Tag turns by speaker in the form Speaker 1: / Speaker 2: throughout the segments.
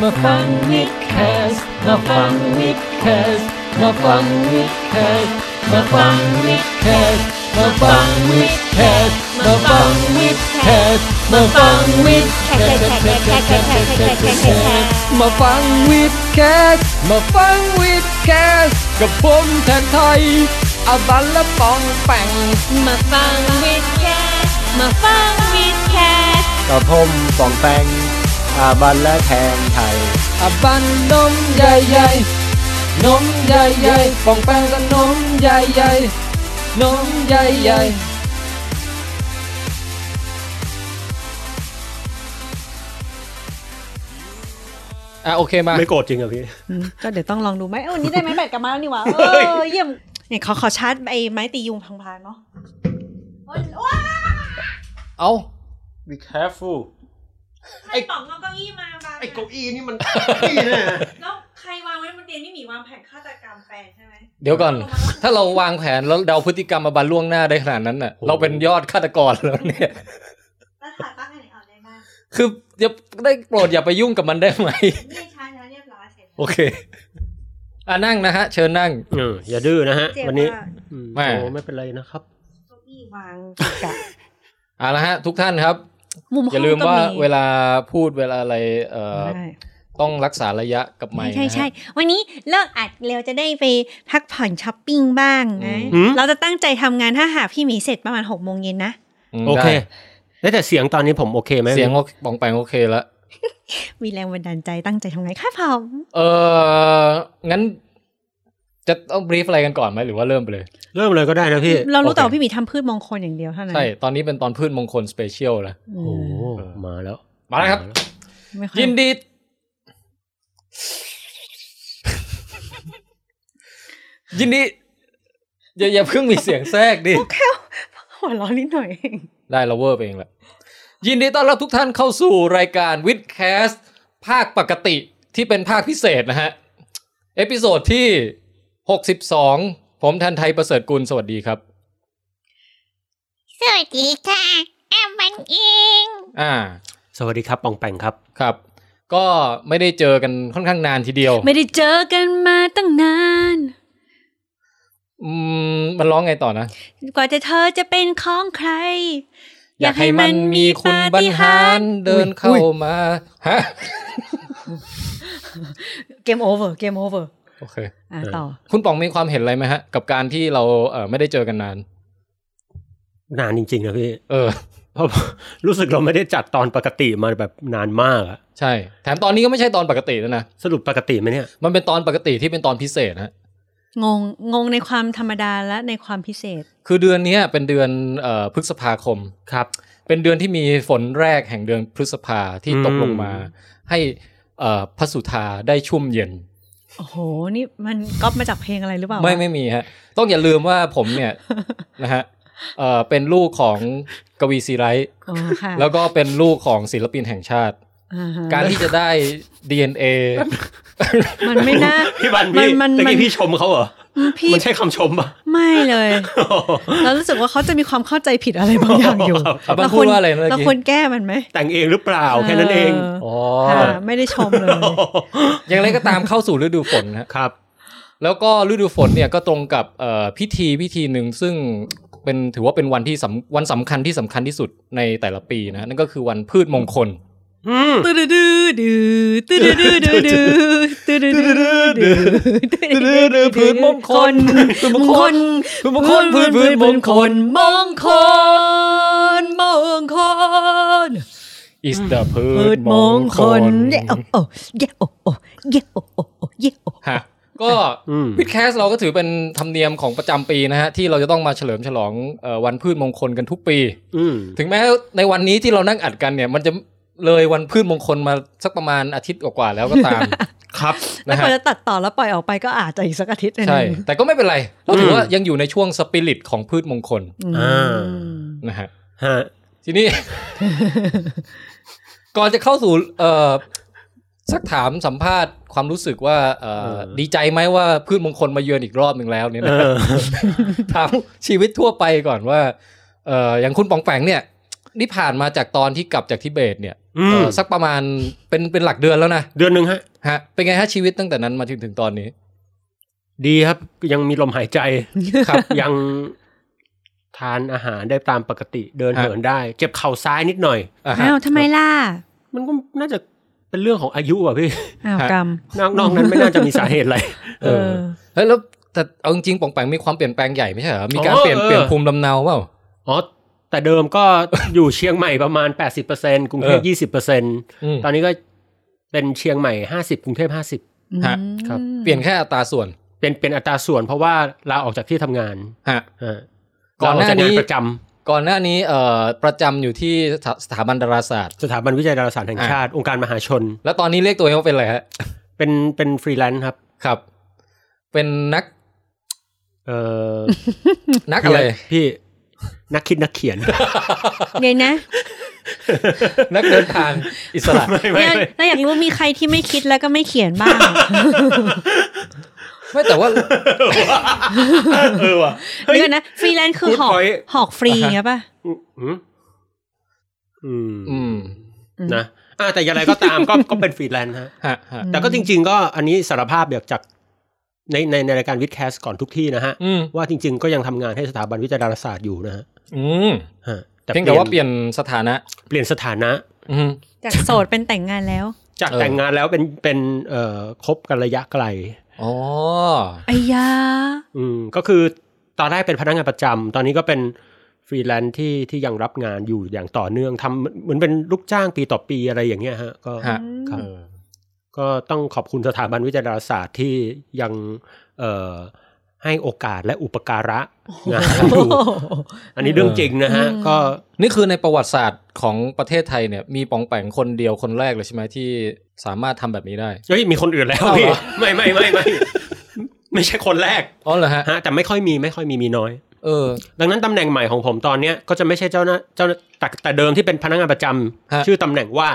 Speaker 1: มาฟังวิดแคสมาฟังวิดแคสมาฟังวิดแคสมาฟังวิดแคสมาฟังวิดแคสมาฟังวิดแคสมาฟังวิดแคสมาฟังวิดแคสมาฟังวิดแคสกับผมแทนไทยอาบันและปองแปง
Speaker 2: มาฟังวิดแคสมาฟังวิดแคส
Speaker 3: กับผมปองแปงอาบันและแทนไทย
Speaker 1: อาบันนมใหญ่ๆนมใหญ่ๆปองแปงก็นมใหญ่ๆนมใหญ่ๆ อ่ะโอเคมา
Speaker 3: ไม่โกรธจริงเหรอพี่
Speaker 4: อืมก็เดี๋ยวต้องลองดูไหมเออวันนี้ได้ไม้แบตกลับมาแล้วนี่หว่า เอ
Speaker 3: เฮ้ย
Speaker 4: อเยี่ยมเนี่ยขอขอชาร์จไอ้ไม้ตียุงพังพานเนาะ
Speaker 1: เอา
Speaker 3: be careful
Speaker 2: ไอ้ป๋องเอาเก้าอี้มาวาง
Speaker 3: ไอ้เก้า
Speaker 2: อะ
Speaker 3: อี้นี่มัน นี่นะ
Speaker 2: แล้วใครวางไว้บนเตียงนี่หมีวางแผนฆาตกรรมแฟนใช่ไหม
Speaker 1: เดี๋ยวก่อน ถ้าเราวางแผนแล้วเดาพฤติกรรมมาบันล่วงหน้าได้ขนาดนั้นน่ะ
Speaker 3: โอ้โห
Speaker 1: เราเป็นยอดฆาตกรแล้วเนี่ย
Speaker 2: แล้วขาดตั้งไหนออกได้บ้าง
Speaker 1: คืออย่าได้โปรดอย่าไปยุ่งกับมันได้ไหม
Speaker 2: นี่ชาร์จแล้วเรียบร้อยเสร็จ
Speaker 1: โอเค อ่ะนั่งนะฮะ เชิญนั่ง
Speaker 3: เอออย่าดื้อนะฮะ
Speaker 4: เจ็บ
Speaker 3: วันนี้
Speaker 4: มาก
Speaker 3: อืม
Speaker 1: แม่
Speaker 3: โอ้ไม่เป็นไรนะครับ
Speaker 4: เก้าอี้วางผิดกะ
Speaker 1: เอ่ะละฮะ ทุกท่านครับ
Speaker 4: มุม
Speaker 1: อย่าลืมว่าเวลาพูดเวลาอะไร เอ่อ
Speaker 4: ใช่
Speaker 1: ต้องรักษาระยะกับไมค์นะ
Speaker 4: ใช่
Speaker 1: ฮะ
Speaker 4: ใช่วันนี้เลิกอัดเร็วจะได้ไปพักผ่อนช้อปปิ้งบ้างนะ
Speaker 3: อืม
Speaker 4: เราจะตั้งใจทำงานถ้าหาพี่หมีเสร็จประมาณหกโมงเย็นนะ
Speaker 1: ม
Speaker 3: โอเค
Speaker 1: ได้
Speaker 3: แล้วแต่เสียงตอนนี้ผมโอเคไหม
Speaker 1: เสียงโอเคปองแปงโอเคแล้ว
Speaker 4: มีแรงบันดาลใจตั้งใจทำงานค่ะผม
Speaker 1: เอองั้น จะต้องบรีฟอะไรกันก่อนไหมหรือว่าเริ่มไปเลย
Speaker 3: เริ่มเลยก็ได้นะพี่
Speaker 4: เรารู้แต่
Speaker 1: โอเค
Speaker 4: ว่าพี่หมีทำพืชมงคลอย่างเดียวเท่านั้น
Speaker 1: ใช่ ตอนนี้เป็นตอนพืชมงคลสเปเชียลนะ
Speaker 4: อื
Speaker 3: โอ้โห
Speaker 4: ม
Speaker 3: มาแล้ว
Speaker 1: มาแล้วครับ
Speaker 4: ไม่ค่อย
Speaker 1: ยิน ดี ยินดี อย่าอย่าเพิ่งมีเสียงแทรกดิ
Speaker 4: หัวเร้อนนิดหน่อย
Speaker 1: ได้เราเวอร์ไปเองแหละยินดีต้อนรับทุกท่านเข้าสู่รายการวิดแคสภาคปกติที่เป็นภาคพิเศษนะฮะ เอพิโซดที่ 62 ผมทันไทยประเสริฐกุลสวัสดีครับ
Speaker 5: สวัสดีค่ะแอมมันเอง
Speaker 1: อ่า
Speaker 3: สวัสดีครับปองแปงครับ
Speaker 1: ครับ ก็ไม่ได้เจอกันค่อนข้างนานทีเดียว
Speaker 4: ไม่ได้เจอกันมาตั้งนาน
Speaker 1: อืม มันร้องไงต่อนะ
Speaker 4: กว่าจะเธอจะเป็นของใคร
Speaker 1: อยากให้มันมีคุณบรรหารเดินเข้ามาฮะ
Speaker 4: เกมโอเวอร์เกมโอเวอร์
Speaker 1: โอเค
Speaker 4: อ่ะ
Speaker 3: เออ
Speaker 4: ต่อ
Speaker 1: คุณป๋องมีความเห็นอะไรไหมฮะ กับการที่เราเออไม่ได้เจอกันนาน
Speaker 3: นานจริงๆนะพี่
Speaker 1: เออ
Speaker 3: เพราะ รู้สึกเราไม่ได้จัดตอนปกติมาแบบนานมากอะ
Speaker 1: ใช่ แถมตอนนี้ก็ไม่ใช่ตอนปกติแล้วนะ
Speaker 3: สรุปปกติไหมเนี่ย
Speaker 1: มันเป็นตอนปกติที่เป็นตอนพิเศษฮะ
Speaker 4: งง งงในความธรรมดาและในความพิเศษ
Speaker 1: คือเดือนเนี้ยเป็นเดือนเอ่อพฤษภาคม
Speaker 3: ครับ
Speaker 1: เป็นเดือนที่มีฝนแรกแห่งเดือนพฤษภาที่ตกลงมา
Speaker 3: อืม
Speaker 1: ให้เอ่อพระสุธาได้ชุ่มเย็น
Speaker 4: โอ้โห นี่มันก๊อปมาจากเพลงอะไรหรือเปล่า
Speaker 1: ไม่
Speaker 4: วะ
Speaker 1: ไม่มีฮะ ต้องอย่าลืมว่าผมเนี่ย นะฮะเอ่อเป็นลูกของกวีซีไรท์
Speaker 4: อ๋อค่ะ
Speaker 1: แล้วก็เป็นลูกของศิลปินแห่งชาติ
Speaker 4: อ่ฮะ
Speaker 1: การที่จะได้ DNA
Speaker 4: มันไม่น่า
Speaker 3: พี่บัน
Speaker 4: มั
Speaker 3: พี่
Speaker 4: นมัน
Speaker 3: ตะ
Speaker 4: มัน
Speaker 3: กี้พี่ชมเขาเหรอ
Speaker 4: พี่
Speaker 3: มันใช่คำชมปะ
Speaker 4: ไม่เลย เรารู้สึกว่าเขาจะมีความเข้าใจผิดอะไรบางอย่างอยู่
Speaker 3: ครับครับ
Speaker 4: ควร
Speaker 1: มันพูดว่าอะไรเมื่อกี้
Speaker 4: เราควรแก้มันไหม
Speaker 3: แต่งเองหรือเปล่าแค่นั้นเอง
Speaker 1: อ๋อ
Speaker 4: ค่ะไม่ได้ชมเลย
Speaker 1: อย่างไรก็ตามเข้าสู่ฤดูฝนนะ
Speaker 3: ครับ
Speaker 1: แล้วก็ฤดูฝนเนี่ยก็ตรงกับเอ่อพิธีพิธีหนึ่งซึ่งเป็นถือว่าเป็นวันที่สำวันสำคัญที่สำคัญที่สุดในแต่ละปีนะนั่นก็คือวันพืชมงคล
Speaker 3: อืม
Speaker 4: ตื้อดื้อดื้อตื้อดื้อดื้อดื้อตื้อดื้อดื้อดื้อดื้อตื้อดื้อดื้อพื้นมงคล
Speaker 1: พื้นมงคลพื้นมงคลพื้นพื้นมงคล
Speaker 4: มงคลมงคล
Speaker 1: is the พื
Speaker 4: พื
Speaker 1: ช
Speaker 4: ช
Speaker 1: ม
Speaker 4: ม
Speaker 1: ง
Speaker 4: ง
Speaker 1: ค
Speaker 4: ค
Speaker 1: ล
Speaker 4: ลเย่โอ้โอ้เย่โอ้โอ้เย่โอ้โอ้โอ้เย่โอ้
Speaker 1: ฮะก็
Speaker 3: อืม
Speaker 1: วิดแคสเราก็ถือเป็นธรรมเนียมของประจำปีนะฮะที่เราจะต้องมาเฉลิมฉลองเอ่อวันพืชมงคลกันทุกปี
Speaker 3: อืม
Speaker 1: ถึงแม้ในวันนี้ที่เรานั่งอัดกันเนี่ย มันจะเลยวันพืชมงคลมาสักประมาณอาทิตย์กว่าๆแล้วก็ตาม
Speaker 3: ครับ
Speaker 4: แล้ว
Speaker 1: นะ
Speaker 4: กว่า
Speaker 1: ฮะ
Speaker 4: จะตัดต่อแล้วปล่อยออกไปก็อาจจะอีกสักอาทิตย์หนึง
Speaker 1: ใช่ แต่ก็ไม่เป็นไร เราถือ
Speaker 3: ม
Speaker 1: ว่ายังอยู่ในช่วงสปิริตของพืชมงคล
Speaker 4: อืม
Speaker 3: อ่า
Speaker 1: นะฮะ
Speaker 3: ฮะ
Speaker 1: ทีนี้ ก่อนจะเข้าสู่เอ่อสักถามสัมภาษณ์ความรู้สึกว่าเอ่อ
Speaker 3: เออ
Speaker 1: ดีใจไหมว่าพืชมงคลมาเยือนอีกรอบหนึ่งแล้วเนี่ย
Speaker 3: เอ
Speaker 1: นะ
Speaker 3: อ
Speaker 1: ถามชีวิตทั่วไปก่อนว่าเอ่ออย่างคุณปองแปงเนี่ยนี่ผ่านมาจากตอนที่กลับจากทิเบตเนี่ย
Speaker 3: อื
Speaker 1: เอ่
Speaker 3: ม
Speaker 1: อสักประมาณเป็นเป็นหลักเดือนแล้วนะ
Speaker 3: เดือนหนึ่งฮะ
Speaker 1: ฮะเป็นไงฮะชีวิตตั้งแต่นั้นมาถึงถึงตอนนี้
Speaker 3: ดีครับยังมีลม หายใจ
Speaker 1: ครับ
Speaker 3: ยังทานอาหารได้ตามปกติเดิน
Speaker 1: ฮะ
Speaker 3: เหินได้ เจ็บเข่าซ้ายนิดหน่อย
Speaker 1: อ่ะฮะ
Speaker 4: อ้าวทำไมล่ะ
Speaker 3: มันก็น่าจะเป็นเรื่องของอายุอ่ะ พี่
Speaker 4: อ้าว
Speaker 1: ฮะ
Speaker 4: กรรม
Speaker 3: นอกนอกนั้นไม่น่าจะมีสาเหตุอะไร
Speaker 1: เออเฮ้ยแล้วแต่เอาจริงๆป่องแปงมีความเปลี่ยนแปลงใหญ่ไม่ใช่เหรอมีการ
Speaker 3: อ๋อ
Speaker 1: เปลี่ยน
Speaker 3: เออ
Speaker 1: เปลี่ยนภูมิลำเนาเปล่า
Speaker 3: อ๋อแต่เดิมก็ อยู่เชียงใหม่ประมาณ 80%กรุงเทพ
Speaker 1: เอ
Speaker 3: 20%
Speaker 1: อืม
Speaker 3: ตอนนี้ก็เป็นเชียงใหม่ 50กรุงเทพ50
Speaker 1: ฮะ
Speaker 3: ครับ
Speaker 1: เปลี่ยนแค่อัตราส่วน
Speaker 3: เป็นเป็นอัตราส่วนเพราะว่าลาออกจากที่ทำงาน
Speaker 1: ฮะ
Speaker 3: เออ
Speaker 1: ก่อนหน้านี้
Speaker 3: ลจงประจำ
Speaker 1: ก่อนหน้านี้เอ่อประจำอยู่ที่สถาสถาบันดาราศาสตร์
Speaker 3: สถาบันวิจัยดาราศาสตร์แห่ง
Speaker 1: อ่ะ
Speaker 3: ชาติ องค์การมหาชน
Speaker 1: แล้วตอนนี้เรียกตัวเองว่าเป็นอะไรฮะ
Speaker 3: เป็นเป็นฟรีแลนซ์ครับ
Speaker 1: ครับ เป็นนัก
Speaker 3: เอ อ
Speaker 1: นักอะไร
Speaker 3: พี่นักคิดนักเขียน
Speaker 4: เดี๋ยวนะ
Speaker 1: นักเดินท างอิสระ
Speaker 4: เนี่ยเราอยากรู้มีใครที่ไม่คิดแล้วก็ไม่เขียนบ้าง
Speaker 1: ไม่แต่ว่า
Speaker 3: เออว่ะ เฮ้ย
Speaker 4: เดี๋ยวนะฟรีแลนซ์คือ
Speaker 3: Good
Speaker 4: หอก
Speaker 3: point
Speaker 4: หอกฟรีไงป่ะ
Speaker 3: อืมอื
Speaker 1: อื
Speaker 3: ม
Speaker 1: ม
Speaker 3: นะอ่ะแต่อย่างไรก็ตาม ก็ ก็เป็นฟรีแลนซ์ฮะ
Speaker 1: ฮะฮะ
Speaker 3: แต่ก็จริง ๆ ก็อันนี้สารภาพแบบจากในในในรายการวิดแคสก่อนทุกที่นะฮะ
Speaker 1: อืม
Speaker 3: ว่าจริง ๆ ก็ยังทำงานให้สถาบันวิจัยดาราศาสตร์อยู่นะฮะ
Speaker 1: อืม
Speaker 3: ฮะ
Speaker 1: เพียงแต่ว่าเปลี่ยนสถานะ
Speaker 3: เปลี่ยนสถานะ
Speaker 1: อืม
Speaker 4: จากโสดเป็นแต่งงานแล้ว
Speaker 3: จาก
Speaker 1: เออ
Speaker 3: แต่งงานแล้วเป็นเป็นเอ่อคบกันระยะไกล
Speaker 1: อ๋อ
Speaker 4: ไอ้ยา
Speaker 3: อืมก็คือตอนแรกเป็นพนักงานประจำตอนนี้ก็เป็นฟรีแลนซ์ที่ที่ยังรับงานอยู่อย่างต่อเนื่องทำเหมือนเหมือนเป็นลูกจ้างปีต่อปีอะไรอย่างเงี้ยฮะก็
Speaker 1: ฮะ
Speaker 3: ครับ
Speaker 1: เออ
Speaker 3: ก็ต้องขอบคุณสถาบันวิจัยดาราศาสตร์ที่ยังเอ่อให้โอกาสและอุปการะงานอ
Speaker 4: โอ้
Speaker 3: ยู่
Speaker 4: โห
Speaker 3: อันนี้เรื่องจริงนะฮะ
Speaker 4: อืม
Speaker 3: ก็
Speaker 1: นี่คือในประวัติศาสตร์ของประเทศไทยเนี่ย มีปองแปงคนเดียวคนแรกเลยใช่ไหมที่สามารถทำแบบนี้ได้
Speaker 3: เฮ้ยมีคนอื่นแล้ว
Speaker 1: เอาเหรอ
Speaker 3: พี่ไม่ไม่ไม่ไม่ไม่ใช่คนแรก
Speaker 1: อ๋อเหรอฮะ
Speaker 3: ฮะแต่ไม่ค่อยมีไม่ค่อยมีมีน้อย
Speaker 1: เออ
Speaker 3: ดังนั้นตำแหน่งใหม่ของผมตอนเนี้ยก็จะไม่ใช่เจ้าหน้าเจ้าหน้าแต่แต่เดิมที่เป็นพนักงานประจำ
Speaker 1: ฮะ
Speaker 3: ชื่อตำแหน่งว่า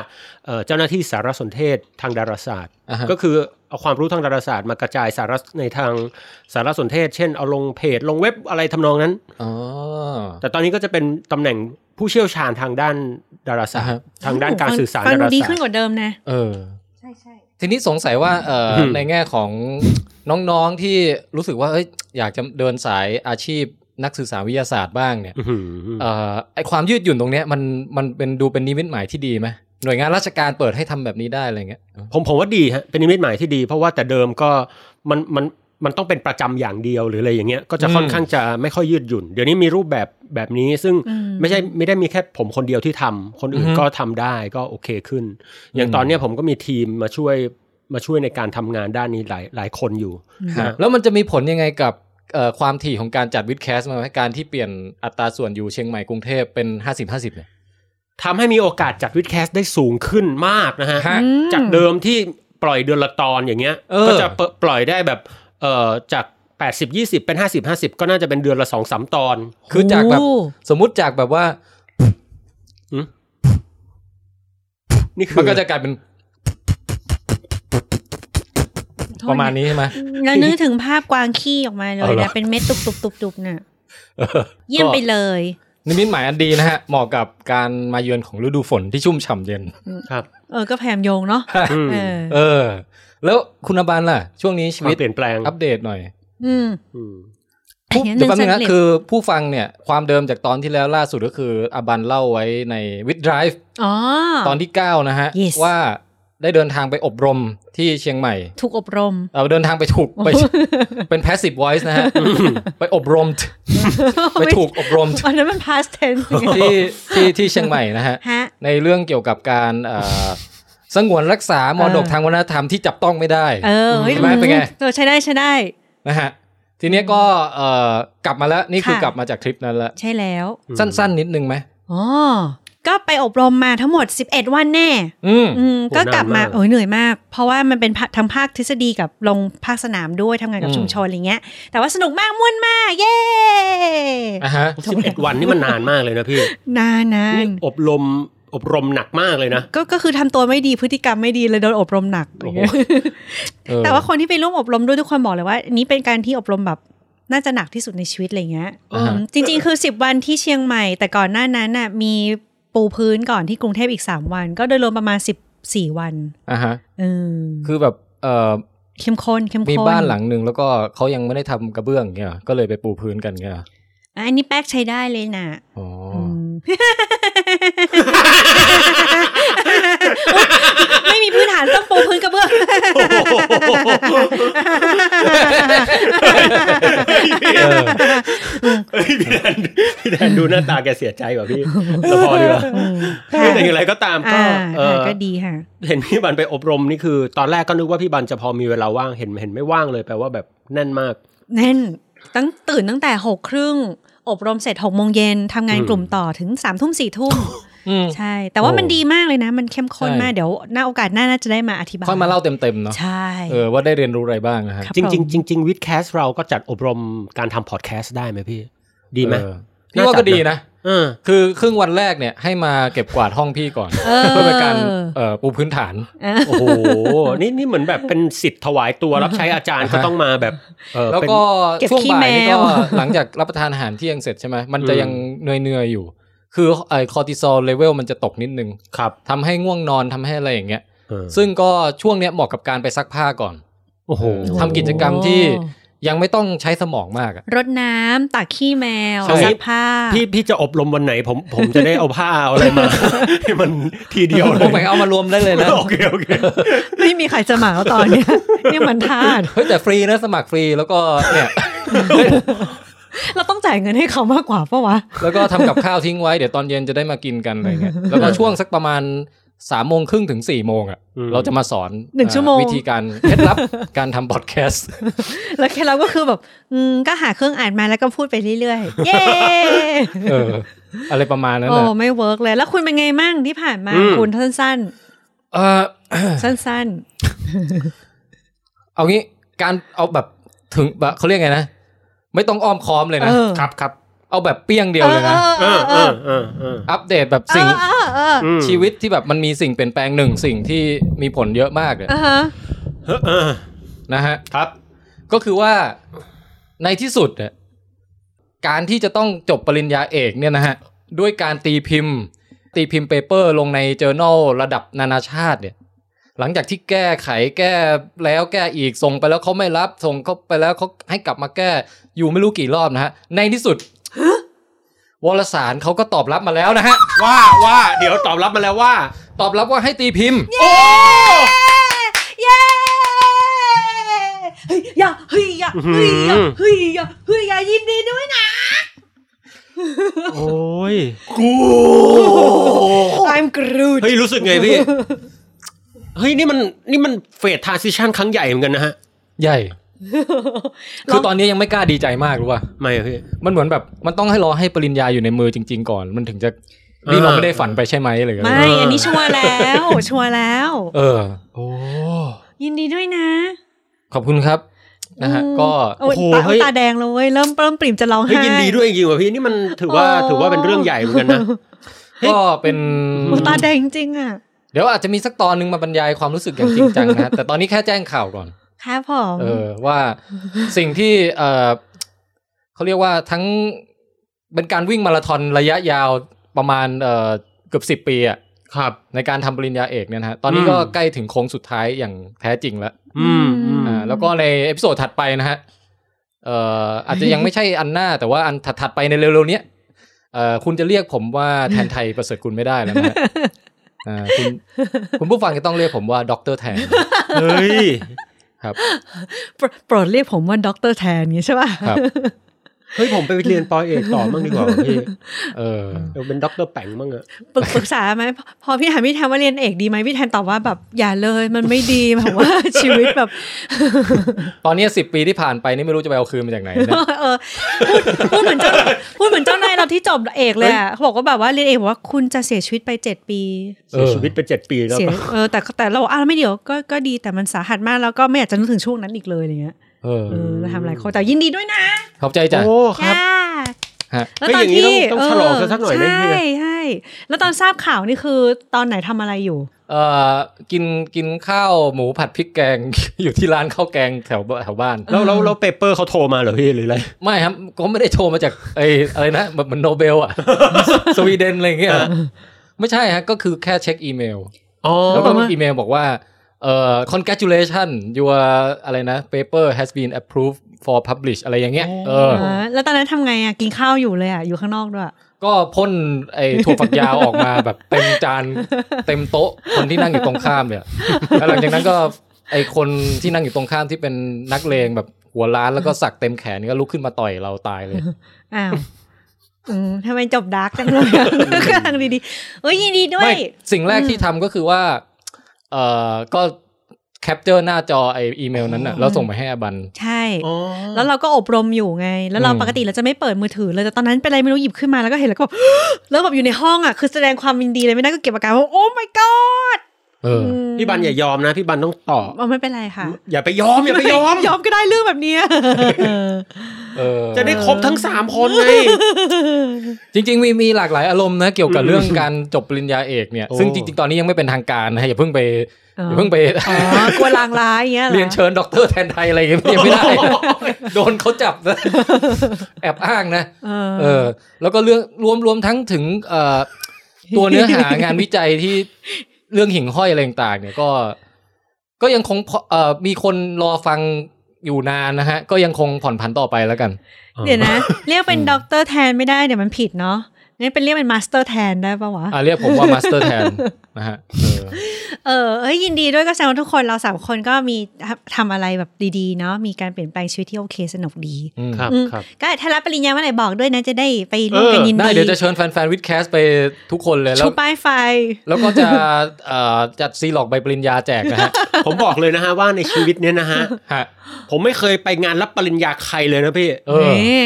Speaker 3: เอ่อเจ้าหน้าที่สารสนเทศทางดาราศาสตร์
Speaker 1: อ่ะฮะ
Speaker 3: ก็คือเอาความรู้ทางดาราศาสตร์มากระจายสารสในทางสารสนเทศ เช่นเอาลงเพจลงเว็บอะไรทำนองนั้น
Speaker 1: อ๋อ
Speaker 3: แต่ตอนนี้ก็จะเป็นตำแหน่งผู้เชี่ยวชาญทางด้านดาราศาสตร์
Speaker 1: อ่ะฮ
Speaker 3: ทางด้านการสื่อสาร
Speaker 4: ฟัง
Speaker 3: ดา
Speaker 4: ดู
Speaker 3: รา
Speaker 4: ดี
Speaker 3: ศาส
Speaker 4: ขึ้
Speaker 3: ต
Speaker 4: นก
Speaker 3: ร์
Speaker 4: ว่าเดิมนะ
Speaker 1: เออ
Speaker 4: ใช่ใช่
Speaker 1: ทีนี้สงสัยว่าเอ่อ
Speaker 3: อืม
Speaker 1: ในแง่ของ น้องๆที่รู้สึกว่าเอ้ยอยากจะเดินสายอาชีพนักศึกษาวิทยาศาสตร์บ้างเนี่ย
Speaker 3: อื้อหือ
Speaker 1: เอ่อไอความยืดหยุ่นตรงเนี้ยมันมันเป็นดูเป็นนิมิตหมายที่ดีไหมหน่วยงานราชการเปิดให้ทำแบบนี้ได้อะไรเงี้ย
Speaker 3: ผมผมว่าดีฮะเป็นนิมิตหมายที่ดี เพราะว่าแต่เดิมก็มันมันมันต้องเป็นประจำอย่างเดียวหรืออะไรอย่างเงี้ยก็จะค่อนข้างจะไม่ค่อยยืดหยุ่น เดี๋ยวนี้มีรูปแบบแบบนี้ซึ่ง ไม่ใช่ไม่ได้มีแค่ผมคนเดียวที่ทำคนอื่นก็ทำได้ก็โอเคขึ้น อย่างตอนเนี้ยผมก็มีทีมมาช่วยมาช่วยในการทำงานด้านนี้หลายหลายคนอยู่
Speaker 1: ฮะแล้วมันจะมีผลยังไงกับเอ่อความถี่ของการจัดวิดแคสต์มาไหมการที่เปลี่ยนอัตราส่วนอยู่เชียงใหม่กรุงเทพเป็น 50 50เนี่ย
Speaker 3: ทำให้มีโอกาสจัดวิดแคสต์ได้สูงขึ้นมากนะฮะ
Speaker 1: ฮะ
Speaker 3: จากเดิมที่ปล่อยเดือนละตอนอย่างเงี้ย
Speaker 1: เออ
Speaker 3: ก็จะเปปล่อยได้แบบเอ่อจาก 80 20 เป็น 50 50 ก็น่าจะเป็นเดือนละ 2 3 ตอน
Speaker 1: คือจากแบบสมมุติจากแบบว่า
Speaker 3: นี่คือ
Speaker 1: มันก็จะกลายเป็นประมาณนี้ใช่ไหม
Speaker 4: แล้วนึกถึงภาพกวางขี้ออกมาเล
Speaker 1: เอา
Speaker 4: ย
Speaker 1: เหรอ
Speaker 4: นะ เป็นเม็ดตุบตุบตุบตุบน่ะ เยี่ยมไปเลย
Speaker 1: นิมิตหมายอันดีนะฮะ เหมาะกับการมาเยือนของฤดูฝนที่ชุ่มฉ่ำเย็น
Speaker 3: ครับ
Speaker 4: เออก็แพยายามโยงเนาะ
Speaker 3: อืม
Speaker 4: เออ
Speaker 1: เออ แล้วคุณอบันล่ะ ช่วงนี้ชี
Speaker 3: ควา
Speaker 1: วิ
Speaker 3: ม
Speaker 1: ต
Speaker 3: เปลี่ยนแปลง
Speaker 1: อัปเดตหน่อย
Speaker 4: อืม
Speaker 3: อืม
Speaker 4: อันนี้
Speaker 1: เดี๋ยวแป๊บนึง
Speaker 4: สำ
Speaker 1: นะ
Speaker 4: เร็จ
Speaker 1: คือผู้ฟังเนี่ย ความเดิมจากตอนที่แล้วล่าสุดก็คืออบันเล่าไว้ในวิดไดฟ์
Speaker 4: อ๋อ
Speaker 1: ตอนที่ 9 นะฮะ
Speaker 4: Yes
Speaker 1: ว่าได้เดินทางไปอบรมที่เชียงใหม่
Speaker 4: ถูกอบรม
Speaker 1: เออเดินทางไปถูกไป เป็น passive voice นะฮะ ไปอบรม ไปถูกอบรม
Speaker 4: อันนั้นมัน past tense ยังไง
Speaker 1: ที่ที่ที่เชียงใหม่นะฮะ
Speaker 4: ฮะ
Speaker 1: ในเรื่องเกี่ยวกับการเอ่ อ สงวนรักษามรดก
Speaker 4: เออ
Speaker 1: ทางวัฒนธรรมที่จับต้องไม่ได้
Speaker 4: เออเฮ้ย
Speaker 1: ใช่ไหมเป็นไง
Speaker 4: เออใช้ได้ใช้ได้
Speaker 1: นะฮะทีเนี้ยก็เอ่อกลับมาแล้วนี่คือ
Speaker 4: ค่ะ
Speaker 1: กลับมาจากทริปนั้นละ
Speaker 4: ใช่แล้ว
Speaker 1: สั้นๆนิดนึงไหม
Speaker 4: อ๋อ ก็ไปอบรมมาทั้งหมด 11 วันแน่
Speaker 1: อืม
Speaker 4: อืม ก็กลับมาโอ้ยเหนื่อยมาก เพราะว่ามันเป็นภาทั้งภาคทฤษฎีกับลงภาคสนามด้วยทำงานกับชุมชนอะไรเงี้ย แต่ว่าสนุกมากม่วนมาก เย้
Speaker 1: อ่ะฮะ
Speaker 3: สิบเอ็ดวันนี่มันนานมากเลยนะพี่
Speaker 4: นานนาน
Speaker 3: นี่อบรมอบรมหนักมากเลยนะ
Speaker 4: ก็ก็คือทำตัวไม่ดีพฤติกรรมไม่ดีเลยโดนอบรมหนัก
Speaker 3: โอ้โห
Speaker 1: เออ
Speaker 4: แต่ว่าคนที่ไปร่วมอบรมด้วยทุกคนบอกเลยว่าอันนี้เป็นการที่อบรมแบบน่าจะหนักที่สุดในชีวิตอะไรเงี้ย
Speaker 1: อ่ะฮะ
Speaker 4: จริงๆ คือ 10 วันที่เชียงใหม่ แต่ก่อนหน้านั้นน่ะมี ปูพื้นก่อนที่กรุงเทพอีก 3 วัน ก็โดยรวมประมาณ 14 วัน
Speaker 1: อ่ะฮะ
Speaker 4: เออ
Speaker 1: คือแบบเอ่อ
Speaker 4: เข้มข้นเข้มข้น
Speaker 1: มีบ้านหลังหนึ่งแล้วก็เขายังไม่ได้ทำกระเบื้องเงี้ยเหรอก็เลยไปปูพื้นกันเงี้ยเหรอ
Speaker 4: อะอันนี้แป๊กใช้ได้เลยนะ
Speaker 1: อ๋อ
Speaker 4: ม ไม่มีพื้นฐานต้องปูพื้นกระเบื้อง
Speaker 3: เอ้ยพี่แดนพี่แดนดูหน้าตาแกเสียใจว่ะ พี่แต่พอดีกว่า
Speaker 4: อืม
Speaker 3: เฮ้ยแต่อย่างไรก็ตามก็
Speaker 4: อ่า
Speaker 3: เออ
Speaker 4: ก็ดีค่ะ
Speaker 3: เห็นพี่บันไปอบรมนี่คือ ตอนแรกก็นึกว่าพี่บันจะพอมีเวลาว่างเห็นเห็นไม่ว่างเลยแปลว่าแบบแน่นมาก
Speaker 4: แน่นตั้งตื่นตั้งแต่หกครึ่ง อบรมเสร็จหกโมงเย็นทำงาน
Speaker 3: อืม
Speaker 4: กลุ่มต่อถึงสามทุ่มสี่ทุ่ม
Speaker 1: อืม
Speaker 4: ใช่ แต่ว่า
Speaker 1: โอ้
Speaker 4: มันดีมากเลยนะ มันเข้มข้น
Speaker 1: ใช่
Speaker 4: มาก เดี๋ยวหน้าโอกาสหน้าน่าจะได้มาอธิบาย
Speaker 1: ค่อยมาเล่าเต็มๆเนาะ
Speaker 4: ใช่
Speaker 1: เออว่าได้เรียนรู้อะไรบ้างนะฮะ
Speaker 4: ครับ
Speaker 3: จริงๆจริงจริงวิดแคสเราก็จัดอบรมการทำพอดแคสต์ได้ไหมพี่ ดีไหม
Speaker 1: เออพี่ว่าก็ดีนะ
Speaker 3: เออ
Speaker 1: คือครึ่งวันแรกเนี่ยให้มาเก็บกวาดห้องพี่ก่อน
Speaker 4: เออ
Speaker 1: เพื่อเป็นการเอ่อปูพื้นฐาน
Speaker 4: เออ
Speaker 3: โอ้โห นี่นี่เหมือนแบบเป็นสิทธิ์ถวายตัวรับใช้อาจารย์ก็ต้องมาแบบเออ
Speaker 1: แล้ว
Speaker 3: เป็น
Speaker 1: ก็
Speaker 4: เก็บ
Speaker 1: ช่วง
Speaker 4: ขี้
Speaker 1: บ่าย
Speaker 4: แม
Speaker 1: นี่ก็
Speaker 4: ว
Speaker 1: หลังจากรับประทานอาหารเที่ยงเสร็จใช่ไหมมันจะ
Speaker 3: อืม
Speaker 1: ยังเหนื่อยๆอยู่ คือไอคอร์ติซอลเลเวลมันจะตกนิดนึง
Speaker 3: ครับ
Speaker 1: ทำให้ง่วงนอนทำให้อะไรอย่างเงี้ย
Speaker 3: เออ
Speaker 1: ซึ่งก็ช่วงเนี้ยเหมาะกับการไปซักผ้าก่อน
Speaker 3: โอ้โห
Speaker 1: ทำกิจกรรมที่ยังไม่ต้องใช้สมองมากอะ
Speaker 4: รดน้ำตักขี้แมว
Speaker 1: ใช่
Speaker 4: ซักผ้า
Speaker 3: พี่พี่จะอบรมวันไหนผมผมจะได้เอาผ้าเอาอะไรมา ให้มันทีเดียวเล
Speaker 1: พวย กแม่งเอามารวมได้เลยนะ
Speaker 3: โอเคโอเค
Speaker 4: ไม่มีใครจะเหมาตอนเนี้ย เนี่ยมันทาส
Speaker 1: เฮ้ยแต่ฟรีนะสมัครฟรีแล้วก็ เนี่ย
Speaker 4: เราต้องจ่ายเงินให้เขามากกว่าปะวะ
Speaker 1: แล้วก็ทำกับข้าวทิ้งไว้เดี๋ยวตอนเย็นจะได้มากินกันอะไรเงี้ยแล้วก็ช่วงสักประมาณสามโมงครึ่งถึงสี่โมงอ่ะ
Speaker 3: อืม
Speaker 1: เราจะมาสอน
Speaker 4: หนึ่งชั่วโมง
Speaker 1: อ่าวิธีการเคล็ดลับ การทำพอด แคสต์
Speaker 4: แล้วแค่เราก็คือแบบอืมก็หาเครื่องอ่านมาแล้วก็พูดไปเรื่อยๆเย้
Speaker 1: เออ อะไรประมาณนั้น
Speaker 4: โอ้
Speaker 1: แหละ
Speaker 4: ไม่เวิร์กเลยแล้วคุณเป็นไงมั่งที่ผ่านมา
Speaker 3: อืม
Speaker 4: คุณสั้น
Speaker 1: เออ
Speaker 4: ๆ สั้น
Speaker 1: เอางี้การเอาแบบถึงแบบเขาเรียกไงนะ ไม่ต้องอ้อมค้อมเลยนะ
Speaker 4: เออ
Speaker 3: ครับครับ
Speaker 1: เอาแบบเปี้ยงเดี
Speaker 4: ๆ
Speaker 1: ยวเลยนะ
Speaker 4: เอ
Speaker 3: เอ
Speaker 4: อ
Speaker 3: อ
Speaker 4: เอ
Speaker 3: เอ
Speaker 4: อ
Speaker 3: อเออเออ
Speaker 1: อัปเดตแบบสิ่ง
Speaker 4: เออเออ
Speaker 3: อืม
Speaker 1: ชีวิตที่แบบมันมีสิ่งเปลี่ยนแปลงหนึ่งสิ่งที่มีผลเยอะมากเลย
Speaker 4: อ่าฮะ
Speaker 3: เออเออ
Speaker 1: นะฮะ
Speaker 3: ครับ
Speaker 1: ก็คือว่าในที่สุดเนี่ยการที่จะต้องจบปริญญาเอกเนี่ยนะฮะ ด้วยการตีพิมพ์ ตีพิมพ์เปเปอร์ลงใน journal ระดับนานาชาติเนี่ย หลังจากที่แก้ไขแก้แล้วแก้อีกส่งไปแล้วเขาไม่รับ ส่งเขาไปแล้วเขาให้กลับมาแก้อยู่ไม่รู้กี่รอบนะฮะ ในที่สุด วารสารเขาก็ตอบรับมาแล้วนะฮะ
Speaker 3: ว่าว่าเดี๋ยวตอบรับมาแล้วว่า
Speaker 1: ตอบรับว่าให้ตีพิมพ์
Speaker 3: โอ้
Speaker 4: เย้เฮ้ยอยาเฮ้ยอยาเฮ้ยอยาเฮ้ยอยาเฮ้ยอยายินดีด้วยนะ
Speaker 3: โอ้ย
Speaker 4: I'm Groot
Speaker 3: เฮ้ย รู้สึกไงพี่ เฮ้ย นี่มันนี่มันเฟสทา n ซิชันครั้งใหญ่เหมือนกันนะฮะ
Speaker 1: ใหญ่ คือตอนนี้ยังไม่กล้าดีใจมากรู้ป่ะ
Speaker 3: ไม่อะพี่
Speaker 1: มันเหมือนแบบมันต้องให้รอให้ปริญญาอยู่ในมือจริง ๆ ก่อน มันถึงจะนี่เราไม่ได้ฝันไปใช่ไหมอะไรอย่างเงี้
Speaker 4: ไม่
Speaker 1: ย
Speaker 4: อันนี้ชัวร์แล้วชัวร์แล้ว
Speaker 1: เออ
Speaker 3: โอ้
Speaker 4: ยินดีด้วยนะ
Speaker 1: ขอบคุณครับนะฮะ ก็
Speaker 4: โอ้ย
Speaker 3: โอ้โห
Speaker 4: ตา
Speaker 3: เฮ้ย
Speaker 4: ตาแดงเลยเว้ยเริ่มเริ่มปริ่มจะร้อง
Speaker 3: เฮ้ย
Speaker 4: ไห้
Speaker 3: ยินดีด้วยจริงๆว่ะพี่ นี่มันถือว่า
Speaker 4: โอ้
Speaker 3: ถือว่าเป็นเรื่องใหญ่เหมือนกันนะ
Speaker 1: ก็เป็น
Speaker 4: โอ้ตาแดงจริงๆอ่ะ
Speaker 1: เดี๋ยวอาจจะมีสักตอนหนึ่งมาบรรยายความรู้สึกอย่างจริงจังนะฮะ แต่ตอนนี้แค่แจ้งข่าวก่อน
Speaker 4: ครับผม
Speaker 1: เออว่าสิ่งที่เออเขาเรียกว่าทั้งเป็นการวิ่งมาราธอนระยะยาวประมาณเออเกือบสิบ10 ปีอะ
Speaker 3: ครับ
Speaker 1: ในการทำปริญญาเอกเนี่ยนะฮะตอนนี้ก็
Speaker 3: อืม
Speaker 1: ใกล้ถึงโค้งสุดท้ายอย่างแท้จริงแล้ว
Speaker 3: อืมอืม
Speaker 1: อ่าแล้วก็ในเอพิโซดถัดไปนะฮะเอ่ออาจจะยังไม่ใช่อันหน้า แต่ว่าอันถัดๆไปในเร็วๆเนี้ยเอ่อคุณจะเรียกผมว่าแทนไทยประเสริฐคุณไม่ได้แล้วนะฮะ อ่าคุณคุณผู้ฟังจะต้องเรียกผมว่าด็อกเตอร์แทน
Speaker 3: เฮ้ย
Speaker 1: ครับ
Speaker 4: โปรโปรดเรียกผมว่าด็อกเตอร์แทนอย่างงี้ใช่ป่ะ
Speaker 1: ครับ
Speaker 3: เฮ้ย ผมไปเรียนปอเอกต่อมั่งดีกว่าว่ะพี่
Speaker 1: เออ
Speaker 3: เดี๋ยวเป็นด็อกเตอร์แป๋งมั่งอะ
Speaker 4: ปรึกปรึกษาไหมพอพอพี่ถามพี่แทนว่าเรียนเอกดีไหมพี่แทนตอบว่าแบบอย่าเลยมันไม่ดี แบบว่า ชีวิตแบบ
Speaker 1: ตอนเนี้สิบปีที่ผ่านไปนี่ไม่รู้จะไปเอาคืนมาจากไหนนะ
Speaker 4: เออพูดพูดเหมือนเจ้าพูดเหมือนเจ้านายเราที่จบเอกเลยอ่ะเขาบอกว่าแบบว่าเรียนเอกบอกว่าคุณจะเสียชีวิตไปเจ็ดปี
Speaker 1: เอ
Speaker 3: เสีย
Speaker 1: อ
Speaker 3: ชีวิตไปเจ็ดปีแล้ว
Speaker 4: เสียเออแต่แต่เราบอกอ้าวไม่เดี๋ยวก็ก็ดีแต่มันสาหัสมากแล้วก็ไม่อยากจะนึกถึงช่วงนั้นอีกเลยอะไรเงี้ย
Speaker 1: เออ
Speaker 4: เออเราทำอะไรเขาแต่ยินดีด้วยนะ
Speaker 1: ขอบใจจ้ะ
Speaker 3: โอ้ครับ
Speaker 4: จ้า
Speaker 1: ฮะ
Speaker 4: แล้ว
Speaker 3: ก็
Speaker 4: ตอ
Speaker 3: อน ย่างนี้
Speaker 4: ที่
Speaker 3: ต้องต้องฉลองกันสักหน่อยนะ
Speaker 4: ใช่
Speaker 3: เฮีย
Speaker 4: ใช่แล้วตอนทราบข่าวนี่คือตอนไหนทำอะไรอยู่
Speaker 1: เอ่อกินกินข้าวหมูผัดพริกแกง อยู่ที่ร้านข้าวแกงแถวแถวบ้าน
Speaker 3: แล้วแล้วแล้วเปเปอร์เขาโทรมาเหรอพี่หรืออะไร
Speaker 1: ไม่ครับ ก็ไม่ได้โชว์มาจากไอ้อะไรนะแบบเหมือนโนเบลอะ สวีเดนอะไรอย่างเงี้ย ไม่ใช่ฮะก็คือแค่เช็คอีเมล
Speaker 3: อ๋อ
Speaker 1: แล้วก็มีอีเมลบอกว่าเอ่อ congratulation your อะไรนะ paper has been approved for publish อะไรอย่างเงี้ยเออ
Speaker 4: เออแล้วตอนนั้นทำไงอ่ะกินข้าวอยู่เลยอ่ะอยู่ข้างนอกด้วย
Speaker 1: ก็พ่นไอ้ถั่วฝักยาวออกมาแบบเต็มจ านเต็มโต๊ะคนที่นั่งอยู่ตรงข้ามเนี่ยแล้วหลังจากนั้นก็ไอ้คนที่นั่งอยู่ตรงข้ามที่เป็นนักเลงแบบหัวล้านแล้วก็สักเต็มแขนก็ลุกขึ้นมาต่อยเราตายเลย
Speaker 4: อ้าวอืมทำไมจบดาร์กจังเลย กำลังดีๆเอ้ยยินดีด้ว
Speaker 1: ไม่
Speaker 4: ย
Speaker 1: สิ่งแรกที่ทำก็คือว่า เอ่อ ก็แคปเจอร์หน้าจอไออีเมลนั้นน่ะแล้วส่งไปให้อาบัน
Speaker 4: ใช่
Speaker 3: อ๋อ
Speaker 4: แล้วเราก็อบรมอยู่ไง แล้วเรา
Speaker 1: อืม
Speaker 4: ปกติเราจะไม่เปิดมือถือเลยแต่ตอนนั้นเป็นอะไรไม่รู้หยิบขึ้น มาแล้วก็เห็นแล้วก็ แล้วแบบอยู่ในห้องอ่ะคือแสดงความยินดีเลยไม่ได้ก็เก็บอาการว่าโอ้ my god
Speaker 1: เอออ
Speaker 3: พี่บันอย่ายอมนะพี่บันต้องต่อ
Speaker 4: เอาไม่เป็นไรค่ะ
Speaker 3: อย่าไปยอม อย่าไปยอม
Speaker 4: ยอมก็ได้เรื่องแบบเนี้ ย
Speaker 1: เออ
Speaker 3: จะได้ครบทั้งสามคนไง
Speaker 1: จริงๆมีมีหลากหลายอารมณ์นะเกี่ยวกับเรื่องการจบปริญญาเอกเนี่ย
Speaker 3: โอ้
Speaker 1: ซึ่งจริง ๆ ตอนนี้ยังไม่เป็นทางการนะอย่าเพิ่งไปอย่าเพิ่งไป
Speaker 4: อ๋อกลัวลางร้ายอย่างเงี้ยหอ
Speaker 1: เรียนเชิญด็อกเตอร์แทนไทยอะไรอย่างเงี้ยไม่ได้ โดนเขาจับนะแอบอ้างนะ
Speaker 4: เอ
Speaker 1: เออ
Speaker 4: อ
Speaker 1: แล้วก็เรื่องรวมรวมทั้งถึงเอ่อตัวเนื้อหางานวิจัยที่ เรื่องหิ่งห้อยอะไรต่างๆเนี่ยก็ ก็ยังคงพอเอ่อมีคนรอฟังอยู่นานนะฮะ ก็ยังคงผ่อนผันต่อไปแล้วกัน
Speaker 4: เดี๋ยวนะ เรียกเป็นด็อกเตอร์แทนไม่ได้เดี๋ยวมันผิดเนาะงั้นเป็นเรียกเป็นมาสเตอร์แทนได้ปะวะ
Speaker 1: อ่ะเรียกผมว่ามาสเตอร์แทนนะฮะเออ
Speaker 4: เออเอ้ยยินดีด้วยก็แสดงว่าทุกคนเราสามคนก็มีทำอะไรแบบดีๆเนาะมีการเปลี่ยนแปลงชีวิตที่โอเคสนุกดี
Speaker 1: อืม
Speaker 3: ครับครับ
Speaker 4: ก็ถ้ารับปริญญาเมื่อไหร่บอกด้วยนะจะได้ไปร่วมกัน
Speaker 3: เออ
Speaker 4: ยิน
Speaker 1: ได้
Speaker 4: ดี
Speaker 1: เดี๋ยวจะเชิญแฟนๆวิดแคสไปทุกคนเลยแล้
Speaker 4: ชู
Speaker 1: ว
Speaker 4: ป้ายไฟ
Speaker 1: แล้วก็จะเอ่อจัดซีหลอกใบปริญญาแจกนะฮะ
Speaker 3: ผมบอกเลยนะฮะว่าในชีวิตเนี้ยนะฮะ
Speaker 1: ฮะ
Speaker 3: ผมไม่เคยไปงานรับปริญญาใครเลยนะพี่
Speaker 1: เออ
Speaker 4: นี่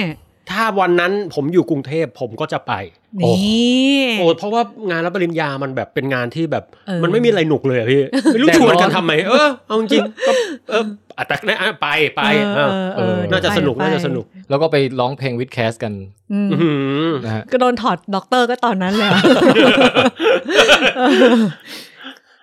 Speaker 3: ถ้าวันนั้นผมอยู่กรุงเทพผมก็จะไป
Speaker 1: โอ้
Speaker 4: นี่
Speaker 3: โอ้เพราะว่างานรับปริญญามันแบบเป็นงานที่แบบ
Speaker 4: เออ
Speaker 3: มันไม่มีอะไรหนุกเลยอะพี่ ไม่รู้
Speaker 1: แดด
Speaker 3: ช
Speaker 1: ร้อน
Speaker 3: วนกันทำไม เออเอาจริงๆก็เอออ่ะแต่นะอ่ะไปไป
Speaker 4: เอ
Speaker 3: เออ
Speaker 4: อเออ
Speaker 3: น่าจะสนุก
Speaker 4: ไป
Speaker 3: น่าจะสนุก
Speaker 1: แล้วก็ไปร้องเพลงวิดแคสกัน
Speaker 4: อืม
Speaker 3: อื้อหือ
Speaker 1: นะฮะ
Speaker 4: ก็โดนถอดด็อกเตอร์ก็ตอนนั้นเลยอะ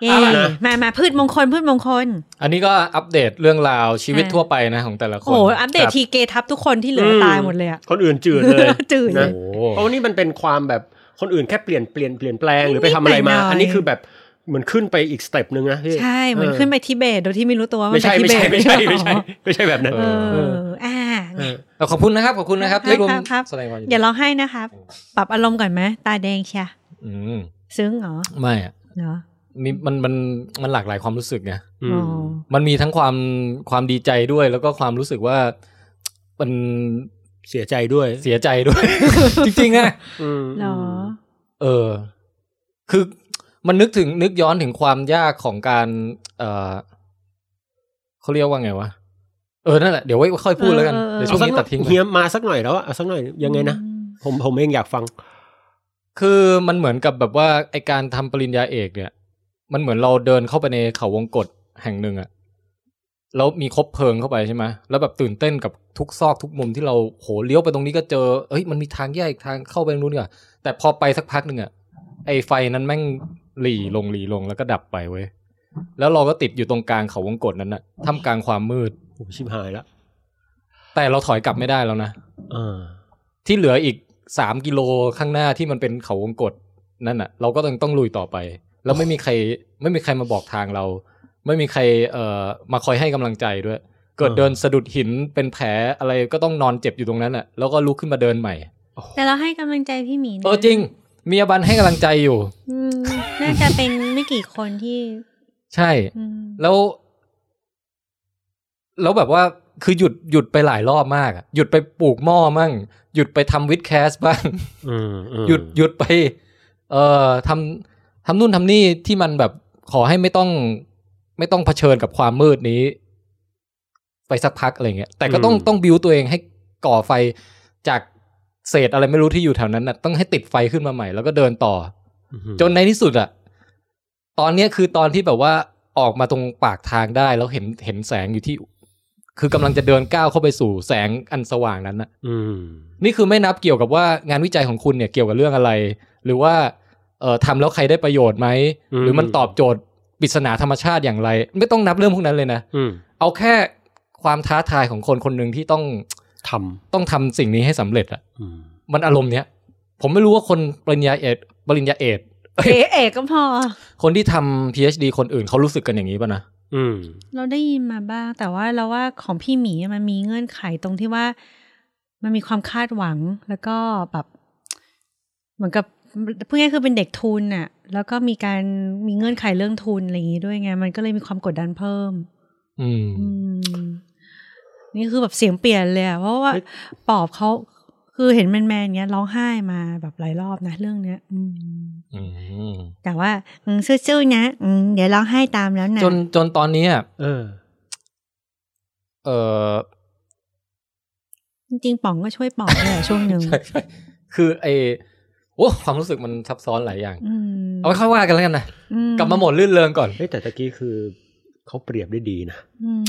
Speaker 4: เย้
Speaker 1: เอาล่ะนะ
Speaker 4: มามาพืชมงคลพืชมงคล
Speaker 1: อันนี้ก็อัปเดตเรื่องราวชีวิต
Speaker 4: อ่า
Speaker 1: ทั่วไปนะของแต่ละคน
Speaker 4: โอ้โหอัปเด
Speaker 1: ค
Speaker 4: ต
Speaker 1: รับ
Speaker 4: ทีเกทับทุกคนที่เหลืออตายหมดเลยอะ
Speaker 3: คนอื่นจืดเลย
Speaker 4: จืดเลย
Speaker 3: นะ
Speaker 1: โอ้
Speaker 3: เพราะว่านี่มันเป็นความแบบคนอื่นแค่เปลี่ยนเปลี่ยนเปลี่ยนแปลงหรือไปทำอะไรมา
Speaker 4: นิดๆหน่อยๆ
Speaker 3: อันนี้คือแบบเหมือนขึ้นไปอีกสเต็ปหนึ่งนะพี่
Speaker 4: ใช่เหมือนขึ้นไปทิเบตโดยที่ไม่รู้ตัวว่ามัน
Speaker 3: ไม่ใช่
Speaker 4: ป
Speaker 3: ไม่
Speaker 4: ทิเบ
Speaker 3: ใช่
Speaker 4: ต
Speaker 3: ไม่ใช่ไม่ใช่ไม่ใช่แบบนั้น
Speaker 1: เ
Speaker 4: เอออ่า
Speaker 1: เอาขอบคุณนะครับขอบคุณนะครับ
Speaker 4: ครับ
Speaker 1: ที่รวม
Speaker 4: ครับครับ
Speaker 1: แสดงความยิน
Speaker 4: อย่า
Speaker 1: ดี
Speaker 4: ร้องไห้นะครับ ปรับอารมณ์ก่อนไหมตาแดงเชีย
Speaker 1: อืม
Speaker 4: ซึ้งเหรอ
Speaker 1: ไม่อะ
Speaker 4: เหรอ
Speaker 1: มีมันมันมันหลากหลายความรู้สึกไง
Speaker 3: อื
Speaker 4: อ๋อ
Speaker 3: ม
Speaker 1: มันมีทั้งความความดีใจด้วย แล้วก็ความรู้สึกว่ามัน
Speaker 3: เสียใจด้วย
Speaker 1: เสียใจด้วย จริงๆนะ
Speaker 3: อืม
Speaker 4: เหรอ
Speaker 1: เออ คือมันนึกถึงนึกย้อนถึงความยากของการ เออเขาเรียกว่าไงวะ เออ นั่นแหละ เดี๋ยวไว้ค่อยพูดแล้วกัน
Speaker 4: เออเออ
Speaker 1: เดี๋ยวช่วงนี้ตัดทิ้งไป
Speaker 3: เฮียมาสักหน่อยแล้วอะเอาสักหน่อยยังไงนะผมผมเองอยากฟัง
Speaker 1: คือมันเหมือนกับแบบว่าไอการทำปริญญาเอกเนี่ย มันเหมือนเราเดินเข้าไปในเขาวงกตแห่งหนึ่งอะแล้วมีคบเพลิงเข้าไปใช่ไหมแล้วแบบตื่นเต้นกับทุกซอกทุกมุมที่เราโหเลี้ยวไปตรงนี้ก็เจอ เอ้ยมันมีทางแยกอีกทางเข้าไปตรงนู้นดีกว่าแต่พอไปสักพักหนึ่งอะไอไฟนั้นแม่งหลีลงหลีลงแล้วก็ดับไปเว้ยแล้วเราก็ติดอยู่ตรงกลางเขาวงกตนั้นอะท่ามกลางความมืด
Speaker 3: ผมชิบหายละ
Speaker 1: แต่เราถอยกลับไม่ได้แล้วนะ
Speaker 3: เออ
Speaker 1: ที่เหลืออีกสามกิโลข้างหน้าที่มันเป็นเขาวงกตนั่นน่ะ เราก็ต้องต้องลุยต่อไป แล้วไม่มีใคร ไม่มีใครมาบอกทางเรา ไม่มีใครเอ่อมาคอยให้กำลังใจด้วย เกิดเดินสะดุดหินเป็นแผลอะไรก็ต้องนอนเจ็บอยู่ตรงนั้นน่ะแล้วก็ลุกขึ้นมาเดินใหม่
Speaker 4: แต่เราให้กำลังใจพี่หมีนะ
Speaker 1: เออจริง มีอาบันให้กำลังใจอยู่
Speaker 4: อืมน่าจะเป็นไม่กี่คนที่
Speaker 1: ใช่
Speaker 4: อืม
Speaker 1: แล้ว แล้วแบบว่าคือหยุดหยุดไปหลายรอบมากอะหยุดไปปลูกหม้อมั่ง หยุดไปทำวิดแคสบ้าง
Speaker 3: อืมอืม
Speaker 1: หยุดหยุดไป เอ่อทำทำนู่นทำนี่ที่มันแบบขอให้ไม่ต้อง ไม่ต้องเผชิญกับความมืดนี้ ไปสักพักอะไรเงี้ย แต่ก็ต้องต้องบิวตัวเองให้ก่อไฟจากเศษอะไรไม่รู้ที่อยู่แถวนั้นนะต้องให้ติดไฟขึ้นมาใหม่แล้วก็เดินต่อ จนในที่สุดอะตอนเนี้ยคือตอนที่แบบว่าออกมาตรงปากทางได้แล้วเห็นเห็นแสงอยู่ที่ คือกำลังจะเดินก้าวเข้าไปสู่แสงอันสว่างนั้นนะ
Speaker 3: อืม
Speaker 1: นี่คือไม่นับเกี่ยวกับว่างานวิจัยของคุณเนี่ยเกี่ยวกับเรื่องอะไร หรือว่าเอ่อทำแล้วใครได้ประโยชน์ไหม หรือมันตอบโจทย์ปริศนาธรรมชาติอย่างไร ไม่ต้องนับเรื่องพวกนั้นเลยนะ
Speaker 3: อืม
Speaker 1: เอาแค่ความท้าทายของคนคนหนึ่งที่ต้อง
Speaker 3: ท
Speaker 1: ต้องทำสิ่งนี้ให้สำเร็จอะ
Speaker 3: ำอืม
Speaker 1: มันอารมณ์เนี้ย ผมไม่รู้ว่าคนปริญญาเอกปริญญาเอก เอ้ย
Speaker 4: เอะเอะก็พอ
Speaker 1: คนที่ทำ PhD คนอื่นเขารู้สึกกันอย่างนี้ป่ะนะ
Speaker 3: อืม
Speaker 4: เราได้ยินมาบ้าง แต่ว่าเราว่าของพี่หมีมันมีเงื่อนไขตรงที่ว่า มันมีความคาดหวังแล้วก็แบบ เหมือนกับพูดง่ายๆคือเป็นเด็กทุนน่ะ แล้วก็มีการมีเงื่อนไขเรื่องทุนอะไรอย่างนี้ด้วยไงมันก็เลยมีความกดดันเพิ่ม
Speaker 1: อืม
Speaker 4: อืม นี่คือแบบเสียงเปลี่ยนเลยอะเพราะว่า
Speaker 3: เฮ้ย
Speaker 4: ปอบเขาคือเห็นแมนแมนๆเงี้ยร้องไห้มาแบบหลายรอบนะเรื่องเนี้ย อืม
Speaker 1: อืม
Speaker 4: แต่ว่าอืมซื่อๆนะอืมเดี๋ยวร้องไห้ตามแล้วนะ
Speaker 1: จนจนตอนนี้อะ
Speaker 3: เออ
Speaker 1: เออ
Speaker 4: จริงๆป๋องก็ช่วยป๋องเลยอะช่วงหนึ่ง
Speaker 1: ใช่ใช่คือไอโอ้ความรู้สึกมันซับซ้อนหลายอย่าง
Speaker 4: อืม
Speaker 1: เอาไว้ค่อยว่ากันแล้วกันนะ
Speaker 4: อื
Speaker 1: กลับมาโหมดลื่นเริงก่อน
Speaker 3: เฮ้ยแต่ตะกี้คือเขาเปรียบได้ดีนะ
Speaker 4: อืม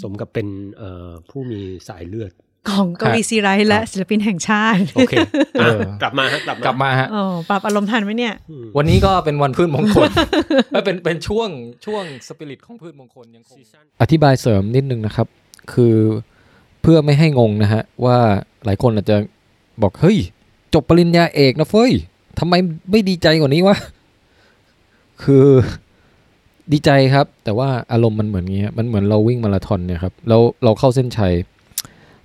Speaker 3: สมกับเป็นเอ่อผู้มีสายเลือด
Speaker 4: ของเกาหลีซีไรท์และศิลปินแห่งชาติ
Speaker 3: โอเค
Speaker 1: เออ
Speaker 3: กลับมาฮะกลับมาก
Speaker 1: ลับมาฮะ
Speaker 4: โอ้ปรับอารมณ์ทันไหมเนี่ย
Speaker 3: อืม
Speaker 1: วันนี้ก็เป็นวันพืชมงค ล ไม่เป็นเป็นช่วงช่วงสปิริตของพืชมงคลยังคง อธิบายเสริมนิดนึงนะครับ คือเพื่อไม่ให้งงนะฮะ ว่าหลายคนอาจจะบอกเฮ้ย จบปริญญาเอกนะเฟ้ยทำไมไม่ดีใจกว่านี้วะ คือดีใจครับ แต่ว่าอารมณ์มันเหมือนเงี้ยมันเหมือนเราวิ่งมาราธอนเนี่ยครับแล้วเราเข้าเส้นชัย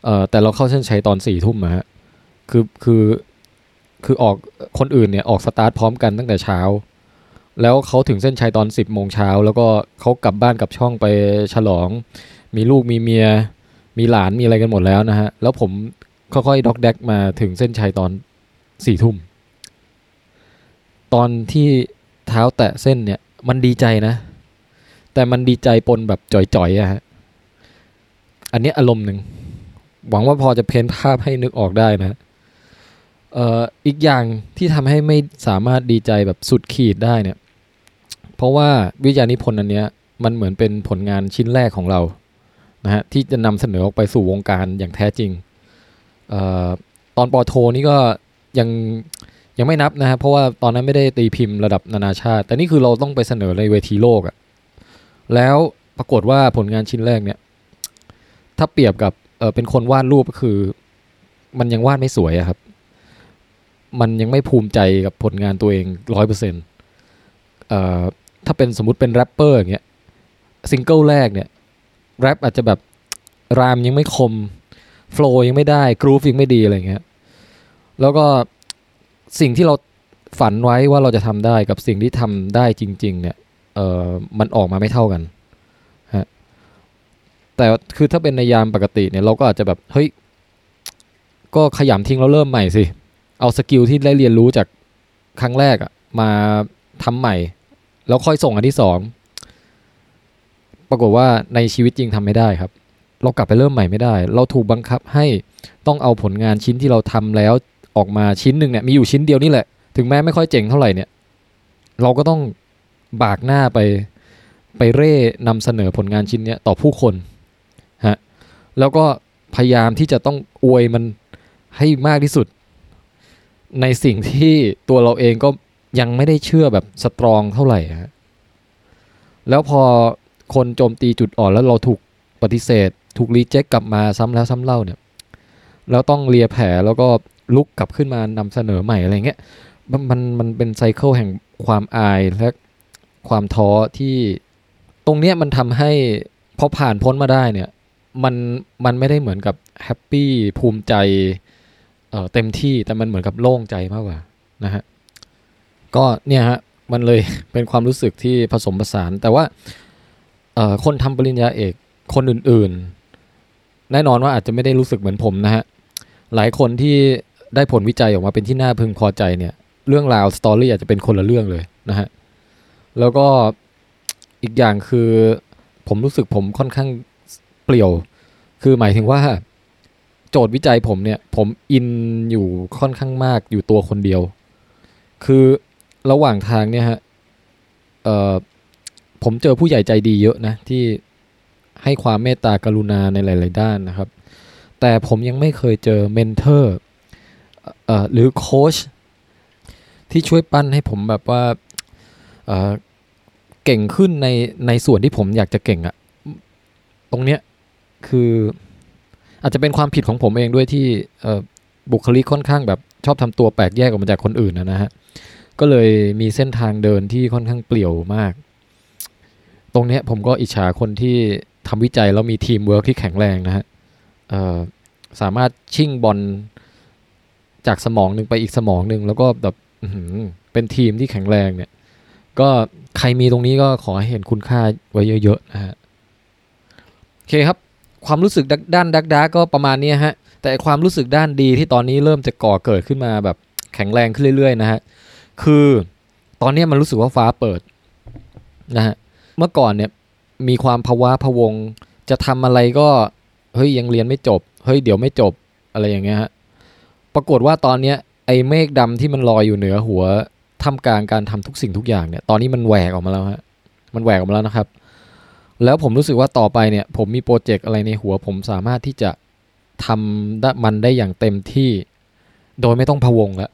Speaker 1: เอ่อแต่เราเข้าเส้นชัยตอนสี่ทุ่มอะฮะคือคือคือออกคนอื่นเนี่ยออกสตาร์ทพร้อมกันตั้งแต่เช้า แล้วเขาถึงเส้นชัยตอน 10บโมงเช้า แล้วก็เขากลับบ้านกลับช่องไปฉลอง มีลูกมีเมีย มีหลานมีอะไรกันหมดแล้วนะฮะ แล้วผมค่อยๆด็อกแดกมาถึงเส้นชัยตอนสี่ทุ่ม ตอนที่เท้าแตะเส้นเนี่ยมันดีใจนะ แต่มันดีใจปนแบบจ่อยๆอะฮะ อันเนี้ยอารมณ์หนึ่ง หวังว่าพอจะเพ้นภาพให้นึกออกได้นะเอ่ออีกอย่างที่ทำให้ไม่สามารถดีใจแบบสุดขีดได้เนี่ย เพราะว่าวิทยานิพนธ์อันเนี้ยมันเหมือนเป็นผลงานชิ้นแรกของเรานะฮะที่จะนำเสนอออกไปสู่วงการอย่างแท้จริงเออตอนปอโทนี่ก็ยังยังไม่นับนะฮะเพราะว่าตอนนั้นไม่ได้ตีพิมพ์ระดับนานาชาติ แต่นี่คือเราต้องไปเสนอในเวทีโลกอะแล้วปรากฏว่าผลงานชิ้นแรกเนี่ย ถ้าเปรียบกับเออเป็นคนวาดรูปก็คือ มันยังวาดไม่สวยอะครับ มันยังไม่ภูมิใจกับผลงานตัวเองร้อยเปอร์เซ็นต์ ถ้าเป็นสมมติเป็นแรปเปอร์อย่างเงี้ยซิงเกิลแรกเนี่ยแรปอาจจะแบบรามยังไม่คมโฟล์ยังไม่ได้กรูฟยังไม่ดีอะไรเงี้ยแล้วก็สิ่งที่เราฝันไว้ว่าเราจะทำได้กับสิ่งที่ทำได้จริง ๆ เนี่ยเออมันออกมาไม่เท่ากันฮะแต่คือถ้าเป็นในยามปกติเนี่ยเราก็อาจจะแบบเฮ้ยก็ขยำทิ้งแล้วเริ่มใหม่สิ เอาสกิลที่ได้เรียนรู้จากครั้งแรกอะมาทำใหม่ แล้วค่อยส่งอันที่สอง ปรากฏว่าในชีวิตจริงทำไม่ได้ครับ เรากลับไปเริ่มใหม่ไม่ได้ เราถูกบังคับให้ต้องเอาผลงานชิ้นที่เราทำแล้วออกมาชิ้นหนึ่งเนี่ยมีอยู่ชิ้นเดียวนี่แหละ ถึงแม้ไม่ค่อยเจ๋งเท่าไหร่เนี่ย เราก็ต้องบากหน้าไปไปเร่นำเสนอผลงานชิ้นเนี้ยต่อผู้คนฮะ แล้วก็พยายามที่จะต้องอวยมันให้มากที่สุด ในสิ่งที่ตัวเราเองก็ยังไม่ได้เชื่อแบบสตรองเท่าไหร่ฮะ แล้วพอคนโจมตีจุดอ่อนแล้วเราถูกปฏิเสธ ถูกรีเจ็คกลับมาซ้ำแล้วซ้ำเล่าเนี่ยแล้วต้องเลียแผลแล้วก็ลุกกลับขึ้นมานำเสนอใหม่อะไรเงี้ยมันมันมันเป็นไซเคิลแห่งความอายและความท้อที่ตรงเนี้ยมันทำให้พอผ่านพ้นมาได้เนี่ยมันมันไม่ได้เหมือนกับแฮปปี้ภูมิใจเอ่อเต็มที่แต่มันเหมือนกับโล่งใจมากกว่านะฮะ ก็เนี่ยฮะมันเลย เป็นความรู้สึกที่ผสมผสาน แต่ว่าเอ่อคนทำปริญญาเอกคนอื่นๆ แน่นอนว่าอาจจะไม่ได้รู้สึกเหมือนผมนะฮะ หลายคนที่ได้ผลวิจัยออกมาเป็นที่น่าพึงพอใจเนี่ย เรื่องราวสตอรี่อาจจะเป็นคนละเรื่องเลยนะฮะ แล้วก็อีกอย่างคือผมรู้สึกผมค่อนข้างเปลี่ยว คือหมายถึงว่า โจทย์วิจัยผมเนี่ย ผมอินอยู่ค่อนข้างมากอยู่ตัวคนเดียว คือระหว่างทางเนี่ยฮะ เอ่อ ผมเจอผู้ใหญ่ใจดีเยอะนะ ที่ให้ความเมตตากรุณาในหลาย ๆ ด้านนะครับ แต่ผมยังไม่เคยเจอเมนเทอร์เอ่อหรือโค้ชที่ช่วยปั้นให้ผมแบบว่าเอ่อเก่งขึ้นในในส่วนที่ผมอยากจะเก่งอะตรงเนี้ยคืออาจจะเป็นความผิดของผมเองด้วยที่เอ่อบุคลิกค่อนข้างแบบชอบทำตัวแปลกแยกออกมาจากคนอื่นนะนะฮะ ก็เลยมีเส้นทางเดินที่ค่อนข้างเปลี่ยวมาก ตรงเนี้ยผมก็อิจฉาคนที่ทำวิจัยแล้วมีทีมเวิร์กที่แข็งแรงนะฮะเอ่อสามารถชิ่งบอลจากสมองหนึ่งไปอีกสมองหนึ่งแล้วก็แบบอื้อหือเป็นทีมที่แข็งแรงเนี่ย ก็ใครมีตรงนี้ก็ขอให้เห็นคุณค่าไว้เยอะๆนะฮะโอเคครับ ความรู้สึกดักด้านดักดาก็ประมาณเนี้ยฮะ แต่ความรู้สึกด้านดีที่ตอนนี้เริ่มจะก่อเกิดขึ้นมาแบบแข็งแรงขึ้นเรื่อยๆนะฮะ คือตอนเนี้ยมันรู้สึกว่าฟ้าเปิดนะฮะ เมื่อก่อนเนี่ยมีความภาวะพะวง จะทำอะไรก็เฮ้ยยังเรียนไม่จบ เฮ้ยเดี๋ยวไม่จบอะไรอย่างเงี้ยฮะ ปรากฏว่าตอนเนี้ยไอ้เมฆดำที่มันลอยอยู่เหนือหัวท่ามกลางการทำทุกสิ่งทุกอย่างเนี่ย ตอนนี้มันแหวกออกมาแล้วฮะ มันแหวกออกมาแล้วนะครับ แล้วผมรู้สึกว่าต่อไปเนี่ย ผมมีโปรเจกต์อะไรในหัว ผมสามารถที่จะทำได้มันได้อย่างเต็มที่ โดยไม่ต้องพะวงแล้ว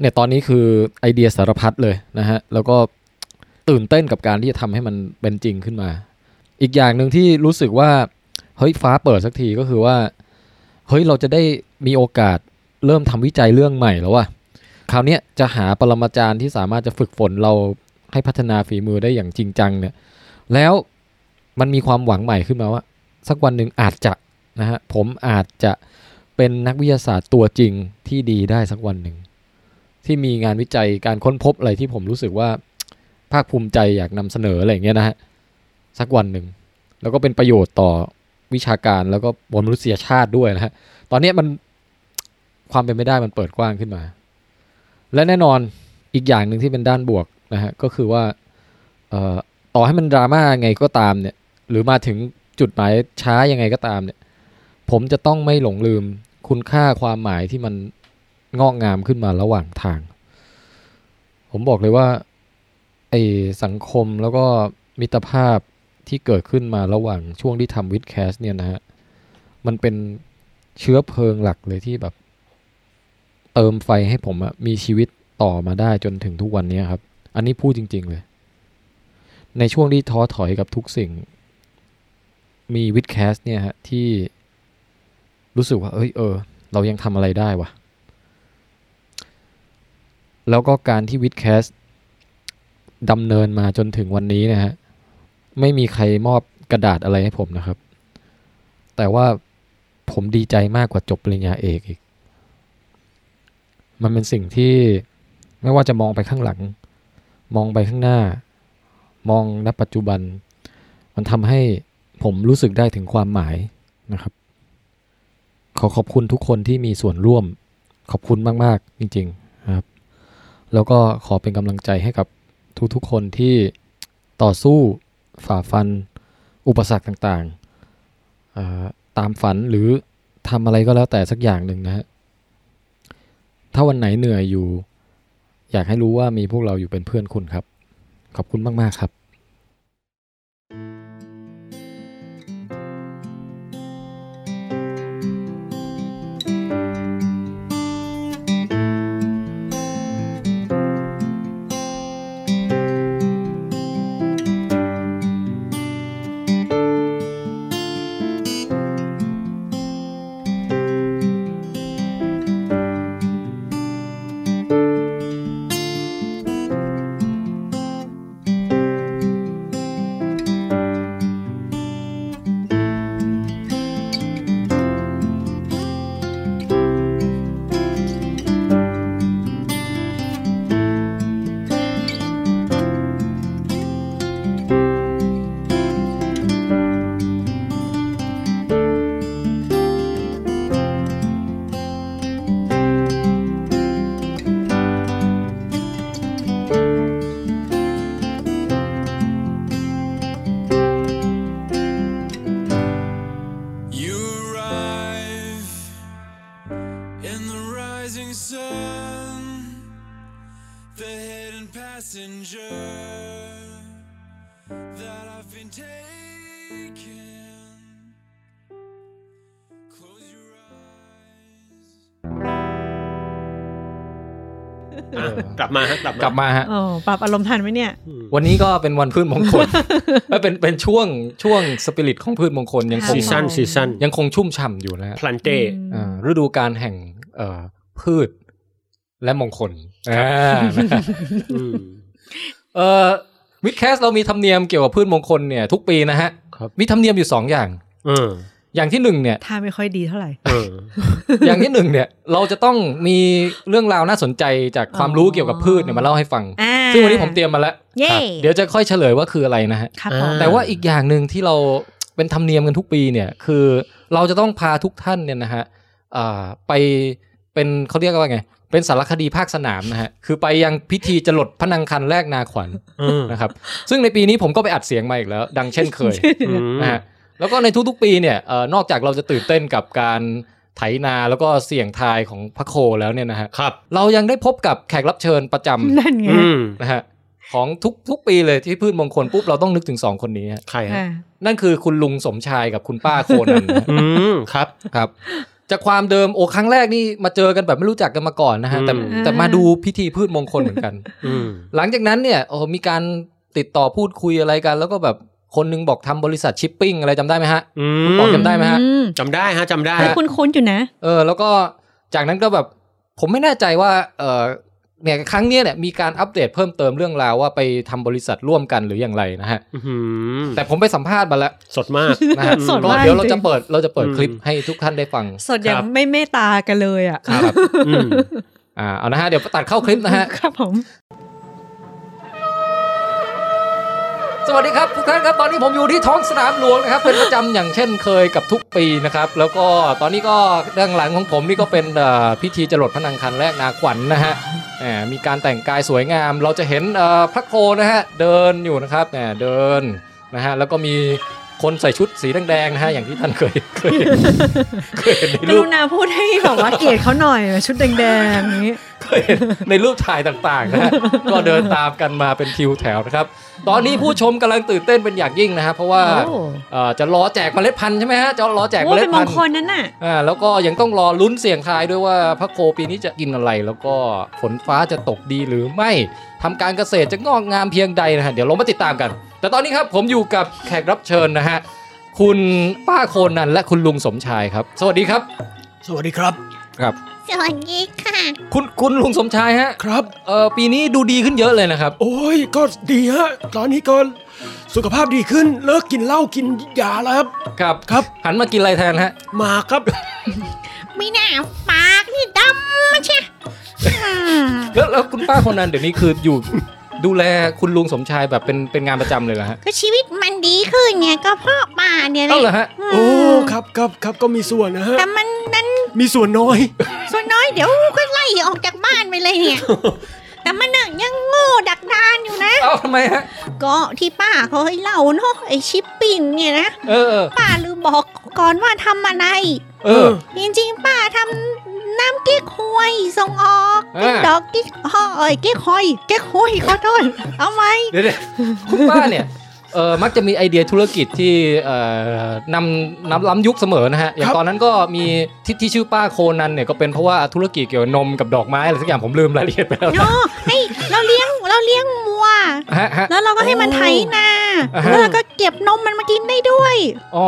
Speaker 1: เนี่ยตอนนี้คือไอเดียสารพัดเลยนะฮะ แล้วก็ตื่นเต้นกับการที่จะทำให้มันเป็นจริงขึ้นมา อีกอย่างหนึ่งที่รู้สึกว่า เฮ้ยฟ้าเปิดสักทีก็คือว่า เฮ้ยเราจะได้มีโอกาสเริ่มทำวิจัยเรื่องใหม่แล้วว่ะคราวเนี้ยจะหาปรมาจารย์ที่สามารถจะฝึกฝนเราให้พัฒนาฝีมือได้อย่างจริงจังเนี่ย แล้วมันมีความหวังใหม่ขึ้นมาว่า สักวันหนึ่งอาจจะนะฮะผมอาจจะเป็นนักวิทยาศาสตร์ตัวจริงที่ดีได้สักวันหนึ่ง ที่มีงานวิจัยการค้นพบอะไรที่ผมรู้สึกว่า ภาคภูมิใจอยากนำเสนออะไรอย่างเงี้ยนะฮะสักวันหนึ่ง แล้วก็เป็นประโยชน์ต่อวิชาการแล้วก็มวลมนุษยชาติด้วยนะฮะ ตอนเนี้ยมันความเป็นไม่ได้มันเปิดกว้างขึ้นมา และแน่นอนอีกอย่างหนึ่งที่เป็นด้านบวกนะฮะก็คือว่าเอ่อต่อให้มันดราม่าไงก็ตามเนี่ย หรือมาถึงจุดหมายช้ายังไงก็ตามเนี่ย ผมจะต้องไม่หลงลืมคุณค่าความหมายที่มันงอกงามขึ้นมาระหว่างทาง ผมบอกเลยว่าไอสังคมแล้วก็มิตรภาพที่เกิดขึ้นมาระหว่างช่วงที่ทำวิดแคสเนี่ยนะฮะ มันเป็นเชื้อเพลิงหลักเลยที่แบบ เติมไฟให้ผมอะมีชีวิตต่อมาได้จนถึงทุกวันเนี้ยครับ อันนี้พูดจริง ๆ เลย ในช่วงที่ท้อถอยกับทุกสิ่ง มีวิดแคสเนี่ยฮะที่รู้สึกว่า เอ้ยเออ เรายังทำอะไรได้วะ แล้วก็การที่วิดแคสดำเนินมาจนถึงวันนี้นะฮะ ไม่มีใครมอบกระดาษอะไรให้ผมนะครับ แต่ว่าผมดีใจมากกว่าจบปริญญาเอกอีก มันเป็นสิ่งที่ไม่ว่าจะมองไปข้างหลัง มองไปข้างหน้า มองณปัจจุบัน มันทำให้ผมรู้สึกได้ถึงความหมายนะครับ ขอขอบคุณทุกคนที่มีส่วนร่วม ขอบคุณมาก ๆ จริงๆนะครับ แล้วก็ขอเป็นกำลังใจให้กับทุก ๆ คนที่ต่อสู้ ฝ่าฟันอุปสรรคต่างๆเอ่อตามฝันหรือทำอะไรก็แล้วแต่สักอย่างหนึ่งนะฮะ ถ้าวันไหนเหนื่อยอยู่ อยากให้รู้ว่ามีพวกเราอยู่เป็นเพื่อนคุณครับ ขอบคุณมาก ๆ ครับ
Speaker 6: You arrive in the rising sun, the hidden passenger that I've been taking. Close your eyes.
Speaker 3: อ่ะกลับมาฮะกลับมาก
Speaker 1: ลับมาฮะ
Speaker 4: โอ้ปรับอารมณ์ทันไหมเนี่ย
Speaker 3: อืม
Speaker 1: วันนี้ก็เป็นวันพืชมงคล ไม่เป็นเป็นช่วงช่วงสปิริตของพืชมงคลยังคง
Speaker 3: ซีซันซีซัน
Speaker 1: ยังคงชุ่มฉ่ำอยู่นะฮะ
Speaker 3: พลันเต
Speaker 1: อ่าฤดูการแห่งเอ่อพืช และมงคลอ่านะครับ
Speaker 3: อืม
Speaker 1: เอ่อมิดแคสเรามีธรรมเนียมเกี่ยวกับพืชมงคลเนี่ยทุกปีนะฮะ
Speaker 3: ครับ
Speaker 1: มีธรรมเนียมอยู่สองอย่าง
Speaker 3: เออ
Speaker 1: อย่างที่หนึ่ง เนี่ย
Speaker 4: ท่าไม่ค่อยดีเท่าไหร่
Speaker 3: เออ
Speaker 1: อย่างที่หนึ่งเนี่ย เราจะต้องมีเรื่องราวน่าสนใจจากความรู้เกี่ยวกับพืชเนี่ยมาเล่าให้ฟัง
Speaker 4: อ่า
Speaker 1: ซึ่งวันนี้ผมเตรียมมาแล้ว
Speaker 4: เย่
Speaker 1: เดี๋ยวจะค่อยเฉลยว่าคืออะไรนะฮะ
Speaker 4: ครับผม
Speaker 3: อ่า
Speaker 1: แต่ว่าอีกอย่างหนึ่งที่เราเป็นธรรมเนียมกันทุกปีเนี่ย คือเราจะต้องพาทุกท่านเนี่ยนะฮะอ่าไปเป็นเขาเรียกว่าไง เป็นสารคดีภาคสนามนะฮะ คือไปยังพิธีจรดพระนังคันแรกนาขวัญ
Speaker 3: เออ
Speaker 1: นะครับ ซึ่งในปีนี้ผมก็ไปอัดเสียงมาอีกแล้ว ดังเช่นเคย
Speaker 3: อืม
Speaker 1: นะฮะ แล้วก็ในทุกๆปีเนี่ยเอ่อนอกจากเราจะตื่นเต้นกับการไถนาแล้วก็เสี่ยงทายของพระโคแล้วเนี่ยนะฮะ
Speaker 3: ครับ
Speaker 1: เรายังได้พบกับแขกรับเชิญประจำ
Speaker 4: นั่นไง
Speaker 3: อืม
Speaker 1: นะฮะของทุกทุกปีเลยที่พืชมงคลปุ๊บเราต้องนึกถึงสองคนนี้ฮะ
Speaker 3: ใครฮะ
Speaker 4: อ่า
Speaker 1: นั่นคือคุณลุงสมชายกับคุณป้าโคนันนะฮะ
Speaker 3: อืมครับ
Speaker 1: ครับ จากความเดิมโอครั้งแรกนี่มาเจอกันแบบไม่รู้จักกันมาก่อนนะฮะแต่
Speaker 3: อืม
Speaker 1: แต่มาดูพิธีพืชมงคลเหมือนกัน
Speaker 3: อืม
Speaker 1: หลังจากนั้นเนี่ยโอ้มีการติดต่อพูดคุยอะไรกัน แล้วก็แบบคนนึงบอกทำบริษัทชิปปิ้งอะไรจำได้ไหมฮะ
Speaker 3: อื
Speaker 1: ตอบ
Speaker 3: ม
Speaker 1: จำได้ไหมฮะ
Speaker 4: อื
Speaker 3: จำได้ฮะจำได้
Speaker 4: เฮ้ย
Speaker 3: ฮะ
Speaker 4: คุ้นๆอยู่นะ
Speaker 1: เออแล้วก็จากนั้นก็แบบผมไม่แน่ใจว่าเออเนี่ยครั้งเนี้ยเนี่ยมีการอัปเดตเพิ่มเติมเรื่องราวว่าไปทำบริษัทร่วมกันหรืออย่างไรนะฮะ
Speaker 3: อื้อหือ
Speaker 1: แต่ผมไปสัมภาษณ์มาแล้ว
Speaker 3: สดมาก
Speaker 1: นะฮะ
Speaker 4: สด
Speaker 1: ก็
Speaker 4: มาก
Speaker 1: เดี๋ยวเรา
Speaker 4: จริ
Speaker 1: จะ
Speaker 4: ง
Speaker 1: เปิดเราจะเปิด
Speaker 3: อืม
Speaker 1: คลิปให้ทุกท่านได้ฟัง
Speaker 4: สดอย่าง
Speaker 3: ครับ
Speaker 4: ไม่เมตตากันเลยอ่ะ
Speaker 1: ครับ
Speaker 3: อืม
Speaker 1: อ่าเอานะฮะเดี๋ยวตัดเข้าคลิปนะฮะ
Speaker 4: ครับผม
Speaker 1: สวัสดีครับทุกท่านครับตอนนี้ผมอยู่ที่ท้องสนามหลวงนะครับเป็นประจำอย่างเช่นเคยกับทุกปีนะครับ แล้วก็ตอนนี้ก็ด้านหลังของผมนี่ก็เป็นเอ่อพิธีจรดพระนังคันแรกนาขวัญนะฮะแหมมีการแต่งกายสวยงาม เราจะเห็นเอ่อพระโคนะฮะเดินอยู่นะครับแหมเดินนะฮะแล้วก็มีคนใส่ชุดสีแดงๆนะฮะอย่างที่ท่านเคยเคยเห็นเคยเห็นใน
Speaker 4: ก
Speaker 1: รู
Speaker 4: รุ
Speaker 1: ป
Speaker 4: ณาพูดให้แบบว่าเกลียดเขาหน่อยชุดแดงๆอย่างนี้
Speaker 1: เคยเห็น ในรูปถ่ายต่างๆนะฮะก็เดินตามกันมาเป็นคิวแถวนะครับ ตอนนี้ผู้ชมกำลังตื่นเต้นเป็นอย่างยิ่งนะฮะเพราะว่า
Speaker 4: โอ้
Speaker 1: เอ่อจะรอแจกเมล็ดพันธุ์ใช่ไหมฮะจะรอแจก
Speaker 4: โอ้
Speaker 1: เมล็
Speaker 4: เป็
Speaker 1: ด
Speaker 4: นม
Speaker 1: พัน
Speaker 4: ง
Speaker 1: ธุ์
Speaker 4: คลนั้นน่ะ
Speaker 1: อ่าแล้วก็ยังต้องรอลุ้นเสี่ยงทายด้วยว่าพระโคปีนี้จะกินอะไร แล้วก็ฝนฟ้าจะตกดีหรือไม่ทำการเกษตรจะงอกงามเพียงใดนะฮะเดี๋ยวเรามาติดตามกัน แต่ตอนนี้ครับผมอยู่กับแขกรับเชิญนะฮะคุณป้าโคนันและคุณลุงสมชายครับ สวัสดีครับ
Speaker 7: สวัสดีครับ
Speaker 1: ครับ
Speaker 5: สวัสดีค่ะ
Speaker 1: คุณคุณลุงสมชายฮะ
Speaker 7: ครับ
Speaker 1: เออปีนี้ดูดีขึ้นเยอะเลยนะครับ
Speaker 7: โอ้ยก็ดีฮะ ตอนนี้ก็สุขภาพดีขึ้นเลิกกินเหล้ากินยาแล้วครับ
Speaker 1: ค
Speaker 7: ค
Speaker 1: รับ
Speaker 7: รับ
Speaker 1: หันมากินอะไรแทนฮะ
Speaker 7: หมากครับ
Speaker 5: ไม่น่าปากนี่ดำใช่
Speaker 1: แล้วแล้วคุณป้าโคนันเดี๋ยวนี้คืออยู่ ดูแลคุณลุงสมชายแบบเป็นเป็นงานประจำเลยเหรอฮะ
Speaker 5: ก็ชีวิตมันดีขึ้นเนี่ยก็เพราะป่าเนี่ยแห
Speaker 1: เอ้าเหรอ
Speaker 5: ละ
Speaker 1: ฮะ
Speaker 7: โอ้ครับครับครับก็มีส่วนนะฮะ
Speaker 5: แต่มันนั้น
Speaker 7: มีส่วนน้อย
Speaker 5: ส่วนน้อยเดี๋ยวก็ไล่ออกจากบ้านไปเลย เนี่ย แต่มันน่ะยังโง่ดักดานอยู่นะ
Speaker 1: เอ้าทำไมฮะ
Speaker 5: ก็ที่ป้าเขาให้เล่าเนาะไอชิปปิ้งเนี่ยนะ
Speaker 1: เออ เออ
Speaker 5: ป้าลืมบอกก่อนว่าทำอะไร
Speaker 1: เออ
Speaker 5: จริงๆป้าทำน้ำเก๊กฮวยส่งออก
Speaker 1: อ่า
Speaker 5: เก๊กดอกเก๊กฮอยเก๊กฮอยเก๊กฮวยขอโทษเอาไหม
Speaker 1: เดี๋ยวเดี๋ยวคุณป้าเนี่ย เออมักจะมีไอเดียธุรกิจที่ เอ่อนำนำล้ำยุคเสมอนะฮะ อย่า
Speaker 7: ค
Speaker 1: ง
Speaker 7: รับ
Speaker 1: ตอนนั้นก็มีที่ที่ชื่อป้าโคนันเนี่ย ก็เป็นเพราะว่าธุรกิจเกี่ยวกับนมกับดอกไม้อะไรสักอย่างผมลืมรายละเอียดไปแล้ว
Speaker 5: เนาะให้เราเลี้ยงเราเลี้ยงวัว
Speaker 1: ฮะฮะ
Speaker 5: แล้วเราก็ให้มันไถนา
Speaker 1: อ่าฮะ
Speaker 5: แล้วเราก็เก็บนมมันมากินได้ด้วย
Speaker 1: อ๋อ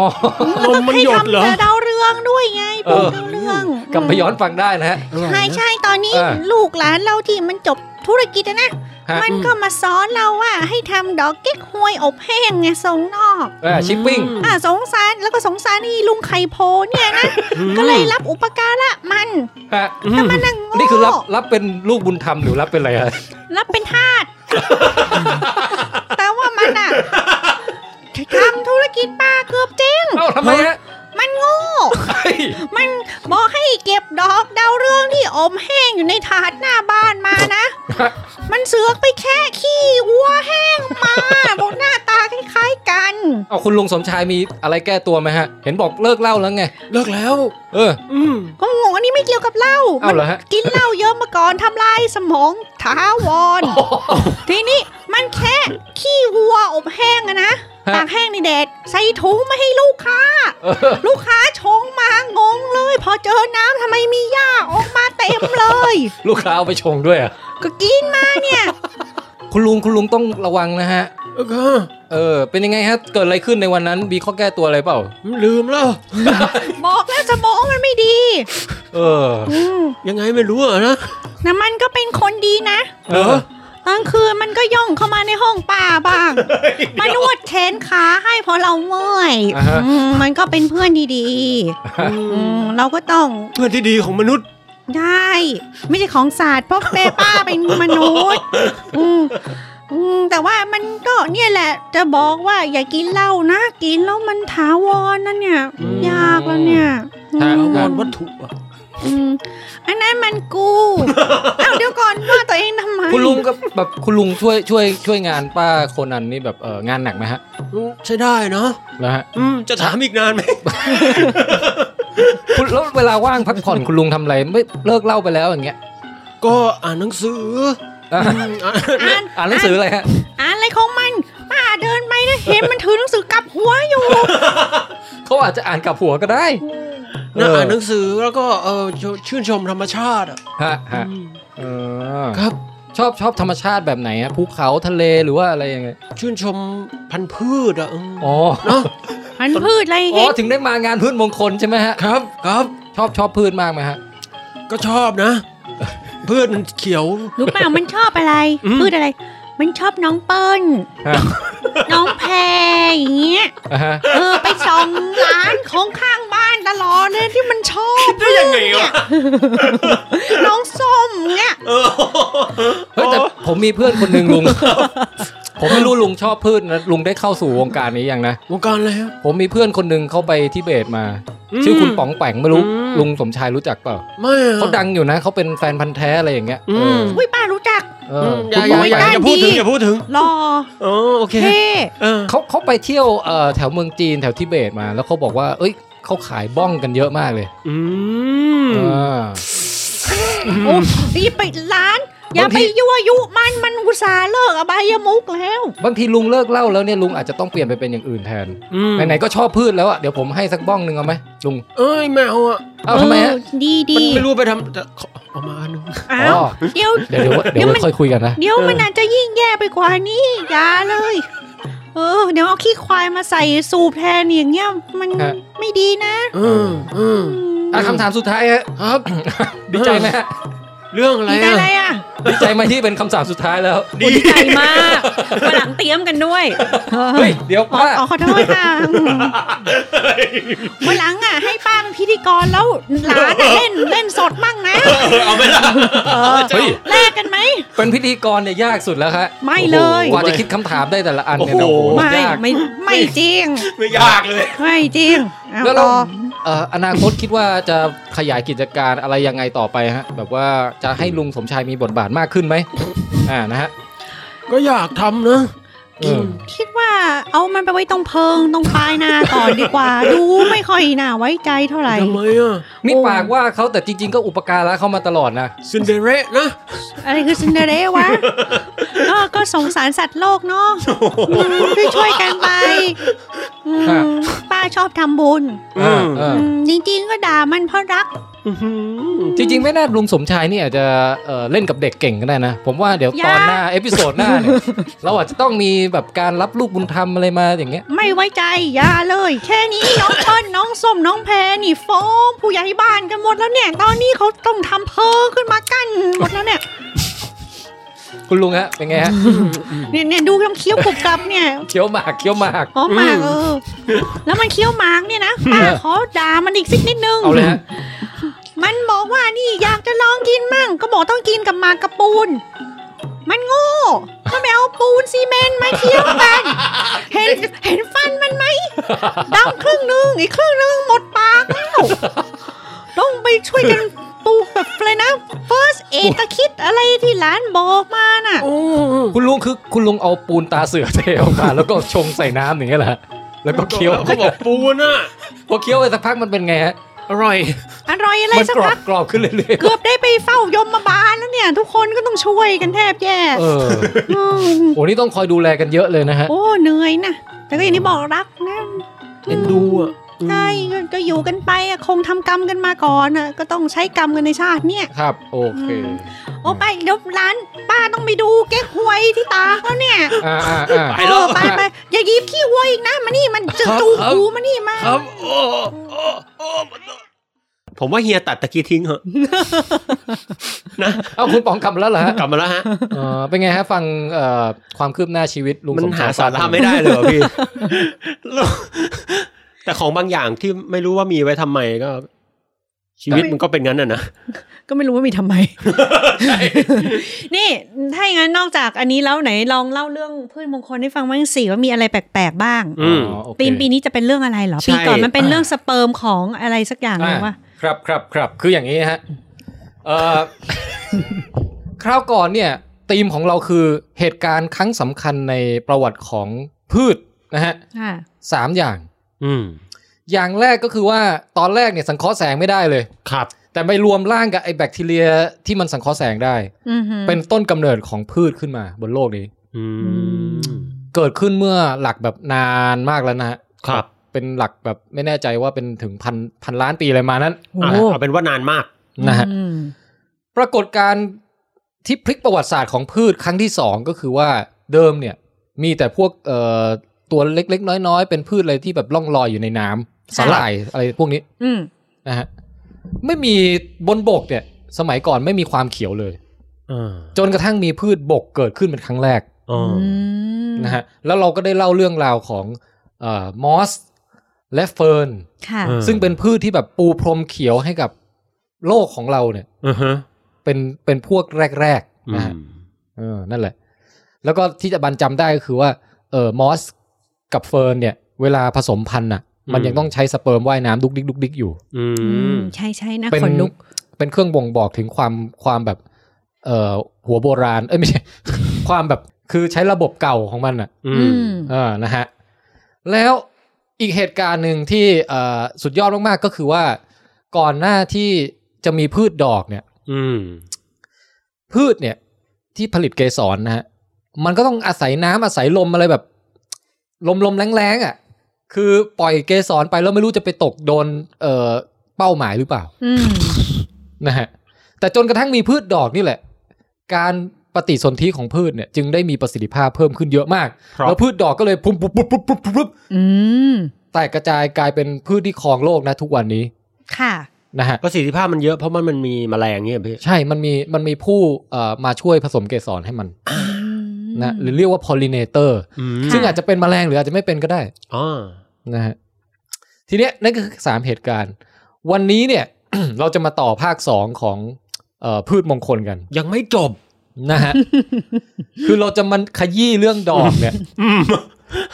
Speaker 7: นมมันหยดเหรอ
Speaker 5: ให้ทำดาวเรืองด้วยไง
Speaker 1: เอ
Speaker 5: ปลู
Speaker 1: อ
Speaker 5: กดาวเรือง
Speaker 1: กลับไปย้อนฟังได้นะฮะ
Speaker 5: ใช่ใช่ตอนนี้
Speaker 1: อ่า
Speaker 5: ลูกหลานเราที่มันจบธุรกิจอะนะ
Speaker 1: ฮะ
Speaker 5: มันก็มาสอนเราว่าให้ทำดอกเก๊กฮวยอบแห้งไงส่งนอก
Speaker 1: เออชิปปิ้ง
Speaker 5: อ่าสงสารแล้วก็สงสารนี่ลุงไข่โพเนี่ยนะ ก็เลยรับอุปการะมัน
Speaker 1: ฮะ
Speaker 5: แล้วมันนั่งโง่
Speaker 1: นี่คือรับรับเป็นลูกบุญธรรมหรือรับเป็นอะไร ฮะ
Speaker 5: รับเป็นทาส แต่ว่ามันอะทำธุรกิจปลาเกือบเจ๊ง
Speaker 1: เอ้าทำไมฮะ
Speaker 5: มันโง่
Speaker 1: เฮ้ย
Speaker 5: มันบอกให้เก็บดอกดาวเรืองที่อมแห้งอยู่ในถาดหน้าบ้านมานะ มันเสือกไปแค่ขี้วัวแห้งมาบอกหน้าตาคล้ายๆกัน
Speaker 1: เอาคุณลุงสมชายมีอะไรแก้ตัวไหมฮะ เห็นบอกเลิกเหล่าแล้วไง
Speaker 7: เลิกแล้ว
Speaker 1: เออ
Speaker 7: อืม
Speaker 5: ก็งงอันนี้ไม่เกี่ยวกับเหล้า
Speaker 1: เอาเหรอฮะ
Speaker 5: มันกินเหล้าเยอะมาก่อนทำลายสมองถาวร ทีนี้มันแค่ขี้วัวอบแห้งอะนะ
Speaker 1: ฮะ
Speaker 5: ตากแห้งในแดดใส่ถุงไม่ให้ลูกค้า
Speaker 1: เออ
Speaker 5: ลูกค้าชงมางงเลย พอเจอน้ำทำไมมีหญ้าออกมาเต็มเลย
Speaker 1: ลูกค้าเอาไปชงด้วยอ่ะ
Speaker 5: ก็กินมาเนี่ย
Speaker 1: คุณลุงคุณลุงต้องระวังนะฮะ
Speaker 7: เออค่ะ
Speaker 1: เออ เป็นยังไงฮะ เกิดอะไรขึ้นในวันนั้น มีข้อแก้ตัวอะไรเปล่า
Speaker 7: ลืมแล้ว
Speaker 5: บอกแล้วสมองมันไม่ดี
Speaker 1: เออ
Speaker 5: อืม
Speaker 7: ยังไงไม่รู้อะนะ
Speaker 4: น้ำมันก็เป็นคนดีนะ
Speaker 1: เออ
Speaker 4: กลางคืนมันก็ย่องเข้ามาในห้องป้าบ้าง มานวดแขนขาให้เพอเราเมื่อย
Speaker 1: อ่าฮะ
Speaker 4: อืมมันก็เป็นเพื่อนดีๆอืมเราก็ต้อง
Speaker 8: เพื่อนที่ดีของมนุษย์
Speaker 4: ได้ ไม่ใช่ของศาสตร์เพราะแม่ป้าเป็นมนุษย์อืมอืมแต่ว่ามันก็เนี่ยแหละ จะบอกว่าอย่ากินเหล้านะ กินแล้วมันถาวรนั่นเนี่ย
Speaker 1: อืม
Speaker 4: ยากแล้วเนี่ย
Speaker 1: ถาวร
Speaker 4: อืม
Speaker 8: วัตถุอะ
Speaker 4: อืมอันนั้นมันกู อ้าวเดี๋ยวก่อนว่าตัวเองทำไม
Speaker 1: คุณลุงก็แบบคุณลุงช่วยช่วยช่วยงานป้าโคนันนี่แบบเอองานหนักไหมฮะ
Speaker 8: ใช้ได้เนาะ
Speaker 1: นะฮะ
Speaker 8: อืมจะถามอีกนานไหม
Speaker 1: คุณแล้วเวลาว่างพักผ่อนคุณลุงทำอะไรไม่เลิกเหล่าไปแล้วอย่างเงี้ย
Speaker 8: ก็อ่านหนังสือ
Speaker 1: อ่ะ
Speaker 8: อืมอ่ะ
Speaker 4: อ่าน
Speaker 1: อ่านหนังสืออะไรฮะ
Speaker 4: อ่านอะไรของมัน ป้าเดินไปนะเห็นมันถือหนังสือกลับหัวอยู่
Speaker 1: เขาอาจจะอ่านกับหัวก็ได้
Speaker 8: นะอ่านหนังสือแล้วก็เออชชื่นชมธรรมชาติอะ
Speaker 1: ฮะฮะเออ
Speaker 8: ครับ
Speaker 1: ชอบชอบธรรมชาติแบบไหนฮะภูเขาทะเลหรือว่าอะไรยังไง
Speaker 8: ชื่นชมพันธุ์พืชอะอืม
Speaker 1: อ๋อ
Speaker 8: เนาะ
Speaker 4: มันพืชอะไร
Speaker 1: อ๋อ
Speaker 4: เห็น
Speaker 1: ถึงได้มางานพืชมงคลใช่ไหมฮะ
Speaker 8: ครับครับ
Speaker 1: ชอบชอบพืชมากไหมฮะ
Speaker 8: ก็ชอบนะ พืชมันเขียว
Speaker 4: รู้เปล่ามันชอบอะไร
Speaker 8: อืม
Speaker 4: พืชอะไร มันชอบน้องเปิ้ล
Speaker 1: ฮะ
Speaker 4: น้องแพรอย่างเงี้ย
Speaker 1: อ่ะฮะ
Speaker 4: เออไปส่องร้านของข้างบ้านตลอดเลยที่มันชอบได้ยัง ไงวะน้องส้มเนี่ย
Speaker 1: เฮ้ยแต่ผมมีเพื่อนคนหนึ่งลุ ง ผมไม่รู้ลุงชอบพืชนะลุงได้เข้าสู่วงการนี้ยังนะ
Speaker 8: วงการอะไรฮะ
Speaker 1: ผมมีเพื่อนคนหนึ่งเขาไปทิเบตมา
Speaker 8: อืม
Speaker 1: ชื่อคุณป๋องแปงไม่รู้
Speaker 8: อืม
Speaker 1: ลุงสมชายรู้จักเปล่า
Speaker 8: ไม่อะ
Speaker 1: เขาดังอยู่นะเขาเป็นแฟนพันธ์แท้อะไรอย่างเงี้ย
Speaker 8: อืม
Speaker 4: อุ้ยป้ารู้จัก
Speaker 1: เออ
Speaker 8: มอ
Speaker 1: คุ
Speaker 8: ย่า
Speaker 1: ณป๋อง
Speaker 8: อย่าอย่า
Speaker 1: แปง
Speaker 8: อย่าพูดถึงอย่าพูดถึง
Speaker 4: รอ
Speaker 8: อ๋อโอเค
Speaker 4: เท่
Speaker 8: เออ
Speaker 1: เขาเขาไปเที่ยวเอ่อแถวเมืองจีนแถวทิเบตมา แล้วเขาบอกว่า เอ้ยเขาขายบ้องกันเยอะมากเลย
Speaker 8: อืม
Speaker 1: อ่า
Speaker 4: โอ้ยไปร้าน อย่า
Speaker 1: บาง
Speaker 4: ไป
Speaker 1: ที
Speaker 4: ยั่วยุมันมันอุตส่าห์เลิกอบายมุกแล้ว
Speaker 1: บางทีลุงเลิกเหล่าแล้วเนี่ยลุงอาจจะต้องเปลี่ยนไปเป็นอย่างอื่นแทน
Speaker 8: อืม
Speaker 1: ไหนๆก็ชอบพืชแล้วอ่ะเดี๋ยวผมให้สักบ้องหนึ่งเอาไหมลุง
Speaker 8: เอ้ยแมวอ่ะ
Speaker 1: เอ้าทำไมฮะ
Speaker 4: เออดี
Speaker 8: มัน
Speaker 4: ดี
Speaker 8: ไม่รู้ไปทำแต่ขอเอามาอันนึง
Speaker 4: อ้า
Speaker 1: อ๋
Speaker 4: ว
Speaker 1: อ
Speaker 4: เดี๋ยว
Speaker 1: เดี๋ยวเดี๋ยวเดี๋ยว
Speaker 4: เดี๋ยวมั
Speaker 1: ไว้
Speaker 4: น
Speaker 1: ค่อยคุยกันนะ
Speaker 4: เดี๋ยวมันอาจจะยิ่งแย่ไปกว่านี้อย่าเลย เออ เดี๋ยวเอาขี้ควายมาใส่สูบแทนอย่างเงี้ยมัน
Speaker 1: ฮะ
Speaker 4: ไม่ดีนะ
Speaker 8: เออเออ
Speaker 1: อ่ะคำถามสุดท้ายฮะ
Speaker 8: ครับ
Speaker 1: ดีใจไหมฮะ
Speaker 8: เรื่องอะไร
Speaker 4: ดีใจ
Speaker 8: อะ
Speaker 4: อะไรอ่ะ
Speaker 1: ดีใจไหมที่เป็นคำถามสุดท้ายแล้ว
Speaker 8: ดี
Speaker 9: ใจ มากมาหลังเตรียมกันด้วย
Speaker 1: เฮ้ยเดี๋ยว
Speaker 4: อ๋อ
Speaker 1: ป้า
Speaker 4: อ๋อขอโทษ ค่ะอืมวันหลังอ่ะ ให้ป้าเป็นพิธีกรแล้วหลานอะเล่นเล่นสดมั่งนะ
Speaker 8: เอาไปละ
Speaker 1: เฮ้ย
Speaker 4: แลกกันไหม
Speaker 1: เป็นพิธีกรเนี่ยยากสุดแล้วครับ
Speaker 4: ไม่เลย
Speaker 1: กว่าจะคิดคำถามได้แต่ละอันเนี่ยนะโอ้โห
Speaker 4: ไม่
Speaker 1: ยาก
Speaker 4: ไม่ไม่จริง
Speaker 8: ไม่ยากเลย
Speaker 4: ไม่จริงเอา
Speaker 1: แล้ว
Speaker 4: ต่
Speaker 1: เรา
Speaker 4: อ
Speaker 1: เอ่ออนาคตคิดว่าจะขยายกิจการอะไรยังไงต่อไปฮะ แบบว่าจะให้ลุงสมชายมีบทบาทมากขึ้นไหมอ่านะฮะ
Speaker 8: ก็อยากทำนะ
Speaker 1: เออ
Speaker 4: คิดว่าเอามันไปไว้ตรงเพิงตรงปลายนาก่อนดีกว่า ดูไม่ค่อยน่าไว้ใจเท่าไหร่
Speaker 8: ทำไมอ่ะ
Speaker 1: นี่ปากว่าเขาแต่จริง ๆ ก็อุปการะเขามาตลอดนะ
Speaker 8: ซินเดอเรลล่านะ
Speaker 4: อะไรคือซินเดอเรลล่าวะก็ก็สงสารสัตว์โลกเนาะช่วยช่วยๆกันไปอืมป้าชอบทำบุญ
Speaker 1: อ่าอ่า
Speaker 4: อืมจริงๆก็ด่ามันเพราะรัก
Speaker 1: จริง ๆ ไม่น่าลุงสมชายนี่อาจจะเอ่อเล่นกับเด็กเก่งก็ได้นะ ผมว่าเดี๋ยวตอนหน้าเอพิโซดหน้าเนี่ย เราอาจจะต้องมีแบบการรับลูกบุญธรรมอะไรมาอย่างเงี้ย
Speaker 4: ไม่ไว้ใจอย่าเลย แค่นี้น้องเปิ้ลน้องส้มน้องแพรนี่ฟ้องผู้ใหญ่บ้านกันหมดแล้วเนี่ย ตอนนี้เขาต้องทำเพิงขึ้นมากั้นหมดแล้วเนี่ย
Speaker 1: คุณลุงฮะเป็นไงฮะ
Speaker 4: เนี่ยเนี่ยดูน้ำเคี้ยวกรุบกรับเนี่ย
Speaker 1: เคี้ยวหมากเคี้ยวหมาก
Speaker 4: หอมมากเออ แล้วมันเคี้ยวหมากเนี่ยนะป้าขอด่ามันอีกสักนิดนึง
Speaker 1: เอาเลยฮะ
Speaker 4: มันบอกว่านี่อยากจะลองกินมั่ง ก็บอกต้องกินกับหมากกระปูน มันโง่ทำไมเอาปูนซีเมนต์มาเคี้ยวกัน เห็นเห็นฟันมันไหมดำครึ่งนึงอีกครึ่งนึงหมดปากแล้วต้องไปช่วยกันปูแบบอะไรนะ first aid ตะคิดอะไรที่ร้านบอกมาน่ะ
Speaker 1: คุณลุงคือคุณลุงเอาปูนตาเสือเทออกมา แล้วก็ชงใส่น้ำอย่างเงี้ยแหละ แล้วก็เคี้ยว
Speaker 8: เขาบอกปูน่ะ
Speaker 1: พอเคี้ยวไปสักพักมันเป็นไงฮะ
Speaker 8: อร่อย
Speaker 4: อร่อยอะไร
Speaker 1: มัน
Speaker 4: สัก
Speaker 1: กรอ
Speaker 4: พั
Speaker 1: บ
Speaker 4: ก
Speaker 1: กรอบขึ้นเรื่อย
Speaker 4: เกือบได้ไปเฝ้ายมบาลแล้วเนี่ย ทุกคนก็ต้องช่วยกันแทบแย่
Speaker 1: ๆเออ
Speaker 4: ม
Speaker 1: โอ้นี่ต้องคอยดูแลกันเยอะเลยนะฮะ
Speaker 4: โอ้เหนื่อยนะแต่ก็อย่างที่บอกรักนะ
Speaker 8: เอ็นดูอ่ะ
Speaker 4: ใช่ก็ก็อยู่กันไปอะคงทำกรรมกันมาก่อนอะก็ต้องใช้กรรมกันในชาติเนี่ย
Speaker 1: ครับ โอเค
Speaker 4: โอ้ไปเดี๋ยวร้านป้าต้องไปดูเก๊กฮวยที่ตากแล้วเนี่ย
Speaker 1: อ่าอ่าอ่า
Speaker 4: ไปไปไปอย่าหยิบขี้ฮวยอีกนะมานี่มันจะจูบกูมานี่มา
Speaker 8: ครับโอ้โอ้โอ้
Speaker 3: ผมว่าเฮียตัดตะกี้ทิ้งเหอะ นะ
Speaker 1: เอาคุณป๋องกลับมาแล้วเหรอฮะ
Speaker 3: กลับมาแล้วฮะ
Speaker 1: เออเป็นไงฮะฟังเอ่อความคืบหน้าชีวิตลุง
Speaker 3: มัน
Speaker 1: สมช
Speaker 3: หาย สาระไม่ได้เลยเหรอพี่ แล้ว แต่ของบางอย่างที่ไม่รู้ว่ามีไว้ทำไมก็ ชีวิตมันก็เป็นงั้นน่ะนะ
Speaker 4: ก็ไม่รู้ว่ามีทำไม นี่ถ้าอย่างนั้นนอกจากอันนี้แล้วไหนลองเล่าเรื่องพืชมงคลให้ฟังบ้างสิว่ามีอะไรแปลกๆบ้าง
Speaker 3: อืม
Speaker 1: อ๋อโอเค
Speaker 4: ธีมปีนี้จะเป็นเรื่องอะไรเหรอ
Speaker 3: ใช่
Speaker 4: ปีก่อนมันเป็นเรื่องสเปิร์มของอะไรสักอย่างเล
Speaker 1: อ่าย
Speaker 4: ว่า
Speaker 1: ครับครับครับคืออย่างนี้ฮะเอ่ อ คราวก่อนเนี่ยธีมของเราคือเหตุการณ์ครั้งสำคัญในประวัติของพืชนะฮะ
Speaker 4: อ่า
Speaker 1: สามอย่าง
Speaker 3: อืม
Speaker 1: อย่างแรกก็คือว่าตอนแรกเนี่ยสังเคราะห์แสงไม่ได้เลย
Speaker 3: ครับ
Speaker 1: แต่ไปรวมร่างกับไอ้แบคทีเรียที่มันสังเคราะห์แสงได้
Speaker 4: อือหือ
Speaker 1: เป็นต้นกำเนิดของพืชขึ้นมาบนโลกนี้
Speaker 3: อืม
Speaker 1: เกิดขึ้นเมื่อหลักแบบนานมากแล้วนะฮะ
Speaker 3: ครับ
Speaker 1: เป็นหลักแบบไม่แน่ใจว่าเป็นถึงพันพันล้านปีอะไรมานั้น
Speaker 4: โอ้
Speaker 3: อ่ะ
Speaker 4: โห
Speaker 3: เอาเป็นว่านานมาก
Speaker 1: นะฮะ
Speaker 4: อืม
Speaker 1: ปรากฏการณ์ที่พลิกประวัติศาสตร์ของพืชครั้งที่สองก็คือว่าเดิมเนี่ยมีแต่พวกเอ่อตัวเล็กๆ น้อยๆ เป็นพืชอะไรที่แบบล่องลอยอยู่ในน้ำสาหร่ายอะไรพวกนี้
Speaker 4: อืม
Speaker 1: นะฮะไม่มีบนบกเนี่ย สมัยก่อนไม่มีความเขียวเลย
Speaker 3: เออ
Speaker 1: จนกระทั่งมีพืชบกเกิดขึ้นเป็นครั้งแรก
Speaker 3: อ๋อ
Speaker 4: อืม
Speaker 1: นะฮะแล้วเราก็ได้เล่าเรื่องราวของเอ่อมอสและเฟิร์น
Speaker 4: ค่ะ
Speaker 3: ออ
Speaker 1: ซึ่งเป็นพืชที่แบบปูพรมเขียวให้กับโลกของเราเนี่ย
Speaker 3: อือฮะ
Speaker 1: เป็นเป็นพวกแรกๆ
Speaker 3: อื
Speaker 1: นะฮะ
Speaker 3: ม
Speaker 1: เออ นั่นแหละ แล้วก็ที่จะบันจำได้ก็คือว่า เออมอสกับเฟิร์นเนี่ย เวลาผสมพันธุ์น่ะ มันยังต้องใช้สเปิร์มว่ายน้ำดุกดิกดุกดิกอยู่
Speaker 3: อื
Speaker 4: อื
Speaker 3: ม
Speaker 4: มใช่ใช่นะ
Speaker 1: เป็น
Speaker 4: ขนลุก
Speaker 1: เป็นเครื่องบ่งบอกถึงความความแบบ เอ่อ หัวโบราณ เอ้ยไม่ใช่ ความแบบ คือใช้ระบบเก่าของมันอ่ะ
Speaker 3: อื
Speaker 4: อื
Speaker 3: ม
Speaker 4: ม
Speaker 1: เออ นะฮะ แล้วอีกเหตุการณ์หนึ่งที่เอ่อสุดยอดมากๆก็คือว่า ก่อนหน้าที่จะมีพืชดอกเนี่ย
Speaker 3: อืม
Speaker 1: พืชเนี่ยที่ผลิตเกสรนะฮะมันก็ต้องอาศัยน้ำอาศัยลมอะไรแบบ ลมลมๆแรงๆอ่ะ คือปล่อยเกสรไปแล้วไม่รู้จะไปตกโดนเอ่อเป้าหมายหรือเปล่า
Speaker 4: อืม
Speaker 1: นะฮะแต่จนกระทั่งมีพืชดอกนี่แหละ การปฏิสนธิของพืชเนี่ยจึงได้มีประสิทธิภาพเพิ่มขึ้นเยอะมาก แล้วพืชดอกก็เลยพุ่มปุ๊บปุ๊บปุ๊บปุ๊บปุ๊บ
Speaker 4: อืม
Speaker 1: แตกกระจายกลายเป็นพืชที่ครองโลกนะทุกวันนี้
Speaker 4: ค่ะ
Speaker 1: นะฮะ
Speaker 3: ประสิทธิภาพมันเยอะเพราะมันมันมีแมลงเนี่ยพี่
Speaker 1: ใช่มันมีมันมีผู้เอ่อมาช่วยผสมเกสรให้มันนะหรือเรียกว่าพอลิเนเตอร์
Speaker 3: อืม
Speaker 1: ซึ่งอาจจะเป็นแมลงหรืออาจจะไม่เป็นก็ได้
Speaker 3: อ๋อ
Speaker 1: นะฮะทีเนี้ยนั่นก็คือสามเหตุการณ์ วันนี้เนี่ย เราจะมาต่อภาคสองของเออพืชมงคลกัน
Speaker 3: ยังไม่จบ
Speaker 1: นะ ฮะ คือเราจะมันขยี้เรื่องดอกเนี่ย
Speaker 3: อืม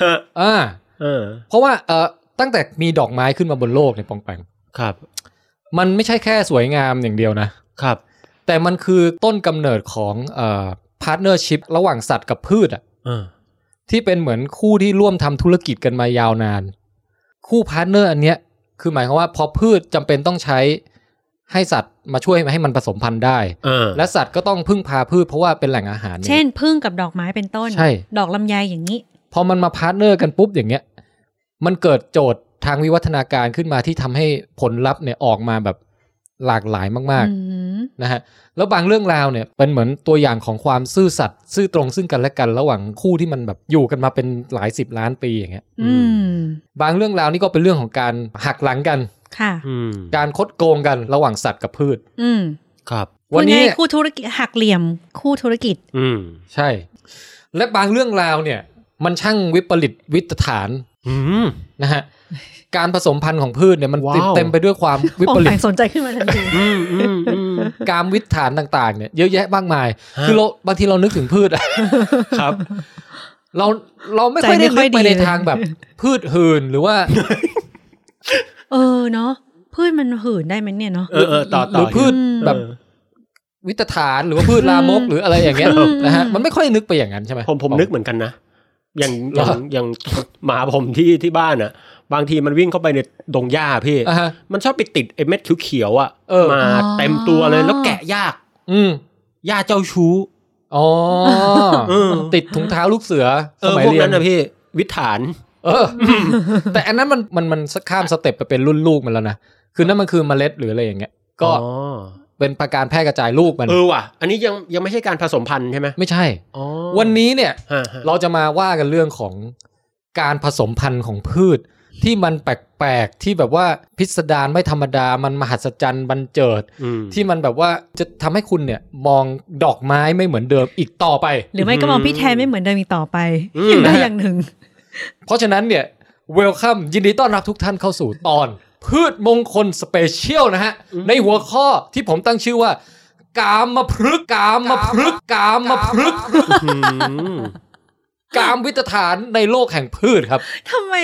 Speaker 3: ฮะ
Speaker 1: อ่า
Speaker 3: เออ
Speaker 1: เพราะว่าเออตั้งแต่มีดอกไม้ขึ้นมาบนโลกเนี่ยปองแปง
Speaker 3: ครับ
Speaker 1: มันไม่ใช่แค่สวยงามอย่างเดียวนะ
Speaker 3: ครับ
Speaker 1: แต่มันคือต้นกำเนิดของเอ่อพาร์ทเนอร์ชิพระหว่างสัตว์กับพืชอ่ะ
Speaker 3: เออ
Speaker 1: ที่เป็นเหมือนคู่ที่ร่วมทำธุรกิจกันมายาวนาน คู่พาร์ทเนอร์อันเนี้ยคือหมายความว่าพอพืชจำเป็นต้องใช้ให้สัตว์มาช่วยให้มันผสมพันธุ์ได้
Speaker 3: เออ
Speaker 1: และสัตว์ก็ต้องพึ่งพาพืชเพราะว่าเป็นแหล่งอาหาร
Speaker 4: เช่นพึ่งกับดอกไม้เป็นต้น
Speaker 1: ใช่
Speaker 4: ดอกลำไยอย่างนี้
Speaker 1: พอมันมาพาร์ทเนอร์กันปุ๊บอย่างเงี้ย มันเกิดโจทย์ทางวิวัฒนาการขึ้นมาที่ทำให้ผลลัพธ์เนี่ยออกมาแบบหลากหลายมาก
Speaker 4: อืม
Speaker 1: ๆนะฮะแล้วบางเรื่องราวเนี่ยเป็นเหมือนตัวอย่างของความซื่อสัตย์ซื่อตรงซึ่งกันและกันระหว่างคู่ที่มันแบบอยู่กันมาเป็นหลายสิบล้านปีอย่างเงี้ย
Speaker 4: อืม
Speaker 1: บางเรื่องราวนี่ก็เป็นเรื่องของการหักหลังกัน
Speaker 4: ค่ะ
Speaker 3: อืม
Speaker 1: การคดโกงกันระหว่างสัตว์กับพืช
Speaker 4: อืม
Speaker 3: ครับ
Speaker 1: วันนี้
Speaker 4: พูดง่ายๆคู่ธุรกิจหักเหลี่ยม คู่ธุรกิจ
Speaker 3: อืม
Speaker 1: ใช่ และบางเรื่องราวเนี่ย มันช่างวิปริตวิตฐาน
Speaker 3: อืม
Speaker 1: นะฮะ การผสมพันธุ์ของพืชเนี่ยมัน
Speaker 3: ว้าว
Speaker 1: ติดเต็มไปด้วยความ วิ
Speaker 4: ปอง
Speaker 1: ปริ
Speaker 4: แปง
Speaker 1: ต
Speaker 4: สนใจขึ้นมาทัน ที
Speaker 3: อืมอืมอืม
Speaker 1: การวิตฐานต่างๆเนี่ยเยอะแยะมากมาย
Speaker 3: ฮะ
Speaker 1: คือเราบางทีเรานึกถึงพืชอะ
Speaker 3: ครับ
Speaker 1: เราเราไม่ค่อยได้นึกไปในทางแบบ พืชหืนหรือว่า
Speaker 4: เออเนาะพืชมันหืนได้ไหมเนี่ยเนาะ
Speaker 3: เออเออต่อ
Speaker 1: ห
Speaker 3: ต่อ
Speaker 1: รือพืช
Speaker 4: อืม
Speaker 1: แบบวิตฐานหรือว่าพืชลามกหรืออะไรอย่างเงี้ยนะฮะมันไม่ค่อยนึกไปอย่างนั้นใช่ไหม
Speaker 3: ผมผมนึกเหมือนกันนะ อย่าง
Speaker 1: เห
Speaker 3: อ
Speaker 1: รอ
Speaker 3: ย่างอย่างหมาผมที่ที่บ้านอ่ะ บางทีมันวิ่งเข้าไปในดงหญ้าพี่
Speaker 1: อ่าฮะ
Speaker 3: มันชอบไปติดไอ้เม็ดเขียวๆอ่ะ
Speaker 1: เออ
Speaker 3: มาเต็มตัวเลยแล้วแกะยาก
Speaker 1: อืม
Speaker 3: หญ้าเจ้าชู้
Speaker 1: อ๋อ
Speaker 3: เออ
Speaker 1: ติดถุงเท้าลูกเสือ
Speaker 3: เอ
Speaker 1: ส
Speaker 3: อ
Speaker 1: มัย
Speaker 3: พวก
Speaker 1: เรีย
Speaker 3: นั้น
Speaker 1: น
Speaker 3: นะพี่ วิถฐาน
Speaker 1: เออ แต่อันนั้นมันมันมันข้ามสเต็ปไปเป็นรุ่นลูกมันแล้วนะคือนั่นมันคือเมล็ดหรืออะไรอย่างเงี้ยก็
Speaker 3: อ๋อ
Speaker 1: เป็นประการแพร่กระจายลูกมัน
Speaker 3: เออว่ะ อันนี้ยังยังไม่ใช่การผสมพันธุ์ใช่ไหม
Speaker 1: ไม่ใช่
Speaker 3: อ๋อ
Speaker 1: วันนี้เนี่ย
Speaker 3: ฮะฮะ
Speaker 1: เราจะมาว่ากันเรื่องของการผสมพันธุ์ของพืช ที่มันแปลกๆ ที่แบบว่าพิสดารไม่ธรรมดามันมหัศจรรย์บันเจิด
Speaker 3: อืม
Speaker 1: ที่มันแบบว่าจะทำให้คุณเนี่ยมองดอกไม้ไม่เหมือนเดิมอีกต่อไป
Speaker 4: หรือไม่ก็มองพี่แทนไม่เหมือนเดิมอีกต่อไป
Speaker 3: อืม
Speaker 4: อย่างใดอย่างหนึ่ง
Speaker 1: เพราะฉะนั้นเนี่ยเวลคัมยินดีต้อนรับทุกท่านเข้าสู่ตอน พืชมงคลสเปเชียลนะฮะ ในหัวข้อที่ผมตั้งชื่อว่า กามมาพฤกษ์กามมาพฤกษ์กามมาพฤกษ์
Speaker 3: อืม
Speaker 1: กามวิตฐานในโลกแห่งพืชครับ
Speaker 4: ทำไม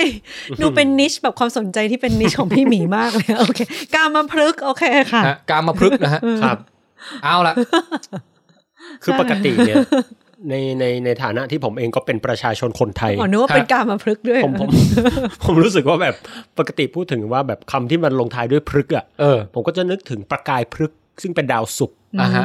Speaker 4: ดูเป็นนิชแบบความสนใจที่เป็นนิชของพี่หมีมากเลยโอเคกามาพลึกษ์โอเคค่ะ
Speaker 1: ฮะกามมาพฤกษ์นะฮะ
Speaker 3: ครับ
Speaker 1: เอาละ
Speaker 3: คือปกติ เนี่ยในในในฐานะที่ผมเองก็เป็นประชาชนคนไทย
Speaker 4: อ๋อนึกว่าเป็นกามาพลึกษ์ด้วย
Speaker 3: ผมผม ผมรู้สึกว่าแบบปกติพูดถึงว่าแบบคำที่มันลงท้ายด้วยพฤกษ์อ่ะ
Speaker 1: เออ
Speaker 3: ผมก็จะนึกถึงประกายพฤกษ์ซึ่งเป็นดาวศุกร์
Speaker 1: อ่ะฮะ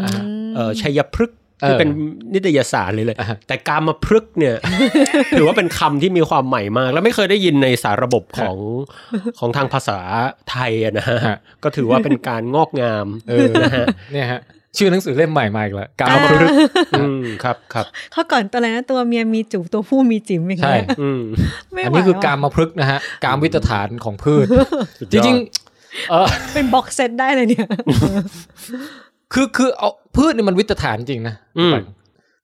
Speaker 3: เอ่อชัยพฤกษ์ที่
Speaker 1: เออ
Speaker 3: เป็นนิตยสารเลยเลย
Speaker 1: อ่าฮะ
Speaker 3: แต่กามาพฤกษ์เนี่ย ถือว่าเป็นคำที่มีความใหม่มาก และไม่เคยได้ยินในสารระบบของ ของทางภาษาไทยอะนะฮะก็ถือว่าเป็นการงอกงาม
Speaker 1: เออ
Speaker 3: นะฮะ
Speaker 1: เนี่ยฮะ ชื่อหนังสือเล่มใหม่มาอีกแล้วกามมาพฤกษ์
Speaker 3: อืมครับครับ
Speaker 4: เขาก่อนตัวอะไรนะตัวเมียมีจุ๋มตัวผู้มีจิ๋มอย่าง
Speaker 1: ใช่
Speaker 4: เงี้ย
Speaker 3: อืม
Speaker 4: ไม่
Speaker 1: อัน
Speaker 4: ไหว
Speaker 1: นี้คือกาม
Speaker 4: ว่ะ
Speaker 1: มาพฤกษ์นะฮะ กามวิตฐานของพืช
Speaker 3: สุด
Speaker 1: จ
Speaker 3: ยอด
Speaker 1: ริงๆเออ
Speaker 4: เป็นบ็อกเซตได้เลย เนี่ย
Speaker 1: คือคือเอาพืชเนี่ยมันวิตฐานจริงนะ
Speaker 3: อืม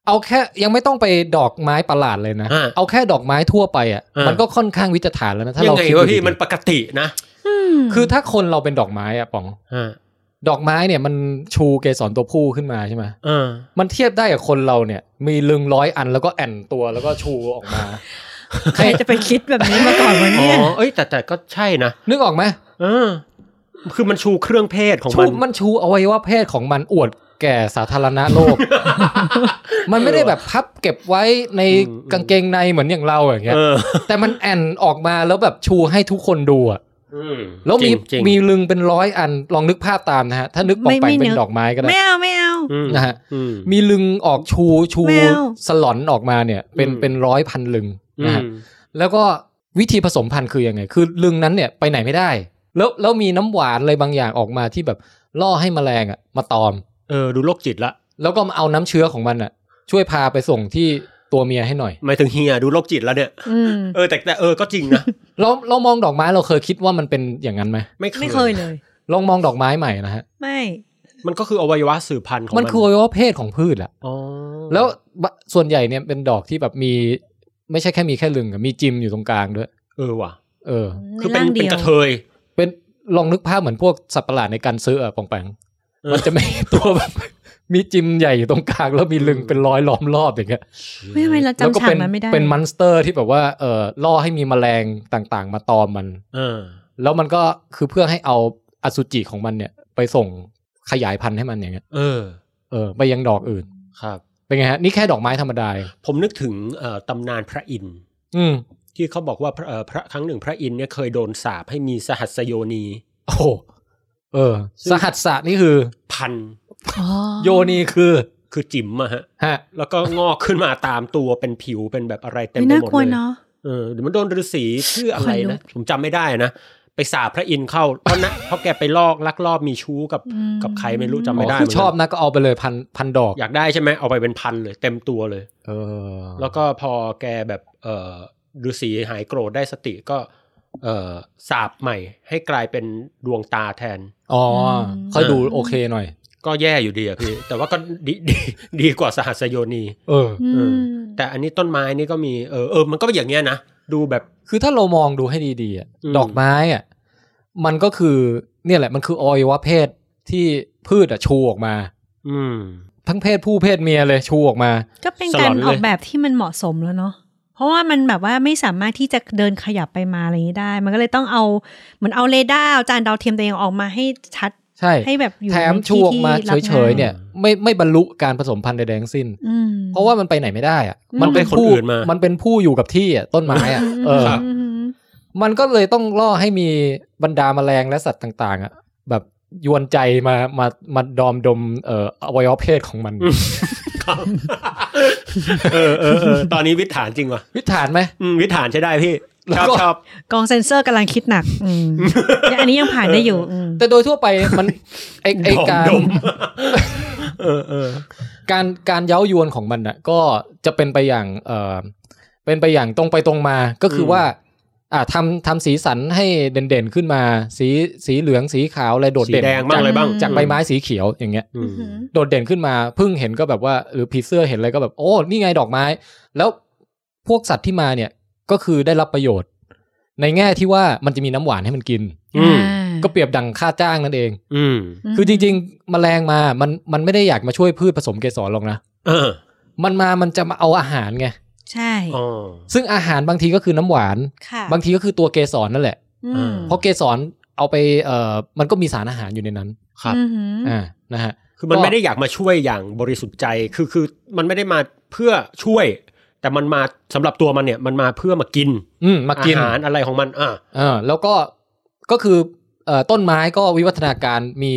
Speaker 1: เอาแค่ยังไม่ต้องไปดอกไม้ประหลาดเลยนะ
Speaker 3: อ่า
Speaker 1: เอาแค่ดอกไม้ทั่วไปอ่ะ
Speaker 3: อ่ามั
Speaker 1: มันก็ค่อนข้างวิตฐานแล้วนะถ้า
Speaker 3: ยั
Speaker 1: เรา
Speaker 3: งไง
Speaker 1: คิด
Speaker 3: วะ
Speaker 1: ดู
Speaker 3: พี่
Speaker 1: ดีๆ
Speaker 3: มันปกตินะ
Speaker 1: คือถ้าคนเราเป็นดอกไม้อ่ะป๋อง
Speaker 3: อ่า
Speaker 1: ดอกไม้เนี่ยมันชูเกสรตัวผู้ขึ้นมาใช่ไหม
Speaker 3: อ่า
Speaker 1: มันเทียบได้กับคนเราเนี่ย มีลึงร้อยอันแล้วก็แอนตัวแล้วก็ชูอ อกมา
Speaker 4: ใครจะไปคิดแบบนี้มาก่อนวะ
Speaker 3: อ๋
Speaker 4: เนี่ย
Speaker 3: อ เอ้ยแต่แต่ก็ใช่นะ
Speaker 1: นึกออกไหม
Speaker 3: เออคือมันชูเครื่องเพศของ
Speaker 1: ชู
Speaker 3: มัน
Speaker 1: มันชูอวัยวะเพศของมันอวดแก่สาธารณะโล ก มันไม่ได้แบบพับเก็บไว้ในกางเกงในเหมือนอย่างเราอย่างเงี้ย
Speaker 3: เออ
Speaker 1: แต่มันแอนออกมาแล้วแบบชูให้ทุกคนดูอะแล้วมี
Speaker 3: จริง
Speaker 1: มีลึงเป็นร้อยอันลองนึกภาพตามนะฮะ ถ้านึกปองแปง
Speaker 4: ไม่ไม่
Speaker 1: เป็
Speaker 4: นึ
Speaker 1: น
Speaker 4: ก
Speaker 1: ดอกไม้ก็ได้
Speaker 4: ไม่เอาไม่เอา
Speaker 3: อืม
Speaker 1: นะฮะ
Speaker 3: อืม
Speaker 1: มีลึงออกชูชู
Speaker 4: ไม่เอา
Speaker 1: สลอนออกมาเนี่ย เป็น
Speaker 3: อืม
Speaker 1: เป็นร้อยพันลึง
Speaker 3: อื
Speaker 1: นะ
Speaker 3: ม
Speaker 1: ฮะแล้วก็วิธีผสมพันธุ์คือยังไง คือลึงนั้นเนี่ยไปไหนไม่ได้ แล้วแล้วมีน้ำหวานอะไรบางอย่างออกมาที่แบบล่อให้แมลงอะมาตอม
Speaker 3: เออ ดูโรคจิตละ
Speaker 1: แล้วก็มาเอาน้ำเชื้อของมันอะช่วยพาไปส่งที่ตัวเมียให้หน่อย
Speaker 3: หมายถึงเฮียดูโรคจิตแล้วเนี่ย
Speaker 4: อืม
Speaker 3: เออแต่แต่เออก็จริงนะ
Speaker 1: เราเรามองดอกไม้เราเคยคิดว่ามันเป็นอย่าง นั้นไหม
Speaker 3: ไม่เคย
Speaker 4: ไม่เคยเลย
Speaker 1: ลองมองดอกไม้ใหม่นะฮะ
Speaker 4: ไม่
Speaker 3: มันก็คืออวัยวะสืบพันธุ์ของ
Speaker 1: มั
Speaker 3: มัน
Speaker 1: คืออวัยวะเพศของพืชอะ
Speaker 3: อ๋อ
Speaker 1: แล้วบะส่วนใหญ่เนี่ยเป็นดอกที่แบบมี ไม่ใช่แค่มีแค่ลึงอะมีจิมอยู่ตรงกลางด้วย
Speaker 3: เออว่ะ
Speaker 1: เออ
Speaker 4: ใน
Speaker 3: คือเป็น
Speaker 4: ร่าง
Speaker 3: เป็
Speaker 4: เดี
Speaker 3: น
Speaker 4: ยว
Speaker 3: กระเทย
Speaker 1: เป็นลองนึกภาพเหมือนพวกสัตว์ประหลาดในการซื้ออะปองแปง
Speaker 3: เออ
Speaker 1: มันจะมี ตัวแบบ มีจิมใหญ่อยู่ตรงกลางแล้วมีลึงเป็นร้อยล้อมรอบอย่างเงี้ย
Speaker 4: ไม่ทำไมเรา
Speaker 1: แล้ว
Speaker 4: จำ
Speaker 1: ก็
Speaker 4: ฉาก
Speaker 1: เป็น
Speaker 4: นั้นไม่ได้
Speaker 1: เป็นมันสเตอร์ที่แบบว่าเออล่อให้มีแมลงต่างๆ มาตอมมัน
Speaker 3: เออ
Speaker 1: แล้วมันก็คือเพื่อให้เอาอสุจิของมันเนี่ย ไปส่งขยายพันธุ์ให้มันอย่างเงี้ย
Speaker 3: เออ
Speaker 1: เออไปยังดอกอื่น
Speaker 3: ครับ
Speaker 1: เป็นไงฮะนี่แค่ดอกไม้ธรรมดาเอง
Speaker 3: ผมนึกถึงเอ่อตำนานพระอินทร์
Speaker 1: อืม
Speaker 3: ที่เขาบอกว่าพระเอ่อพระครั้งหนึ่งพระอินทร์เนี่ยเคยโดนสาปให้มีสหัสโยนี
Speaker 1: โอ้โหเออ สหัสสะนี่คือ
Speaker 3: พัน
Speaker 4: อ๋อ
Speaker 1: โยนีคือ
Speaker 3: คือจิ๋มอะฮะ
Speaker 1: ฮะ
Speaker 3: แล้วก็งอกขึ้นมาตามตัวเป็นผิวเป็นแบบอะไรเต็ม
Speaker 4: ไม่
Speaker 3: ไป
Speaker 4: น่า
Speaker 3: หมด
Speaker 4: กลัว
Speaker 3: เลย
Speaker 4: เนาะ
Speaker 3: เออเดี๋ยวมันโดนฤาษีชื่ออะไร
Speaker 4: ขนลุ
Speaker 3: นะ
Speaker 4: ก
Speaker 3: ผมจำไม่ได้นะไปสาปพระอินทร์เข้าเพราะนะ เพราะแกไปลอกลักลอบมีชู้กับ
Speaker 4: อืม
Speaker 3: กับใครไม่รู้จำไม่ได้
Speaker 1: คือชอบ
Speaker 3: เหมืน
Speaker 1: นะก็เอาไปเลยพันพันดอก
Speaker 3: กันอยากได้ใช่ไหมเอาไปเป็นพันเลย เต็มตัวเลย
Speaker 1: เออ
Speaker 3: แล้วก็พอแกแบบเออฤาษีหายโกรธได้สติก็เออสาปใหม่ ให้กลายเป็นดวงตาแทน
Speaker 1: อ๋ออ
Speaker 4: ม
Speaker 1: ค่อยดูโอเคหน่อย
Speaker 3: ก็แย่อยู่ดี อะพี่ แต่ว่าก็ดีดีดีกว่าสหัสโยนี
Speaker 1: เออ
Speaker 4: อื
Speaker 3: เออ
Speaker 4: ม
Speaker 3: แต่อันนี้ต้นไม้นี่ก็มีเออเออมันก็เป็นอย่างเงี้ยนะดูแบบ
Speaker 1: คือถ้าเรามองดูให้ดีๆอะ
Speaker 3: อืม
Speaker 1: ดอกไม้อ่ะมันก็คือเนี่ยแหละมันคืออวัยวะเพศที่พืชอ่ะชูออกมา
Speaker 3: อืม
Speaker 1: ทั้งเพศผู้เพศเมียเลยชูออกมา
Speaker 4: ก็เป็น
Speaker 3: สล
Speaker 4: กา
Speaker 3: อ
Speaker 4: ร
Speaker 3: นเลย
Speaker 4: ออกแบบที่มันเหมาะสมแล้วเนาะเพราะว่ามันแบบว่าไม่สามารถที่จะเดินขยับไปมาอะไรอย่างนี้ได้ มันก็เลยต้องเอาเหมือนเอาเรดาร์เอาจานดาวเทียมตัวเองออกมาให้ชัด
Speaker 1: ใช่
Speaker 4: ให้แบบอยู่
Speaker 1: แถม
Speaker 4: ในที่
Speaker 1: ชูออกมา
Speaker 4: ที่รับ
Speaker 1: เฉยๆเนี่ย ไม่ไม่บรรลุการผสมพันธุ์ใดๆทั้งสิ้น
Speaker 4: อืม
Speaker 1: เพราะว่ามันไปไหนไม่ได้อะ
Speaker 4: อืม
Speaker 1: มันเป็น
Speaker 3: ต้องให้คน
Speaker 1: ผู้
Speaker 3: อื่นมามั
Speaker 1: นเป็นผู้อยู่กับที่อะต้นไม้อะเออ
Speaker 3: ครับ
Speaker 4: อืม
Speaker 1: มันก็เลยต้องล่อให้มีบรรดาแมลงและสัตว์ต่างๆอ่ะแบบยวนใจมามามาดอมดมเอ่ออวัยวะเพศของมัน
Speaker 3: ครับเออเออเออตอนนี้วิถฐานจริงว่ะ
Speaker 1: วิถานไหม
Speaker 3: อืมวิถฐานใช้ได้พี่ชอบ
Speaker 1: แล้วก็
Speaker 3: ชอบ
Speaker 4: กองเซนเซอร์กำลังคิดหนัก อืมอันนี้ยังผ่านได้อยู่อืม
Speaker 1: แต่โดยทั่วไปมัน ไอไอการ
Speaker 3: ดมๆเออเออ
Speaker 1: การการเย้ายวนของมันน่ะก็จะเป็นไปอย่างเอ่อเป็นไปอย่างตรงไปตรงมาก็คือว่า อ่าทำทำสีสันให้เด่นๆขึ้นมา สีสีเหลืองสีขาวอะไรโดด
Speaker 3: สี
Speaker 1: เด่น
Speaker 3: แดงบ้าง
Speaker 1: จ
Speaker 3: อะไรบ้าง
Speaker 1: จากใบไม้สีเขียวอย่างเงี้ย
Speaker 3: อืม
Speaker 1: โดดเด่นขึ้นมาเพึ่งเห็นก็แบบว่าหรือผีเสื้อเห็นอะไรก็แบบ โอ้นี่ไงดอกไม้ แล้วพวกสัตว์ที่มาเนี่ยก็คือได้รับประโยชน์ ในแง่ที่ว่ามันจะมีน้ำหวานให้มันกิน
Speaker 3: อืม
Speaker 4: อ่า
Speaker 1: ก็เปรียบดังค่าจ้างนั่นเอง
Speaker 3: อืม
Speaker 1: คือจริง ๆ แมลงมามันมันไม่ได้อยากมาช่วยพืชผสมเกสรหรอกนะ
Speaker 3: เออ
Speaker 1: มันมามันจะมาเอาอาหารไง
Speaker 4: ใช่
Speaker 3: อ๋อ
Speaker 1: ซึ่งอาหารบางทีก็คือน้ำหวาน
Speaker 4: ค่ะ
Speaker 1: บางทีก็คือตัวเกสรนั่นแหละ
Speaker 4: อืม
Speaker 1: เพราะเกสรเอาไปเอ่อมันก็มีสารอาหารอยู่ในนั้น
Speaker 3: ครับ
Speaker 4: อือหืออ
Speaker 1: อ่านะฮะ
Speaker 3: คือมัน
Speaker 1: ก็
Speaker 3: ไม่ได้อยากมาช่วยอย่างบริสุทธิ์ใจ คือคือมันไม่ได้มาเพื่อช่วย แต่มันมาสำหรับตัวมันเนี่ยมันมาเพื่อมากิน
Speaker 1: อืมมากิน
Speaker 3: อาหารอะไรของมันอ่ะ
Speaker 1: เออแล้วก็ก็คือเอ่อต้นไม้ก็วิวัฒนาการมี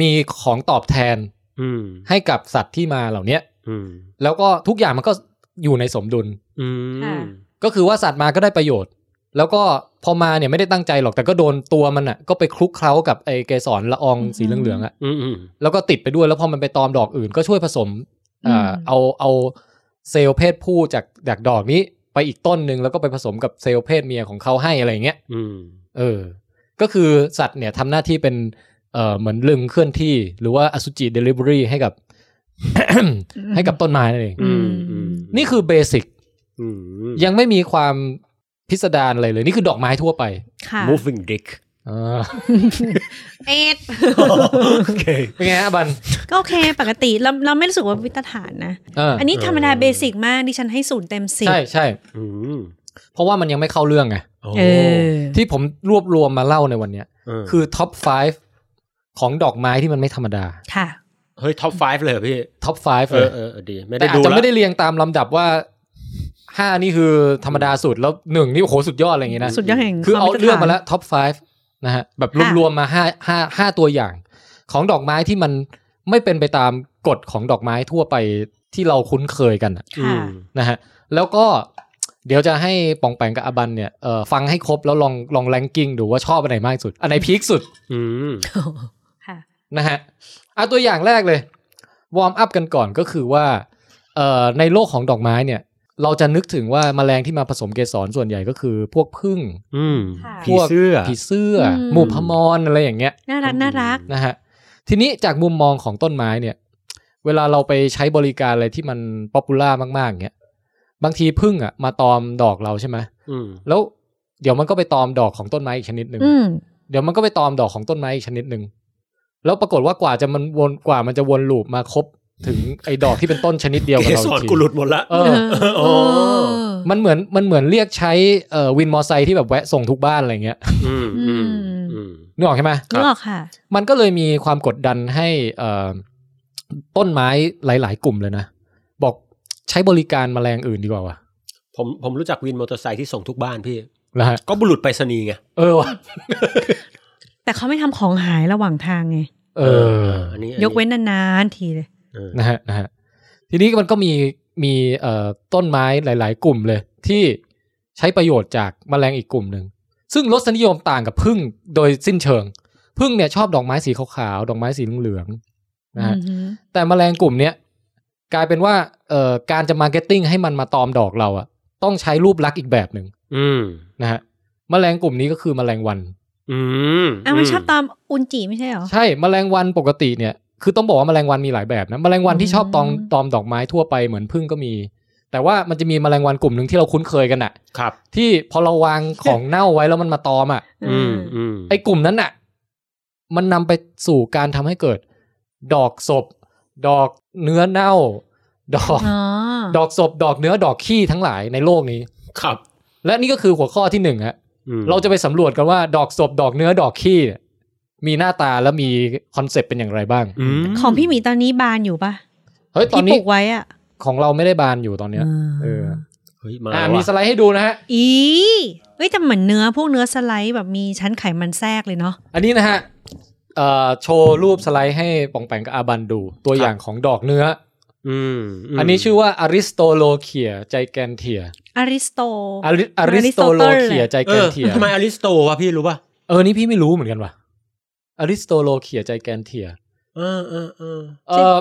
Speaker 1: มีของตอบแทน
Speaker 3: อืม
Speaker 1: ให้กับสัตว์ที่มาเหล่าเนี้ย
Speaker 3: อืม
Speaker 1: แล้วก็ทุกอย่างมันก็อยู่ในสมดุล
Speaker 3: อื
Speaker 4: ค่ะ
Speaker 3: ม
Speaker 1: ก็คือว่าสัตว์มาก็ได้ประโยชน์ แล้วก็พอมาเนี่ยไม่ได้ตั้งใจหรอกแต่ก็โดนตัวมันอ่ะก็ไปคลุกเคล้ากับไอเกสรละอองสีเหลืองๆอ่ะ
Speaker 3: อืมอืม
Speaker 1: แล้วก็ติดไปด้วยแล้วพอมันไปตอมดอกอื่นก็ช่วยผสมเอ่ออ
Speaker 4: ม
Speaker 1: เอาเอาเซลล์เพศผู้จากจากดอกนี้ไปอีกต้นหนึ่งแล้วก็ไปผสมกับเซลล์เพศเมียของเขาให้อะไรอย่างเงี้ย
Speaker 3: อืม
Speaker 1: เออ ก็คือสัตว์เนี่ยทำหน้าที่เป็นเอ่อเหมือนลึงเคลื่อนที่ หรือว่าอสุจิเดลิเวอรี่ให้กับ ให้กับต้นไม้นั่นเอง
Speaker 3: อืมอืม
Speaker 1: นี่คือเบสิก
Speaker 3: อืม
Speaker 1: ยังไม่มีความพิสดารอะไรเลย นี่คือดอกไม้ทั่วไป
Speaker 4: ค่ะ
Speaker 3: moving dick
Speaker 1: อ่า
Speaker 4: เอ็ด
Speaker 3: โอเค
Speaker 1: เป็นไงฮะบัน
Speaker 4: ก็โอเคปกติเราเราไม่รู้สึกว่าวิตฐานนะ
Speaker 1: เอออ
Speaker 4: อันนี้
Speaker 3: เออ
Speaker 4: ธรรมดาเบสิกมากดิฉันให้ศูนย์เต็มสิบ
Speaker 1: ใช่ใช่
Speaker 3: อืม
Speaker 1: เพราะว่ามันยังไม่เข้าเรื่องไง
Speaker 3: โอ้
Speaker 4: เออ
Speaker 1: ที่ผมรวบรวมมาเล่าในวันเนี้ย
Speaker 3: คื
Speaker 1: คือ อท็อป 5 ของดอกไม้ที่มันไม่ธรรมดา
Speaker 4: ค่ะ
Speaker 3: เฮ้ย top five เลยเหรอพี่
Speaker 1: ท็อป
Speaker 3: เอ
Speaker 1: 5 เล
Speaker 3: อย เออเออดี ไม่
Speaker 1: แต่
Speaker 3: ได้
Speaker 1: อาจ
Speaker 3: ดู
Speaker 1: จะ
Speaker 3: แล้ว
Speaker 1: ไม่ได้เรียงตามลำดับว่าห้านี่คือธรรมดาสุดแล้วหนึ่งนี่โอ้โหสุดยอดอะไรอย่างงี้นะ
Speaker 4: สุดยอดแห่ง
Speaker 1: คือเอา
Speaker 4: วมวิตฐน
Speaker 1: เรื่องมาแล้วท็อป 5 นะฮะ แบบ
Speaker 4: ค่ะ
Speaker 1: รวมๆมาห้าห้าห้าตัวอย่าง ของดอกไม้ที่มันไม่เป็นไปตามกฎของดอกไม้ทั่วไปที่เราคุ้นเคยกันอะ
Speaker 3: อื
Speaker 4: ค่ะ
Speaker 3: ม
Speaker 1: นะฮะ แล้วก็เดี๋ยวจะให้ปองแปงกับอบันเนี่ยเอ่อฟังให้ครบแล้วลองลองแรงกิ้งดูว่าชอบอันไหนมากที่สุด อันไหนพีคสุด
Speaker 3: อืม
Speaker 4: ค่ะ
Speaker 1: นะฮะเอาตัวอย่างแรกเลย วอร์มอัพกันก่อนก็คือว่าเอ่อในโลกของดอกไม้เนี่ย เราจะนึกถึงว่าแมลงที่มาผสมเกสรส่วนใหญ่ก็คือพวกผึ้ง
Speaker 3: อืม
Speaker 4: ค่ะ
Speaker 1: พ
Speaker 3: ผี
Speaker 1: วก
Speaker 3: เสื้อ
Speaker 1: ผีเสื้ออ
Speaker 4: ม
Speaker 1: หมู่พะมอนอะไรอย่างเงี้ย
Speaker 4: น่ารักน่ารัก
Speaker 1: นะฮะทีนี้จากมุมมองของต้นไม้เนี่ย เวลาเราไปใช้บริการอะไรที่มันป๊อปปูล่ามากๆเงี้ยบางทีผึ้งอ่ะมาตอมดอกเราใช่ไหม
Speaker 3: อืม
Speaker 1: แล้วเดี๋ยวมันก็ไปตอมดอกของต้นไม้อีกชนิดหนึ่ง
Speaker 4: อืม
Speaker 1: เดี๋ยวมันก็ไปตอมดอกของต้นไม้อีกชนิดหนึ่ง แล้วปรากฏว่ากว่าจะมันวนกว่ามันจะวนลูปมาครบถึงไอ้ดอกที่เป็นต้นชนิดเดียวกับ
Speaker 3: เก
Speaker 1: เรา
Speaker 3: สร
Speaker 1: อีก
Speaker 3: กูห
Speaker 1: ที
Speaker 3: ลุดหมดละ
Speaker 1: เออ
Speaker 3: โอ้
Speaker 1: มันเหมือนมันเหมือนเรียกใช้เอ่อวินมอไซค์ที่แบบแวะส่งทุกบ้านอะไรเงี้ย
Speaker 3: อืมอืมอืม
Speaker 1: นึกออกใช่ไหม
Speaker 4: นึกออกค่ะ
Speaker 1: มันก็เลยมีความกดดันให้เอ่อต้นไม้หลาย ๆ กลุ่มเลยนะ บอกใช้บริการแมลงอื่นดีกว่าว่ะ
Speaker 3: ผมผมรู้จักวินมอเตอร์ไซค์ที่ส่งทุกบ้านพี่
Speaker 1: นะฮะ
Speaker 3: ก็บุรุษไปรษณีย์ไง
Speaker 1: เออว่ะ
Speaker 4: แต่เขาไม่ทำของหายระหว่างทางไง
Speaker 1: เออ
Speaker 3: อันนี้
Speaker 4: ยกเว้นนานๆทีเลย
Speaker 3: เออ
Speaker 1: นะฮะนะฮะทีนี้มันก็มีมีเอ่อต้นไม้หลาย ๆ กลุ่มเลย ที่ใช้ประโยชน์จากแมลงอีกกลุ่มหนึ่งซึ่งรสนิยมต่างกับพึ่งโดยสิ้นเชิงพึ่งเนี่ยชอบดอกไม้สีขาวๆดอกไม้สีเหลืองๆนะฮะ
Speaker 4: อือหือ
Speaker 1: แต่แมลงกลุ่มเนี้ยกลายเป็นว่าเอ่อการจะมาร์เก็ตติ้งให้มันมาตอมดอกเราอะต้องใช้รูปลักษณ์อีกแบบหนึ่ง
Speaker 3: อืม
Speaker 1: นะฮะแมลงกลุ่มนี้ก็คือแมลงวัน
Speaker 3: อืม
Speaker 4: อ้าวมันชอบตามอุนจิไม่ใช่เหรอ
Speaker 1: ใช่แมลงวันปกติเนี่ย คือต้องบอกว่าแมลงวันมีหลายแบบนะแมลงวันที่ชอบตอม
Speaker 4: อืม
Speaker 1: ตอมดอกไม้ทั่วไปเหมือนพึ่งก็มี แต่ว่ามันจะมีแมลงวันกลุ่มหนึ่งที่เราคุ้นเคยกันอะ
Speaker 3: ครับ
Speaker 1: ที่พอเราวางของเน่าไว้แล้วมันมาตอมอะ
Speaker 3: อืมอืม
Speaker 1: ไอ้กลุ่มนั้นอะมันนำไปสู่การทำให้เกิด ดอกศพ ดอกเนื้อเน่า ดอก
Speaker 4: อ๋อ
Speaker 1: ดอกศพ ดอกเนื้อดอกขี้ทั้งหลายในโลกนี้
Speaker 3: ครับ
Speaker 1: และนี่ก็คือหัวข้อที่หนึ่งฮะ
Speaker 3: อืม
Speaker 1: เราจะไปสำรวจกันว่าดอกศพดอกเนื้อดอกขี้เนี่ยมีหน้าตาและมีคอนเซปต์เป็นอย่างไรบ้าง
Speaker 3: อืม
Speaker 4: ของพี่หมีตอนนี้บานอยู่ปะ
Speaker 1: เฮ้ยตอ
Speaker 4: ที่
Speaker 1: น
Speaker 4: ป
Speaker 1: นี้
Speaker 4: ลูกไว้อ่ะ
Speaker 1: ของเราไม่ได้บานอยู่ตอนเนี้ย
Speaker 4: อ่า
Speaker 1: เออ
Speaker 3: เฮ้ยมา
Speaker 1: อ่า
Speaker 3: แล้ว
Speaker 1: มี
Speaker 3: ว่ะ
Speaker 1: สไลด์ให้ดูนะฮะ
Speaker 4: อีเฮ้ยแต่เหมือนเนื้อพวกเนื้อสไลด์แบบมีชั้นไขมันแทรกเลยเนาะ
Speaker 1: อันนี้นะฮะเอ่อโชว์รูปสไลด์ให้ปองแปงกับอาบันดู ตัว
Speaker 3: ครับ
Speaker 1: อย่างของดอกเนื้อ
Speaker 3: อืมม
Speaker 1: อันนี้ชื่อว่าอริสโตโลเคียใจแกนเทีย
Speaker 4: อริสโต
Speaker 1: อริอริสโตโลเคียใจ
Speaker 3: เอ
Speaker 1: แกน
Speaker 3: อ
Speaker 1: เทีย
Speaker 3: ทำไมอลิสโตวะพี่รู้ป่ะ
Speaker 1: เออนี่พี่ไม่รู้เหมือนกันว่ะอริสโตโลเคียใจแกนเทีย
Speaker 3: เออเออเออ
Speaker 1: เออ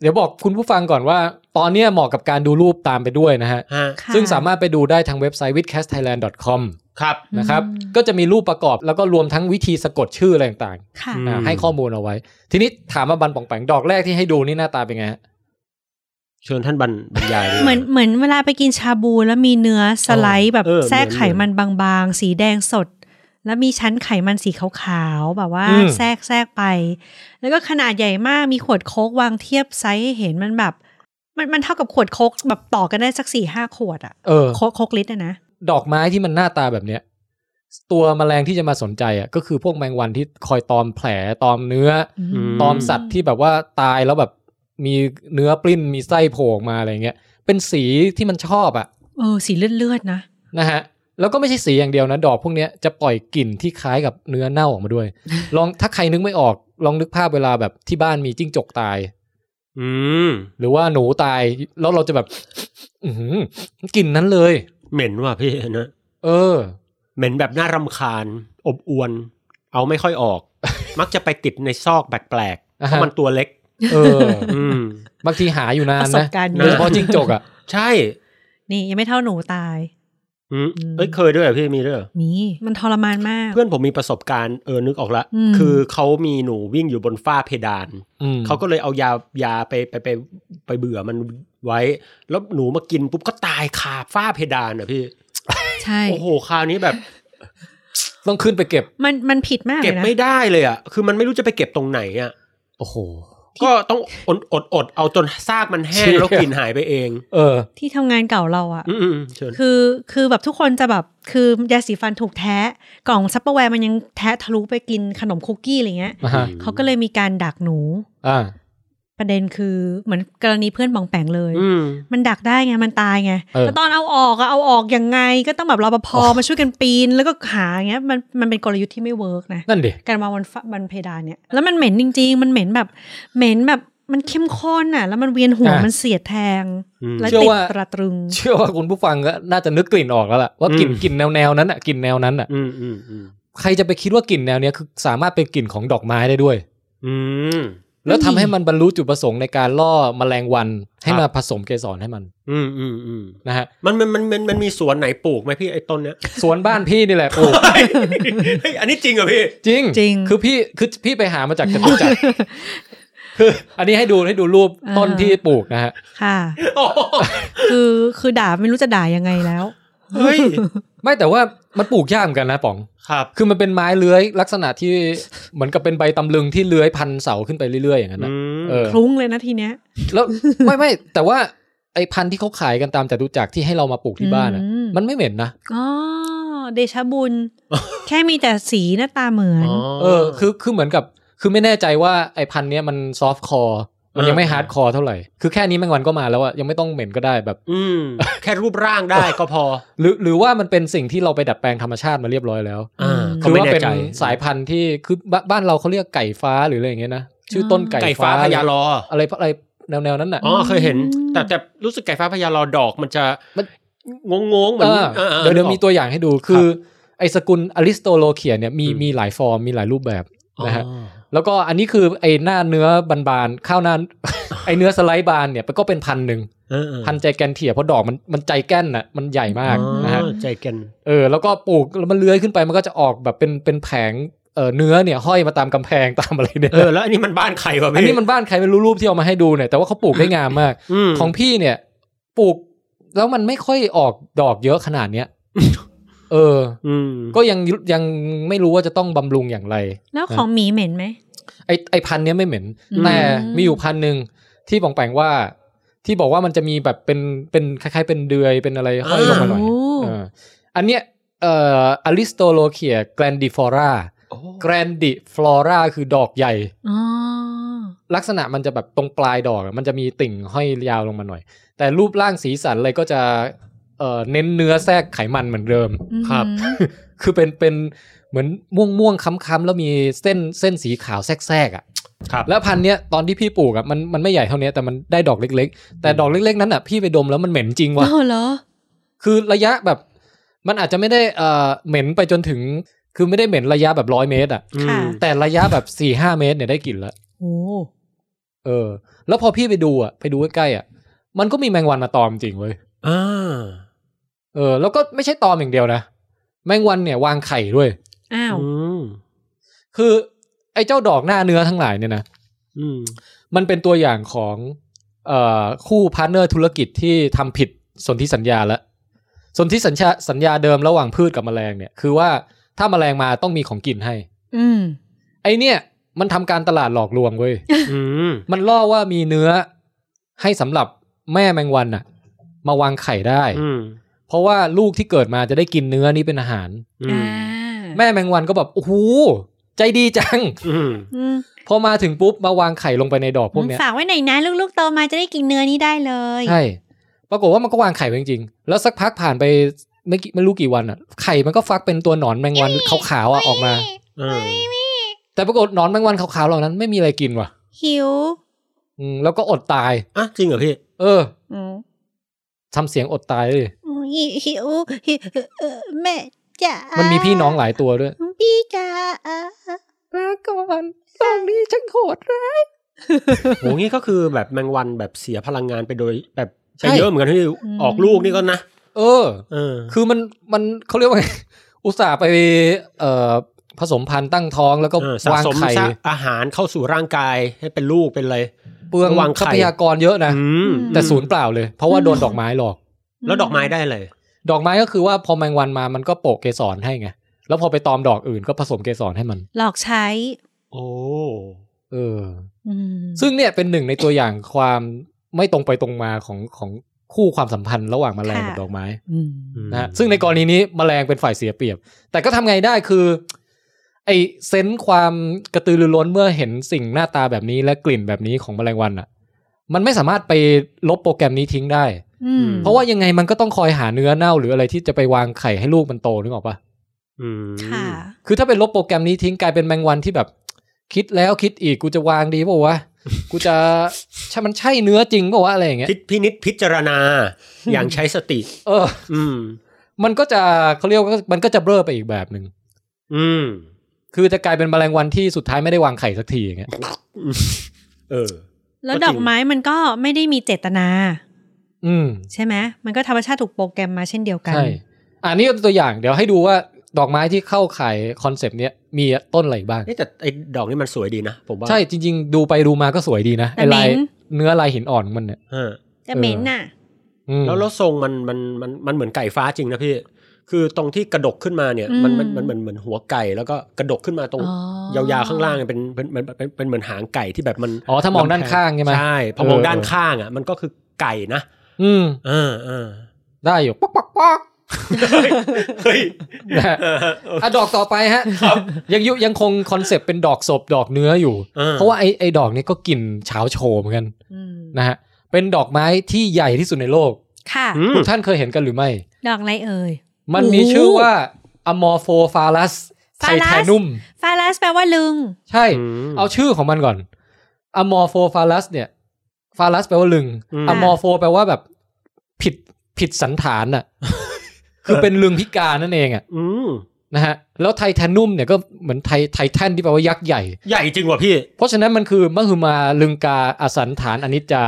Speaker 1: เดี๋ยวบอกคุณผู้ฟังก่อนว่า ตอนเนี้ยเหมาะกับการดูรูปตามไปด้วยนะฮะ
Speaker 3: ฮะ
Speaker 4: ค่ะ
Speaker 1: ซึ่งสามารถไปดูได้ทางเว็บไซต์ withcastthailand.com
Speaker 3: ครับ
Speaker 1: นะครับ
Speaker 4: อืม
Speaker 1: ก็จะมีรูปประกอบแล้วก็รวมทั้งวิธีสะกดชื่ออะไรต่าง
Speaker 4: ค่ะ
Speaker 1: ๆ
Speaker 3: อื
Speaker 1: อ่าม ให้ข้อมูลเอาไว้ ทีนี้ถามว่าบันป่องแปงดอกแรกที่ให้ดูนี่หน้าตาเป็นไงฮะ
Speaker 3: เชิญท่านบรรบรรยายลย
Speaker 4: เหมือนเหมือนเวลาไปกินชาบูแล้วมีเนื้อสไลด์แบบ
Speaker 3: เออ
Speaker 4: แทรก
Speaker 3: เหมือน
Speaker 4: ไขมันบางๆ สีแดงสด แล้วมีชั้นไขมันสีขาวๆแบบว่า
Speaker 1: อืม
Speaker 4: แทรกแทรกไป แล้วก็ขนาดใหญ่มากมีขวดโค้กวางเทียบไซส์ให้เห็นมันแบบ มันมันเท่ากับขวดโค้กแบบต่อกันได้สักสี่ห้าขวดอะ
Speaker 1: เออ
Speaker 4: โค้กโค้กลิตรอะนะ
Speaker 1: ดอกไม้ที่มันหน้าตาแบบเนี้ย ตัวแมลงที่จะมาสนใจอ่ะก็คือพวกแมงวันที่คอยตอมแผลตอมเนื้ออ
Speaker 3: ม
Speaker 1: ตอมสัตว์ที่แบบว่าตายแล้วแบบมีเนื้อปลิ้นมีไส้โผล่ออกมาอะไรเงี้ยเป็นสีที่มันชอบอ่ะ
Speaker 4: เออสีเลือดๆนะ
Speaker 1: นะฮะแล้วก็ไม่ใช่สีอย่างเดียวนะ ดอกพวกเนี้ยจะปล่อยกลิ่นที่คล้ายกับเนื้อเน่าออกมาด้วย ลองถ้าใครนึกไม่ออก ลองนึกภาพเวลาแบบที่บ้านมีจิ้งจกตาย
Speaker 3: อืม
Speaker 1: หรือว่าหนูตายแล้วเราจะแบบ อื้อหือกลิ่นนั้นเลย
Speaker 3: เหม็นว่ะพี่อันเนะ
Speaker 1: เออ
Speaker 3: เหม็นแบบน่ารำคาญ อบอวน เอาไม่ค่อยออก มักจะไปติดในซอกแปลกๆ
Speaker 1: อ่าฮะ
Speaker 3: เพราะมันตัวเล็ก
Speaker 1: เออ
Speaker 3: อืม
Speaker 1: บางทีหาอยู่นาน
Speaker 4: ประสบ
Speaker 1: นะ
Speaker 4: การณ์เย
Speaker 1: โด
Speaker 4: อะ
Speaker 1: ยเฉพาะจิ้งจกอ่ะ
Speaker 3: ใช่
Speaker 4: นี่ยังไม่เท่าหนูตาย
Speaker 3: อืมเอ้ยเคยด้วยเหรอพี่มีด้วยเหรอ
Speaker 4: มีมันทรมานมาก
Speaker 3: เพื่อนผมมีประสบการณ์เออนึกออกละ
Speaker 4: อืม
Speaker 3: คือเขามีหนูวิ่งอยู่บนฝ้าเพดาน
Speaker 1: อืม
Speaker 3: เขาก็เลยเอายายาไปไปไปไปเบื่อมันไว้ แล้วหนูมากินปุ๊บก็ตายคาฝ้าเพดานอ่ะพี่
Speaker 4: ใช่
Speaker 3: โอ้โหคราวนี้แบบ
Speaker 1: ต้องขึ้นไปเก็บ
Speaker 4: มันมันผิดมาก
Speaker 3: เก็บ
Speaker 4: เลยนะ
Speaker 3: ไม่ได้เลยอ่ะ คือมันไม่รู้จะไปเก็บตรงไหนอ่ะ
Speaker 1: โอ้โห
Speaker 3: ก็ต้องอดอดอดเอาจนซากมันแห้ง
Speaker 1: เชี่ย
Speaker 3: แล้วกลิ่นหายไปเอง
Speaker 1: เออ
Speaker 4: ที่ทำงานเก่าเราอะ
Speaker 3: อืมอืมเชิญ
Speaker 4: คือคือแบบทุกคนจะแบบคือยาสีฟันถูกแทะกล่องซัปเปอร์แวร์มันยังแทะทะลุไปกินขนมคุกกี้อะไรเงี้ย
Speaker 1: อ่าฮะ
Speaker 4: เขาก็เลยมีการดักหนู
Speaker 1: อ่า
Speaker 4: ประเด็นคือเหมือนกรณีเพื่อนบองแปงเลย
Speaker 3: อืม
Speaker 4: มันดักได้ไงมันตายไง
Speaker 1: เออ
Speaker 4: แล้วตอนเอาออกอะเอาออกยังไงก็ต้องแบบรปภมาช่วยกันปีน แล้วก็หาอย่างเงี้ยมันมันเป็นกลยุทธ์ที่ไม่เวิร์กนะ
Speaker 1: นั่นดิ
Speaker 4: การมางบนฟ้าบนเพดานเนี่ยแล้วมันเหม็นจริง ๆ มันเหม็นแบบเหม็นแบบมันเข้มข้นอ่ะ แล้วมันเวียนหัวมันเสียดแทง
Speaker 3: อืม
Speaker 4: และ
Speaker 1: เชื่อ
Speaker 4: ติด
Speaker 1: ว่า
Speaker 4: ตราตรึง
Speaker 1: เชื่อว่าคุณผู้ฟังก็น่าจะนึกกลิ่นออกแล้วล่ะว่ากลิ่น
Speaker 3: อืม
Speaker 1: กลิ่นแนวแนวๆนั้นอ่ะกลิ่นแนวนั้นอ่ะ
Speaker 3: อืมอืมอืม
Speaker 1: ใครจะไปคิดว่ากลิ่นแนวเนี้ยคือสามารถเป็นกลิ่นของดอกไม้ได้ด้วย
Speaker 3: อืม
Speaker 1: แล้วทำ
Speaker 4: อืม
Speaker 1: ให้มันบรรลุจุดประสงค์ในการล่อแมลงวันให้
Speaker 3: ครับ
Speaker 1: มาผสมเกสรให้มัน
Speaker 3: อืมอืมอืม
Speaker 1: นะฮะ
Speaker 3: มันมันมันมันมันมีสวนไหนปลูกไหมพี่ไอ้ต้นเนี้ย
Speaker 1: สวนบ้านพี่นี่แหละปลูก
Speaker 3: เฮ้ยอันนี้จริงเหรอพี่
Speaker 1: จริง
Speaker 4: จริง
Speaker 1: คือพี่คือพี่ไปหามาจากจตุจักรคืออันนี้ให้ดูให้ดูรูปต้นที่ปลูกนะฮะ
Speaker 4: ค่ะ
Speaker 3: โอ้โห
Speaker 4: คือคือด่าไม่รู้จะด่ายังไงแล้ว
Speaker 3: เฮ้ย
Speaker 1: ไม่แต่ว่ามันปลูกยากเหมือนกันนะป๋อง
Speaker 3: ครับ
Speaker 1: คือมันเป็นไม้เลื้อยลักษณะที่เหมือนกับเป็นใบตำลึงที่เลื้อยพันเสาขึ้นไปเรื่อยๆอย่างนั้นนะ
Speaker 3: อืม
Speaker 1: เออ
Speaker 4: คลุ้งเลยนะทีเนี้ย
Speaker 1: แล้ว ไม่ไม่แต่ว่าไอ้พันธุ์ที่เขาขายกันตามจตุจักรที่ให้เรามาปลูกที่บ้านอะมันไม่เหม็นนะ
Speaker 4: อ๋อเดชะ บุญ แค่มีแต่สีหน้าตาเหมือน
Speaker 1: เออคือคือเหมือนกับคือไม่แน่ใจว่าไอ้พันธุ์เนี้ยมันซอฟต์คอร์มันยังไม่ฮาร์ดคอร์เท่าไหร่ คือแค่นี้แมงวันก็มาแล้วอะยังไม่ต้องเหม็นก็ได้แบบ
Speaker 3: อืม แค่รูปร่างได้ก็พอ
Speaker 1: หรือหรือว่ามันเป็นสิ่งที่เราไปดัดแปลงธรรมชาติมาเรียบร้อยแล้ว
Speaker 3: อ่า
Speaker 1: คือว่าเป็น
Speaker 3: ก็ไม่แใจ
Speaker 1: สายพันธุ์ที่คือบ้านบ้านเราเขาเรียกไก่ฟ้าหรืออะไรอย่างเงี้ยนะชื่อต้นไก่
Speaker 3: ไก่ฟ้าพญารอ
Speaker 1: อะไรอะไรแนวแนวๆนั้นน่ะ
Speaker 3: อ๋อเคยเห็น แต่แต่รู้สึกไก่ฟ้าพญารอดอกมันจะ
Speaker 1: มัน
Speaker 3: งงงๆเหมือน
Speaker 1: เออ
Speaker 3: ออออ
Speaker 1: เดี๋ยวเดี๋ยว
Speaker 3: นึ
Speaker 1: มี
Speaker 3: กออก
Speaker 1: ตัวอย่างให้ดูคือ ไอสกุลอลิสโตโลเคียเนี่ยมี
Speaker 3: อืม
Speaker 1: มีหลายฟอร์มมีหลายรูปแบบนะฮะ
Speaker 3: อ๋อ
Speaker 1: แล้วก็อันนี้คือไอ้หน้าเนื้อบานๆข้าวหน้า ไอ้เนื้อสไลด์บานเนี่ยมันก็เป็นพันหนึ่ง
Speaker 3: เออเออ
Speaker 1: พันใจแกนเถี่ยเพราะดอกมันมันใจแก้นน่ะมันใหญ่มาก
Speaker 3: อ๋อ
Speaker 1: นะฮะ
Speaker 3: ใจแกัน
Speaker 1: เออแล้วก็ปลูกแล้วมันเลื้อยขึ้นไปมันก็จะออกแบบเป็นเป็นแผงเออเนื้อเนี่ยห้อยมาตามกำแพง ตามอะไรเนี่ย
Speaker 3: เออแล้วอันนี้มันบ้านใครวะ
Speaker 1: อั
Speaker 3: พี่อั
Speaker 1: นนี้มันบ้านใครไม่รู้รูปที่เอามาให้ดูเนี่ยแต่ว่าเขาปลูกได้งามมาก ของพี่เนี่ยปลูกแล้วมันไม่ค่อยออกดอกเยอะขนาดเนี้ย เออ
Speaker 3: อืม
Speaker 1: ก็ยังยังไม่รู้ว่าจะต้องบำรุงอย่างไร
Speaker 4: แล้วของหมีเหม็นไหม
Speaker 1: ไอไอพันธุ์เนี้ยไม่เหม็น
Speaker 4: อืม
Speaker 1: แต่มีอยู่พันธุ์หนึ่งที่ปองแปงว่า ที่บอกว่ามันจะมีแบบเป็นเป็นคล้าย ๆ เป็นเดือยเป็นอะไรห้อยลงมาหน่อย
Speaker 4: โอ้
Speaker 1: เอออันเนี้ยเอ่ออลิสโตโลเคียแกรนดิฟอราแกรนดิฟลอราคือดอกใหญ่
Speaker 4: อ๋อ
Speaker 1: ลักษณะมันจะแบบตรงปลายดอกอะมันจะมีติ่งห้อยยาวลงมาหน่อย แต่รูปร่างสีสันอะไรก็จะเอ่อเน้นเนื้อแทรกไขมันเหมือนเดิม
Speaker 4: อืม
Speaker 3: ครับ
Speaker 1: คือเป็นเป็นเหมือนม่วงม่วงๆค้ำๆแล้วมีเส้นเส้นสีขาวแทรกๆอ่ะ
Speaker 3: ครับ
Speaker 1: แล้วพันธุ์เนี้ยตอนที่พี่ปลูกอ่ะมันมันไม่ใหญ่เท่าเนี้ยแต่มันได้ดอกเล็ก ๆ แต่ดอกเล็ก ๆ นั้นอ่ะพี่ไปดมแล้วมันเหม็นจริ งว่ะ
Speaker 4: อ้าวเหรอ
Speaker 1: คือระยะแบบ มันอาจจะไม่ได้เอ่อเหม็นไปจนถึง คือไม่ได้เหม็นระยะแบบร้อยเมตรอ่ะ
Speaker 4: ค่ะ
Speaker 1: แต่ระยะแบบสี่ห้าเมตรเนี่ยได้กลิ่นละ
Speaker 4: โอ้
Speaker 1: เออ แล้วพอพี่ไปดูอ่ะไปดูใกล้ๆอ่ะ มันก็มีแมงวันมาตอมจริงเว้ย
Speaker 3: อ่า
Speaker 1: เออแล้วก็ไม่ใช่ตอมอย่างเดียวนะ แมงวันเนี่ยวางไข่ด้วย
Speaker 4: อ้าว
Speaker 3: อืม
Speaker 1: คือไอ้เจ้าดอกหน้าเนื้อทั้งหลายเนี่ยนะ
Speaker 3: อื ม
Speaker 1: มันเป็นตัวอย่างของเอ่อคู่พาร์ทเนอร์ธุรกิจที่ทำผิดสนธิสัญญาละสนธิสัญญาสัญญาเดิมระหว่างพืชกับแมลงเนี่ยคือว่าถ้าแมลงมาต้องมีของกินให้
Speaker 4: อืม
Speaker 1: ไอเนี่ยมันทำการตลาดหลอกลวงเว้ย
Speaker 3: อืม
Speaker 1: มันล่อว่ามีเนื้อให้สำหรับแม่แมงวันอะมาวางไข่ได้
Speaker 3: อืม
Speaker 1: เพราะว่าลูกที่เกิดมาจะได้กินเนื้อนี้เป็นอาหาร
Speaker 3: อื
Speaker 4: อ่าม
Speaker 1: แม่แมงวันก็แบบโอ้โหใจดีจัง
Speaker 3: อืม
Speaker 4: อืม
Speaker 1: พอมาถึงปุ๊บมาวางไข่ลงไปในดอกพวกเนี้ย
Speaker 5: ฝากไว้หน่อยนะ ลูกๆโตมาจะได้กินเนื้อนี้ได้เลย
Speaker 1: ใช่ ปรากฏว่ามันก็วางไข่ไปจริงๆ แล้วสักพักผ่านไปไม่กี่ไม่รู้กี่วันอ่ะ ไข่มันก็ฟักเป็นตัวหนอนแมงวันขาวๆอ่ะออกมา
Speaker 3: เออ
Speaker 1: แต่ปรากฏหนอนแมงวันขาวๆเหล่านั้นไม่มีอะไรกินว่ะ
Speaker 5: หิว
Speaker 1: อืมแล้วก็อดตาย
Speaker 3: อ่ะจริงเหรอพี่
Speaker 1: เออ
Speaker 4: อืม
Speaker 1: ทำเสียงอดตายเลย
Speaker 5: หิวหิวหิวเออแม่จ๋า
Speaker 1: มั
Speaker 5: มัน
Speaker 1: มีพี่น้องหลายตัวด้วย
Speaker 5: พี่จ๋า
Speaker 1: แล้วก็มันตอนนี้ฉันโหดร้าย
Speaker 3: โหงี้ก็คือแบบแมงวันแบบเสียพลังงานไปโดยแบบ
Speaker 1: ใช่
Speaker 3: ไปเยอะเหมือนกันที่ออกลูกนี่ก็นะ
Speaker 1: เออ
Speaker 3: เออ
Speaker 1: คือมันมันเขาเรียกว่าไง อุตส่าห์ไปเอ่อผสมพันธุ์ตั้งท้องแล้วก็
Speaker 3: เออสะ
Speaker 1: วาง
Speaker 3: สม
Speaker 1: ไข่
Speaker 3: ซะอาหารเข้าสู่ร่างกายให้เป็นลูกเป็นอะไร
Speaker 1: เปลือง
Speaker 3: วางไข่
Speaker 1: ทรัพยากรเยอะนะ
Speaker 3: อืม
Speaker 1: แต่ศูนย์เปล่าเลย เพราะว่าโดนดอกไม้หลอก
Speaker 3: แล้วดอกไม้ได้เลย
Speaker 1: ดอกไม้ก็คือว่าพอแมงวันมามันก็โปะเกสรให้ไง แล้วพอไปตอมดอกอื่นก็ผสมเกสรให้มัน
Speaker 4: หลอกใช้
Speaker 3: โอ้
Speaker 1: เออ
Speaker 4: อืม
Speaker 1: ซึ่งเนี่ยเป็นหนึ่งในตัวอย่างความไม่ตรงไปตรงมาของของคู่ความสัมพันธ์ระหว่างแมลงกับดอกไม้
Speaker 4: อืม
Speaker 1: นะฮะซึ่งในกรณีนี้แมลงเป็นฝ่ายเสียเปรียบ แต่ก็ทำไงได้คือ ไอเซนส์ความกระตือรือร้นเมื่อเห็นสิ่งหน้าตาแบบนี้และกลิ่นแบบนี้ของแมลงวันอ่ะ มันไม่สามารถไปลบโปรแกรมนี้ทิ้งได้
Speaker 4: อืม
Speaker 1: เพราะว่ายังไงมันก็ต้องคอยหาเนื้อเน่า หรืออะไรที่จะไปวางไข่ให้ลูกมันโตนึกออกปะ
Speaker 3: อืม
Speaker 4: ค่ะ
Speaker 1: คือถ้าเป็นลบโปรแกรมนี้ทิ้งกลายเป็นแมงวันที่แบบ คิดแล้วคิดอีกกูจะวางดีเปล่าวะกูจะ ใช่มันใช่เนื้อจริงเปล่าวะอะไรอย่างเงี้ย
Speaker 3: พิพินิษพิจารณา อย่างใช้สติ
Speaker 1: เออ
Speaker 3: อืม
Speaker 1: มันก็จะเขาเรียกว่ามันก็จะเบ้อไปอีกแบบหนึ่ง
Speaker 3: อืม
Speaker 1: คือจะกลายเป็นแมลงวันที่สุดท้ายไม่ได้วางไข่สักทีอย่างเงี้ย
Speaker 3: เออ
Speaker 4: แล้วดอกไม้มันก็ไม่ได้มีเจตนา
Speaker 1: อืม
Speaker 4: ใช่ไหมมันก็ธรรมชาติถูกโปรแกรมมาเช่นเดียวกัน
Speaker 1: ใช่ อันนี้ก็เป็นตัวอย่าง เดี๋ยวให้ดูว่าดอกไม้ที่เข้าไข่ายคอนเซปต์เนี้ยมีต้นอะไรบ้าง
Speaker 3: เอ๊ะแต่ไอ้ดอกนี่มันสวยดีนะ ผมว่า
Speaker 1: ใช่ จริง ๆ ดูไปดูมาก็สวยดีนะ
Speaker 4: แต่
Speaker 1: ไอ้
Speaker 4: เห
Speaker 1: ลา
Speaker 4: ม็
Speaker 1: ย
Speaker 4: น
Speaker 1: เนื้อลายหินอ่อนของมันเนี่ย
Speaker 3: เออ
Speaker 4: แต่เหม็นน่ะ
Speaker 1: อืม
Speaker 3: แล้วแล้วทรงมันมันมันมันเหมือนไก่ฟ้าจริงนะพี่ คือตรงที่กระดกขึ้นมาเนี่ยมันมันมันเหมือนเหมือนหัวไก่แล้วก็กระดกขึ้นมาตรง
Speaker 4: อ๋
Speaker 3: ยา
Speaker 4: อ
Speaker 3: วๆข้างล่างเนี่ยเป็นเป็นเป็นเป็นเป็นเหมือนหางไก่ที่แบบมัน
Speaker 1: อ๋อ ถ้ามองด้านข้างใช่ไหม
Speaker 3: ใช่พอ
Speaker 1: เออ
Speaker 3: มองด้านข้างอ่ะมันก็คือไก่นะ
Speaker 1: อืม
Speaker 3: เออเออ
Speaker 1: ได้อยู่ป๊อกป๊อกป๊ อก
Speaker 3: เฮ้ย
Speaker 1: นะฮะ
Speaker 3: เออเออ
Speaker 1: อ่ะดอกต่อไปฮะ ยังยุยังคงคอนเซปต์เป็นดอกศพดอกเนื้ออยู่
Speaker 3: เออ
Speaker 1: เพราะว่าไอ้ไอ้ดอกเนี้ก็กลิ่นเฉาโชว์เหมือนกัน
Speaker 4: อืม
Speaker 1: นะฮะ เป็นดอกไม้ที่ใหญ่ที่สุดในโลก
Speaker 4: ค่ะ
Speaker 3: อืม
Speaker 1: ทุกท่านเคยเห็นกันหรือไม่
Speaker 4: ดอกอะไรเอ่ย
Speaker 1: มันมีชื่อว่าอ m มอร์โฟฟาลัสไท
Speaker 4: Phallus
Speaker 1: แทนุม
Speaker 4: ฟาลัสแปลว่าลึง
Speaker 1: ใช่ เอาชื่อของมันก่อนอ m มอร์โฟฟาลัสเนี่ยฟาลัสแปลว่าลึง
Speaker 3: อืม
Speaker 1: อ m มอร์โฟแปลว่าแบบผิดผิดสันฐานอะ คือเป็นลึงพิการนั่นเองอะ
Speaker 3: อืม
Speaker 1: นะฮะ แล้วไทแทนุมเนี่ยก็เหมือนไทไทแทนที่แปลว่ายักษ์ใหญ่
Speaker 3: ใหญ่จริงว่ะพี่
Speaker 1: เพราะฉะนั้นมันคือมหึมาลึงกาอสันฐานอนิจจา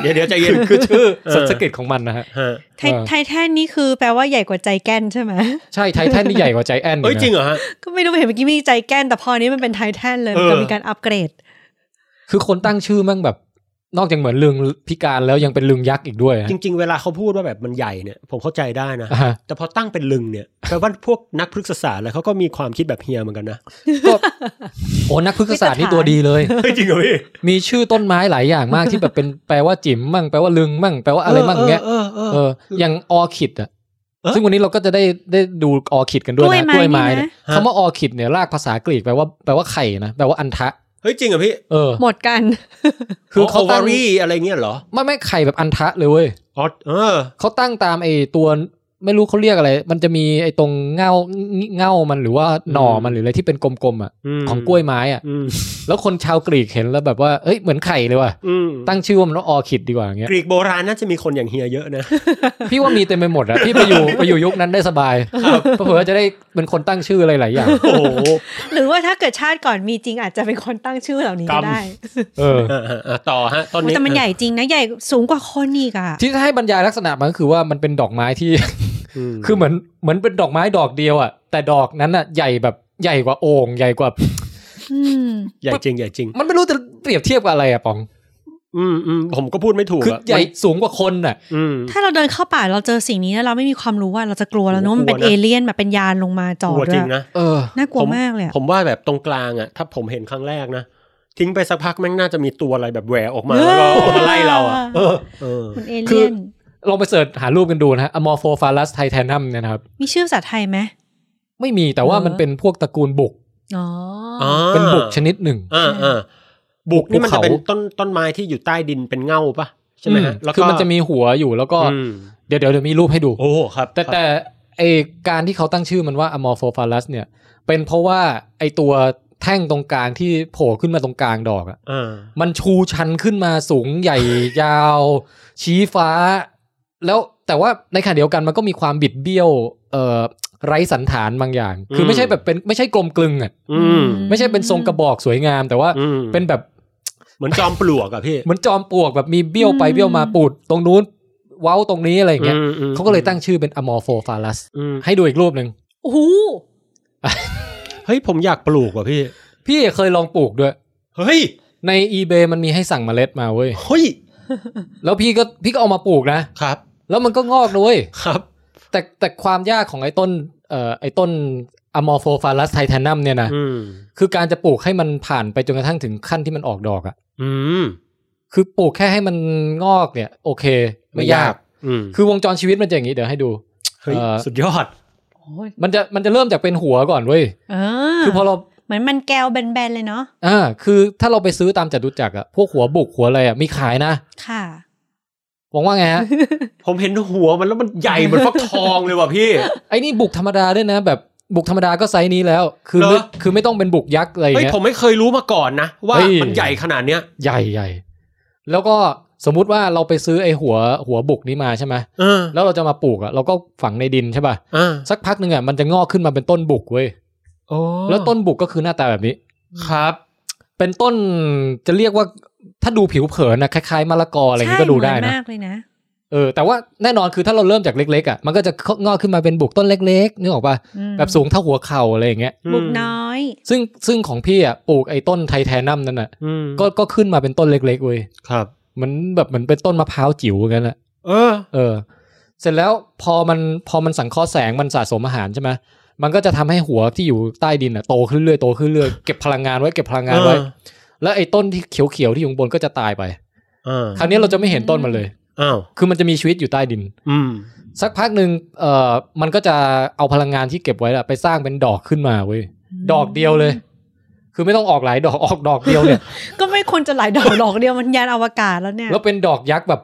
Speaker 3: เดี๋ยวเดี๋ยวใจเย็น
Speaker 1: คือชื่อ
Speaker 3: เออ
Speaker 1: สันสกฤตของมันนะฮะ
Speaker 3: ฮะ
Speaker 4: ไท
Speaker 1: เออ
Speaker 4: ไททันนี่คือแปลว่าใหญ่กว่าใจแก้นใช่ไหม
Speaker 1: ใช่ไทแทนนี่ใหญ่กว่าใจแอน
Speaker 3: เอ้ย
Speaker 1: นะ
Speaker 3: จริงเหรอฮะ
Speaker 4: ก็ไม่รู้เห็นเมื่อกี้มีใจแก้น แต่พอนี้มันเป็นไททันเลย
Speaker 3: เออ
Speaker 4: มันก็มีการอัปเกรด
Speaker 1: คือคนตั้งชื่อแมั่งแบบ นอกจากเหมือนลึงพิการแล้วยังเป็นลึงยักษ์อีกด้วยอะ
Speaker 3: จริง ๆ เวลาเขาพูดว่าแบบมันใหญ่เนี่ย ผมเข้าใจได้นะ
Speaker 1: อ่ะฮะ
Speaker 3: แต่พอตั้งเป็นลึงเนี่ยแปลว่าพวกนักพฤกษศาสตร์อะไรเขาก็มีความคิดแบบเฮียเหมือนกันนะ
Speaker 1: ก็โอ้นักพฤกษศาสตร์นี่ตัวดีเลย
Speaker 3: เฮ้ยจริงเหรอพี่
Speaker 1: มีชื่อต้นไม้หลายอย่างมากที่แบบเป็นแปลว่าจิ๋มมั่งแปลว่าลึงมั่งแปลว่าอะไรมั่งเงี้ย
Speaker 3: เออเออ
Speaker 1: เอ
Speaker 3: เออ
Speaker 1: ออย่างออคิดอ่ะ
Speaker 3: เออ
Speaker 1: ซึ่งวันนี้เราก็จะได้ได้ดูออคิดกันด้วยนะ
Speaker 4: ก
Speaker 1: ก
Speaker 4: ล้
Speaker 1: ล้ววย ย
Speaker 4: ไม้
Speaker 1: ไม้
Speaker 4: นี่นะ
Speaker 1: เนี่ยคำว่าออคิดเนี่ยรากภาษากรีกแปลว่าแปลว่าไข่นะแปลว่าอันทะ
Speaker 3: เฮ้ยจริงเหรอพี่
Speaker 1: เออ
Speaker 4: หมดกัน
Speaker 1: คือเขา
Speaker 3: วา
Speaker 1: ตั้ง
Speaker 3: รีอะไรเงี้ยเหรอ
Speaker 1: ไม่ไม่ไข่แบบอันทะเลยเว้ย
Speaker 3: อ๋อเออ
Speaker 1: เขาตั้งตามไอตัว ไม่รู้เขาเรียกอะไร มันจะมีไอ้ตรงเง่าเง่ามันหรือว่าหน่อมันหรืออะไรที่เป็นกลมๆอ่ะ
Speaker 3: ม
Speaker 1: ของกล้วยไม้อ่ะ
Speaker 3: อืม
Speaker 1: แล้วคนชาวกรีกเห็นแล้วแบบว่าเอ้ยเหมือนไข่เลยว่ะ
Speaker 3: อืม
Speaker 1: ตั้งชื่อว่ามันว่าออร์คิดดีกว่าอย่างเงี้ย
Speaker 3: กรีกโบราณน่าจะมีคนอย่างเฮียเยอะนะ
Speaker 1: พี่ว่ามีเต็มไปหมดอะพี่ไปอยู่ ไปอยู่ยุคนั้นได้สบายเผื่อๆจะได้เป็นคนตั้งชื่ออะไรหลายอย่าง
Speaker 3: โอ้โห
Speaker 4: หรือว่าถ้าเกิดชาติก่อนมีจริงอาจจะเป็นคนตั้งชื่อเหล่านี้ก็ได้
Speaker 1: เออ
Speaker 3: อ่ะอ่ะอ่ะต่อฮะ ต้นนี้
Speaker 4: แต่มันใหญ่จริงนะใหญ่สูงกว่าคนอีกอ่ะ
Speaker 1: ที่ให้บรรยายลักษณะมันก็คือว่ามันเป็นดอกไม้ที่
Speaker 3: ม
Speaker 1: คือเหมือนเหมือนเป็นดอกไม้ดอกเดียวอะแต่ดอกนั้นอะใหญ่แบบใหญ่กว่าโอ่งใหญ่กว่า
Speaker 4: อืม
Speaker 3: ใหญ่จริงใหญ่จริง
Speaker 1: มันไม่รู้จะเปรียบเทียบกับอะไรอะปอง
Speaker 3: อืมอืมผมก็พูดไม่ถูก
Speaker 1: คือ
Speaker 3: อะ
Speaker 1: ใหญ่
Speaker 3: มัน
Speaker 1: สูงกว่าคนอะ
Speaker 3: อืม
Speaker 4: ถ้าเราเดินเข้าป่าเราเจอสิ่งนี้แล้วเราไม่มีความรู้ว่าเราจะกลัวแล้วเนอะมันเป็น
Speaker 3: กลัวนะ
Speaker 4: เอเลี่ยนแบบเป็นยานลงมาจอก ด
Speaker 3: ลัวจ
Speaker 4: ด้ว
Speaker 3: ริ
Speaker 4: ย
Speaker 3: งนะ
Speaker 1: เออ
Speaker 4: น่ากลัวมากเลยอะ
Speaker 3: ผมว่าแบบตรงกลางอะถ้าผมเห็นครั้งแรกนะ ทิ้งไปสักพักแม่งน่าจะมีตัวอะไรแบบแหวออกมาแล้วก็ออกมาไล่เราอะ
Speaker 1: เออ
Speaker 3: เออ
Speaker 4: มันเอ
Speaker 1: คือ
Speaker 4: เลี่ยน
Speaker 1: ลองไปเสิร์ชหารูปกันดูนะฮะอมอร์โฟฟาลัสไทแทนัมเนี่ยนะครับ
Speaker 4: มีชื่อภาษาไทยไหม
Speaker 1: ไม่มีแต่ว่ามันเป็นพวกตระกูลบุก
Speaker 4: อ๋ออ
Speaker 3: อ่า
Speaker 1: เป็นบุกชนิดหนึ่ง
Speaker 3: อ่าอ่าบุกนี่มัน
Speaker 1: ภู
Speaker 3: จะ
Speaker 1: เขา
Speaker 3: เป็นต้นต้นไม้ที่อยู่ใต้ดินเป็นเง่าปะใช่ไหมฮะ
Speaker 1: อื
Speaker 3: แล้วก็
Speaker 1: คือมันจะมีหัวอยู่แล้วก็
Speaker 3: อืม
Speaker 1: เดี๋ยวเดี๋ยวเดี๋ยวมีรูปให้ดู
Speaker 3: โอ้ครับ
Speaker 1: แต่
Speaker 3: ครับ
Speaker 1: แต่ไอการที่เขาตั้งชื่อมันว่า amorphophallus เนี่ย เป็นเพราะว่าไอตัวแท่งตรงกลางที่โผล่ขึ้นมาตรงกลางดอกอะ
Speaker 3: อ่า
Speaker 1: มันชูชันขึ้นมาสูงใหญ่ ยาว ชี้ฟ้า แล้วแต่ว่าในขณะเดียวกันมันก็มีความบิดเบี้ยวเอ่อไร้สันฐานบางอย่าง คือไม่ใช่แบบเป็นไม่ใช่กลมกลึงอะ
Speaker 3: อืม
Speaker 1: ไม่ใช่เป็นทรงกระบอกสวยงาม แต่ว่า
Speaker 3: อืม
Speaker 1: เป็นแบบ
Speaker 3: เหมือนจอมปลวกอะพี่
Speaker 1: เหมือนจอมปลวกแบบมีเบี้ยวไปเบี้ยวมาปูด ตรงนู้นเว้าตรงนี้อะไรอย่างเงี้ย
Speaker 3: อืมอืม
Speaker 1: เขาก็เลยตั้งชื่อเป็น amorphophallus
Speaker 3: อืม
Speaker 1: ให้ดูอีกรูปหนึ่ง
Speaker 4: โอ้โห
Speaker 3: เฮ้ยผมอยากปลูกว่ะพี่
Speaker 1: พี่เคยลองปลูกด้วย
Speaker 3: เฮ้ย
Speaker 1: ใน eBay มันมีให้สั่งเมล็ดมาเว้ย
Speaker 3: เฮ้ย
Speaker 1: แล้วพี่ก็พี่ก็เอามาปลูกนะ
Speaker 3: ครับ
Speaker 1: แล้วมันก็งอกนะเว้ย
Speaker 3: ครับ
Speaker 1: แต่แต่ความยากของไอ้ต้นเอ่อไอ้ต้นอมอร์โฟฟาลัสไทแทนัมเนี่ยนะ
Speaker 3: อืม
Speaker 1: คือการจะปลูกให้มันผ่านไปจนกระทั่งถึงขั้นที่มันออกดอกอะ
Speaker 3: อืม
Speaker 1: คือปลูกแค่ให้มันงอกเนี่ย โอเค ไม่ยาก
Speaker 3: อืม
Speaker 1: คือวงจรชีวิตมันจะอย่างนี้เดี๋ยวให้ดู
Speaker 3: เฮ้ย
Speaker 1: เอ่อ
Speaker 3: สุดยอด
Speaker 4: โอ้ย
Speaker 1: มันจะมันจะเริ่มจากเป็นหัวก่อนเว้ย
Speaker 4: เอ
Speaker 1: คือพอเรา
Speaker 4: เหมือนมันแก้วแบนๆเลยเนาะ
Speaker 1: อ่า คือถ้าเราไปซื้อตามจัดดุจักรอะพวกหัวบุกหัวอะไรอะมีขายนะ
Speaker 4: ค่ะ
Speaker 1: หวังว่าไงฮะ
Speaker 3: ผมเห็นหัวมันแล้วมันใหญ่เหมือนฟักทองเลยว่ะพี่
Speaker 1: ไอ้นี่บุกธรรมดาด้วยนะ แบบบุกธรรมดาก็ไซส์นี้แล้ว คือ
Speaker 3: เหรอ
Speaker 1: ไม่คือไม่ต้องเป็นบุกยักษ์อะไรอย่าง
Speaker 3: เฮ้ย
Speaker 1: เงี้ย
Speaker 3: ผมไม่เคยรู้มาก่อนนะ ว่า
Speaker 1: เฮ้ย
Speaker 3: มันใหญ่ขนาดเนี้ย
Speaker 1: ใหญ่ใหญ่แล้วก็สมมุติว่าเราไปซื้อไอ้หัวหัวบุกนี้มาใช่ไหม
Speaker 3: เออ
Speaker 1: แล้วเราจะมาปลูกอะเราก็ฝังในดินใช่ป่ะ
Speaker 3: อ่า
Speaker 1: สักพักหนึ่งอะมันจะงอกขึ้นมาเป็นต้นบุกเว้ย
Speaker 3: โอ้
Speaker 1: แล้วต้นบุกก็คือหน้าตาแบบนี้
Speaker 3: ครับ
Speaker 1: เป็นต้นจะเรียกว่าถ้าดูผิวเผินนะคล้ายๆมะละกออะไรอย่างงี้ก็ดูได้
Speaker 4: ใช่เหมือ
Speaker 1: นะ
Speaker 4: มากเลยนะ
Speaker 1: เออแต่ว่าแน่นอนคือถ้าเราเริ่มจากเล็กๆอะมันก็จะงอกขึ้นมาเป็นบุกต้นเล็กๆนึกออกป่ะ
Speaker 4: อืม
Speaker 1: แบบสูงเท่าหัวเข่าอะไรอย่างเงี้ย
Speaker 4: บุกน้อย
Speaker 1: ซึ่งซึ่งของพี่อ่ะปลูกไอ้ต้นไทแทนัมนั่นน่ะ
Speaker 3: อืม
Speaker 1: ก็ก็ขึ้นมาเป็นต้นเล็กๆเว้ย
Speaker 3: ครับ
Speaker 1: เหมันแบบเหมือนเป็นต้นมะพร้าวจิ๋วกันแหละ
Speaker 3: เออ
Speaker 1: เออ เสร็จแล้วพอมันพอมันสังเคราะห์แสงมันสะสมอาหารใช่ไหมมันก็จะทำให้หัวที่อยู่ใต้ดินอ่ะโตขึ้นเรื่อยๆโตขึ้นเรื่อยเก็บพลังงานไว้เก็บพลังงานไว้
Speaker 3: เออ
Speaker 1: แล้วไอ้ต้นที่เขียวๆที่อยู่ข้างบนก็จะตายไป
Speaker 3: เออ
Speaker 1: คราวนี้เราจะไม่เห็นต้นมันเลย
Speaker 3: อ้าว
Speaker 1: คือมันจะมีชีวิตอยู่ใต้ดิน
Speaker 3: อืม
Speaker 1: สักพักหนึ่งเอ่อมันก็จะเอาพลังงานที่เก็บไว้อะไปสร้างเป็นดอกขึ้นมาเว้ยดอกเดียวเลย คือไม่ต้องออกหลายดอกออกดอกเดียว เนี่ย
Speaker 4: ก็ไม่ควรจะหลายดอกดอกเดียวมันยานอวกาศแล้วเนี่ย
Speaker 1: แล้วเป็นดอกยักษ์แบบ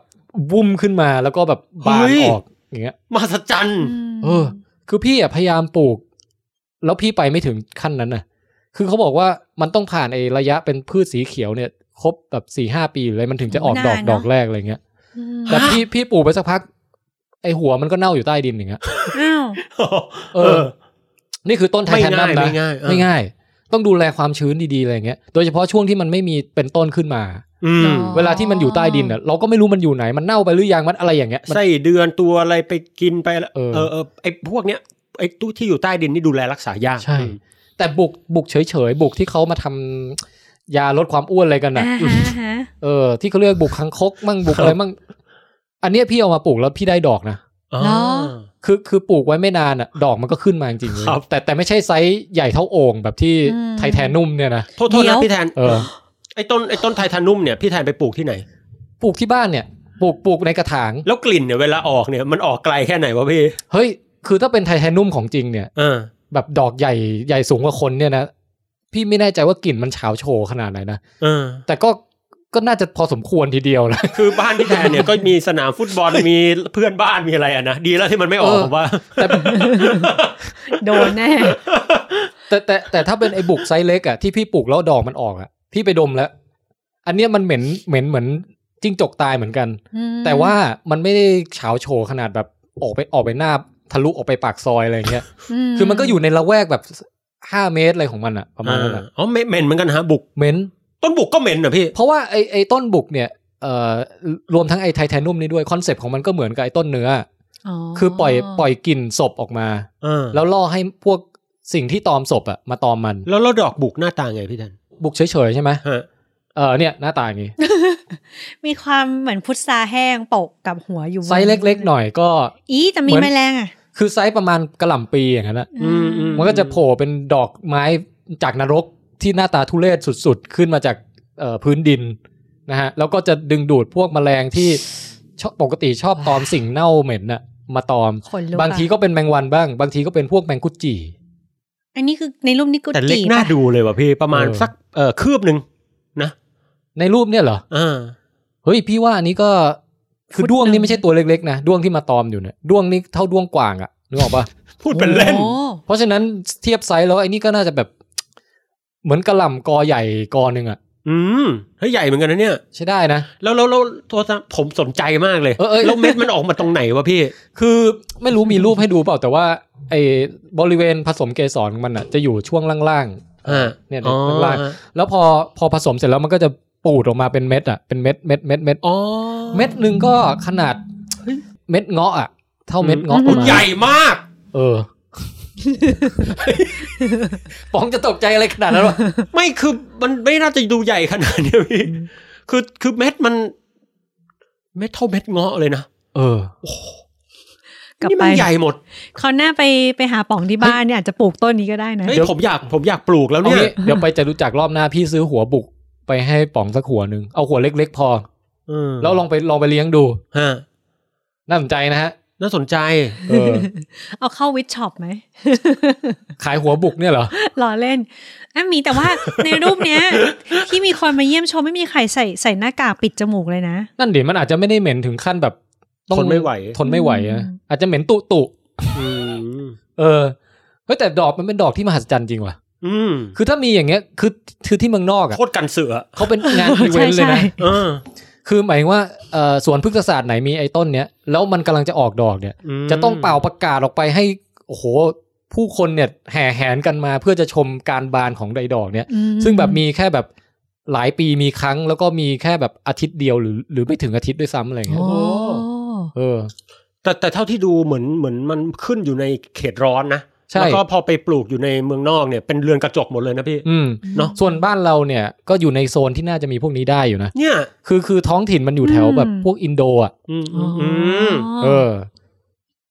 Speaker 1: วุ้มขึ้นมาแล้วก็แบบบานออกอย่างเงี้ย
Speaker 3: มหัศจรรย์
Speaker 4: ม
Speaker 1: เออ คือพี่อ่ะพยายามปลูก แล้วพี่ไปไม่ถึงขั้นนั้นน่ะ คือเขาบอกว่ามันต้องผ่านไอ้ระยะเป็นพืชสีเขียวเนี่ยครบแบบสี่ห้าปีเลยมันถึงจะออกดอกดอกแรกอะไรเงี้ย
Speaker 4: ม
Speaker 1: แต่พี่พี่ปลูกไปสักพัก ไอ้หัวมันก็เน่าอยู่ใต้ดินอย่างเงี้ย
Speaker 4: อ้าว
Speaker 1: เออ นี่คือต้นไทแทนนัมนะ
Speaker 3: ไม่ง่ายไม่
Speaker 1: ไม่
Speaker 3: ง่าย
Speaker 1: ง่าย ต้องดูแลความชื้นดีๆอะไรเงี้ย โดยเฉพาะช่วงที่มันไม่มีเป็นต้นขึ้นมา
Speaker 3: อืม
Speaker 1: เวลาที่มันอยู่ใต้ดินน่ะเราก็ไม่รู้มันอยู่ไหนมันเน่าไปหรือยังมันอะไรอย่างเงี้ยมัน
Speaker 3: ไส้เดือนตัวอะไรไปกินไปแล้ว
Speaker 1: เออ
Speaker 3: เออเออไอพวกเนี้ยไอตู้ที่อยู่ใต้ดินนี่ดูแลรักษายาก
Speaker 1: ใช่ แต่บุกบุกเฉยๆ บุกที่เขามาทำยาลดความอ้วนอะไรกันนะ
Speaker 4: อ่าฮะอ่าฮะ
Speaker 1: เออที่เขาเรียกบุกคังคกมั่งบุกอะไรมั่งอันเนี้ยพี่เอามาปลูกแล้วพี่ได้ดอกนะ
Speaker 3: อ๋อ
Speaker 1: คือคือปลูกไว้ไม่นานอ่ะ ดอกมันก็ขึ้นมาจริงๆเลย
Speaker 3: ครับ
Speaker 1: แต่แต่ไม่ใช่ไซส์ใหญ่เท่าโอ่งแบบที่ไทแทนุ่มเนี่ยนะ
Speaker 3: โทษโทษนะพี่แทน
Speaker 1: เออ
Speaker 3: ไอต้นไอต้นไททานุ่มเนี่ยพี่แทนไปปลูกที่ไหน
Speaker 1: ปลูกที่บ้านเนี่ยปลูกปลูกในกระถาง
Speaker 3: แล้วกลิ่นเนี่ยเวลาออกเนี่ยมันออกไกลแค่ไหนวะพี่
Speaker 1: เฮ้ย คือถ้าเป็นไทแทนุ่มของจริงเนี่ย
Speaker 3: เออ
Speaker 1: แบบดอกใหญ่ใหญ่สูงกว่าคนเนี่ยนะพี่ไม่แน่ใจว่ากลิ่นมันเฉาวโชว์ขนาดไหนนะ
Speaker 3: เออ
Speaker 1: แต่ก็ ก็น่าจะพอสมควรทีเดียวนะ
Speaker 3: คือบ้านพี่แทนเนี่ยก็มีสนามฟุตบอลมีเพื่อนบ้านมีอะไรอะนะดีแล้วที่มันไม่ออก
Speaker 1: เออ
Speaker 3: ผมว่า
Speaker 1: แต่
Speaker 4: โดนแน่
Speaker 1: แต่แต่แต่ถ้าเป็นไอ้บุกไซส์เล็กอะที่พี่ปลูกแล้วดอกมันออกอะพี่ไปดมแล้ว อันเนี้ยมันเหม็นเหม็นเหมือนจิ้งจกตายเหมือนกัน
Speaker 4: อืม
Speaker 1: แต่ว่ามันไม่ได้เฉาโชว์ขนาดแบบออกไปออกไปหน้าทะลุออกไปปากซอยอะไรอย่างเงี้ย คือมันก็อยู่ในละแวกแบบห้าเมตรอะไรของมันอะประมาณนั้นอะ
Speaker 3: อ๋อเหม็นเหม็นเหมือนกันฮะบุก
Speaker 1: เหม็น
Speaker 3: ต้นบุกก็เหม็นเหรอพี่
Speaker 1: เพราะว่าไอไอต้นบุกเนี่ยเอ่อรวมทั้งไอไทแทนุ่มนี่ด้วยคอนเซปต์ของมันก็เหมือนกับไอต้นเนื้อคือปล่อยปล่อยกลิ่นศพออกมา
Speaker 3: เออ
Speaker 1: แล้วล่อให้พวกสิ่งที่ตอมศพอะมาตอมมัน
Speaker 3: แล้วแล้วดอกบุกหน้าตาไงพี่แทน
Speaker 1: บุกเฉยๆใช่ไหม
Speaker 3: ฮะ
Speaker 1: เออเนี่ยหน้าตาอย่างงี้
Speaker 4: มีความเหมือนพุทราแห้งโปกกับหัวอยู่บน
Speaker 1: ไซส์เล็กๆหน่อยก็
Speaker 4: อีแต่มี
Speaker 1: เหมือน
Speaker 4: แมลงอ่ะ
Speaker 1: คือไซส์ประมาณกระหล่ำปีอย่างนั้นนะ
Speaker 3: อืมอื
Speaker 1: มันก็จะโผล่เป็นดอกไม้จากนรกที่หน้าตาทุเรศสุดๆ ขึ้นมาจากเอ่อพื้นดินนะฮะแล้วก็จะดึงดูดพวกแมลงที่ชอบปกติชอบตอมสิ่งเน่าเหม็นน่ะมาตอม
Speaker 4: ขนลุก
Speaker 1: บางที
Speaker 4: อะ
Speaker 1: ก็เป็นแมงวันบ้าง บางทีก็เป็นพวกแมงกุจี
Speaker 4: อันนี้คือในรูปนี้กู
Speaker 3: แต่เล็ก
Speaker 4: จีบ
Speaker 3: หน้า
Speaker 4: ปะ
Speaker 3: ดูเลยว่ะพี่ ประมาณสักเออคืบหนึ่งนะ
Speaker 1: ในรูปเนี่ยเหรอ
Speaker 3: อ่า
Speaker 1: เฮ้ยพี่ว่าอันนี้ก็คือด้วงนี่ไม่ใช่ตัวเล็กๆนะด้วงที่มาตอมอยู่เนี่ยด้วงนี่เท่าด้วงกว่างอะนึกออกปะ
Speaker 3: พูดเป็นเล่น
Speaker 4: โอ้
Speaker 1: เพราะฉะนั้นเทียบไซส์แล้วไอ้นี่ก็น่าจะแบบ เหมือนกระหล่ำกอใหญ่กอหนึ่งอะ
Speaker 3: อืมเฮ้ยใหญ่เหมือนกันนะเนี่ย
Speaker 1: ใช่ได้นะ
Speaker 3: แล้วแล้วแล้วตัวซะผมสนใจมากเลย
Speaker 1: เออเออ
Speaker 3: แล้วเม็ดมัน ออกมาตรงไหนวะพี่
Speaker 1: คือไม่รู้มีรูปให้ดูเปล่า แต่ว่าไอ้บริเวณผสมเกสรของมันอะจะอยู่ช่วงล่าง
Speaker 3: อ่า
Speaker 1: ๆเนี่ย
Speaker 3: อ๋อ
Speaker 1: ข้างล่างแล้วพอพอผสมเสร็จแล้วมันก็จะปูดออกมาเป็นเม็ดอะเป็นเม็ดเม็ดเม็ดเม็ด
Speaker 3: อ๋อ
Speaker 1: เม็ดหนึ่งก็ขนาดเม็ดเงาะอะเท่าเม็ดเงาะประมาณ
Speaker 3: ใหญ่มาก
Speaker 1: เออ ป๋องจะตกใจอะไรขนาด นั้นวะ
Speaker 3: ไม่คือมันไม่น่าจะดูใหญ่ขนาดเนี้ยพี่คือคือเม็ดมัน เม็ดเท่าเม็ดเงาะเลยนะ
Speaker 1: เออ
Speaker 4: กลับ
Speaker 3: นี่
Speaker 4: ไป
Speaker 3: มันใหญ่หมด
Speaker 4: เขาวหน้าไปไปหาป๋องที่บ้านเนี่ยอาจจะปลูกต้นนี้ก็ได้นะ
Speaker 3: เฮ้ยผมอยากผมอยากปลูกแล้ว
Speaker 1: เอา
Speaker 3: เนี่ย
Speaker 1: งี้เดี๋ยวไปจะรู้จักรอบหน้าพี่ซื้อหัวบุกไปให้ป๋องสักหัวหนึ่งเอาหัวเล็กๆพอ
Speaker 3: เออ
Speaker 1: แล้วลองไปลองไปเลี้ยงดู
Speaker 3: ฮะ
Speaker 1: น่าสนใจนะฮะ
Speaker 3: น่าสนใจ
Speaker 1: เออ
Speaker 4: เอาเข้าวิทช็อปไหม
Speaker 1: ขายหัวบุกเนี่ยเหรอ
Speaker 4: ล้อเล่นอ่ะมี แต่ว่า ในรูปเนี้ย ที่มีคนมาเยี่ยมชมไม่มีใครใส่ใส่หน้ากากปิดจมูกเลยนะ
Speaker 1: นั่นดิมันอาจจะไม่ได้เหม็นถึงขั้นแบบต้อง
Speaker 3: ทนไม่ไหว
Speaker 1: ทนไม่ไหวนะอาจจะเหม็นตุตุ
Speaker 3: อืม
Speaker 1: เออเฮ้ยแต่ดอกมันเป็นดอกที่มหัศจรรย์จริงว่ะ
Speaker 3: อืม
Speaker 1: คือถ้ามีอย่างเงี้ยคือคือที่เมืองนอกอ่ะ
Speaker 3: โคตร กันเสือ
Speaker 1: เขาเป็นงานอีเวนต์เลยนะ
Speaker 4: ใช่
Speaker 3: เออ
Speaker 1: คือหมายถึงว่าเอ่อสวนพฤกษศาสตร์ไหนมีไอ้ต้นเนี้ยแล้วมันกำลังจะออกดอกเนี่ย
Speaker 3: ม
Speaker 1: จะต้องเป่าประกาศออกไปให้โอ้โหผู้คนเนี่ยแห่แหนกันมาเพื่อจะชมการบานของไดดอกเนี่ย
Speaker 4: อืม
Speaker 1: ซึ่งแบบมีแค่แบบหลายปีมีครั้ง แล้วก็มีแค่แบบอาทิตย์เดียวหรือ หรือไม่ถึงอาทิตย์ด้วยซ้ำอะไรเงี้
Speaker 4: โอ้
Speaker 1: ยเออ
Speaker 3: แต่แต่เท่าที่ดูเหมือนเหมือนมันขึ้นอยู่ในเขตร้อนนะ
Speaker 1: ใช่
Speaker 3: แล้วก็พอไปปลูกอยู่ในเมืองนอกเนี่ยเป็นเรือนกระจกหมดเลยนะพี่
Speaker 1: อืม
Speaker 3: เนอะ
Speaker 1: ส่วนบ้านเราเนี่ยก็อยู่ในโซนที่น่าจะมีพวกนี้ได้อยู่นะ
Speaker 3: เนี่ย
Speaker 1: คือคือท้องถิ่นมันอยู่แถวแบบพวกอินโดอ่ะ
Speaker 3: อืมอืมอืม
Speaker 1: เออ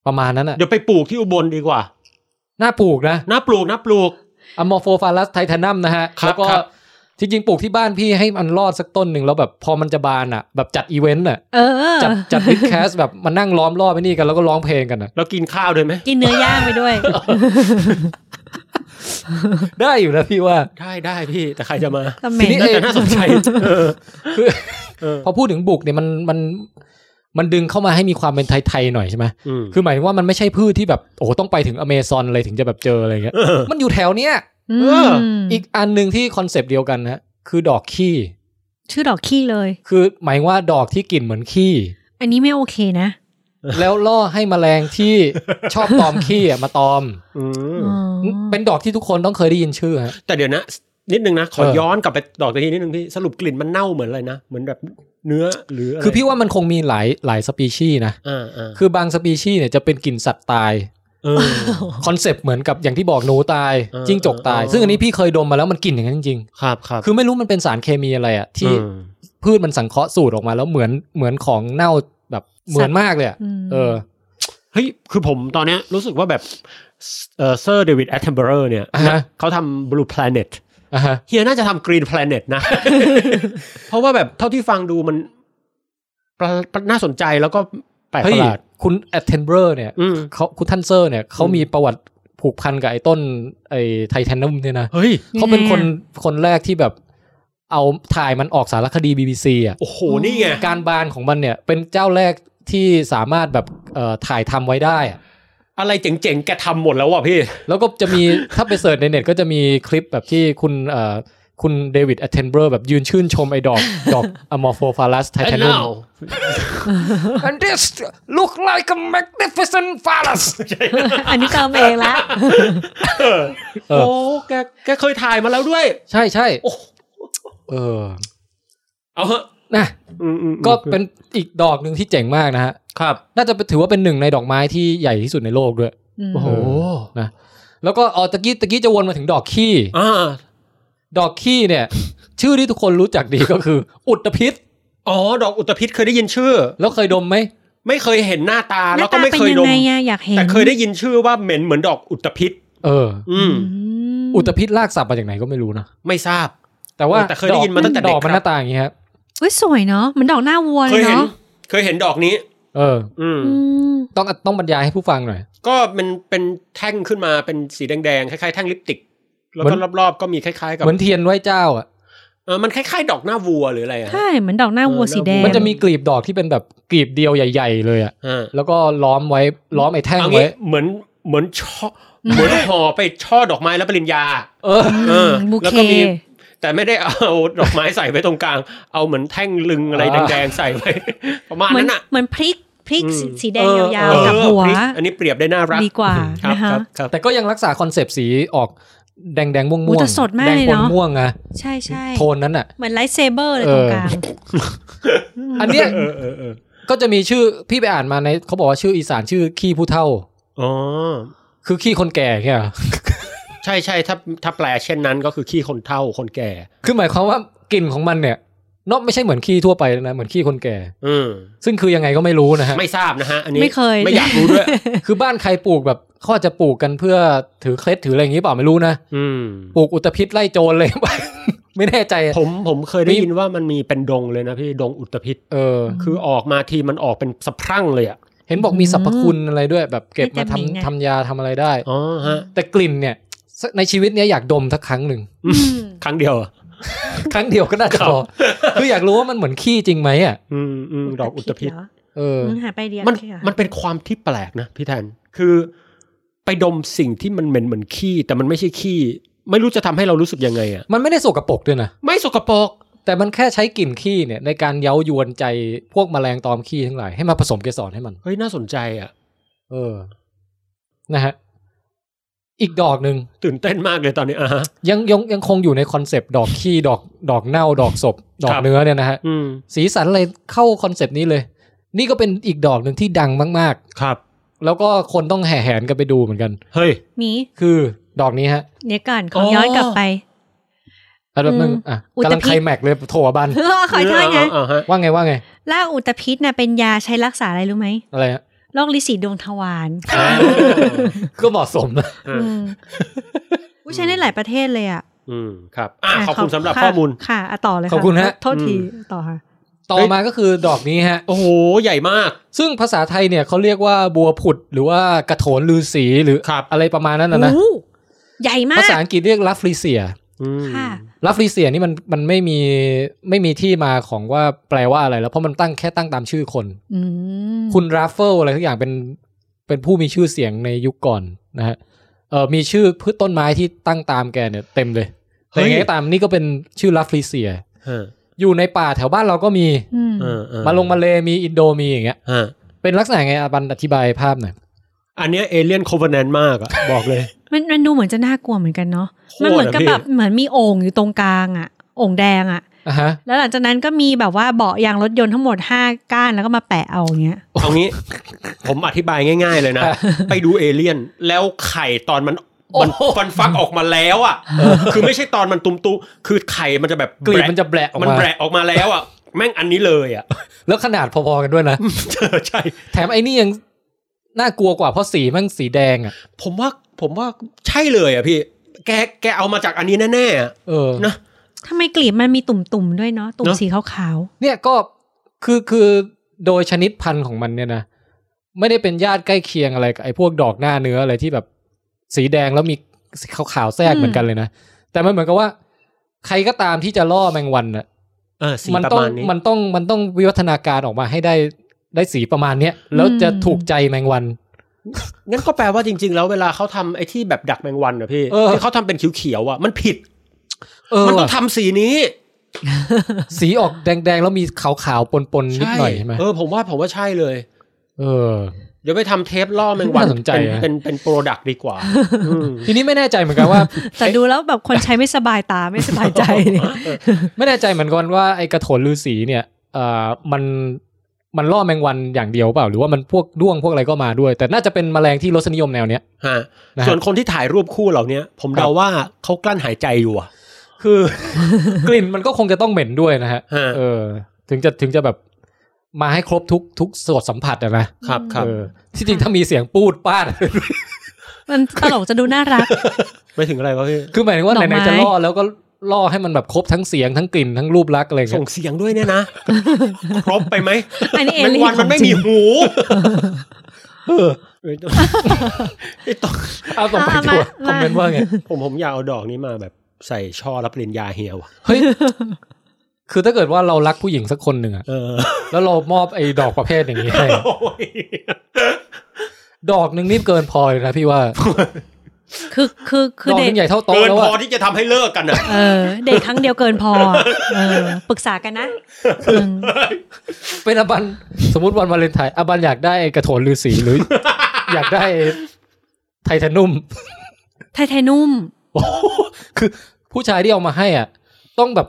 Speaker 1: ประมาณนั้นอ่ะ
Speaker 3: เดี๋ยวไปปลูกที่อุบลดีกว่า
Speaker 1: น่าปลูกนะ
Speaker 3: น่าปลูกน่าปลูก
Speaker 1: อัมโมโฟฟาลัสไททานัมนะฮะ
Speaker 3: ครับ
Speaker 1: แล้วก็
Speaker 3: ครับ
Speaker 1: จริงๆปลูกที่บ้านพี่ให้มันรอดสักต้นหนึ่งแล้วแบบพอมันจะบานอ่ะ แบบจัดอีเวนต์อ่ะ
Speaker 4: เออ
Speaker 1: จัดจัดวิดแคสแบบมานั่งล้อมรอบไปนี่กันแล้วก็ร้องเพลงกันนะ
Speaker 3: แล้วกินข้าวด้วยไหม
Speaker 4: กินเนื้อย่างไป ด้วย
Speaker 1: ได้อยู่นะพี่ว่า
Speaker 3: ได้ได้พี่ แต่ใครจะมา
Speaker 4: ก็เหม็น
Speaker 1: ทีนี้
Speaker 3: น่าจะน่าสนใจเออ
Speaker 1: คือ
Speaker 3: เออ
Speaker 1: พอพูดถึงบุกเนี่ยมันมันมันดึงเข้ามาให้มีความเป็นไทยๆหน่อยใช่ไหม
Speaker 3: ม
Speaker 1: คือหมายถึงว่ามันไม่ใช่พืชที่แบบโอ้โหต้องไปถึงอเมซอนเลยถึงจะแบบเจออะไรเงี้ย
Speaker 3: เออ
Speaker 1: มันอยู่แถวเนี้ย
Speaker 4: ม
Speaker 3: เออ
Speaker 1: อีกอันหนึ่งที่คอนเซปต์เดียวกันนะคือดอกขี้
Speaker 4: ชื่อดอกขี้เลย
Speaker 1: คือหมายถึงว่าดอกที่กลิ่นเหมือนขี้
Speaker 4: อันนี้ไม่โอเคนะ
Speaker 1: แล้วล่อให้แมลงที่ชอบตอมขี้อะมาตอม
Speaker 3: อืม
Speaker 4: อ๋อ
Speaker 1: เป็นดอกที่ทุกคนต้องเคยได้ยินชื่อฮะ
Speaker 3: แต่เดี๋ยวนะ นิดนึงนะ ขอ
Speaker 1: เออ
Speaker 3: ย้อนกลับไปดอกตะกี้นิดนึงพี่ สรุปกลิ่นมันเน่าเหมือนอะไรนะ เหมือนแบบเนื้อหรืออะไร
Speaker 1: คือพี่ว่ามันคงมีหลายหลายสปีชีส์นะ
Speaker 3: อ่าอ่า
Speaker 1: คือบางสปีชีส์เนี่ยจะเป็นกลิ่นสัตว์ตาย
Speaker 3: เออ
Speaker 1: คอนเซปต์เหมือนกับอย่างที่บอกหนูตาย
Speaker 3: เออ
Speaker 1: จิ้งจกตาย
Speaker 3: เออ
Speaker 1: ซึ่งอันนี้พี่เคยดมมาแล้วมันกลิ่นอย่างนั้นจริง
Speaker 3: ครับครับ
Speaker 1: ๆ คือไม่รู้มันเป็นสารเคมีอะไรอะที่
Speaker 3: อืม
Speaker 1: พืชมันสังเคราะห์สูตรออกมาแล้วเหมือนเหมือนของเน่าแบบเหมือนมากเลยอะ
Speaker 4: ม
Speaker 1: เออ
Speaker 3: เฮ้ย คือผมตอนเนี้ยรู้สึกว่าแบบเออซอร์เดวิดแอตเทนเบอร์เนี่ย
Speaker 1: อ่าฮะ
Speaker 3: เขาทำบลูแพลเน็ต
Speaker 1: อ่ะฮะ
Speaker 3: เฮียน่าจะทำกรีนแพลเน็ตนะ เพราะว่าแบบเท่าที่ฟังดูมันประประน่าสนใจแล้วก็แปลกป
Speaker 1: เฮ้ย
Speaker 3: ระหลาด
Speaker 1: คุณแอตเทนเบอร์เนี่ย
Speaker 3: อืม
Speaker 1: เขาคุณทันเซอร์เนี่ยเขามีประวัติผูกพันกับไอ้ต้นไอ้ไทแทนนัมเนี่ยนะ
Speaker 3: เฮ้ย
Speaker 1: เขาเป็นคนคนแรกที่แบบ เอาถ่ายมันออกสารคดี BBC อ่ะ
Speaker 3: โอ้โห นี่ไง
Speaker 1: การบานของมันเนี่ยเป็นเจ้าแรกที่สามารถแบบเอ่อถ่ายทำไว้ได้อะ
Speaker 3: อะไรเจ๋งๆ แกทำหมดแล้วว่ะพี่
Speaker 1: แล้วก็จะมี ถ้าไปเสิร์ชในเน็ตก็จะมีคลิปแบบที่คุณเอ่อคุณเดวิดแอตเทนเบอร์แบบยืนชื่นชมไอ้ดอก ดอกอมอร์โฟฟาลัสไทแทนัม and this look like a magnificent phallus
Speaker 4: อันนี้เติมเองละ
Speaker 1: เอ
Speaker 3: โอ้
Speaker 1: อ
Speaker 3: แกแกเคยถ่ายมาแล้วด้วย
Speaker 1: ใช่ใช่
Speaker 3: โอ้โห
Speaker 1: เออ
Speaker 3: เอาฮะ
Speaker 1: นะ
Speaker 3: อืมๆๆ
Speaker 1: ก็เป็นอีกดอกหนึ่งที่เจ๋งมากนะฮะ
Speaker 3: ครับ
Speaker 1: น่าจะถือว่าเป็นหนึ่งในดอกไม้ที่ใหญ่ที่สุดในโลกด้วย
Speaker 4: อืม
Speaker 3: โอ้โห
Speaker 1: เนะแล้วก็อ๋อตะกี้ตะกี้จะวนมาถึงดอกขี้
Speaker 3: อ่า
Speaker 1: ดอกขี้เนี่ย ชื่อที่ทุกคนรู้จักดีก็คือ อุตพิษ
Speaker 3: อ๋อ ดอกอุตภิษเคยได้ยินชื่อ
Speaker 1: แล้วเคยดมไหม
Speaker 3: ไม่เคยเห็นหน้าตา
Speaker 4: ห
Speaker 3: แล้
Speaker 4: น้าว
Speaker 3: ก็
Speaker 4: ตา
Speaker 3: ไม่
Speaker 4: เป็น
Speaker 3: เคย
Speaker 4: ยั
Speaker 3: ด
Speaker 4: ง
Speaker 3: ม
Speaker 4: ไงอะอยากเห็น
Speaker 3: แต่เคยได้ยินชื่อว่าเหม็นเหมือนดอกอุตภิษ
Speaker 1: เออ
Speaker 3: อืม
Speaker 4: อืม
Speaker 1: อุตพิษลากศัพท์มาจากไหนก็ไม่รู้นะ
Speaker 3: ไม่ทราบ
Speaker 1: แต่ว่า
Speaker 3: เออแต่เคยได้ยินมาตั้งแต่เด็
Speaker 1: ด
Speaker 3: ก
Speaker 1: อกมันห
Speaker 3: ครับ
Speaker 1: น้าตาอย่างงี้ครับ
Speaker 4: อุ้ยสวยเนาะเหมันดอกหน้าวัวเล
Speaker 3: เค
Speaker 4: ย
Speaker 3: ยเห็น
Speaker 4: เนาะ
Speaker 3: เคยเห็นดอกนี้
Speaker 1: เออ
Speaker 3: อืม
Speaker 4: อืม
Speaker 1: ต้องต้องบรรยายให้ผู้ฟังหน่อย
Speaker 3: ก็มันเป็นแท่งขึ้นมาเป็นสีแดงๆ คล้ายๆ แท่งลิปสติก แล้ว
Speaker 1: เห
Speaker 3: ก็
Speaker 1: มือน
Speaker 3: รอบๆ ก็มีคล้ายๆ กับ
Speaker 1: เหมือนเทียนไหว้เจ้าอ่ะ
Speaker 3: เออมันคล้ายๆ ดอกหน้าวัวหรืออะไรอ่ะ
Speaker 4: ใช่เหมือนดอกหน้าวัว
Speaker 3: เออ
Speaker 4: สีแด
Speaker 3: หน้า
Speaker 4: ง
Speaker 3: วัว
Speaker 1: มันจะมีกลีบดอกที่เป็นแบบกลีบเดียวใหญ่ ๆ เลยอ่ะ
Speaker 3: อ่า
Speaker 1: แล้วก็ล้อมไว้ล้อมไอ้แท่ง
Speaker 3: เอางี้
Speaker 1: ไว้
Speaker 3: เหมือนเหมือนช่อเหมือนห่อไปช่อดอกไม้แล้วปริญญา
Speaker 1: เออ
Speaker 3: เออ
Speaker 4: บู
Speaker 3: แล้ว
Speaker 4: เค
Speaker 3: ก็มี แต่ไม่ได้เอาดอกไม้ใส่ไว้ตรงกลาง เอาเหมือนแท่งลึงอะไร
Speaker 1: อ่า
Speaker 3: แดงๆใส่ไว้ ประมาณ
Speaker 4: เหมือ
Speaker 3: นั้น นอ่ะ
Speaker 4: เหมือนพริกพริก
Speaker 3: อืม
Speaker 4: สีแดงยาว
Speaker 3: เอ
Speaker 4: ๆกับ
Speaker 3: อ
Speaker 4: หัว
Speaker 3: พริกอันนี้เปรียบได้น่ารัก
Speaker 4: ดีกว่า
Speaker 3: ครับ
Speaker 4: นะคะ
Speaker 3: รับครับ
Speaker 1: แต่ก็ยังรักษาคอนเซปต์สีออกแดงแดงๆม่วง
Speaker 4: อุ๊
Speaker 1: ม่ง
Speaker 4: ยวแต่สดมาก
Speaker 1: แดง
Speaker 4: เลย
Speaker 1: ป
Speaker 4: เน
Speaker 1: น
Speaker 4: อะ
Speaker 1: ม่วงอะ
Speaker 4: ใช่ใช่
Speaker 1: โทนนั้นอ่ะ
Speaker 4: เหมือนไลท์เซเบอร์เลยตรงกลาง
Speaker 1: อันเนี้ย
Speaker 3: เออเออเออ
Speaker 1: ก็จะมีชื่อพี่ไปอ่านมาในเขาบอกว่าชื่ออีสานชื่อขี้ผู้เท่า
Speaker 3: อ๋อ
Speaker 1: คือขี้คนแก่เนี่ยเหรอ
Speaker 3: ใช่ใช่ถ้าถ้าแปลเช่นนั้นก็คือขี้คนเฒ่าคนแก่
Speaker 1: คือหมายความว่ากลิ่นของมันเนี่ยนอกไม่ใช่เหมือนขี้ทั่วไปนะ เหมือนขี้คนแก่
Speaker 3: อืม
Speaker 1: ซึ่งคือยังไงก็ไม่รู้นะฮะ
Speaker 3: ไม่ทราบนะฮะ อันนี้
Speaker 4: ไม่เคย
Speaker 3: ไม่อยากรู้ ด้วย
Speaker 1: คือบ้านใครปลูกแบบเขาอาจจะปลูกกันเพื่อถือเคล็ดถืออะไรอย่างนี้เปล่าไม่รู้นะ
Speaker 3: อืม
Speaker 1: ปลูกอุตภิษไล่โจรเลย ไม่แน่ใจ
Speaker 3: ผมผมเคยได้
Speaker 1: มี
Speaker 3: ยินว่ามันมีเป็นดงเลยนะพี่ดงอุตภิษ
Speaker 1: เออ
Speaker 3: คือออกมาทีมันออกเป็นสะพรั่งเลยอ่ะ
Speaker 1: เห็นบอกมีสรรพคุณอะไรด้วย แบบเก็บมาทำ
Speaker 4: วิตามินไง
Speaker 1: ทำยาทำอะไรได้
Speaker 3: อ๋อฮะ
Speaker 1: แต่กลิ่นเนี่ย ในชีวิตเนี้ยอยากดมสักครั้งหนึ่ง
Speaker 3: ครั้งเดียวอะ
Speaker 1: ครั้งเดียวก็น่าจะพอคืออยากรู้ว่ามันเหมือนขี้จริงไหมอ่ะ
Speaker 3: อืมอืมดอกอุตภิษ
Speaker 4: เหร
Speaker 1: เออ
Speaker 4: มึงหาไปเดียว
Speaker 3: มัน
Speaker 4: ใช่เหรอ
Speaker 3: มันเป็นความที่แปลกนะพี่แทน คือไปดมสิ่งที่มันเหม็นเหมือนขี้ แต่มันไม่ใช่ขี้ ไม่รู้จะทำให้เรารู้สึกยังไงอะ
Speaker 1: มันไม่ได้สกปรกด้วยนะ
Speaker 3: ไม่สกปรก
Speaker 1: แต่มันแค่ใช้กลิ่นขี้เนี่ยในการเย้ายวนใจพวกแมลงตอมขี้ทั้งหลายให้มาผสมเกสรให้มัน
Speaker 3: เฮ้ยน่าสนใจอะ
Speaker 1: เออ นะฮะ อีกดอกหนึ่ง
Speaker 3: ตื่นเต้นมากเลยตอนนี้อ่ะฮะ
Speaker 1: ยังยังยังคงอยู่ในคอนเซปต์ดอกขี้ดอกดอกเน่า ดอกศพ ดอ
Speaker 3: ค
Speaker 1: ก
Speaker 3: รับ
Speaker 1: เนื้อเนี่ยนะฮะ
Speaker 3: อืม
Speaker 1: สีสันเลยเข้าคอนเซปต์นี้เลย นี่ก็เป็นอีกดอกหนึ่งที่ดังมาก
Speaker 3: ครับ
Speaker 1: ๆ แล้วก็คนต้องแห่แหนกันไปดูเหมือนกัน
Speaker 3: เฮ้ย
Speaker 4: หมี
Speaker 1: คือดอกนี้ฮะ
Speaker 4: เดี๋ยวก่อนขออ
Speaker 3: อ
Speaker 4: ย้อนกลับไป
Speaker 1: อันดับหนึ่งอ่ะ
Speaker 4: อุ
Speaker 1: กำ
Speaker 4: ตภิษ
Speaker 1: ลังไคลแม็กซ์เลยโถบัน
Speaker 4: เออขอโทษนะ
Speaker 3: อ่าฮะ
Speaker 1: ว่าไงว่าไง
Speaker 4: ล่าอุตภิษน่ะเป็นยาใช้รักษาอะไรรู้ไหม
Speaker 1: อะไรฮะ
Speaker 4: โรคลิสีดวงท วาร
Speaker 3: อ่า
Speaker 1: ก็เหมาะสมนะ
Speaker 3: อืม
Speaker 4: อืมอุ้ยใช้ในหลายประเทศเลยอ่ะ
Speaker 3: อืมครับอ่ะ
Speaker 4: ะ
Speaker 3: ขอบคุณสำหรับ
Speaker 4: ะ
Speaker 3: ข้อมูล
Speaker 4: ค่ะอ่ะต่อเลย
Speaker 1: ขอบคุณฮะ
Speaker 4: โทษที
Speaker 3: อืม
Speaker 4: ต่อค่ะ
Speaker 1: ต่อมาก็คือดอกนี้ฮะ
Speaker 3: โอ้โห ใหญ่มาก
Speaker 1: ซึ่งภาษาไทยเนี่ยเขาเรียกว่าบัวผุดหรือว่ากระโถนลือสีหรือ
Speaker 3: ครับ
Speaker 1: อะไรประมาณนั้นนะนะ
Speaker 4: โอ้โหใหญ่มาก
Speaker 1: ภาษาอังกฤษเรียกลัฟรีเซีย
Speaker 3: อืม
Speaker 4: ค่ะ
Speaker 1: ลัฟรีเซียนี่มันมันไม่มีไม่มีที่มาของว่าแปลว่าอะไรแล้วเพราะมันตั้งแค่ตั้งตามชื่อคน
Speaker 4: อืม
Speaker 1: คุณราฟเฟิลอะไรทุกอย่างเป็นเป็นผู้มีชื่อเสียงในยุคก่อนนะฮะเออมีชื่อพืชต้นไม้ที่ตั้งตามแกเนี่ยเต็มเลย แต่ยังไงก็ตามนี่ก็เป็นชื่อลัฟรีเซีย
Speaker 3: เออ
Speaker 1: อยู่ในป่าแถวบ้านเราก็มี
Speaker 4: อืม
Speaker 3: เออเออ
Speaker 1: มาลงมาเลมีอินโดมีอย่างเงี้ย
Speaker 3: ฮะ
Speaker 1: เป็นลักษณะไงอาบันอธิบายภาพหน่อย
Speaker 3: อันเนี้ยเอเลี่ยนโคเวแนนมากอะบอกเลย
Speaker 4: มันมันดูเหมือนจะน่ากลัวเหมือนกันเนาะ
Speaker 3: โคตร
Speaker 4: มันเหมือนกับ
Speaker 3: อะพี่
Speaker 4: แบบเหมือนมีโอ่งอยู่ตรงกลางอ่ะโอ่งแดงอ่ะ
Speaker 1: อ่ะฮะ
Speaker 4: แล้วหลังจากนั้นก็มีแบบว่าเบาะยางรถยนต์ทั้งหมด 5 ก้านแล้วก็มาแปะเอาอย่างเงี้ย
Speaker 3: เอางี้ ผมอธิบายง่าย ๆ เลย นะ ไปดูเอเลี่ยน แล้วไข่ตอนมันมันฟันฟักออกมาแล้ว อ่ะคือไม่ใช่ตอนมันตุมตุคือไข่มันจะแบบ
Speaker 1: กลีบมันจะแบะออกมามั
Speaker 3: นแบะออกมาแล้วอ่ะแม่งอันนี้เลยอ่ะ
Speaker 1: แล้วขนาดพอๆกันด้วยนะ
Speaker 3: ใช่
Speaker 1: แถมไอ้นี่ยังน่ากลัวกว่าเพราะสีมันสีแดงอ่ะ
Speaker 3: ผมว่าผมว่าใช่เลยอ่ะพี่ แกแกเอามาจากอันนี้แน่ๆอะ
Speaker 1: เออ
Speaker 3: นะ
Speaker 4: ทำไมกลีบมันมีตุ่มๆด้วยเนาะตุ่ม
Speaker 3: เนอะ
Speaker 4: สีขาว
Speaker 1: เนี่ยก็คือคือโดยชนิดพันธุ์ของมันเนี่ยนะ ไม่ได้เป็นญาติใกล้เคียงอะไรกับไอ้พวกดอกหน้าเนื้ออะไรที่แบบสีแดงแล้วมีขาวๆแทรกเหมือนกันเลยนะ แต่มันเหมือนกับว่า ใครก็ตามที่จะล่อแมงวันน่ะ
Speaker 3: เออสี
Speaker 1: มั
Speaker 3: ประ
Speaker 1: ต้อง
Speaker 3: มาณนี้
Speaker 1: มันต้องมันต้องวิวัฒนาการออกมาให้ได้ได้สีประมาณเนี้ยแล้วจะถูกใจแมงวัน
Speaker 3: งั้นก็แปลว่าจริง ๆ แล้วเวลาเขาทำไอ้ที่แบบดักแมงวันอะพี่
Speaker 1: เออ
Speaker 3: ที่เขาทำเป็นเขียวๆอะมันผิด
Speaker 1: เออ
Speaker 3: มันต้องทำสีนี้
Speaker 1: สีออกแดงๆ แล้วมีขาวๆปนๆนิดหน่อยใช่ไหม
Speaker 3: เออผมว่าผมว่าใช่เลย
Speaker 1: เออ
Speaker 3: เดี๋ยวไปทำเทปล่อแมงวัน
Speaker 1: น่าสนใจ
Speaker 3: เป็น
Speaker 1: ฮะ
Speaker 3: เป็นเป็นโปรดักดีก ว่าอืม
Speaker 1: ทีนี้ไม่แน่ใจเหมือนกันว่า
Speaker 4: แต่ดูแล้วแบบคนใช้ไม่สบายตาไม่สบายใจเนี่ย
Speaker 1: ไม่แน่ใจเหมือนกันว่าไอ้กระโถนฤาษีเนี่ยเอ่อมันมันล่อแมงวันอย่างเดียวเปล่า หรือว่ามันพวกด้วงพวกอะไรก็มาด้วย แต่น่าจะเป็นแมลงที่รสนิยมแนวเนี้ย
Speaker 3: ฮะ
Speaker 1: นะฮะ
Speaker 3: ส่วนคนที่ถ่ายรูปคู่เหล่านี้ผม
Speaker 1: ครับ
Speaker 3: เดาว่าเขากลั้นหายใจอยู่อะ
Speaker 1: คือ กลิ่นมันก็คงจะต้องเหม็นด้วยนะฮะ
Speaker 3: ฮะ
Speaker 1: เออ ถึงจะถึงจะแบบมาให้ครบทุกทุกส่วนสัมผัสอะนะครับ
Speaker 3: ครับ
Speaker 1: เออที่จริงถ้ามีเสียงปูดป้าด
Speaker 4: มันตลกจะดูน่ารัก
Speaker 3: ไม่ถึงอะไรวะพี่
Speaker 1: คือหมายถึงว่า
Speaker 4: ดอก
Speaker 1: ไห
Speaker 4: ไม้
Speaker 1: นๆจะล่อแล้วก็ล่อให้มันแบบครบทั้งเสียงทั้งกลิ่นทั้งรูปลักษณ์อะไรอย่างเงี้
Speaker 3: ส่
Speaker 1: ย
Speaker 3: งเสียงด้วยเนี่ยนะ ครบไปไหม
Speaker 4: อันนี้เอ
Speaker 3: แมง
Speaker 4: ลี่
Speaker 3: วัน
Speaker 4: ข
Speaker 3: มั
Speaker 4: อนง
Speaker 3: ไม่
Speaker 4: จ
Speaker 3: มี
Speaker 4: ริง
Speaker 3: หูเออไอ้ต อง
Speaker 1: เอาต่อไปดีกว่าคอมเมนต์ว่าไง
Speaker 3: ผมผมอยากเอาดอกนี้มาแบบใส่ช่อรับปริญญาเฮียวอะ
Speaker 1: เฮ้ย คือถ้าเกิดว่าเรารักผู้หญิงสักคนหนึ่งอะ
Speaker 3: เออ
Speaker 1: แล้วเรามอบไอ้ดอกประเภทอย่างนี้ให้
Speaker 3: โอ้ย
Speaker 1: ดอกหนึ่งนี่เกินพอเลยนะพี่ว่า
Speaker 4: คือคือคือ
Speaker 1: ดอกห
Speaker 4: เด็
Speaker 1: นึ่
Speaker 4: ก
Speaker 1: งใหญ่เท่าโต๊ะ
Speaker 3: เกิน
Speaker 1: แล้ว
Speaker 3: พ
Speaker 1: อะ
Speaker 3: อที่จะทำให้เลิกกันอะ
Speaker 4: เออเด็กครั้งเดียวเกินพอเออปรึกษากันนะอืม
Speaker 1: เป็นอบัน สมมติวันวาเลนไทน์อบันอยากได้ไอ้กระโถนฤาษีหรือ อยากได้ไทเทนุ่ม
Speaker 4: ไทไทนุ่ม
Speaker 1: คือผู้ชายที่เอามาให้อ่ะ ต้องแบบ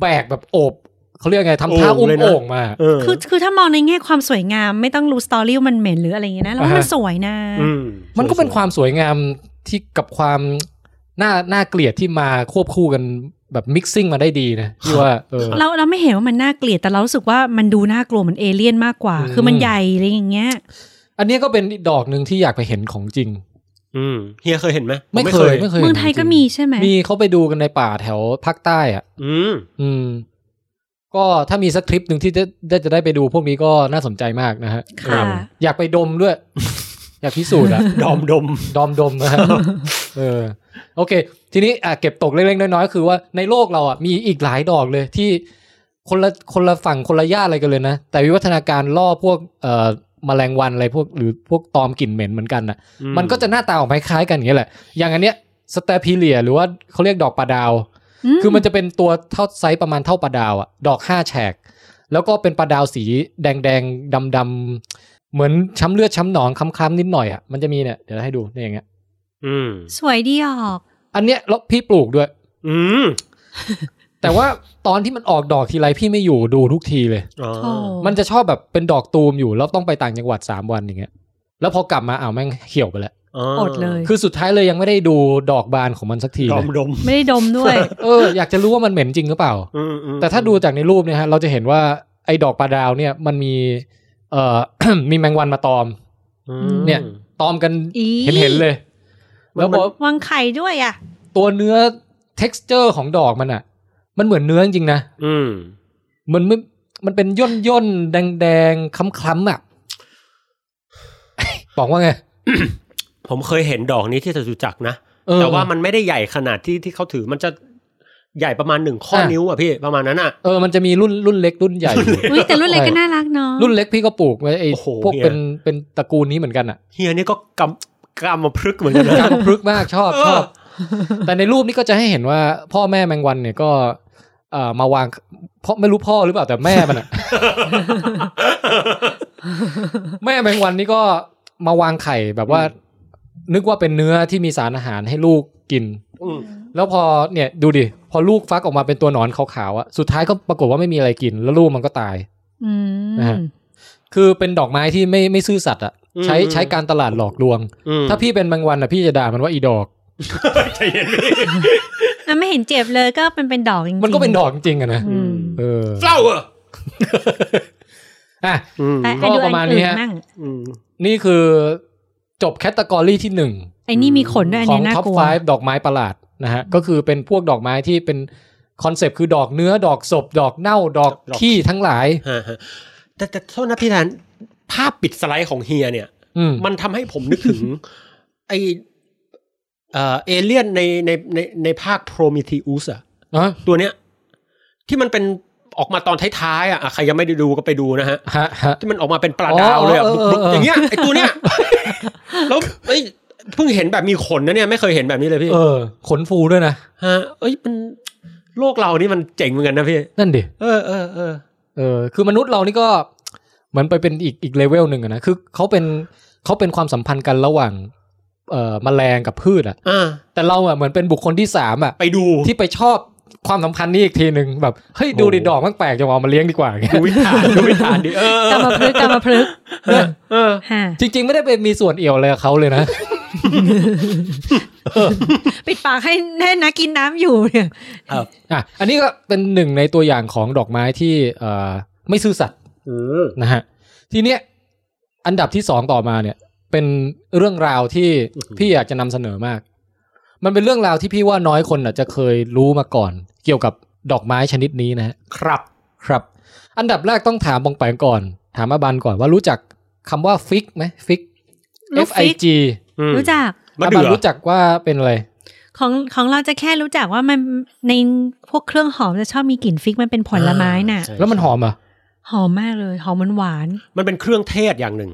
Speaker 1: แบกแบบโอบเขาเรียกไงทำท่าอุ้มโอ่งมา
Speaker 3: เออ
Speaker 4: คือคือถ้ามองในแง่ความสวยงามไม่ต้องรู้สตอรี่ว่ามันเหม็นหรืออะไรอย่างเงี้ยนะแล้วา
Speaker 1: อ่าฮะ
Speaker 4: มันสวยนะ
Speaker 3: อื
Speaker 1: มันก็เป็น
Speaker 3: สวยๆ
Speaker 1: ความสวยงามที่กับความน่าน่าเกลียดที่มาควบคู่กันแบบมิกซิ่งมาได้ดีนะที่ว่าเออ
Speaker 4: เราเราไม่เห็นว่ามันน่าเกลียดแต่เรารู้สึกว่ามันดูน่ากลัวเหมือนเอเลี่ยนมากกว่า
Speaker 1: อืม
Speaker 4: คือมันใหญ่อะไรอย่างเงี้ย
Speaker 1: อันเนี้ยก็เป็นอีกดอกหนึ่งที่อยากไปเห็นของจริง
Speaker 3: อืมเฮียเคยเห็นไหมผม
Speaker 1: ไม่เคยไม่เคย
Speaker 4: เมืองไทย
Speaker 1: ห็นจริ
Speaker 4: ก็มีใช่ไหม
Speaker 1: มีเขาไปดูกันในป่าแถวภาคใต้อ่ะ
Speaker 3: อืม
Speaker 1: อืม ก็ถ้ามีสักคลิปหนึ่งที่จะได้จะได้ไปดูพวกนี้ก็น่าสนใจมากนะฮะ
Speaker 3: ครั
Speaker 4: ค่ะ
Speaker 3: บ
Speaker 1: อยากไปดม ด้วย อยากพิสูจน์อะ
Speaker 3: ดอมดม
Speaker 1: ดอมดม นะฮะ เออ โอเค ทีนี้อ่ะเก็บตกเล็กๆน้อยๆคือว่าในโลกเราอ่ะมีอีกหลายดอกเลยที่คนละคนละฝั่งคนละย่าอะไรกันเลยนะ แต่วิวัฒนาการล่อพวกเอ่อแมลงวันอะไรพวกหรือพวกตอมกลิ่นเหม็นเหมือนกันน่ะ
Speaker 3: อืม
Speaker 1: มันก็จะหน้าตาออกมาคล้ายกันอย่างเงี้ยแหละ อย่างอันเนี้ยสเตปิเลีย หรือว่าเขาเรียกดอกปลาดาว
Speaker 4: อืม
Speaker 1: คือมันจะเป็นตัวเท่าไซส์ประมาณเท่าปลาดาวอ่ะ ดอกห้าแฉก แล้วก็เป็นปลาดาวสีแดงแดงดำดำๆเหมือนช้ำเลือดช้ำหนองคล้ำๆนิดหน่อยอ่ะ มันจะมีเนี่ยเดี๋ยวให้ดูเนี่ยอย่างเงี้ย
Speaker 3: อืม
Speaker 4: สวยดีออก
Speaker 1: อันเนี้ยแล้วพี่ปลูกด้วย
Speaker 3: อืม
Speaker 1: แต่ว่าตอนที่มันออกดอกทีไรพี่ไม่อยู่ดูทุกทีเลย
Speaker 3: อ๋อ
Speaker 4: โอ้
Speaker 1: มันจะชอบแบบเป็นดอกตูมอยู่แล้วต้องไปต่างจังหวัด 3 วันอย่างเงี้ยแล้วพอกลับมาอ้าวแม่งเหี่ยวไปแล้ว
Speaker 4: อดเลย
Speaker 1: คือสุดท้ายเลยยังไม่ได้ดูดอกบานของมันสักที
Speaker 3: ด
Speaker 1: เล
Speaker 3: อม
Speaker 1: ย
Speaker 3: ดม
Speaker 4: ไม่ได้ดมด้วย
Speaker 1: เอออยากจะรู้ว่ามันเหม็นจริงหรือเปล่า
Speaker 3: อืมอืม
Speaker 1: แต่ถ้าดูจากในรูปเนี่ยฮะเราจะเห็นว่าไอ้ดอกปลาดาวเนี่ยมันมีเอ่อ มีแมงวันมาตอม
Speaker 3: อืม
Speaker 1: เนี่ย ตอมกัน
Speaker 4: อี
Speaker 1: เห็นเห็นๆเลย
Speaker 3: มัน
Speaker 1: แล้วพอ
Speaker 4: วางไข่ด้วยอ่ะ
Speaker 1: ตัวเนื้อ texture ของดอกมันอ่ะ มันเหมือนเนื้อจริงๆนะ
Speaker 3: อืม
Speaker 1: มันไม่มันเป็นย่นย่นแดงแดงๆคล้ำคล้ำๆอ่ะ บอกว่าไง
Speaker 3: ผมเคยเห็นดอกนี้ที่จตุจักรนะ
Speaker 1: เออ
Speaker 3: แต่ว่ามันไม่ได้ใหญ่ขนาดที่ที่เขาถือ มันจะใหญ่ประมาณหนึ่งข้อ
Speaker 1: อ่ะ
Speaker 3: นิ้วอ่ะพี่ประมาณนั้นอ่ะ
Speaker 1: เออมันจะมีรุ่นรุ่นเล็กรุ่นใหญ่อยู่
Speaker 4: อุ้ยแต่รุ่นเล็กก็
Speaker 1: ใช่
Speaker 4: น่ารักเนาะ
Speaker 1: รุ่นเล็กพี่ก็ปลูกไว้ไอ้
Speaker 3: โอ้โห
Speaker 1: พวก
Speaker 3: เนี่ย
Speaker 1: เป็นเป็นตระกูลนี้เหมือนกันอ่ะ
Speaker 3: เฮียนี่ก็กำกำมาพรึกเหมือนกันนะ
Speaker 1: จำพรึกมากชอบ
Speaker 3: เออ
Speaker 1: ชอบ แต่ในรูปนี้ก็จะให้เห็นว่าพ่อแม่แมงวันเนี่ยก็เอ่อมาวางเพราะไม่รู้พ่อหรือเปล่าแต่แม่ มันอ่ะ แม่แมงวันนี่ก็มาวางไข่แบบว่า นึกว่าเป็นเนื้อที่มีสารอาหารให้ลูกกิน
Speaker 3: อืม
Speaker 1: แล้วพอเนี่ยดูดิ พอลูกฟักออกมาเป็นตัวหนอนขาวๆอะสุดท้ายก็ปรากฏว่าไม่มีอะไรกิน แล้วลูกมันก็ตาย
Speaker 4: อื
Speaker 1: นะฮะ
Speaker 4: ม
Speaker 1: คือเป็นดอกไม้ที่ไม่ไม่ซื่อสัตย์อะใช้ใช้การตลาดหลอกลวง
Speaker 3: อืม
Speaker 1: ถ้าพี่เป็นบางวันอะพี่จะด่ามันว่าอีดอก
Speaker 3: ใจเย็นพี่
Speaker 4: อ่ะไม่เห็นเจ็บเลยก็เป็นเป็นดอกจริงๆ
Speaker 1: มันก็เป็นดอกจริงๆอะนะ
Speaker 4: อืม
Speaker 1: เออ
Speaker 3: เล่าเหรอ
Speaker 1: อ่ะ
Speaker 3: อืม
Speaker 4: แต่
Speaker 1: ก็
Speaker 4: ไอ้ดู
Speaker 1: ป
Speaker 4: อั
Speaker 1: ระ
Speaker 4: น
Speaker 1: มาณนี้
Speaker 4: อื่น
Speaker 1: ฮะ
Speaker 4: มั่ง
Speaker 3: อืม
Speaker 1: นี่คือจบแคตตากรีที่หนึ่ง
Speaker 4: ไอ้นี่มีขนด้วยอัน
Speaker 1: ของ
Speaker 4: นี้น่า
Speaker 1: ท็อป
Speaker 4: กลัว
Speaker 1: 5ดอกไม้ประหลาดนะฮะก็คือเป็นพวกดอกไม้ที่เป็นคอนเซปต์คือดอกเนื้อดอกศพ ดอกเน่าดอก
Speaker 3: ดอก
Speaker 1: ขี้ทั้งหลาย
Speaker 3: ฮะฮะแต่แต่โทษนะพี่แทนภาพปิดสไลด์ของเฮียเนี่ย
Speaker 1: อืม
Speaker 3: มันทำให้ผมนึก ถึง ไอเอ่อเอเลี่ยนในในในในภาคโพรมิเทอุสอะ
Speaker 1: อ่ะ
Speaker 3: ตัวเนี้ยที่มันเป็นออกมาตอนท้ายๆอะอ่ะใครยังไม่ได้ดูก็ไปดูนะฮะ
Speaker 1: ฮะฮะ
Speaker 3: ที่มันออกมาเป็นปลาดาวเลยอะ
Speaker 1: อ๋อเออเออ
Speaker 3: บึกๆ
Speaker 1: เออ
Speaker 3: อย่างเงี้ยไอตัว เนี้ย แล้วเอ้ยเพิ่งเห็นแบบมีขนนะเนี่ยไม่เคยเห็นแบบนี้เลยพี่
Speaker 1: เออ ขนฟูด้วยนะ
Speaker 3: ฮะเอ้ยมันโลกเรานี่มันเจ๋งเหมือนกันนะพี่
Speaker 1: นั่นดิ
Speaker 3: เออเออเออ
Speaker 1: เออ คือมนุษย์เรานี่ก็ เหมือนไปเป็นอีกอีกเลเวลหนึ่งอะนะ คือเขาเป็นเขาเป็นความสัมพันธ์กันระหว่าง เอ่อแมลงกับพืชอะ
Speaker 3: อ่า
Speaker 1: แต่เราอะเหมือนเป็นบุคคลที่สามอะ
Speaker 3: ไปดู
Speaker 1: ที่ไปชอบความสัมพันธ์นี่อีกทีหนึ่งแบบ เฮ้ย ดูดิ
Speaker 3: โอ้โห
Speaker 1: ดอกมันแปลกจะเอามาเลี้ยงดีกว่าเงี้ย
Speaker 3: ดูวิถีดูวิถีดิเออก
Speaker 4: รรมพลึกษ์กรรมพลึกษ์
Speaker 3: เออ
Speaker 4: ฮะ
Speaker 1: จริง ๆ ไม่ได้ไปมีส่วนเอี่ยวอะไรกับเขาเลยนะ
Speaker 4: ปิดปากให้แน่นนะกินน้ำอยู่เนี่ย
Speaker 1: อ่ะ อันนี้ก็เป็นหนึ่งในตัวอย่างของดอกไม้ที่เอ่อไม่ซื่อสัตย์นะฮะ ทีเนี้ยอันดับที่สองต่อมาเนี่ย เป็นเรื่องราวที่พี่อยากจะนำเสนอมาก มันเป็นเรื่องราวที่พี่ว่าน้อยคนอาจจะเคยรู้มาก่อน เกี่ยวกับดอกไม้ชนิดนี้นะฮะ
Speaker 3: ครับ
Speaker 1: ครับ อันดับแรกต้องถามบองแปงก่อน ถามอาบันก่อนว่ารู้จักคำว่าฟิกไหมฟิก
Speaker 4: ลูก
Speaker 1: F I
Speaker 4: ฟิก
Speaker 1: G
Speaker 3: อืม
Speaker 4: รู้จัก
Speaker 3: มา
Speaker 1: อา
Speaker 3: เดื
Speaker 1: บัน
Speaker 3: อ
Speaker 1: รู้จักว่าเป็นอะไร
Speaker 4: ของของเราจะแค่รู้จักว่ามันในพวกเครื่องหอมจะชอบมีกลิ่นฟิกมันเป็นผลไม้น่ะ
Speaker 3: ใช่
Speaker 1: แล้วมันหอมเหรอ่ะ
Speaker 4: หอมมากเลย หอมมันหวาน
Speaker 3: มันเป็นเครื่องเทศอย่างหนึ่ง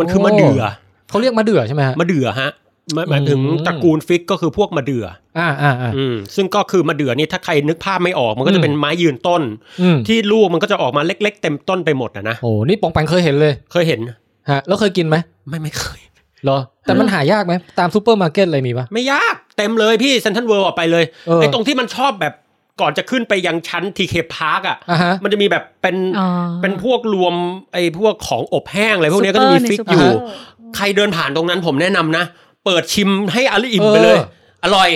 Speaker 3: มันคือมะเดือ
Speaker 1: เขาเรียกมะเดือใช่ไหมฮะ
Speaker 3: มะเดือฮะหมายหมายถึง
Speaker 1: อืม
Speaker 3: ตระกูลฟิกก็คือพวกมะเดือ
Speaker 1: อ่าอ่าอ่า
Speaker 3: ออืมซึ่งก็คือมะเดือนี่ถ้าใครนึกภาพไม่ออกมันก็
Speaker 1: อื
Speaker 3: จะ
Speaker 1: ม
Speaker 3: เป็นไม้ยืนต้น
Speaker 1: อืม
Speaker 3: ที่ลูกมันก็จะออกมาเล็ก ๆ เต็มต้นไปหมดอะนะ
Speaker 1: โอ้นี่ปองแปังเคยเห็นเลย
Speaker 3: เคยเห็น
Speaker 1: ฮะแล้วเคยกินไหม
Speaker 3: ไม่ไม่เคย
Speaker 1: เหรอ แต่มันหายากไหม ตามซูเปอร์มาร์เก็ตอะไรมีปะ
Speaker 3: ไม่ยากเต็มเลยพี่เซนทันเวิร์ออกไปเลย
Speaker 1: เออ
Speaker 3: ไอ้ตรงที่มันชอบแบบก่อนจะขึ้นไปยังชั้นทีเคพาร์กอ่ะ
Speaker 1: อ่ะฮะ
Speaker 3: มันจะมีแบบเป็น
Speaker 4: อ๋อ
Speaker 3: เป็นพวกรวมไอ้พวกของอบแห้งอะไรพวกเนี้ยก็จะมีฟิก
Speaker 4: ซุปเปอร์ในซุปเปอร์
Speaker 3: อยู่ ใครเดินผ่านตรงนั้นผมแนะนำนะ เปิดชิมให้อลิอิ่มไปเลย
Speaker 1: เออ
Speaker 3: อร่อย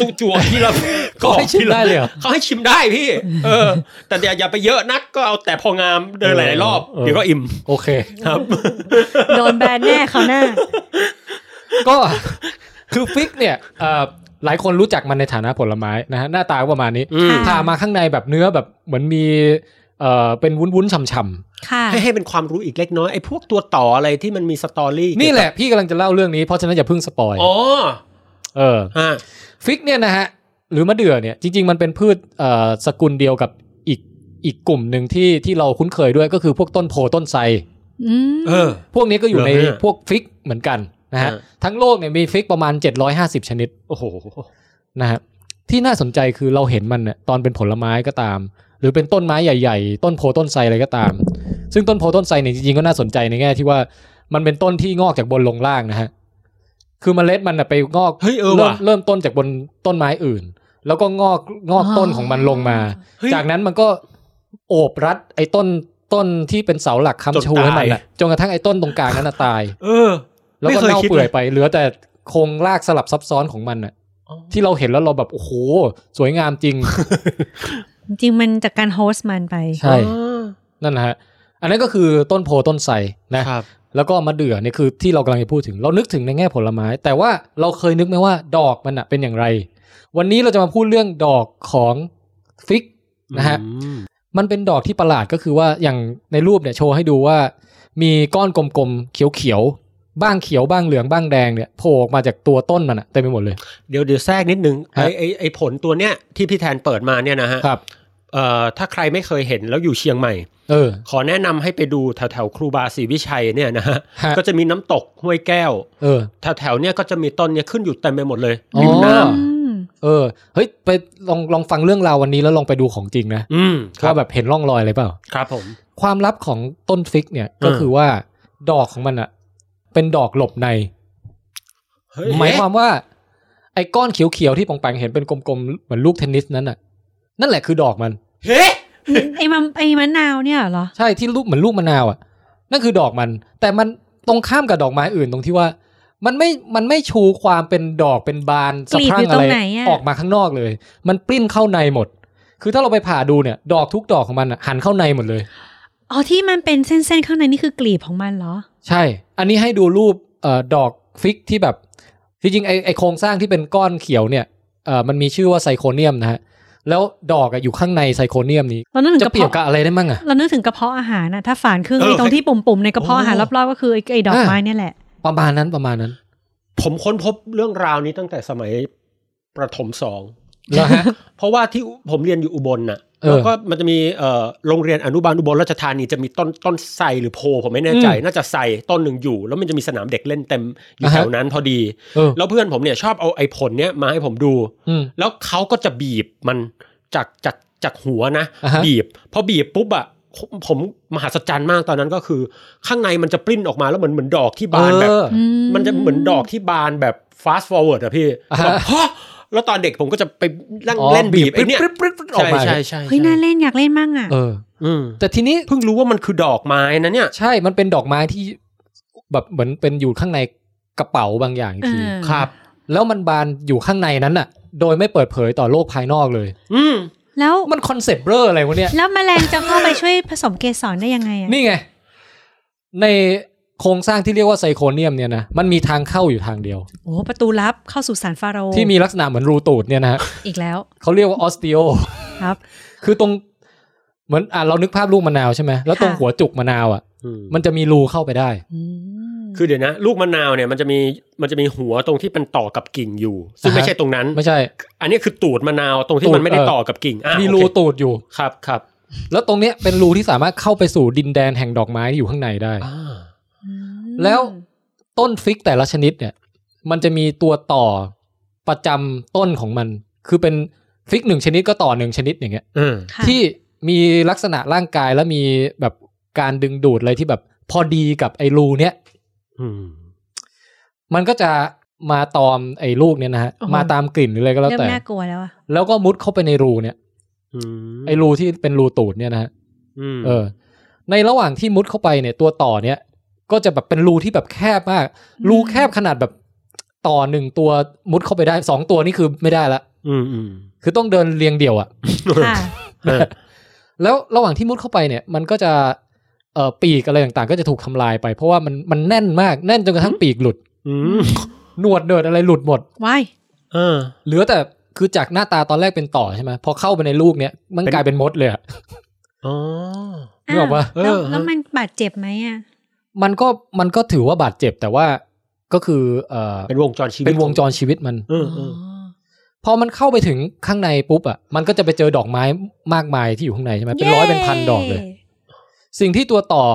Speaker 3: ตุจัวที่ละ
Speaker 1: เขาให้ชิมได้เลยเหรอ
Speaker 3: เขาให้ชิมได้พี่ เออ แต่อย่าอย่าไปเยอะนักก็เอาแต่พองามเดินหลายๆรอบ
Speaker 1: เออ
Speaker 3: เดี๋ยวก็อิ่ม
Speaker 1: โอเค
Speaker 3: ครับ
Speaker 4: โดนแบนแน่เขาวหน้า
Speaker 1: ก็ คือฟิกเนี่ยเอ่อหลายคนรู้จักมันในฐานะผลไม้นะฮะ หน้าตาก็ประมาณนี้
Speaker 3: อืม
Speaker 1: ผ่ามาข้างในแบบเนื้อแบบเหมือนมีเอ่อเป็นวุ้นๆช่ำ
Speaker 4: ค่ะ
Speaker 3: ให้ให้เป็นความรู้อีกเล็กน้อยไอ้พวกตัวต่ออะไรที่มันมีสตอรี่
Speaker 1: ๆนี่แหละพี่กำลังจะเล่าเรื่องนี้เพราะฉะนั้นอย่าเพิ่งสปอย
Speaker 3: อ๋อ
Speaker 1: เออ
Speaker 3: ฮะ
Speaker 1: ฟิกเนี่ยนะฮะหรือมะเดื่อเนี่ยจริง ๆ มันเป็นพืชเอ่อสกุลเดียวกับอีกอีกกลุ่มหนึ่งที่ที่เราคุ้นเคยด้วยก็คือพวกต้นโพต้นไทร
Speaker 4: อืม
Speaker 3: เออ
Speaker 1: พวกนี้ก็อยู่ใน
Speaker 3: เหรอฮะ
Speaker 1: พวกฟิกเหมือนกันนะฮะ
Speaker 3: อ่า
Speaker 1: ทั้งโลกเนี่ยมีฟิกประมาณ 750 ชนิด
Speaker 3: โอ้โห
Speaker 1: นะฮะที่น่าสนใจคือเราเห็นมันเนี่ยตอนเป็นผลไม้ก็ตาม หรือเป็นต้นไม้ใหญ่ๆ ต้นโพต้นไทรอะไรก็ตาม ซึ่งต้นโพต้นไทรเนี่ยจริงๆก็น่าสนใจในแง่ที่ว่ามันเป็นต้นที่งอกจากบนลงล่างนะฮะคือเมล็ดมันน่ะไปงอก
Speaker 3: เฮ้ยเออ
Speaker 1: ริ่ม
Speaker 3: ว่ะ
Speaker 1: เริ่มต้นจากบนต้นไม้อื่น แล้วก็งอกงอกต้นของมันลงมา
Speaker 3: เฮ้ย
Speaker 1: จากนั้นมันก็โอบรัดไอ้ต้นต้นที่เป็นเสาหลัก
Speaker 3: จน
Speaker 1: ค้ำชูให้มันน่ะจนกระทั่งไอ้ต้นตรงกลางนั้นนะตาย
Speaker 3: เออ
Speaker 1: แล้ว
Speaker 3: ไม่
Speaker 1: ก็
Speaker 3: เคย
Speaker 1: เน่า
Speaker 3: คิด
Speaker 1: เปื่อย
Speaker 3: เลย
Speaker 1: ไป เหลือแต่โครงรากสลับซับซ้อนของมันน่ะ ที่เราเห็นแล้วเราแบบ โอ้โห สวยงามจริง
Speaker 4: จริงๆมันจากการโฮสต์มันไป
Speaker 1: ใช่ นั่นนะฮะ อันนั้นก็คือต้นโพต้นไทรนะ
Speaker 3: ครับ
Speaker 1: แล้วก็มะเดื่อเนี่ยคือที่เรากำลังจะพูดถึง เรานึกถึงในแง่ผลไม้ แต่ว่าเราเคยนึกไหมว่าดอกมันน่ะเป็นอย่างไร วันนี้เราจะมาพูดเรื่องดอกของฟิกนะฮะ มันเป็นดอกที่ประหลาดก็คือว่าอย่างในรูปเนี่ยโชว์ให้ดูว่า มีก้อนกลมๆเขียวๆบ้างเขียวบ้างเหลืองบ้างแดงเนี่ยโผล่ออกมาจากตัวต้นมันอะเต็มไปหมดเลย
Speaker 3: เดี๋ยวเดี๋ยวแทรกนิดนึง
Speaker 1: ฮะ
Speaker 3: ไอไอไอผลตัวเนี้ยที่พี่แทนเปิดมาเนี่ยนะฮะ
Speaker 1: ครับ
Speaker 3: เอ่อถ้าใครไม่เคยเห็นแล้วอยู่เชียงใหม่
Speaker 1: เออ
Speaker 3: ขอแนะนำให้ไปดูแถวแถวๆครูบาศรีวิชัยเนี่ยนะฮะ
Speaker 1: ฮะ
Speaker 3: ก็จะมีน้ำตกห้วยแก้ว
Speaker 1: เออ
Speaker 3: แถวแถวๆเนี้ยก็จะมีต้นเนี้ยขึ้นอยู่เต็มไปหมดเลย
Speaker 1: อ๋อ
Speaker 3: ริมน้
Speaker 4: อืม
Speaker 1: เออเฮ้ยไปลองลองฟังเรื่องราววันนี้แล้วลองไปดูของจริงนะ
Speaker 3: ำอืม
Speaker 1: ว่าแบบเห็นร่องรอยอะไรเปล่า
Speaker 3: ครับผม
Speaker 1: ความลับของต้นฟิกเนี่ยก็คือว่าดอกของมันอะเป็นดอกหลบใน
Speaker 3: เฮ้ย
Speaker 1: หมายความว่า ไอ้ก้อนเขียวๆที่ปองแปงเห็นเป็นกลมๆเหมือนลูกเทนนิสนั้นอะนั่นแหละคือดอกมัน
Speaker 3: เฮ้ย
Speaker 4: ไอ้มันไอ้มะนาวเนี่ยเหรอ
Speaker 1: ใช่ที่รูปเหมือนลูกมะนาวอ่ะนั่นคือดอกมัน แต่มันตรงข้ามกับดอกไม้อื่นตรงที่ว่า มันไม่มันไม่ชูความเป็นดอกเป็นบานสะพรั่ง
Speaker 4: กลีบอยู่ต
Speaker 1: อะ
Speaker 4: ร
Speaker 1: ไรง
Speaker 4: ไหนอะ
Speaker 1: ออกมาข้างนอกเลย มันปลิ้นเข้าในหมด คือถ้าเราไปผ่าดูเนี่ย ดอกทุกดอกของมันอะหันเข้าในหมดเลย
Speaker 4: อ๋อที่มันเป็นเส้นๆข้างในนี่คือกลีบของมันเหรอ
Speaker 1: ใช่ อันนี้ให้ดูรูปเอ่อดอกฟิกที่แบบจริงๆไอไอโครงสร้างที่เป็นก้อนเขียวเนี่ยเอ่อมันมีชื่อว่าไซโคเนียมนะฮะแล้วดอกอะอยู่ข้างในไซโคเนียมนี้
Speaker 4: เรานึกถึง
Speaker 1: จะ
Speaker 4: กระ
Speaker 1: เปรียบ
Speaker 4: เพาะ
Speaker 1: กับอะไรได้มั่งอะ
Speaker 4: เรานึกถึงกระเพาะอาหารนะถ้าฝานครึ่งไอ้ตรงที่ปุ่มๆในกระเพาะอาหารรอบๆก็คือไอ้ไอ้ดอก
Speaker 1: อ่า
Speaker 4: ไม้เนี่ยแหละ
Speaker 1: ประมาณนั้นประมาณนั้น
Speaker 3: ผมค้นพบเรื่องราวนี้ตั้งแต่สมัยประถมสอง
Speaker 1: เหรอฮะ
Speaker 3: เพราะว่าที่ผมเรียนอยู่อุบลน่ะ
Speaker 1: เออ
Speaker 3: แล้วก็มันจะมีเอ่อโรงเรียนอนุบาลอุบลราชธานีจะมีต้นต้นไทรหรือโพผมไม่แน่ใจ น่าจะไทรต้นหนึ่งอยู่ แล้วมันจะมีสนามเด็กเล่นเต็มอยู่แถวนั้นพอดี
Speaker 1: เออ
Speaker 3: แล้วเพื่อนผมเนี่ยชอบเอาไอ้ผลเนี้ยมาให้ผมดู
Speaker 1: อืม
Speaker 3: แล้วเขาก็จะบีบมันจากจากจากหัวนะ
Speaker 1: อ่าฮะ
Speaker 3: บีบพอบีบปุ๊บอะผมผมมหัศจรรย์มากตอนนั้นก็คือ ข้างในมันจะปริ้นออกมาแล้วเหมือนเหมือนดอกที่บานแบบ
Speaker 1: เออ
Speaker 3: มันจะเหมือนดอกที่บานแบบ fast forward อะพี่
Speaker 1: อ่าฮะ
Speaker 3: แบบฮะแล้วตอนเด็กผมก็จะไปนั่ง
Speaker 1: อ๋อ
Speaker 3: เล่นบีบไอ้เนี่ย
Speaker 1: ปริ๊บปริ๊บปริ๊บออก
Speaker 3: ใช่
Speaker 1: มา
Speaker 3: ใช่ใช่
Speaker 4: เฮ้ยน่าเล่นอยากเล่นมั่งอ่ะ
Speaker 1: เออ
Speaker 3: อืม
Speaker 1: แต่ทีนี้
Speaker 3: เพิ่งรู้ว่ามันคือดอกไม้นะเนี่ย
Speaker 1: ใช่มันเป็นดอกไม้ที่แบบเหมือนเป็นอยู่ข้างในกระเป๋าบางอย่างอีก
Speaker 4: เอ
Speaker 1: ที
Speaker 4: อ
Speaker 3: ครับ
Speaker 1: แล้วมันบานอยู่ข้างในนั้นน่ะ โดยไม่เปิดเผยต่อโลกภายนอกเลย
Speaker 3: อืม
Speaker 4: แล้ว
Speaker 1: มันคอนเซปต์เบลออะไรวะเนี่ย
Speaker 4: แล้วแมลงจะเข้าไปช่วยผสมเกสรได้ยังไงอ่ะ
Speaker 1: นี่ไง ในโครงสร้างที่เรียกว่าไซโคเนียมเนี่ยนะ มันมีทางเข้าอยู่ทางเดียว
Speaker 4: โอ้ประตูลับเข้าสู่สารฟาโรห์
Speaker 1: ที่มีลักษณะเหมือนรูตูดเนี่ยนะฮะ
Speaker 4: อีกแล้ว
Speaker 1: เขาเรียกว่าออสติโอ
Speaker 4: ครับ
Speaker 1: คือตรงเหมือนอ่ะเรานึกภาพลูกมะนาวใช่ไหมแล้วตรง
Speaker 4: ค่ะ
Speaker 1: หัวจุกมะนาวอ่ะ
Speaker 3: อืม
Speaker 1: มันจะมีรูเข้าไปได้
Speaker 4: อืม
Speaker 3: คือเดี๋ยวนะ ลูกมะนาวเนี่ยมันจะมีมันจะมีหัวตรงที่เป็นต่อกับกิ่งอยู่ ซึ่ง
Speaker 1: อ่าฮะ
Speaker 3: ไม่ใช่ตรงนั้น
Speaker 1: ไม่ใช่
Speaker 3: อันนี้คือตูดมะนาวตรงที่มันไม่ได้
Speaker 1: ตูดเออ
Speaker 3: ต่อกับกิ่งอ่ะ
Speaker 1: มี
Speaker 3: โอ
Speaker 1: รู
Speaker 3: เค
Speaker 1: ตูดอยู่
Speaker 3: ครับครับ
Speaker 1: แล้วตรงเนี้ยเป็นรูที่สามารถเข้าไปสู่ดินแดนแห่งดอกไม้ที่อยู่ข้างในได้
Speaker 3: อ่า
Speaker 1: แล้วต้นฟิกแต่ละชนิดเนี่ย มันจะมีตัวต่อประจำต้นของมัน คือเป็นฟิกหนึ่งชนิดก็ต่อหนึ่งชนิดอย่างเงี้ย
Speaker 3: อืม
Speaker 4: ค่ะ
Speaker 1: ที่มีลักษณะร่างกายและมีแบบการดึงดูดอะไรที่แบบพอดีกับไอ้รูเนี้ย
Speaker 3: อืม
Speaker 1: มันก็จะมาตอมไอ้ลูกเนี่ยนะฮะ มาตามกลิ่นหรืออะไรก็แล้ว
Speaker 4: เริ่ม
Speaker 1: แต่
Speaker 4: น่ากลัวแล้วอ่ะ
Speaker 1: แล้วก็มุดเข้าไปในรูเนี่ย
Speaker 3: อืม
Speaker 1: ไอ้รูที่เป็นรูตูดเนี่ยนะฮะ
Speaker 3: ม
Speaker 1: เออ ในระหว่างที่มุดเข้าไปเนี่ยตัวต่อเนี่ย ก็จะแบบเป็นรูที่แบบแคบมาก รูแคบขนาดแบบต่อหนึ่งตัวมุดเข้าไปได้สองตัวนี่คือไม่ได้ละ
Speaker 3: อืมอืม
Speaker 1: คือต้องเดินเรียงเดี่ยวอะ
Speaker 4: ค่ะ
Speaker 3: เออ
Speaker 1: แล้วระหว่างที่มุดเข้าไปเนี่ยมันก็จะเอ่อปีกอะไรต่างๆ ก็จะถูกทำลายไป เพราะว่ามันมันแน่นมากแน่นจนกระทั่งปีกหลุด
Speaker 3: อืม
Speaker 1: หนวดเนิดอะไรหลุดหมด
Speaker 4: ว้าย
Speaker 3: เออ
Speaker 1: เหลือแต่คือจากหน้าตาตอนแรกเป็นต่อใช่ไหมพอเข้าไปในลูกเนี่ยมัน
Speaker 3: เป็น
Speaker 1: กลายเป็นมดเลยอะ
Speaker 3: อ๋อ
Speaker 1: นึกออกปะ
Speaker 4: าวแล้ว
Speaker 3: เออ
Speaker 4: แล้วมันบาดเจ็บไหมอ่ะ
Speaker 1: มันก็มันก็ถือว่าบาดเจ็บแต่ว่าก็คือเออ
Speaker 3: เป็นวงจรชีวิต
Speaker 1: เป็นวงจรชีวิตมัน
Speaker 3: เออเออ
Speaker 1: พอมันเข้าไปถึงข้างในปุ๊บอ่ะมันก็จะไปเจอดอกไม้มากมายที่อยู่ข้างในใช่ไหมเป็นร้อยเป็นพันดอกเลย สิ่งที่ตัวต่อ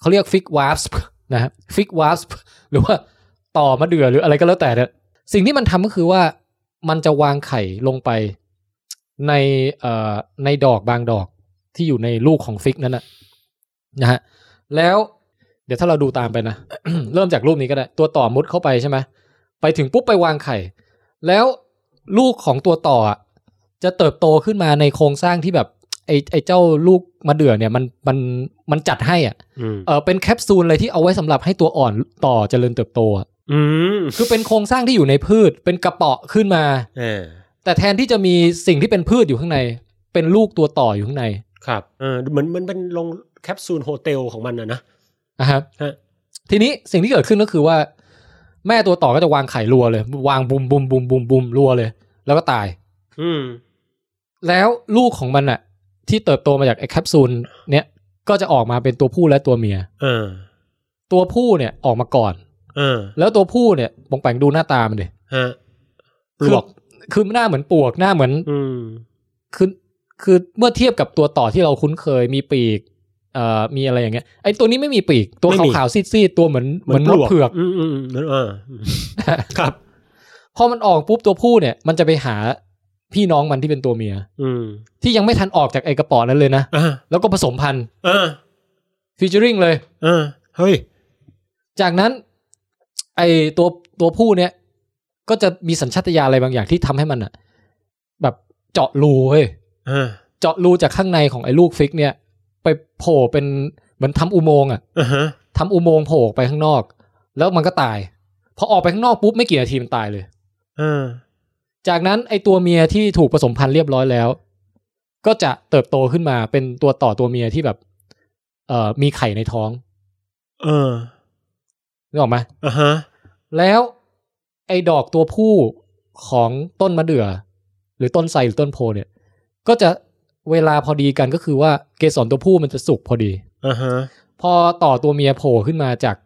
Speaker 1: เขาเรียกฟิกวาร์ปนะฮะฟิกวาร์ปหรือว่าต่อมะเดื่อหรืออะไรก็แล้วแต่เนี่ยสิ่งที่มันทำก็คือว่ามันจะวางไข่ลงไปในเอ่อในดอกบางดอกที่อยู่ในลูกของฟิกนั้นนะนะฮะแล้วเดี๋ยวถ้าเราดูตามไปนะ เริ่มจากรูปนี้ก็ได้ ตัวต่อมุดเข้าไปใช่ไหมไปถึงปุ๊บไปวางไข่ แล้วลูกของตัวต่ออะจะเติบโตขึ้นมาในโครงสร้างที่แบบไอ้ไอ้เจ้าลูกมะเดื่อเนี่ยมันมันมันจัดให้อ่ะ
Speaker 3: อืม
Speaker 1: เออเป็นแคปซูลอะไรที่เอาไว้สำหรับให้ตัวอ่อนต่อเจริญเติบโตอะ
Speaker 3: อืม
Speaker 1: คือเป็นโครงสร้างที่อยู่ในพืช เป็นกระเปาะขึ้นมา
Speaker 3: เออ
Speaker 1: แต่แทนที่จะมีสิ่งที่เป็นพืชอยู่ข้างใน เป็นลูกตัวต่ออยู่ข้างใน
Speaker 3: ครับเออเหมือนเหมันเป็นลงแคปซูลโฮเทลของมันนะนะ
Speaker 1: นะครับ
Speaker 3: ฮะ
Speaker 1: ทีนี้สิ่งที่เกิดขึ้นก็คือว่า แม่ตัวต่อก็จะวางไข่รัวเลย วางบุมบุมบุมบุมบุมรัวเลย แล้วก็ตาย
Speaker 3: อืม
Speaker 1: แล้วลูกของมันอะที่เติบโตมาจากไอ้แคปซูลเนี้ยก็จะออกมาเป็นตัวผู้และตัวเมีย
Speaker 3: เออ
Speaker 1: ตัวผู้เนี่ยออกมาก่อน
Speaker 3: เออ
Speaker 1: แล้วตัวผู้เนี่ยปองแปงดูหน้าตามันดิ
Speaker 3: ฮะป
Speaker 1: คื
Speaker 3: ลวก
Speaker 1: คือหน้าเหมือนปลวกหน้าเหมือน
Speaker 3: อืม
Speaker 1: คือคือเมื่อเทียบกับตัวต่อที่เราคุ้นเคยมีปีกเอ่อมีอะไรอย่างเงี้ยไอ้ตัวนี้ไม่มีปีก ตัว
Speaker 3: ไม่มี
Speaker 1: ขาวๆซีดๆตัวเหมือนเหมือนมดเผือก
Speaker 3: อืมอืมอืมเหมือนเออครับ
Speaker 1: พอมันออกปุ๊บตัวผู้เนี่ย มันจะไปหาพี่น้องมันที่เป็นตัวเมีย
Speaker 3: อืม
Speaker 1: ที่ยังไม่ทันออกจากไอ้กระป๋อนั้นเลยนะ
Speaker 3: อ่า
Speaker 1: แล้วก็ผสมพันธุ์
Speaker 3: เออ
Speaker 1: ฟิชเชอริงเลย
Speaker 3: เออเฮ้ย
Speaker 1: จากนั้น ไอตัวตัวผู้เนี่ย ก็จะมีสัญชาตญาณอะไรบางอย่างที่ทำให้มันอะแบบเจาะรูเว้ย
Speaker 3: เออ
Speaker 1: เจาะรูจากข้างในของไอ้ลูกฟิก เนี่ย ไปโผล่เป็นเหมือนทำอุโมงค์อะ
Speaker 3: อ่าฮะ
Speaker 1: ทำอุโมงค์โผล่ออกไปข้างนอก แล้วมันก็ตาย พอออกไปข้างนอกปุ๊บไม่กี่นาทีมันตายเลย
Speaker 3: เออ
Speaker 1: จากนั้นไอตัวเมียที่ถูกผสมพันธุ์เรียบร้อยแล้ว ก็จะเติบโตขึ้นมาเป็นตัวต่อตัวเมียที่แบบ เอ่อมีไข่ในท้อง
Speaker 3: เออ
Speaker 1: นึกออกไหม
Speaker 3: อ่าฮะ
Speaker 1: แล้วไอ้ดอกตัวผู้ของต้นมะเดื่อ หรือต้นไทรหรือต้นโพเนี่ย ก็จะเวลาพอดีกันก็คือว่าเกสรตัวผู้มันจะสุกพอดี
Speaker 3: อ่าฮะ
Speaker 1: พอต่อตัวเมียโผล่ขึ้นมาจาก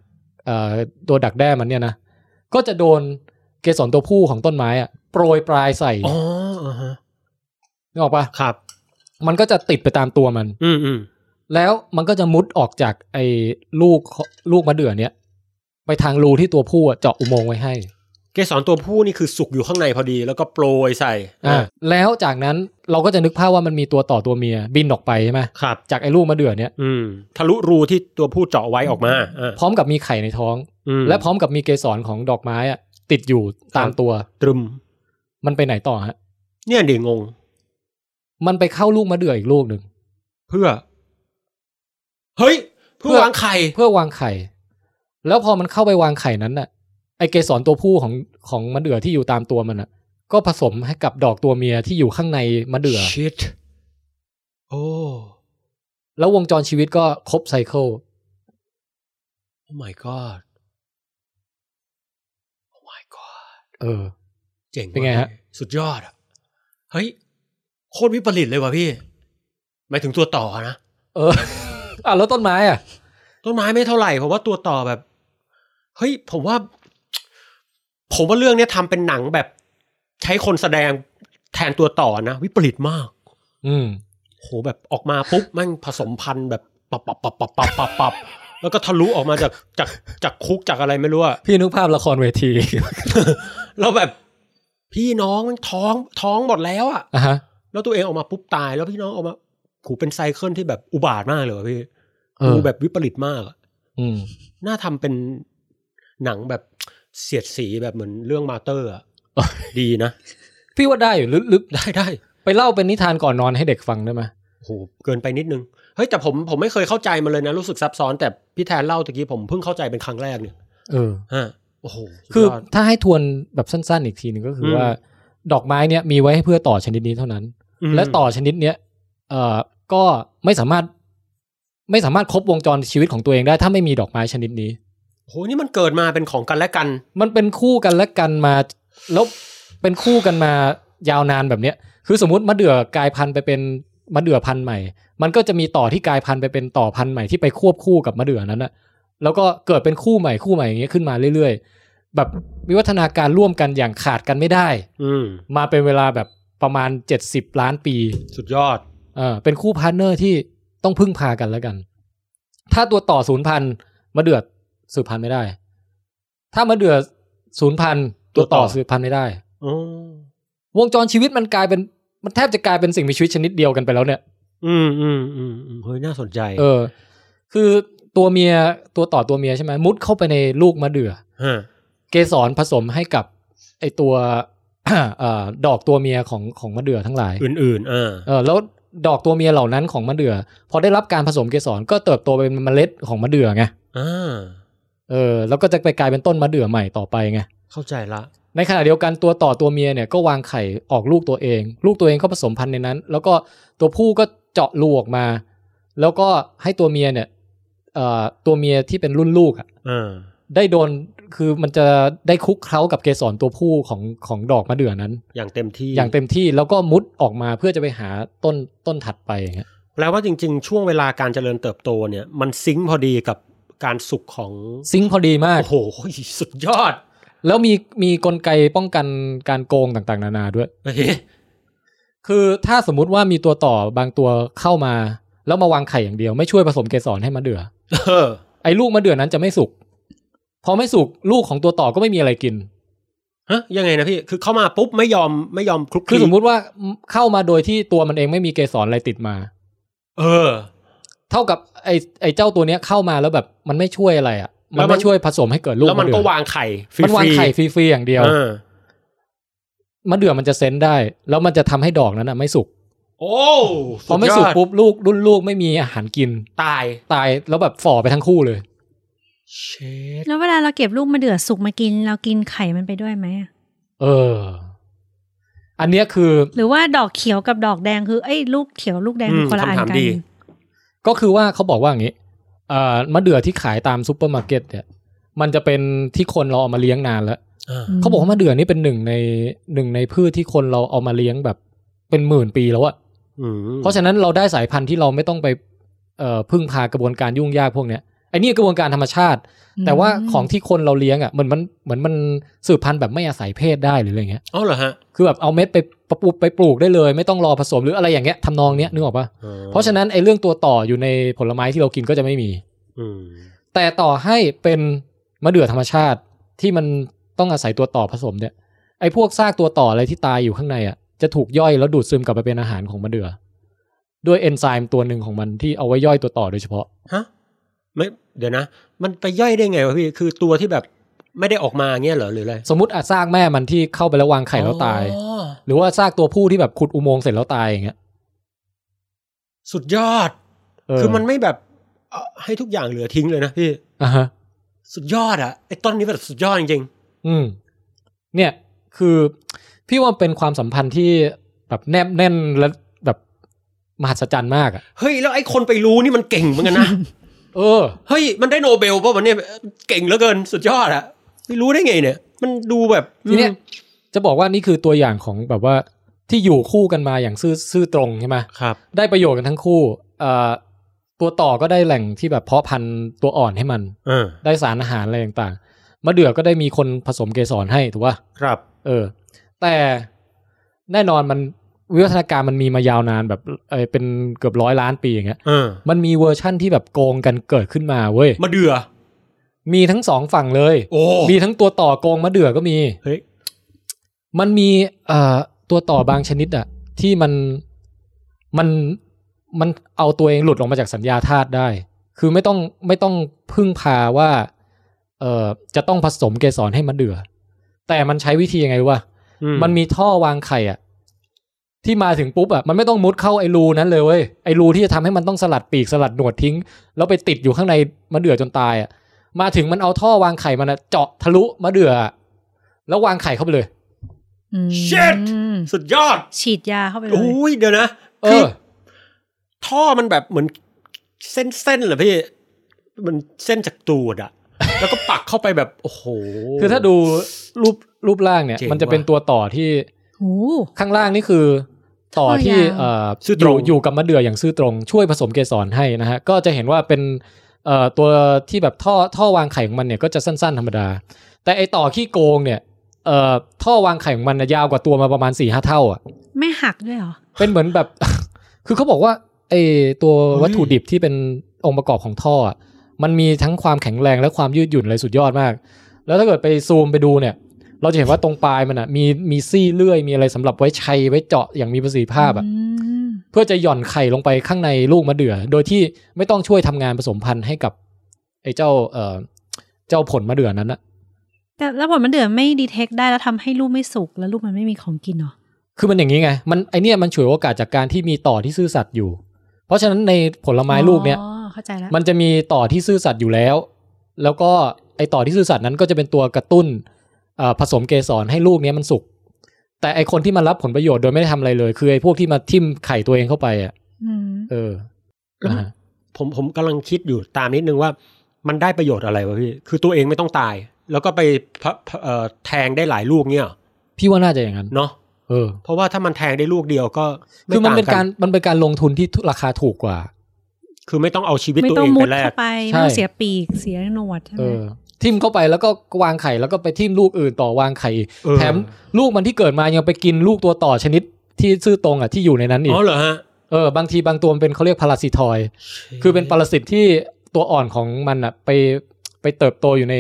Speaker 1: เอ่อตัวดักแด้มันเนี่ยนะก็จะโดนเกสรตัวผู้ของต้นไม้อะ โปรยปลายใส่
Speaker 3: อ๋ออ่าฮะ
Speaker 1: นึกออกปะ
Speaker 3: ครับ
Speaker 1: มันก็จะติดไปตามตัวมัน
Speaker 3: อืมอืม
Speaker 1: แล้วมันก็จะมุดออกจากไอ้ลูกลูกมะเดื่อเนี่ย ไปทางรูที่ตัวผู้อะเจาะอุโมงค์ไว้ให้
Speaker 3: เกสรตัวผู้นี่คือสุกอยู่ข้างในพอดี แล้วก็โปรยใส่
Speaker 1: อ่าแล้วจากนั้นเราก็จะนึกภาพว่ามันมีตัวต่อตัวเมียบินออกไปใช่ไหม
Speaker 3: ครับ
Speaker 1: จากไอ้ลูกมะเดื่อเนี่ย
Speaker 3: อืมทะลุรูที่ตัวผู้เจาะไว้ออกมาอ่า
Speaker 1: พร้อมกับมีไข่ในท้อง
Speaker 3: ม
Speaker 1: และพร้อมกับมีเกสรของดอกไม้อะติดอยู่ตาม
Speaker 3: ครับ
Speaker 1: ตัว
Speaker 3: ตรึม
Speaker 1: มันไปไหนต่อฮะ
Speaker 3: เนี่ยดิงง
Speaker 1: มันไปเข้าลูกมะเดื่ออีกลูกหนึ่ง
Speaker 3: เพื่อ เฮ้ย เพื่อ
Speaker 1: เพื่อ
Speaker 3: วางไข่
Speaker 1: เพื่อวางไข่ แล้วพอมันเข้าไปวางไข่นั้นน่ะ ไอเกสรตัวผู้ของของมะเดื่อที่อยู่ตามตัวมันน่ะ ก็ผสมให้กับดอกตัวเมียที่อยู่ข้างในมะเดื่อ
Speaker 3: shit โอ้
Speaker 1: แล้ววงจรชีวิตก็ครบไซเคิล
Speaker 3: oh my god oh my god
Speaker 1: เออ
Speaker 3: เจ๋ง
Speaker 1: เป็นไงฮะ
Speaker 3: มากลยสุดยอดอะเฮ้ย โคตรวิปริตเลยว่ะพี่ หมายถึงตัวต่อนะ
Speaker 1: เออ อ่ะแล้วต้นไม้อ่ะ
Speaker 3: ต้นไม้ไม่เท่าไหร่ผมว่าตัวต่อแบบ เฮ้ย ผมว่า ผมว่าเรื่องเนี้ยทำเป็นหนังแบบ ใช้คนแสดงแทนตัวต่อนะ วิปริตมาก
Speaker 1: อืม
Speaker 3: โหแบบออกมาปุ๊บแม่งผสมพันธุ์แบบปับปับปับปับปับปับปับแล้วก็ทะลุออกมาจากจากจากคุกจากอะไรไม่รู้อะ
Speaker 1: พี่นึกภาพละครเวที
Speaker 3: แล้วแบบ พี่น้องแม่งท้องท้องหมดแล้วอะ
Speaker 1: อ่ะฮะ
Speaker 3: แล้วตัวเองออกมาปุ๊บตาย แล้วพี่น้องออกมาโหเป็นไซเคิลที่แบบอุบาทมากเลยว่ะพี่
Speaker 1: เออ
Speaker 3: ดูแบบวิปริตมากอะ
Speaker 1: อืม
Speaker 3: น่าทำเป็นหนังแบบเสียดสีแบบเหมือนเรื่องมาเตอร์อะ
Speaker 1: เออ
Speaker 3: ดีนะ
Speaker 1: พี่ว่าได้อยู่หรือหรือ
Speaker 3: ได้ได้
Speaker 1: ไปเล่าเป็นนิทานก่อนนอนให้เด็กฟังได้ไหม
Speaker 3: โหเกินไปนิดนึงเฮ้ยแต่ผมผมไม่เคยเข้าใจมันเลยนะรู้สึกซับซ้อน แต่พี่แทนเล่าตะกี้ผมเพิ่งเข้าใจเป็นครั้งแรกเนี่ย
Speaker 1: เออ
Speaker 3: ฮะโอ้โหสุด
Speaker 1: คือย
Speaker 3: ด
Speaker 1: ถ้าให้ทวนแบบสั้น ๆ อีกทีหนึ่งก็คืออ
Speaker 3: ม
Speaker 1: ว่า ดอกไม้เนี่ยมีไว้ให้เพื่อต่อชนิดนี้เท่านั้น
Speaker 3: ม
Speaker 1: และต่อชนิดเนี้ยเอ่อก็ไม่สามารถไม่สามารถครบวงจรชีวิตของตัวเองได้ ถ้าไม่มีดอกไม้ชนิดนี้
Speaker 3: โอ้โหนี่มันเกิดมาเป็นของกันและกัน
Speaker 1: มันเป็นคู่กันและกันมาแล้วเป็นคู่กันมายาวนานแบบเนี้ย คือสมมติมะเดื่อกลายพันธุ์ไปเป็นมะเดื่อพันธุ์ใหม่ มันก็จะมีต่อที่กลายพันธุ์ไปเป็นต่อพันธุ์ใหม่ที่ไปควบคู่กับมะเดื่อนั้นนะแล้วก็เกิดเป็นคู่ใหม่คู่ใหม่อย่างเงี้ยขึ้นมาเรื่อยๆ แบบวิวัฒนาการร่วมกันอย่างขาดกันไม่ได้
Speaker 3: อืม
Speaker 1: มาเป็นเวลาแบบประมาณ 70 ล้านปี
Speaker 3: สุดยอด
Speaker 1: เออเป็นคู่พาร์ทเนอร์ที่ต้องพึ่งพากันแล้วกัน ถ้าตัวต่อศูนย์พันมาเดือดสืบพันธุ์ไม่ได้ ถ้ามาเดือดศูนย์พันตัวต่อสืบพันธุ์ไม่ได้
Speaker 3: อืม
Speaker 1: วงจรชีวิตมันกลายเป็นมันแทบจะกลายเป็นสิ่งมีชีวิตชนิดเดียวกันไปแล้วเนี่ย
Speaker 3: อืมอืมอืมอืมเฮ้ย น่าสนใจ
Speaker 1: เออ คือตัวเมียตัวต่อตัวเมียใช่ไหมมุดเข้าไปในลูกมะเดือ
Speaker 3: ฮะ
Speaker 1: เกสรผสมให้กับไอตัว เอ่อดอกตัวเมียของของมะเดือทั้งหลาย
Speaker 3: อื่นๆอ่า
Speaker 1: เออแล้วดอกตัวเมียเหล่านั้นของมะเดื่อพอได้รับการผสมเกสรก็เติบโตเป็นเมล็ดของมะเดื่อไง
Speaker 3: อ่า
Speaker 1: เออแล้วก็จะไปกลายเป็นต้นมะเดื่อใหม่ต่อไปไง
Speaker 3: เข้าใจละ
Speaker 1: ในขณะเดียวกันตัวต่อตัวเมียเนี่ยก็วางไข่ออกลูกตัวเอง ลูกตัวเองก็ผสมพันธุ์ในนั้น แล้วก็ตัวผู้ก็เจาะรูออกมา แล้วก็ให้ตัวเมียเนี่ยเอ่อตัวเมียที่เป็นรุ่นลูกอะ
Speaker 3: อ่า
Speaker 1: ได้โดนคือมันจะได้คลุกเคล้ากับเกสรตัวผู้ของของดอกมะเดื่อนั้น
Speaker 3: อย่างเต็มที่
Speaker 1: อย่างเต็มที่แล้วก็มุดออกมาเพื่อจะไปหาต้นต้นถัดไปอย่างเงี้ย
Speaker 3: แปลว่าจริง ๆ ช่วงเวลาการเจริญเติบโตเนี่ย มันซิงค์พอดีกับการสุขของ
Speaker 1: ซิงค์พอดีมาก
Speaker 3: โอ้โห สุดยอด
Speaker 1: แล้วมีมีกลไกป้องกันการโกงต่างๆ นานาด้วย
Speaker 3: เฮ้ย
Speaker 1: คือถ้าสมมุติว่ามีตัวต่อบางตัวเข้ามา แล้วมาวางไข่อย่างเดียวไม่ช่วยผสมเกสรให้มันเดือ
Speaker 3: เออ
Speaker 1: ไอ้ลูกมันเดือนั้นจะไม่สุก พอไม่สุกลูกของตัวต่อก็ไม่มีอะไรกิน
Speaker 3: ฮะยังไงนะพี่ คือเข้ามาปุ๊บไม่ยอมไม่ยอมคลุกค
Speaker 1: คือ
Speaker 3: ลี
Speaker 1: สมมุติว่าเข้ามาโดยที่ตัวมันเองไม่มีเกสรอะไรติดมา
Speaker 3: เออ
Speaker 1: เท่ากับไอ้ไอ้เจ้าตัวเนี้ยเข้ามาแล้วแบบมันไม่ช่วยอะไรอ่ะ มัน
Speaker 3: แล้วมั
Speaker 1: ไม่
Speaker 3: น
Speaker 1: ช่วยผสมให้เกิดลูก
Speaker 3: แล้วมัน
Speaker 1: ะ
Speaker 3: ก็
Speaker 1: เดื่อ
Speaker 3: วางไข่ฟรี
Speaker 1: มันวางไข่
Speaker 3: ๆ
Speaker 1: ฟรีๆอย่างเดียว
Speaker 3: เออ
Speaker 1: มะเดื่อมันจะเซนได้ แล้วมันจะทำให้ดอกนั้นอ่ะไม่สุก
Speaker 3: โอ้
Speaker 1: พอไม่สุกปุ๊บลูกรุ่นลูกไม่มีอาหารกิน
Speaker 3: ตาย
Speaker 1: ตายแล้วแบบฝ่อไปทั้งคู่เลย
Speaker 3: เชด
Speaker 4: แล้วเวลาเราเก็บลูกมาเดือดสุกมากิน เรากินไข่มันไปด้วยไหมอะ
Speaker 1: เออ อันเนี้ยคือ
Speaker 4: หรือว่าดอกเขียวกับดอกแดงคือไอ้ยลูกเขียวลูกแดง
Speaker 3: อืม
Speaker 4: คนละอัน
Speaker 3: คำถาม
Speaker 4: กัน
Speaker 3: ดี
Speaker 1: ก็คือว่าเขาบอกว่าอย่างนี้เอ่อมะเดื่อที่ขายตามซูเปอร์มาร์เก็ตเนี่ย มันจะเป็นที่คนเราเอามาเลี้ยงนานแล้ว
Speaker 4: ม
Speaker 1: เขาบอกว่ามะเดื่อนี่เป็นหนึ่งในหนึ่งในพืชที่คนเราเอามาเลี้ยงแบบเป็นหมื่นปีแล้วอะ
Speaker 3: อืม
Speaker 1: เพราะฉะนั้นเราได้สายพันธุ์ที่เราไม่ต้องไปเอ่อพึ่งพากระบวนการยุ่งยากพวกเนี้ย ไอ้นี่กระบวนการธรรมชาติ
Speaker 4: อืม
Speaker 1: แต่ว่าของที่คนเราเลี้ยงอ่ะเหมือนมันเหมือนมันสืบพันธุ์แบบไม่อาศัยเพศได้หรืออะไรเงี้ย
Speaker 3: อ๋อเหรอฮะ
Speaker 1: คือแบบเอาเม็ดไปปลูกไปปลูกได้เลย ไม่ต้องรอผสมหรืออะไรอย่างเงี้ยทำนองเนี้ยนึกออกปะ
Speaker 3: อ๋อ
Speaker 1: เพราะฉะนั้นไอ้เรื่องตัวต่ออยู่ในผลไม้ที่เรากินก็จะไม่มี
Speaker 3: อืม
Speaker 1: แต่ต่อให้เป็นมะเดื่อธรรมชาติที่มันต้องอาศัยตัวต่อผสมเนี่ยไอ้พวกซากตัวต่ออะไรที่ตายอยู่ข้างในอ่ะจะถูกย่อยแล้วดูดซึมกลับไปเป็นอาหารของมะเดื่อด้วยเอนไซม์ตัวหนึ่งของมันที่เอาไว้ย่อยตัวต่อโดยเฉพาะ
Speaker 3: ฮะไม่เดี๋ยวนะ มันไปย่อยได้ไงวะพี่ คือตัวที่แบบไม่ได้ออกมาเงี้ยเหรอหรืออะไร
Speaker 1: สมมติอาจซากแม่มันที่เข้าไปแล้ววางไข่แล้วตาย
Speaker 3: อ๋อ
Speaker 1: หรือว่าซากตัวผู้ที่แบบขุดอุโมงค์เสร็จแล้วตายอย่างเงี้ย
Speaker 3: สุดยอด
Speaker 1: เ
Speaker 3: คือมันไม่แบบเอ่อให้ทุกอย่างเหลือทิ้งเลยนะพี่
Speaker 1: อ่ะฮะ
Speaker 3: สุดยอดอะไอ้ต้นนี้แบบสุดยอดจริง
Speaker 1: อืม เนี่ยคือพี่ว่าเป็นความสัมพันธ์ที่แบบแนบแน่นและแบบมหัศจรรย์มากอะ
Speaker 3: ๆเฮ้ยแล้วไอ้คนไปรู้นี่มันเก่งเหมือน กันนะ
Speaker 1: เออ
Speaker 3: เฮ้ยมันได้โนเบลป่ะวันนี้เก่งเหลือเกินสุดยอดอะไม่รู้ได้ไงเนี่ย มันดูแบบ
Speaker 1: ทีเนี้ยจะบอกว่านี่คือตัวอย่างของแบบว่าที่อยู่คู่กันมาอย่างซื่อซื่อตรงใช่ไหม
Speaker 3: ครับ
Speaker 1: ได้ประโยชน์กันทั้งคู่เอ่อตัวต่อก็ได้แหล่งที่แบบเพาะพันธุ์ตัวอ่อนให้มัน
Speaker 3: เออ
Speaker 1: ได้สารอาหารอะไรต่างๆมะเดื่อก็ได้มีคนผสมเกสรให้ถูกป่ะ
Speaker 3: ครับ
Speaker 1: เออ แต่แน่นอนมันวิวัฒนาการมันมีมายาวนานแบบเออเป็นเกือบร้อยล้านปีอย่างเงี้ย
Speaker 3: เออ
Speaker 1: มันมีเวอร์ชั่นที่แบบโกงกันเกิดขึ้นมาเว้ย
Speaker 3: มาเดือ
Speaker 1: มีทั้งสองฝั่งเลย
Speaker 3: โอ้
Speaker 1: มีทั้งตัวต่อโกงมะเดื่อก็มี
Speaker 3: เฮ้ย
Speaker 1: มันมีเอ่อตัวต่อบางชนิดอะที่มันมันมันเอาตัวเองหลุดออกมาจากสัญญาธาตุได้ คือไม่ต้องไม่ต้องพึ่งพาว่าเอ่อจะต้องผสมเกสรให้มันเดือ แต่มันใช้วิธียังไงวะ
Speaker 3: อื
Speaker 1: มันมีท่อวางไข่อะที่มาถึงปุ๊บอะมันไม่ต้องมุดเข้าไอ้รูนั้นเลยเว้ยไอ้รูที่จะทำให้มันต้องสลัดปีกสลัดหนวดทิ้ง แล้วไปติดอยู่ข้างในมะเดื่อจนตายอะมาถึงมันเอาท่อวางไข่มันอะเจาะทะลุมะเดื่ออะแล้ววางไข่เข้าไปเลย
Speaker 4: อืม
Speaker 3: สุดยอด
Speaker 4: ฉีดยาเข้าไปเลย
Speaker 3: อุ้ยเดี๋ยวนะ
Speaker 1: เอ
Speaker 3: คือ
Speaker 1: อ
Speaker 3: ท่อมันแบบเหมือนเส้นเส้นๆเหรอพี่ มันเส้นจากตูดอะแล้วก็ปักเข้าไปแบบ โอ้โห
Speaker 1: คือถ้าดูรูปรูปร่างเนี่ย
Speaker 3: เจ๋ง
Speaker 1: มันจะเป็น
Speaker 3: ว่ะ
Speaker 1: ตัวต่อที่
Speaker 4: โอ้โห
Speaker 1: ข้างล่างนี่คือ ต่อ
Speaker 4: ท่อยาว
Speaker 1: ที่เอ่อ
Speaker 3: ซื่อตรง
Speaker 1: ยู่อยู่กับมะเดื่ออย่างซื่อตรง ช่วยผสมเกสรให้นะฮะ ก็จะเห็นว่าเป็นเอ่อตัวที่แบบท่อท่อวางไข่ของมันเนี่ยก็จะสั้น ๆ ธรรมดา แต่ไอต่อขี้โกงเนี่ยเอ่อท่อวางไข่ของมันน่ะยาวกว่าตัวมาประมาณ4ี่ห้าเท่าอ่ะ
Speaker 4: ไม่หักด้วยเหรอ
Speaker 1: เป็นเหมือนแบบ คือเขาบอกว่าไอตัววัตถุดิบที่เป็นองค์ประกอบของท่ออะมันมีทั้งความแข็งแรงและความยืดหยุ่นเลยสุดยอดมาก แล้วถ้าเกิดไปซูมไปดูเนี่ย เราจะเห็นว่าตรงปลายมันอ่ะมีมีซี่เลื่อยมีอะไรสำหรับไว้ชัยไว้เจาะอย่างมีประสิทธิภาพอ่ะ
Speaker 4: อืม
Speaker 1: เพื่อจะหย่อนไข่ลงไปข้างในลูกมะเดื่อ โดยที่ไม่ต้องช่วยทำงานผสมพันธุ์ให้กับไอ้เจ้าเอ่อเจ้าผลมะเดื่อนั้นนะ
Speaker 4: แต่แล้วผลมันเดือดไม่ดีเทคได้แล้วทำให้ลูกไม่สุกแล้วลูกมันไม่มีของกินเหรอ
Speaker 1: คือมันอย่างนี้ไง มันไอเนี่ยมันฉวยโอกาสจากการที่มีต่อที่ซื่อสัตย์อยู่ เพราะฉะนั้นในผลไม้ลูกเนี่ย
Speaker 4: อ๋อเข้าใจแล้ว
Speaker 1: มันจะมีต่อที่ซื่อสัตย์อยู่แล้ว แล้วก็ไอต่อที่ซื่อสัตย์นั้นก็จะเป็นตัวกระตุ้นเอ่อผสมเกสรให้ลูกเนี้ยมันสุก แต่ไอคนที่มารับผลประโยชน์โดยไม่ได้ทำอะไรเลย คือไอพวกที่มาทิ่มไข่ตัวเองเข้าไปอ่ะ
Speaker 4: อืม
Speaker 1: เออนะฮะ
Speaker 3: ผมผมกำลังคิดอยู่ตามนิดนึงว่า มันได้ประโยชน์อะไรวะพี่ คือตัวเองไม่ต้องตาย แล้วก็ไปพะพะเอ่อแทงได้หลายลูกเนี่ยเหรอ
Speaker 1: พี่ว่าน่าจะอย่างนั้น
Speaker 3: เนาะ
Speaker 1: เออ
Speaker 3: เพราะว่าถ้ามันแทงได้ลูกเดียวก็ไ
Speaker 1: คือมันเป็น
Speaker 3: ต่ง
Speaker 1: การมันเป็นการลงทุนที่ราคาถูกกว่า
Speaker 3: คือไม่ต้องเอาชีวิต
Speaker 4: ไม่
Speaker 3: ตัว
Speaker 4: ต้อ
Speaker 3: เอง ง
Speaker 4: มุ
Speaker 3: ไป
Speaker 4: ด
Speaker 3: แลก
Speaker 4: เข้าไป
Speaker 1: ใช่
Speaker 4: ไม่ต้องเสียปีกเสียหนวดใช่ไห
Speaker 1: เอ
Speaker 4: ม
Speaker 1: อ ทิ่มเข้าไปแล้วก็วางไข่แล้วก็ไปทิ่มลูกอื่นต่อวางไข่อีก
Speaker 3: เออ
Speaker 1: แถมลูกมันที่เกิดมายังไปกินลูกตัวต่อชนิดที่ซื่อตรงอ่ะที่อยู่ในนั้นอีก
Speaker 3: อ๋อเหรอฮะ
Speaker 1: เออบางทีบางตัวมันเป็นเขาเรียกพาราซิทอย คือเป็นปรสิตที่ตัวอ่อนของมันอ่ะ ไปไปเติบโตอยู่ใน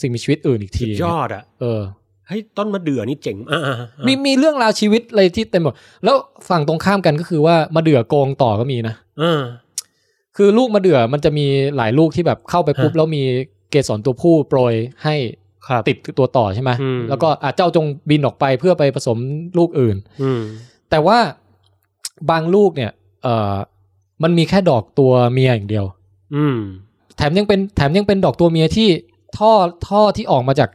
Speaker 1: สิ่งมีชีวิตอื่นอีก
Speaker 3: สุ
Speaker 1: ที
Speaker 3: ดยอดอ่ะ
Speaker 1: เออ
Speaker 3: เฮ้ยต้นมะเดื่อนี่เจ๋งอ่าๆๆ
Speaker 1: มีมีเรื่องราวชีวิตอะไรที่เต็มหมดแล้วฝั่งตรงข้ามกันก็คือว่ามาเดือโกงต่อก็มีนะ
Speaker 3: เออ
Speaker 1: คือลูกมาเดือมันจะมีหลายลูกที่แบบเข้าไปปุ๊บ
Speaker 3: ฮะ
Speaker 1: แล้วมีเกสรตัวผู้โปรยให้
Speaker 3: ครับ
Speaker 1: ติดตัวต่อใช่ไหม
Speaker 3: อืม
Speaker 1: แล้วก็อาเจ้าจงบินออกไปเพื่อไปผสมลูกอื่น
Speaker 3: อืม
Speaker 1: แต่ว่าบางลูกเนี่ย เออมันมีแค่ดอกตัวเมียอย่างเดียว
Speaker 3: อืม
Speaker 1: แถมยังเป็นแถมยังเป็นดอกตัวเมียที่ท่อท่อที่ออกมาจาก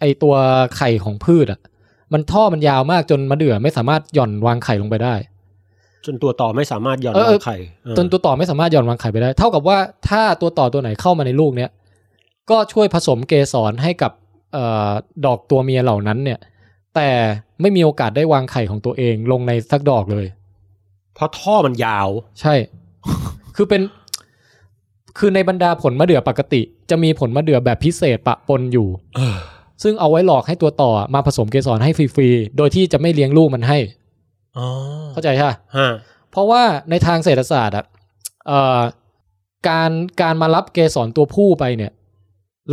Speaker 1: ไอตัวไข่ของพืชอ่ะ มันท่อมันยาวมากจนมะเดื่อไม่สามารถหย่อนวางไข่ลงไปได้
Speaker 3: จนตัวต่อไม่สามารถหย่อน
Speaker 1: เออ
Speaker 3: วา
Speaker 1: เอง อ
Speaker 3: ไข่เออ
Speaker 1: จนตัวต่อไม่สามารถหย่อนวางไข่ไปได้ เท่ากับว่าถ้าตัวต่อตัวไหนเข้ามาในลูกเนี้ยก็ช่วยผสมเกสรให้กับเอ่อดอกตัวเมียเหล่านั้นเนี่ย แต่ไม่มีโอกาสได้วางไข่ของตัวเองลงในสักดอกเลย
Speaker 3: เพราะท่อมันยาว
Speaker 1: ใช่ คือเป็น คือในบรรดาผลมะเดื่อปกติ จะมีผลมะเดื่อแบบพิเศษปะปนอยู่
Speaker 3: เออ
Speaker 1: ซึ่งเอาไว้หลอกให้ตัวต่อมาผสมเกสรให้ฟรีๆ โดยที่จะไม่เลี้ยงลูกมันให้
Speaker 3: อ๋อ
Speaker 1: เข้าใจใช่ปะ
Speaker 3: ฮะ
Speaker 1: เพราะว่าในทางเศรษฐศาสตร์อะเอ่อการการมารับเกสรตัวผู้ไปเนี่ย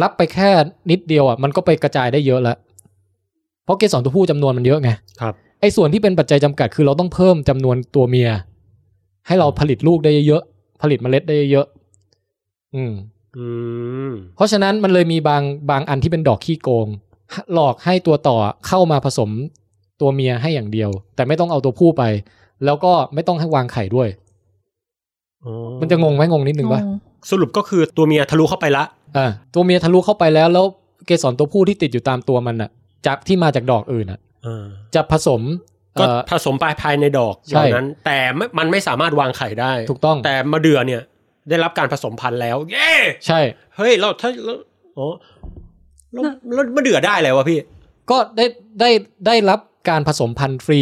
Speaker 1: รับไปแค่นิดเดียวอะมันก็ไปกระจายได้เยอะแล้ว เพราะเกสรตัวผู้จำนวนมันเยอะไง
Speaker 3: ครับ
Speaker 1: ไอ้ส่วนที่เป็นปัจจัยจำกัดคือเราต้องเพิ่มจำนวนตัวเมีย ให้เราผลิตลูกได้เยอะๆผลิตเมล็ดได้เยอะๆอืม
Speaker 3: อืม
Speaker 1: เพราะฉะนั้นมันเลยมีบางบางอันที่เป็นดอกขี้โกง หลอกให้ตัวต่อเข้ามาผสมตัวเมียให้อย่างเดียว แต่ไม่ต้องเอาตัวผู้ไป แล้วก็ไม่ต้องให้วางไข่ด้วย
Speaker 3: อ๋อ
Speaker 1: มันจะงงไหมงงนิดนึงปะ
Speaker 4: งง
Speaker 3: สรุปก็คือตัวเมียทะลุเข้าไปละ
Speaker 1: อ่าตัวเมียทะลุเข้าไปแล้วแล้วเกสรตัวผู้ที่ติดอยู่ตามตัวมันน่ะ จากที่มาจากดอกอื่นน่ะ
Speaker 3: เออ
Speaker 1: จะผสม
Speaker 3: ก็
Speaker 1: เอ่อ
Speaker 3: ผสมปลายภายในดอก
Speaker 1: ใช่
Speaker 3: เหล่านั้น แต่ไม่มันไม่สามารถวางไข่ได้
Speaker 1: ถูกต้อง
Speaker 3: แต่มาเดือเนี่ย ได้รับการผสมพันธุ์แล้ว เย้
Speaker 1: ใช่
Speaker 3: เฮ้ยเราถ้าเราอ๋อแล้วแล้วมาเดือได้อะไรวะพี่
Speaker 1: ก็ได้ได้ได้รับการผสมพันธุ์ฟรี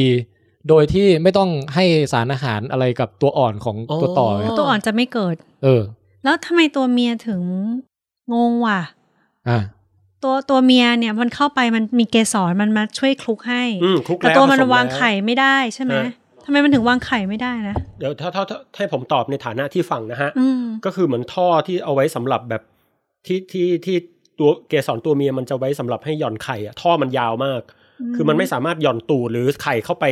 Speaker 1: โดยที่ไม่ต้องให้สารอาหารอะไรกับตัวอ่อนของตัวต่อไง
Speaker 3: อ๋อ
Speaker 4: ตัวอ่อนจะไม่เกิด
Speaker 1: เออ
Speaker 4: แล้วทำไมตัวเมียถึงงงว่ะ
Speaker 1: อ่ะ
Speaker 4: ตัวตัวเมียเนี่ยมันเข้าไปมันมีเกสรมันมาช่วยคลุกให้
Speaker 3: อืมคลุก
Speaker 4: แต่
Speaker 3: แล้ว
Speaker 4: ตัวมั
Speaker 3: ผ
Speaker 4: น
Speaker 3: สแล้
Speaker 4: วางไข่ไม่ได้ใช่ไหม
Speaker 3: เออ
Speaker 4: ทำไมมันถึงวางไข่ไม่ได้นะ
Speaker 3: เดี๋ยวถ้าถ้าถ้าให้ผมตอบในฐานะที่ฟังนะฮะ
Speaker 4: อืม
Speaker 3: ก็คือเหมือนท่อที่เอาไว้สำหรับแบบที่ที่ที่ตัวเกสรตัวเมียมันจะไว้สำหรับให้หย่อนไข่อะท่อมันยาวมาก คือมันไม่สามารถหย่อนตูดหรือไข่เข้าไป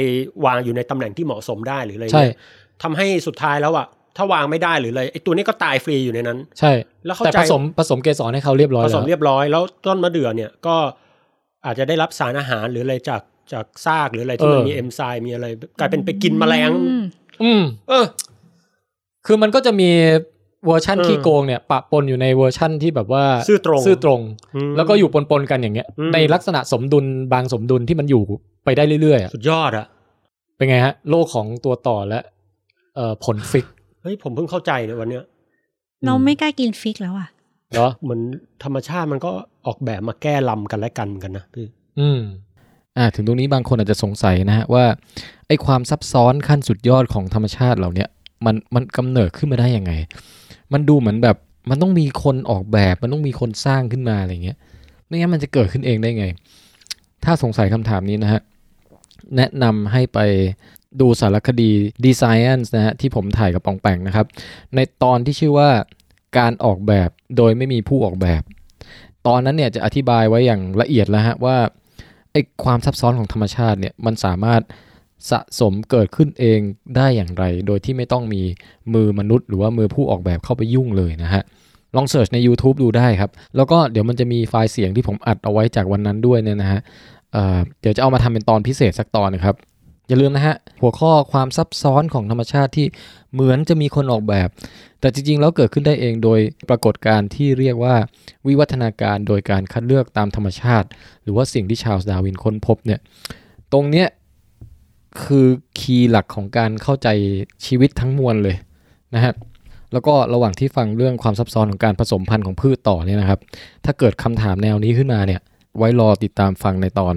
Speaker 3: วางอยู่ในตำแหน่งที่เหมาะสมได้หรืออะไร
Speaker 1: ใช่
Speaker 3: เงี้ยทำให้สุดท้ายแล้วอะถ้าวางไม่ได้หรืออะไรไอตัวนี้ก็ตายฟรีอยู่ในนั้น
Speaker 1: ใช่
Speaker 3: แล้วเข้า
Speaker 1: แต่
Speaker 3: ใจ
Speaker 1: ผสมผสมเกสรให้เขาเรียบร้อย
Speaker 3: ผ
Speaker 1: แล้ว
Speaker 3: สมเรียบร้อยแล้วต้นมะเดื่อเนี่ยก็อาจจะได้รับสารอาหารหรืออะไรจากจากซากหรืออะไรที่มันมีเอนไซม์มีอะไรกลายเป็นไปกินแมลง
Speaker 4: อืม
Speaker 1: อืม
Speaker 3: เออ
Speaker 1: คือมันก็จะมีเวอร์ชัน
Speaker 3: เออ
Speaker 1: ขี้โกงเนี่ยปะปนอยู่ในเวอร์ชั่นที่แบบว่า
Speaker 3: ซื่อตรง
Speaker 1: อตรง
Speaker 3: ม
Speaker 1: แล้วก็อยู่ปนๆกันอย่างเงี้ย
Speaker 3: อืม
Speaker 1: ในลักษณะสมดุลบางสมดุลที่มันอยู่ไปได้เรื่อยๆอะ
Speaker 3: สุดยอดอะ
Speaker 1: เป็นไงฮะ โลกของตัวต่อและเอ่อผลฟิก
Speaker 3: เฮ้ยผมเพิ่งเข้าใจเนี่ยวันเนี้ย
Speaker 4: เราไม่กล้ากินฟิกแล้วอ่ะ
Speaker 1: เหรอ
Speaker 3: เหมือนธรรมชาติมันก็ออกแบบมาแก้ลำกันและกันกันนะพี่
Speaker 1: อืม
Speaker 10: อ่าถึงตรงนี้บางคนอาจจะสงสัยนะฮะว่าไอ้ความซับซ้อนขั้นสุดยอดของธรรมชาติเหล่าเนี้ยมันมันกำเนิดขึ้นมาได้ยังไง มันดูเหมือนแบบมันต้องมีคนออกแบบมันต้องมีคนสร้างขึ้นมาอะไรเงี้ยไม่งั้นมันจะเกิดขึ้นเองได้ไง ถ้าสงสัยคำถามนี้นะฮะ แนะนำให้ไปดูสารคดี d e s i g n นะฮะที่ผมถ่ายกับปองแปงนะครับ ในตอนที่ชื่อว่าการออกแบบโดยไม่มีผู้ออกแบบ ตอนนั้นเนี่ยจะอธิบายไว้อย่างละเอียดแล้วฮะว่าไอ้ความซับซ้อนของธรรมชาติเนี่ยมันสามารถสะสมเกิดขึ้นเองได้อย่างไร โดยที่ไม่ต้องมีมือมนุษย์ หรือว่ามือผู้ออกแบบเข้าไปยุ่งเลยนะฮะ ลองเสิร์ชใน YouTube ดูได้ครับ แล้วก็เดี๋ยวมันจะมีไฟล์เสียงที่ผมอัดเอาไว้จากวันนั้นด้วยเนี่ยนะฮะเอ่อเดี๋ยวจะเอามาทำเป็นตอนพิเศษสักตอนนะครับ อย่าลืมนะฮะ หัวข้อความซับซ้อนของธรรมชาติที่เหมือนจะมีคนออกแบบ แต่จริงๆแล้วเกิดขึ้นได้เองโดยปรากฏการณ์ที่เรียกว่า วิวัฒนาการโดยการคัดเลือกตามธรรมชาติ หรือว่าสิ่งที่ชาร์ลส์ดาร์วินค้นพบเนี่ย ตรงเนี้ยคือคีย์หลักของการเข้าใจชีวิตทั้งมวลเลยนะฮะ แล้วก็ระหว่างที่ฟังเรื่องความซับซ้อนของการผสมพันธุ์ของพืชต่อเนี่ยนะครับ ถ้าเกิดคำถามแนวนี้ขึ้นมาเนี่ย ไว้รอติดตามฟังในตอน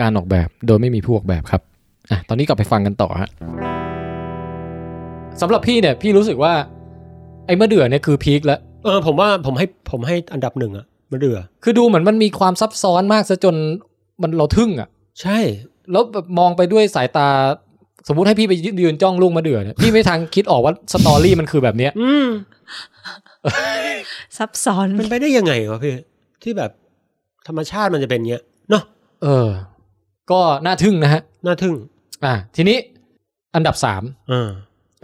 Speaker 10: การออกแบบ โดยไม่มีผู้ออกแบบครับอ่ะตอนนี้กลับไปฟังกันต่อฮะ
Speaker 1: สำหรับพี่เนี่ย พี่รู้สึกว่า ไอ้มะเดื่อเนี่ยคือพีคแล้ว
Speaker 3: เออผมว่าผมให้ผมให้อันดับหนึ่งอะมะเดือ
Speaker 1: คือดูเหมือนมันมีความซับซ้อนมากซะจนมันเราทึ่งอะ่ะ
Speaker 3: ใช่
Speaker 1: แล้วแบบมองไปด้วยสายตา สมมุติให้พี่ไปยืนจ้องลูกมะเดื่อเนี่ย พี่ไม่ทางคิดออกว่าสตอรี่มันคือแบบเนี้ย
Speaker 3: อืม
Speaker 4: ซับซ้อน
Speaker 3: มันไปได้ยังไงวะพี่ที่แบบธรรมชาติมันจะเป็นเงี้ยเนาะ
Speaker 1: เออ ก็น่าทึ่งนะฮะ
Speaker 3: น่าทึ่ง
Speaker 1: อ่ะทีนี้อันดับสาม
Speaker 3: อ่า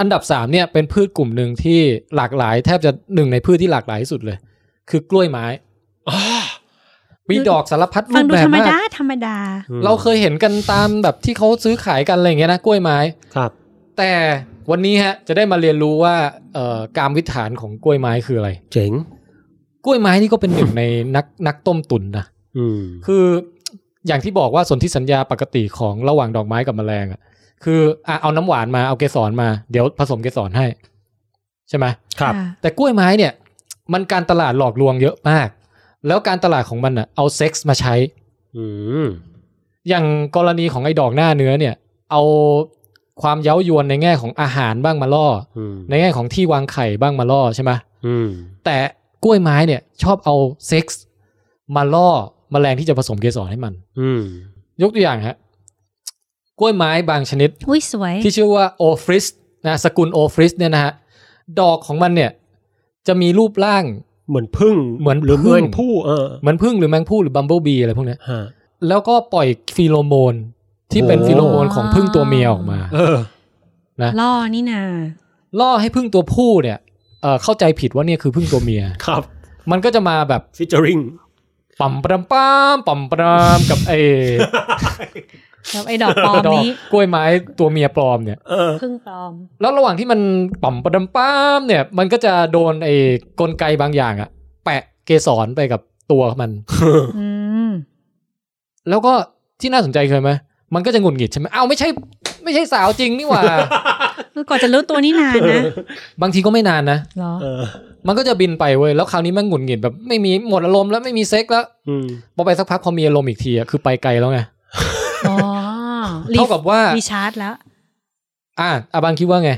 Speaker 1: อันดับสามเนี่ยเป็นพืชกลุ่มหนึ่งที่หลากหลาย แทบจะหนึ่งในพืชที่หลากหลายที่สุดเลย คือกล้วยไม้
Speaker 3: อ๋อ
Speaker 1: มีดอกสารพัดรู
Speaker 4: ฟัง
Speaker 1: ป
Speaker 4: ดู
Speaker 1: แบบ
Speaker 4: ธรรม
Speaker 1: มาก
Speaker 4: ดาธรรมดา
Speaker 1: เราเคยเห็นกันตามแบบที่เขาซื้อขายกันอะไรอย่างเงี้ยนะกล้วยไม้
Speaker 3: ครับ
Speaker 1: แต่วันนี้ฮะจะได้มาเรียนรู้ว่าเอ่อการวิถฐานของกล้วยไม้คืออะไร
Speaker 3: เจ๋ง
Speaker 1: กล้วยไม้นี่ก็เป็นหนึ่ง ในนักนักต้มตุนนะ
Speaker 3: อืม
Speaker 1: คืออย่างที่บอกว่าสนธิสัญญาปกติของระหว่างดอกไม้กับแมลงอ่ะคืออ่ะเอาน้ำหวานมาเอาเกสรมาเดี๋ยวผสมเกสรให้ ใช่ไหม
Speaker 3: ครับ
Speaker 4: ค่ะ
Speaker 1: แต่กล้วยไม้เนี่ย มันการตลาดหลอกลวงเยอะมาก แล้วการตลาดของมันอ่ะเอาเซ็กส์มาใช้
Speaker 3: อืม
Speaker 1: อย่างกรณีของไอ้ดอกหน้าเนื้อเนี่ย เอาความเย้ายวนในแง่ของอาหารบ้างมาล่อ
Speaker 3: อืม
Speaker 1: ในแง่ของที่วางไข่บ้างมาล่อใช่ไหม
Speaker 3: อืม
Speaker 1: แต่กล้วยไม้เนี่ยชอบเอาเซ็กส์มาล่อแมลงที่จะผสมเกสรให้มัน
Speaker 3: อืม
Speaker 1: ยกตัวอย่างฮะกล้วยไม้บางชนิด
Speaker 4: อุ้ยสวย
Speaker 1: ที่ชื่อว่าโอฟริสนะสกุลโอฟริสเนี่ยนะฮะ ดอกของมันเนี่ย จะมีรูปร่าง
Speaker 3: เหมือนพึ่ง
Speaker 1: เหมือน
Speaker 3: หรือ
Speaker 1: พึ่
Speaker 3: เหมื
Speaker 1: ง
Speaker 3: อนผู้เออ
Speaker 1: เหมือนพึ่งหรือแมงผู้หรือบัมเบิลบีอะไรพวกเนี้ย
Speaker 3: ฮะ
Speaker 1: แล้วก็ปล่อยฟีโรโมน ที่เป็น
Speaker 3: โอ้
Speaker 1: ฟีโรโมนของพึ่งตัวเมียออกมา
Speaker 3: เออ
Speaker 4: ล่อนี่นา
Speaker 1: ล่อให้พึ่งตัวผู้เนี่ยเอ่อเข้าใจผิดว่าเนี่ยคือพึ่งตัวเมีย
Speaker 3: ครับ
Speaker 1: มันก็จะมาแบบ
Speaker 3: ฟิชเจอริง
Speaker 1: ปั่มปรำป้ามปั่มปรำกับไอ้
Speaker 4: แล้วไอ้ดอกปลอม
Speaker 1: ดอก
Speaker 4: นี้
Speaker 1: กล้วยไม้ตัวเมียปลอมเนี่ย
Speaker 3: เออ
Speaker 4: เพึ่งปลอม
Speaker 1: แล้วระหว่างที่มันปั่มปะดำป้ามเนี่ย มันก็จะโดนไอ้กลไกบางอย่างอะแปะเกสรไปกับตัวมัน
Speaker 4: อืม
Speaker 1: แล้วก็ที่น่าสนใจคืออะไหมมันก็จะหงุดหงิดใช่ไหมอ้าวไม่ใช่ ไม่ใช่สาวจริงนี่หว่า
Speaker 4: ก่อนจะรู้ตัวนี่นานนะ
Speaker 1: บางทีก็ไม่นานนะ
Speaker 4: เหรอ
Speaker 3: เออ
Speaker 1: มันก็จะบินไปเว้ยแล้วคราวนี้มันหงุดหงิดแบบ ไม่มีหมดอารมณ์แล้วไม่มีเซ็กแล้ว
Speaker 3: อืม
Speaker 1: พอไปสักพักพอมีอารมณ์อีกทีอะคือไปไกลแล้วไง
Speaker 4: อ๋อ
Speaker 1: เท่ากับว่า
Speaker 4: รีชาร์จแล้ว
Speaker 1: อ่ะอาบังคิดว่าไง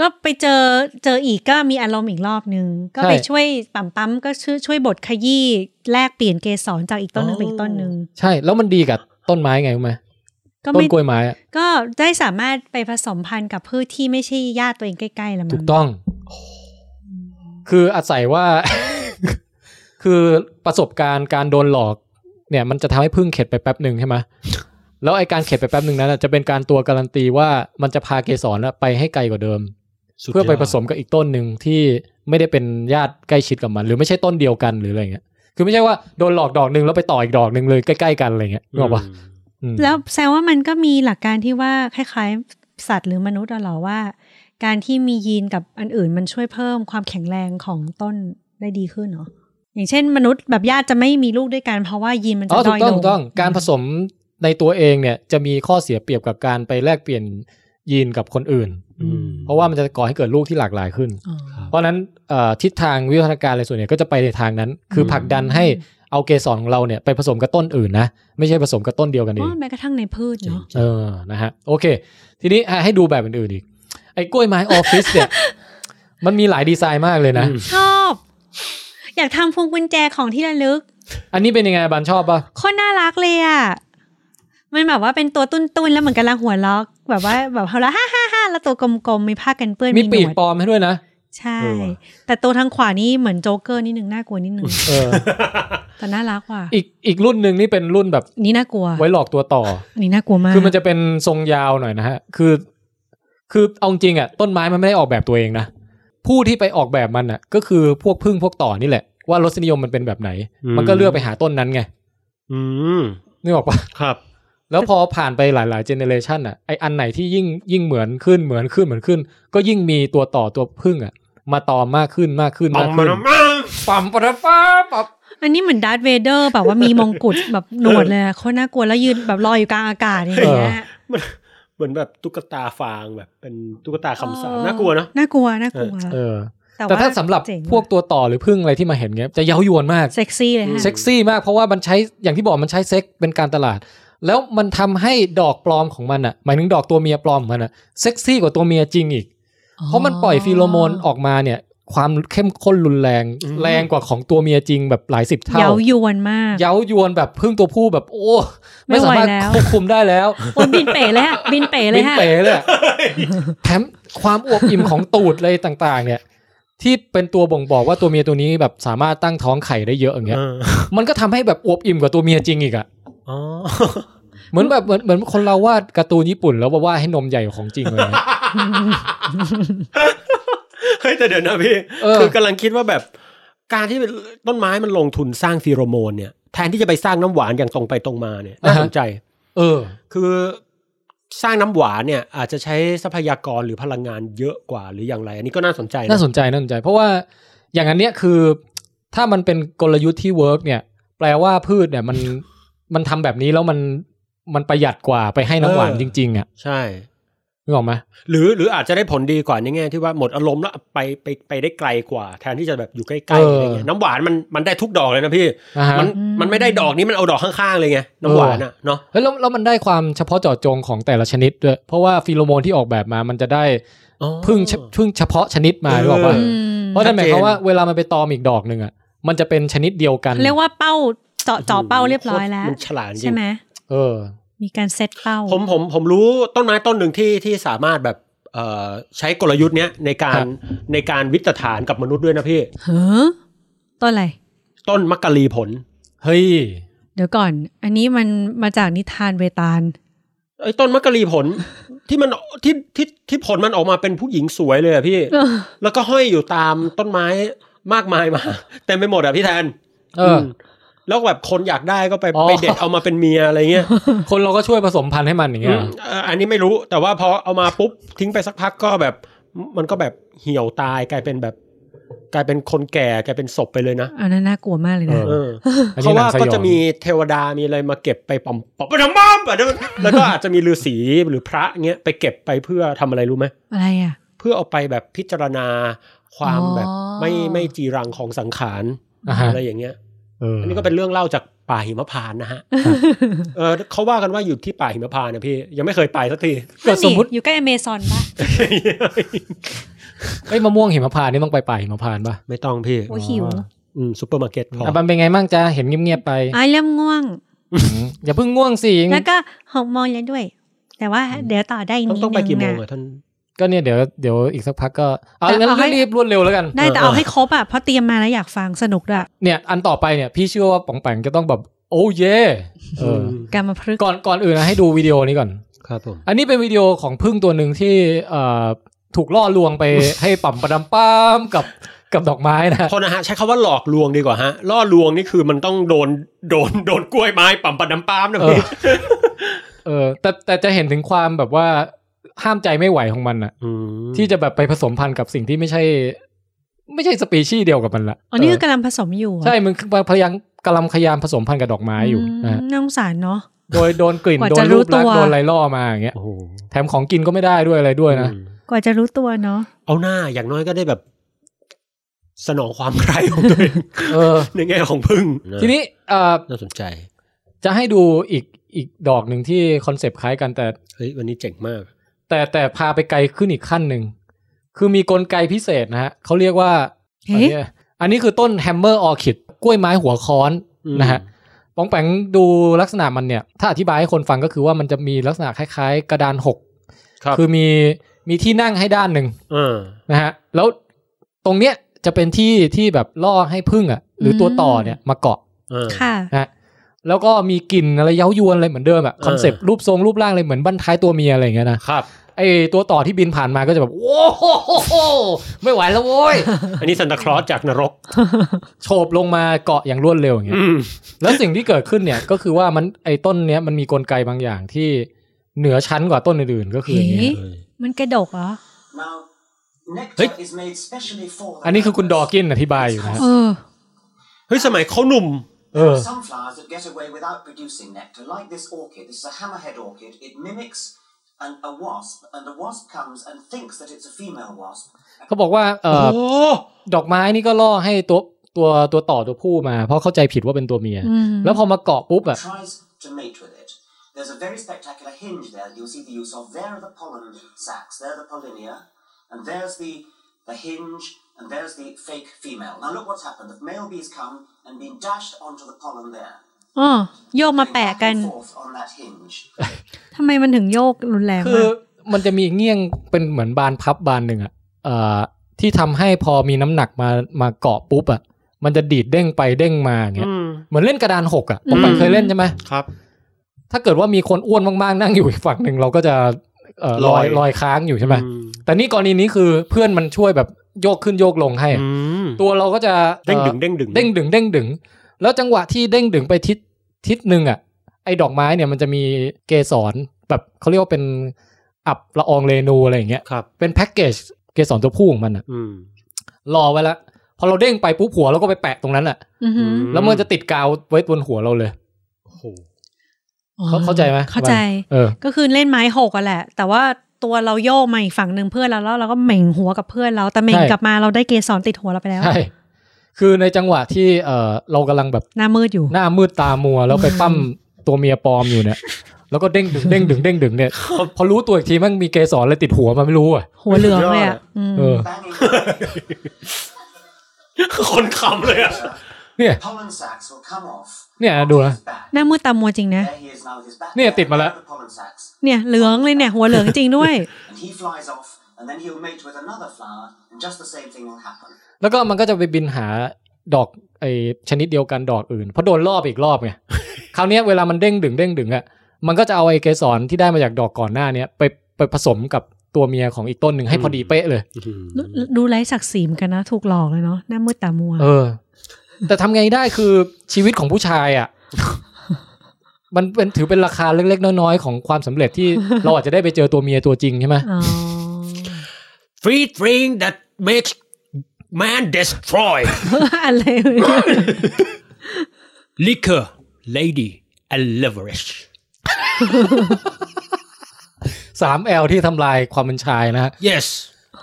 Speaker 4: ก็ไปเจอเจออีกก็มีอารมณ์อีกรอบนึง ก็ไป
Speaker 1: ใช่
Speaker 4: ช่วยปั๊มปั๊มก็ช่วยช่วยบทขยี้แลกเปลี่ยนเกสรจากอีกต้นหนึง
Speaker 3: อ๋อ
Speaker 4: ไปอีกต้นหนึง
Speaker 1: ใช่แล้วมันดีกับต้นไม้ไงรู้ไหม
Speaker 4: ก็
Speaker 1: ต้น
Speaker 4: ไม่
Speaker 1: กล้วยไม้อะ
Speaker 4: ก็ได้สามารถไปผสมพันธุ์กับพืชที่ไม่ใช่ญาติตัวเองใกล้ๆแล้ว
Speaker 1: ถู
Speaker 4: มั้
Speaker 1: ก
Speaker 4: ง
Speaker 1: ต้อง คืออาศัยว่า คือประสบการณ์การโดนหลอก เนี่ย มันจะทำให้พึ่งเข็ดไปแป๊บหนึ่งใช่ไหมแล้วไอการเข็ดไปแป๊บหนึ่งนั้นน่ะจะเป็นการตัวการันตีว่ามันจะพาเกสรน่ะไปให้ไกลกว่าเดิม
Speaker 3: สุดยด
Speaker 1: เพื่อไปผสมกับอีกต้นหนึ่งที่ไม่ได้เป็นญาติใกล้ชิดกับมัน หรือไม่ใช่ต้นเดียวกันหรืออะไรเงี้ยคือไม่ใช่ว่าโดนหลอกดอกหนึ่งแล้วไปต่ออีกดอกหนึ่งเลยใกล้ๆกันอะไรเงี้ยนึกออกปะ
Speaker 3: ม
Speaker 1: อืม
Speaker 4: แล้วแซวว่ามันก็มีหลักการที่ว่าคล้ายๆสัตว์หรือมนุษย์อะเหรอว่า การที่มียีนกับอันอื่นมันช่วยเพิ่มความแข็งแรงของต้นได้ดีขึ้นเหรออย่างเช่น มนุษย์แบบญาติจะไม่มีลูกด้วยกันเพราะว่ายีนมัน
Speaker 1: อ๋อ
Speaker 4: จะ
Speaker 1: ถู
Speaker 4: ด้อก ย
Speaker 1: ต้อง
Speaker 4: ลง
Speaker 1: ถูกต้องการผสมในตัวเองเนี่ยจะมีข้อเสียเปรียบกับการไปแลกเปลี่ยนยีนกับคนอื่น
Speaker 3: อืม
Speaker 1: เพราะว่ามันจะก่อให้เกิดลูกที่หลากหลายขึ้น
Speaker 4: อ๋อ
Speaker 1: เพราะฉะนั้นเอ่อทิศทางวิวัฒนาการอะไรส่วนใหญ่ก็จะไปในทางนั้น คืออ
Speaker 3: ม
Speaker 1: ผลักดันให้เอาเกสรของเราเนี่ยไปผสมกับต้นอื่นนะไม่ใช่ผสมกับต้นเดียวกันเอ
Speaker 4: อ๋
Speaker 1: ง
Speaker 4: อแม้กระทั่งในพืชเนาะ
Speaker 1: เออนะฮะโอเค ทีนี้อ่ะให้ดูแบบอื่นๆอีกไอ้กล้วยไม้ออฟฟิศเนี่ย มันมีหลายดีไซน์มากเลยนะ
Speaker 4: ชอบ อยากทำพวงกุญแจของที่ระลึก
Speaker 1: อันนี้เป็นยังไงบันชอบปะ
Speaker 4: โคนน่ารักเลยอะ่ะมันแบบว่าเป็นตัวตุ้นๆแล้วเหมือนกำลังหัวล็อก แบบว่าแบบหัวเราะ ฮ่าฮ่าฮ่าแล้วตัวกลมๆมีผ้ากันเปื้อน
Speaker 1: มี
Speaker 4: หนวด
Speaker 1: ปีกปลอมให้ด้วยนะ
Speaker 4: ใช่ แต่ตัวทางขวานี่เหมือนโจ๊กเกอร์นิดนึงน่ากลัวนิดนึง
Speaker 1: เออ
Speaker 4: แต่น่ารักว่ะ
Speaker 1: อีกอีกรุ่นหนึ่งนี่เป็นรุ่นแบบ
Speaker 4: อันนี่น่ากลัว
Speaker 1: ไว้หลอกตัวต่อ
Speaker 4: อันนี่น่ากลัวมาก
Speaker 1: คือมันจะเป็นทรงยาวหน่อยนะฮะ คือ คือเอาจริงอ่ะ ต้นไม้มันไม่ได้ออกแบบตัวเองนะ ผู้ที่ไปออกแบบมันอ่ะ ก็คือพวกพึ่งพวกต่อนี่แหละ ว่ารสนิยมมันเป็นแบบไหน
Speaker 3: อืม
Speaker 1: มันก็เลือกไปหาต้นนั้นไง
Speaker 3: อืม
Speaker 1: นึกออกปะ
Speaker 3: ครับ
Speaker 1: แล้วพอผ่านไปหลาย ๆ เจเนเรชันอ่ะ ไออันไหนที่ยิ่งยิ่งเหมือนขึ้นเหมือนขึ้นเหมือนขึ้น ก็ยิ่งมีตัวต่อตัวพึ่งอ่ะ มาตอมมากขึ้นมากขึ้นมา
Speaker 3: ปั
Speaker 1: ก
Speaker 3: งมา
Speaker 1: ขึ้น
Speaker 3: นะมา
Speaker 1: ปั๊มปะระป้าปั๊ม
Speaker 4: อันนี้เหมือนดาร์ธเวเดอร์แบบว่ามีมงกุฎแบบหนวดเลยอะโคตรน่ากลัวแล้วยืนแบบลอยอยู่กลางอากาศอย่างเงี้ย
Speaker 3: มันเหมือนแบบตุ๊กตาฟางแบบเป็นตุ๊กตาคำสาบน่ากลัวเนอะ
Speaker 4: น่ากลัวน่ากลัว
Speaker 1: เออ แต่ถ้าสำหรับ
Speaker 4: เจ๋ง
Speaker 1: พวกตัวต่อหรือพึ่งอะไรที่มาเห็นเงี้ยจะเย้ายวนมาก
Speaker 4: เซ็กซี่เลยฮะ
Speaker 1: เซ็กซี่มากเพราะว่ามันใช้อย่างที่บอกมันใช้เซ็กเป็นการตลาด แล้วมันทำให้ดอกปลอมของมันอ่ะหมายถึงดอกตัวเมียปลอมของมันอ่ะเซ็กซี่กว่าตัวเมียจริงอีก เพราะมันปล่อยฟีโรโมนออกมาเนี่ย ความเข้มข้นรุนแรง
Speaker 3: อืม
Speaker 1: แรงกว่าของตัวเมียจริงแบบหลายสิบเท่า
Speaker 4: เย้ายวนมาก
Speaker 1: เย้ายวนแบบพึ่งตัวผู้แบบโอ้ไม่สามารถ
Speaker 4: ไม่ไหวแล้ว
Speaker 1: ควบคุมได้แล้ว
Speaker 4: โอ้ยบินเป๋เลยฮะ บินเป๋เลย
Speaker 1: น
Speaker 4: ฮะ
Speaker 1: เป๋เลยอะแถมความอวบอิ่มของตูดอะไรต่างๆ เนี่ย ที่เป็นตัวบ่งบอกว่าตัวเมียตัวนี้แบบสามารถตั้งท้องไข่ได้เยอะอย่างเงี้ย
Speaker 3: เออ
Speaker 1: มันก็ทำให้แบบอวบอิ่มกว่าตัวเมียจริงอีกอะ
Speaker 3: อ๋อ
Speaker 1: เหมือนแบบเหมือนเหมือนคนเราวาดการ์ตูนญี่ปุ่นแล้วว่าวาดให้นมใหญ่กว่าของจริงเลย
Speaker 3: เฮ้ยแต่เดี๋ยวนะพี่
Speaker 1: เออ
Speaker 3: คือกำลังคิดว่าแบบ การที่ต้นไม้มันลงทุนสร้างฟีโรโมนเนี่ย แทนที่จะไปสร้างน้ำหวานอย่างตรงไปตรงมาเนี่ยน่าสนใจ
Speaker 1: เออ
Speaker 3: คือสร้างน้ำหวานเนี่ย อาจจะใช้ทรัพยากรหรือพลังงานเยอะกว่าหรืออย่างไร อันนี้ก็น่าสนใจนะ
Speaker 1: น่าสนใจน่าสนใจ เพราะว่าอย่างอันเนี้ยคือ ถ้ามันเป็นกลยุทธ์ที่เวิร์กเนี่ย แปลว่าพืชเนี่ยมัน มันทำแบบนี้แล้วมันมันประหยัดกว่าไปให้น้ำหวานจริง ๆ อ่ะ
Speaker 3: ใช่
Speaker 1: นึกออกไหม
Speaker 3: หรือหรืออาจจะได้ผลดีกว่าในแง่ที่ว่าหมดอารมณ์แล้วไปไปไปได้ไกลกว่า แทนที่จะแบบอยู่ใกล้ๆอะไรเงี้ยน้ำหวานมันมันได้ทุกดอกเลยนะพี่
Speaker 1: นะฮะ
Speaker 3: มันมันไม่ได้ดอกนี้มันเอาดอกข้างๆเลยไงน้ำหวานอ่ะเนาะ
Speaker 1: เฮ้ยแล้วแล้วมันได้ความเฉพาะเจาะจงของแต่ละชนิดด้วยเพราะว่าฟีโรโมนที่ออกแบบมา มันจะได้
Speaker 3: อ๋อ
Speaker 1: พึ่งเฉพึ่งเฉพาะชนิดมาหรือเปล่า
Speaker 3: เออ
Speaker 4: อืม
Speaker 1: เพราะนั่นหมายค
Speaker 3: ชัดเจน
Speaker 1: วามว่าเวลามันไปตอมอีกดอกหนึ่งอ่ะมันจะเป็นชนิดเดียวกัน
Speaker 4: เรียกว่าเป้าเจาะเจาะเป้าเรียบร้อยแล้ว
Speaker 3: มันฉลาดจริ
Speaker 4: ใช่
Speaker 3: ง
Speaker 4: ไหม
Speaker 1: เออ
Speaker 4: มีการเซตเป้า
Speaker 3: ผมผมผมรู้ต้นไม้ต้นหนึ่งที่ที่สามารถแบบเอ่อใช้กลยุทธ์เนี้ยในกา
Speaker 1: ค
Speaker 3: ร
Speaker 1: รับ
Speaker 3: ในการวิตฐานกับมนุษย์ด้วยนะพี่
Speaker 4: เฮ้อต้นอะไร
Speaker 3: ต้นมักกะลีผล
Speaker 1: เฮ้ย
Speaker 4: เดี๋ยวก่อน อันนี้มันมาจากนิทานเวตาล
Speaker 3: ไอ้ต้นมักกะลีผล ที่มันที่ที่ที่ผลมันออกมาเป็นผู้หญิงสวยเลยอะพี่
Speaker 4: เออ
Speaker 3: แล้วก็ห้อยอยู่ตามต้นไม้มากมาย มา เต็มไปหมดอะพี่แทน
Speaker 1: เออ
Speaker 3: มแล้วแบบคนอยากได้ก็ไป
Speaker 1: อ๋อ
Speaker 3: ไปเด็ดเอามาเป็นเมียอะไรเงี้ย
Speaker 1: คนเราก็ช่วยผสมพันธุ์ให้มันอย่างเงี้ย
Speaker 3: เอ่ออันนี้ไม่รู้แต่ว่าพอเอามาปุ๊บทิ้งไปสักพักก็แบบมันก็แบบเหี่ยวตายกลายเป็นแบบ กลายเป็นคนแก่กลายเป็นศพไปเลยนะ
Speaker 4: อันนั้นน่ากลัวมากเลยนะ
Speaker 1: เอ
Speaker 3: เอ
Speaker 1: อ
Speaker 3: อ
Speaker 1: อันนี้
Speaker 3: เขาะ
Speaker 1: ห
Speaker 3: ว่า
Speaker 1: นังสยอง
Speaker 3: ก็จะมีเทวดามีอะไรมาเก็บไปปอมปอมปะดำบ้อมปะดำแล้วก็อาจจะมีฤาษีหรือพระเงี้ยไปเก็บไปเพื่อทำอะไรรู้ไหม
Speaker 4: อะไรอ่ะ
Speaker 3: เพื่อเอาไปแบบพิจารณาความ
Speaker 4: อ๋อ
Speaker 3: แบบไม่ไม่จีรังของสังขาร
Speaker 1: อ่าฮะ
Speaker 3: อะไรอย่างเงี้ย
Speaker 1: เออ
Speaker 3: อั
Speaker 1: อั
Speaker 3: นนี้ก็เป็นเรื่องเล่าจากป่าหิมพานต์นะฮะเออเขาว่ากันว่าอยู่ที่ป่าหิมพานต์นะพี่ยังไม่เคยไปสักที
Speaker 1: ก็สมมติ
Speaker 4: อยู่ใกล้อเมซอนป่ะ
Speaker 1: ไอ้ยมะม่วงหิมพานต์นี่ต้องไปป่าหิมพานต์ป่ะ
Speaker 3: ไม่ต้องพี่
Speaker 4: โอ้ยหิว
Speaker 3: อืมซูเปอร์มาร์เก็ตพอ
Speaker 1: อ่ะมันเป็นไงบ้างจ้าเห็นเงียบๆไป
Speaker 4: อ่ะเริ่มง่วง
Speaker 1: อืมอย่าเพิ่งง่วงสิ
Speaker 4: แล้วก็หกโมงแล้วด้วย แต่ว่าเดี๋ยวต่อได้อีก
Speaker 3: ต้อง
Speaker 4: นิด
Speaker 3: ต้องไป
Speaker 4: นึ
Speaker 3: กี่
Speaker 4: ง
Speaker 3: โม
Speaker 4: นะ
Speaker 3: งอะท่าน
Speaker 1: ก็เนี่ยเดี๋ยวเดี๋ยวอีกสักพักก็เอา
Speaker 4: แต่
Speaker 1: งั้น
Speaker 4: เอาให้
Speaker 1: รีบๆรวดเร็วแล้วกัน
Speaker 4: ได้แต่เอาให้ครบอ่ะเพราะเตรียมมาแล้วอยากฟังสนุกด้วย
Speaker 1: เนี่ยอันต่อไปเนี่ยพี่เชื่อว่าป๋องแปงจะต้องแบบโอ้เย่เอออ
Speaker 4: การมาพลึกษ์
Speaker 1: ก่อนก่อนอื่นนะให้ดูวิดีโอนี้ก่อน
Speaker 3: ครับผม
Speaker 1: อันนี้เป็นวิดีโอของพึ่งตัวหนึ่งที่เอ่อถูกล่อลวงไป ให้ปั่มประดำป้ามกับกับดอกไม้นะ
Speaker 3: โทษนะฮะใช้คำว่าหลอกลวงดีกว่าฮะล่อลวงนี่คือมันต้องโดนโดนโดนกล้วยไม้ปั่มปัดน้ำปามนะ
Speaker 1: เอ
Speaker 3: พี่
Speaker 1: อ เออแต่แต่จะเห็นถึงความแบบว่าห้ามใจไม่ไหวของมันอะที่จะแบบไปผสมพันธุ์กับสิ่งที่ไม่ใช่ ไม่ใช่สปีชีส์เดียวกับมันละ
Speaker 4: อ๋อนี่คื
Speaker 1: เออก
Speaker 4: อำลังผสมอยู่อะ
Speaker 1: ใช่มันคือพยายามกำลังพยายามผสมพันธุ์กับดอกไม้อยู่นะ
Speaker 4: ม
Speaker 1: ฮะ
Speaker 4: น่าสงสารเนาะ
Speaker 1: โดยโดนกลิ่น
Speaker 4: ก
Speaker 1: โด
Speaker 4: ว่าจะ
Speaker 1: น
Speaker 4: รู้
Speaker 1: รูปลักษ
Speaker 4: ตั
Speaker 1: ณ์
Speaker 4: ว
Speaker 1: โดนอะไรล่อมาอย่างเงี้ย
Speaker 3: โอ้โห
Speaker 1: แถมของกินก็ไม่ได้ด้วยอะไรด้วยนะ
Speaker 3: อืม
Speaker 4: กว่าจะรู้ตัวเนาะ
Speaker 3: เอาหน้าอย่างน้อยก็ได้แบบ สนองความใคร่ของตัวเอง
Speaker 1: เออ
Speaker 3: ในแง่ของพึ่ง
Speaker 1: ทีนี้เอ่อ
Speaker 3: น่าสนใจ
Speaker 1: จะให้ดูอีกอีกดอกหนึ่งที่คอนเซปต์คล้ายกันแต่
Speaker 3: เฮ้ย วันนี้เจ๋งมาก
Speaker 1: แต่แต่พาไปไกลขึ้นอีกขั้นหนึ่ง คือมีกลไกพิเศษนะฮะเขาเรียกว่าอัน
Speaker 4: เฮ้ย
Speaker 1: เนี้ยอันนี้คือต้นแฮมเมอร์ออคิดกล้วยไม้หัวค้อน
Speaker 3: อืม
Speaker 1: นะฮะปองแปงดูลักษณะมันเนี่ย ถ้าอธิบายให้คนฟังก็คือว่ามันจะมีลักษณะคล้ายๆ กระดานหก
Speaker 3: ครับ
Speaker 1: คือมีมีที่นั่งให้ด้านหนึ่ง
Speaker 3: เออ
Speaker 1: นะฮะแล้วตรงเนี้ยจะเป็นที่ที่แบบล่อให้พึ่งอ่ะ หรือตัวต่อเนี่ยมาเกาะ
Speaker 3: เออ
Speaker 4: ค่ะ
Speaker 1: นะฮะแล้วก็มีกลิ่นอะไรเย้ายวนอะไรเหมือนเดิมอะ
Speaker 3: เออ
Speaker 1: คอนเซปต์รูปทรงรูปร่างอะไรเหมือนบั้นท้ายตัวเมียอะไรอย่างเงี้ยนะครับ ไอตัวต่อที่บินผ่านมาก็จะแบบโอ้โหไม่ไหวแล้วโว้ ย
Speaker 3: อันนี้ซันตาคลอสจากนรก
Speaker 1: โฉบลงมาเกาะอย่างรวดเร็วอย่างเงี้ยแล้วสิ่งที่เกิดขึ้นเนี่ยก็คือว่ามันไอต้นเนี้ยมันมีกลไกบางอย่างที่เหนือชั้นกว่าต้นอื่นๆก็คืออย่างเงี้ย
Speaker 4: เฮ้ย มันกระดกเหรอ
Speaker 1: เฮ้ยอันนี้คือคุณดอกินอธิบายอยู่นะฮะ
Speaker 4: เออ
Speaker 3: เฮ้ย สมัยเขาหนุ่ม
Speaker 1: เออ
Speaker 8: Sunflowers that get away without producing nectar, like this orchid. This is a hammerhead orchid. It mimics an, a wasp, and the wasp comes and thinks that it's a female wasp.
Speaker 1: เขาบอกว่าเออ
Speaker 3: โอ้
Speaker 1: ดอกไม้นี่ก็ล่อให้ตัวตัวตัวต่อตัวผู้มา เพราะเข้าใจผิดว่าเป็นตัวเมีย
Speaker 4: อืม
Speaker 1: แล้วพอมาเกาะปุ๊บอะ
Speaker 8: Tries to mate with it. There's a very spectacular hinge there that you'll see the use of. There are the pollen sacs, there are the pollinia, and there's the, the hinge, and there's the fake female. Now look what's happened. The male bees come and been dashed onto the pollen there.
Speaker 4: อ๋อโยกมาแปะ
Speaker 8: Back
Speaker 4: กัน
Speaker 8: and forth on that hinge.
Speaker 4: ทำไมมันถึงโยกรุนแรง
Speaker 1: คือ
Speaker 4: มาก
Speaker 1: มันจะมีเงี้ยงเป็นเหมือนบานพับบานหนึ่งอะเอ่อที่ทำให้พอมีน้ำหนักมามาเกาะปุ๊บอะมันจะดีดเด้งไปเด้งมาอย่างเงี้ย
Speaker 3: อืม
Speaker 1: เหมือนเล่นกระดานหกอะผมไปเคยเล่นใช่ไหม
Speaker 3: ครับ
Speaker 1: ถ้าเกิดว่ามีคนอ้วนมากๆนั่งอยู่อีกฝั่งหนึ่งเราก็จะเอ่อลอย
Speaker 3: ลอย
Speaker 1: ลอยค้างอยู่ใช่ไหม
Speaker 3: อืม
Speaker 1: แต่นี่กรณีนี้คือเพื่อนมันช่วยแบบโยกขึ้นโยกลงให้
Speaker 3: อืม
Speaker 1: ตัวเราก็จะ
Speaker 3: เด้งดึง
Speaker 1: เอ่อ
Speaker 3: เด้งดึง
Speaker 1: เด้งดึงเด้งดึง แล้วจังหวะที่เด้งดึงไปทิศทิศหนึ่งอะไอ้ดอกไม้เนี่ยมันจะมีเกสรแบบเขาเรียกว่าเป็นอับละอองเรนูอะไรอย่างเงี้ย
Speaker 3: ครับ
Speaker 1: เป็นแพ็กเกจเกสรตัวผู้ของมันอะ
Speaker 3: อืม
Speaker 1: รอไว้แล้วพอเราเด้งไปปุ๊บหัวเราก็ไปแปะตรงนั้นอะ
Speaker 4: อือหือ
Speaker 1: แล้วมันจะติดกาวไว้บนหัวเราเลย
Speaker 3: โอ้โห
Speaker 1: เขาเข้าใจไหม
Speaker 4: เข้าใจ
Speaker 1: เออ
Speaker 4: ก็คือเล่นไม้หกอะแหละ แต่ว่าตัวเราโยกมาอีกฝั่งหนึ่งเพื่อนเราแล้วเราก็เหม่งหัวกับเพื่อนเรา แต่เหม่ง
Speaker 1: ใช่
Speaker 4: กลับมาเราได้เกสรติดหัวเราไปแล้ว
Speaker 1: ใช่คือในจังหวะที่เออเรากำลังแบบ
Speaker 4: หน้ามืดอยู่
Speaker 1: หน้ามืดตามัว แล้วไปปั้มตัวเมียปลอมอยู่เนี่ย แล้วก็เด้งดึงเด้งดึงเด้งดึงเนี่ยพอรู้ตัวอีกทีมันมีเกสรอะไรติดหัวมาไม่รู้อ่ะ
Speaker 4: หัวเหลืองเลยอะอืม
Speaker 1: เออ
Speaker 8: Banging away.
Speaker 3: คนขำเลยอ่ะ
Speaker 1: เนี่ย
Speaker 8: Pollen sacks will come off.
Speaker 1: เนี่ยดูนะ
Speaker 8: Back.
Speaker 4: หน้ามืดตามัวจริงนะ
Speaker 8: There he is now with his back.
Speaker 1: Nè,
Speaker 8: there,
Speaker 1: tịt mà lạ.
Speaker 8: the pollen sacks.
Speaker 4: เนี่ยเหลืองเลยเนี่ย หัวเหลืองจริงด้วย
Speaker 8: And he flies off, and then he'll mate with another flower, and just the same thing will happen.
Speaker 1: แล้วก็มันก็จะไปบินหาดอกไอชนิดเดียวกันดอกอื่นเพราะโดนรอบอีกรอบไง คราวเนี้ยเวลามันเด้งดึงเด้งดึงอะมันก็จะเอาไอเกสรที่ได้มาจากดอกก่อนหน้าเนี้ยไปไปผสมกับตัวเมียของอีกต้นหนึ่งให้พอดีเป๊ะเลย
Speaker 4: ดูดูไร้ศักดิ์ศรีเหมือนกันนะ ถูกหลอกเลยเนาะหน้ามืดตามัว
Speaker 1: เออ แต่ทำไงได้คือชีวิตของผู้ชายอะ มันเป็นถือเป็นราคาเล็ก ๆ น้อยๆของความสำเร็จที่ เราอาจจะได้ไปเจอตัวเมียตัวจริงใช่ไหม
Speaker 4: อ๋อ
Speaker 10: Three things that makes man destroy
Speaker 4: อะไรวะเนี่ย
Speaker 10: liquor, lady, and leverage
Speaker 1: สามแอลที่ทำลายความเป็นชายนะฮะ
Speaker 10: yes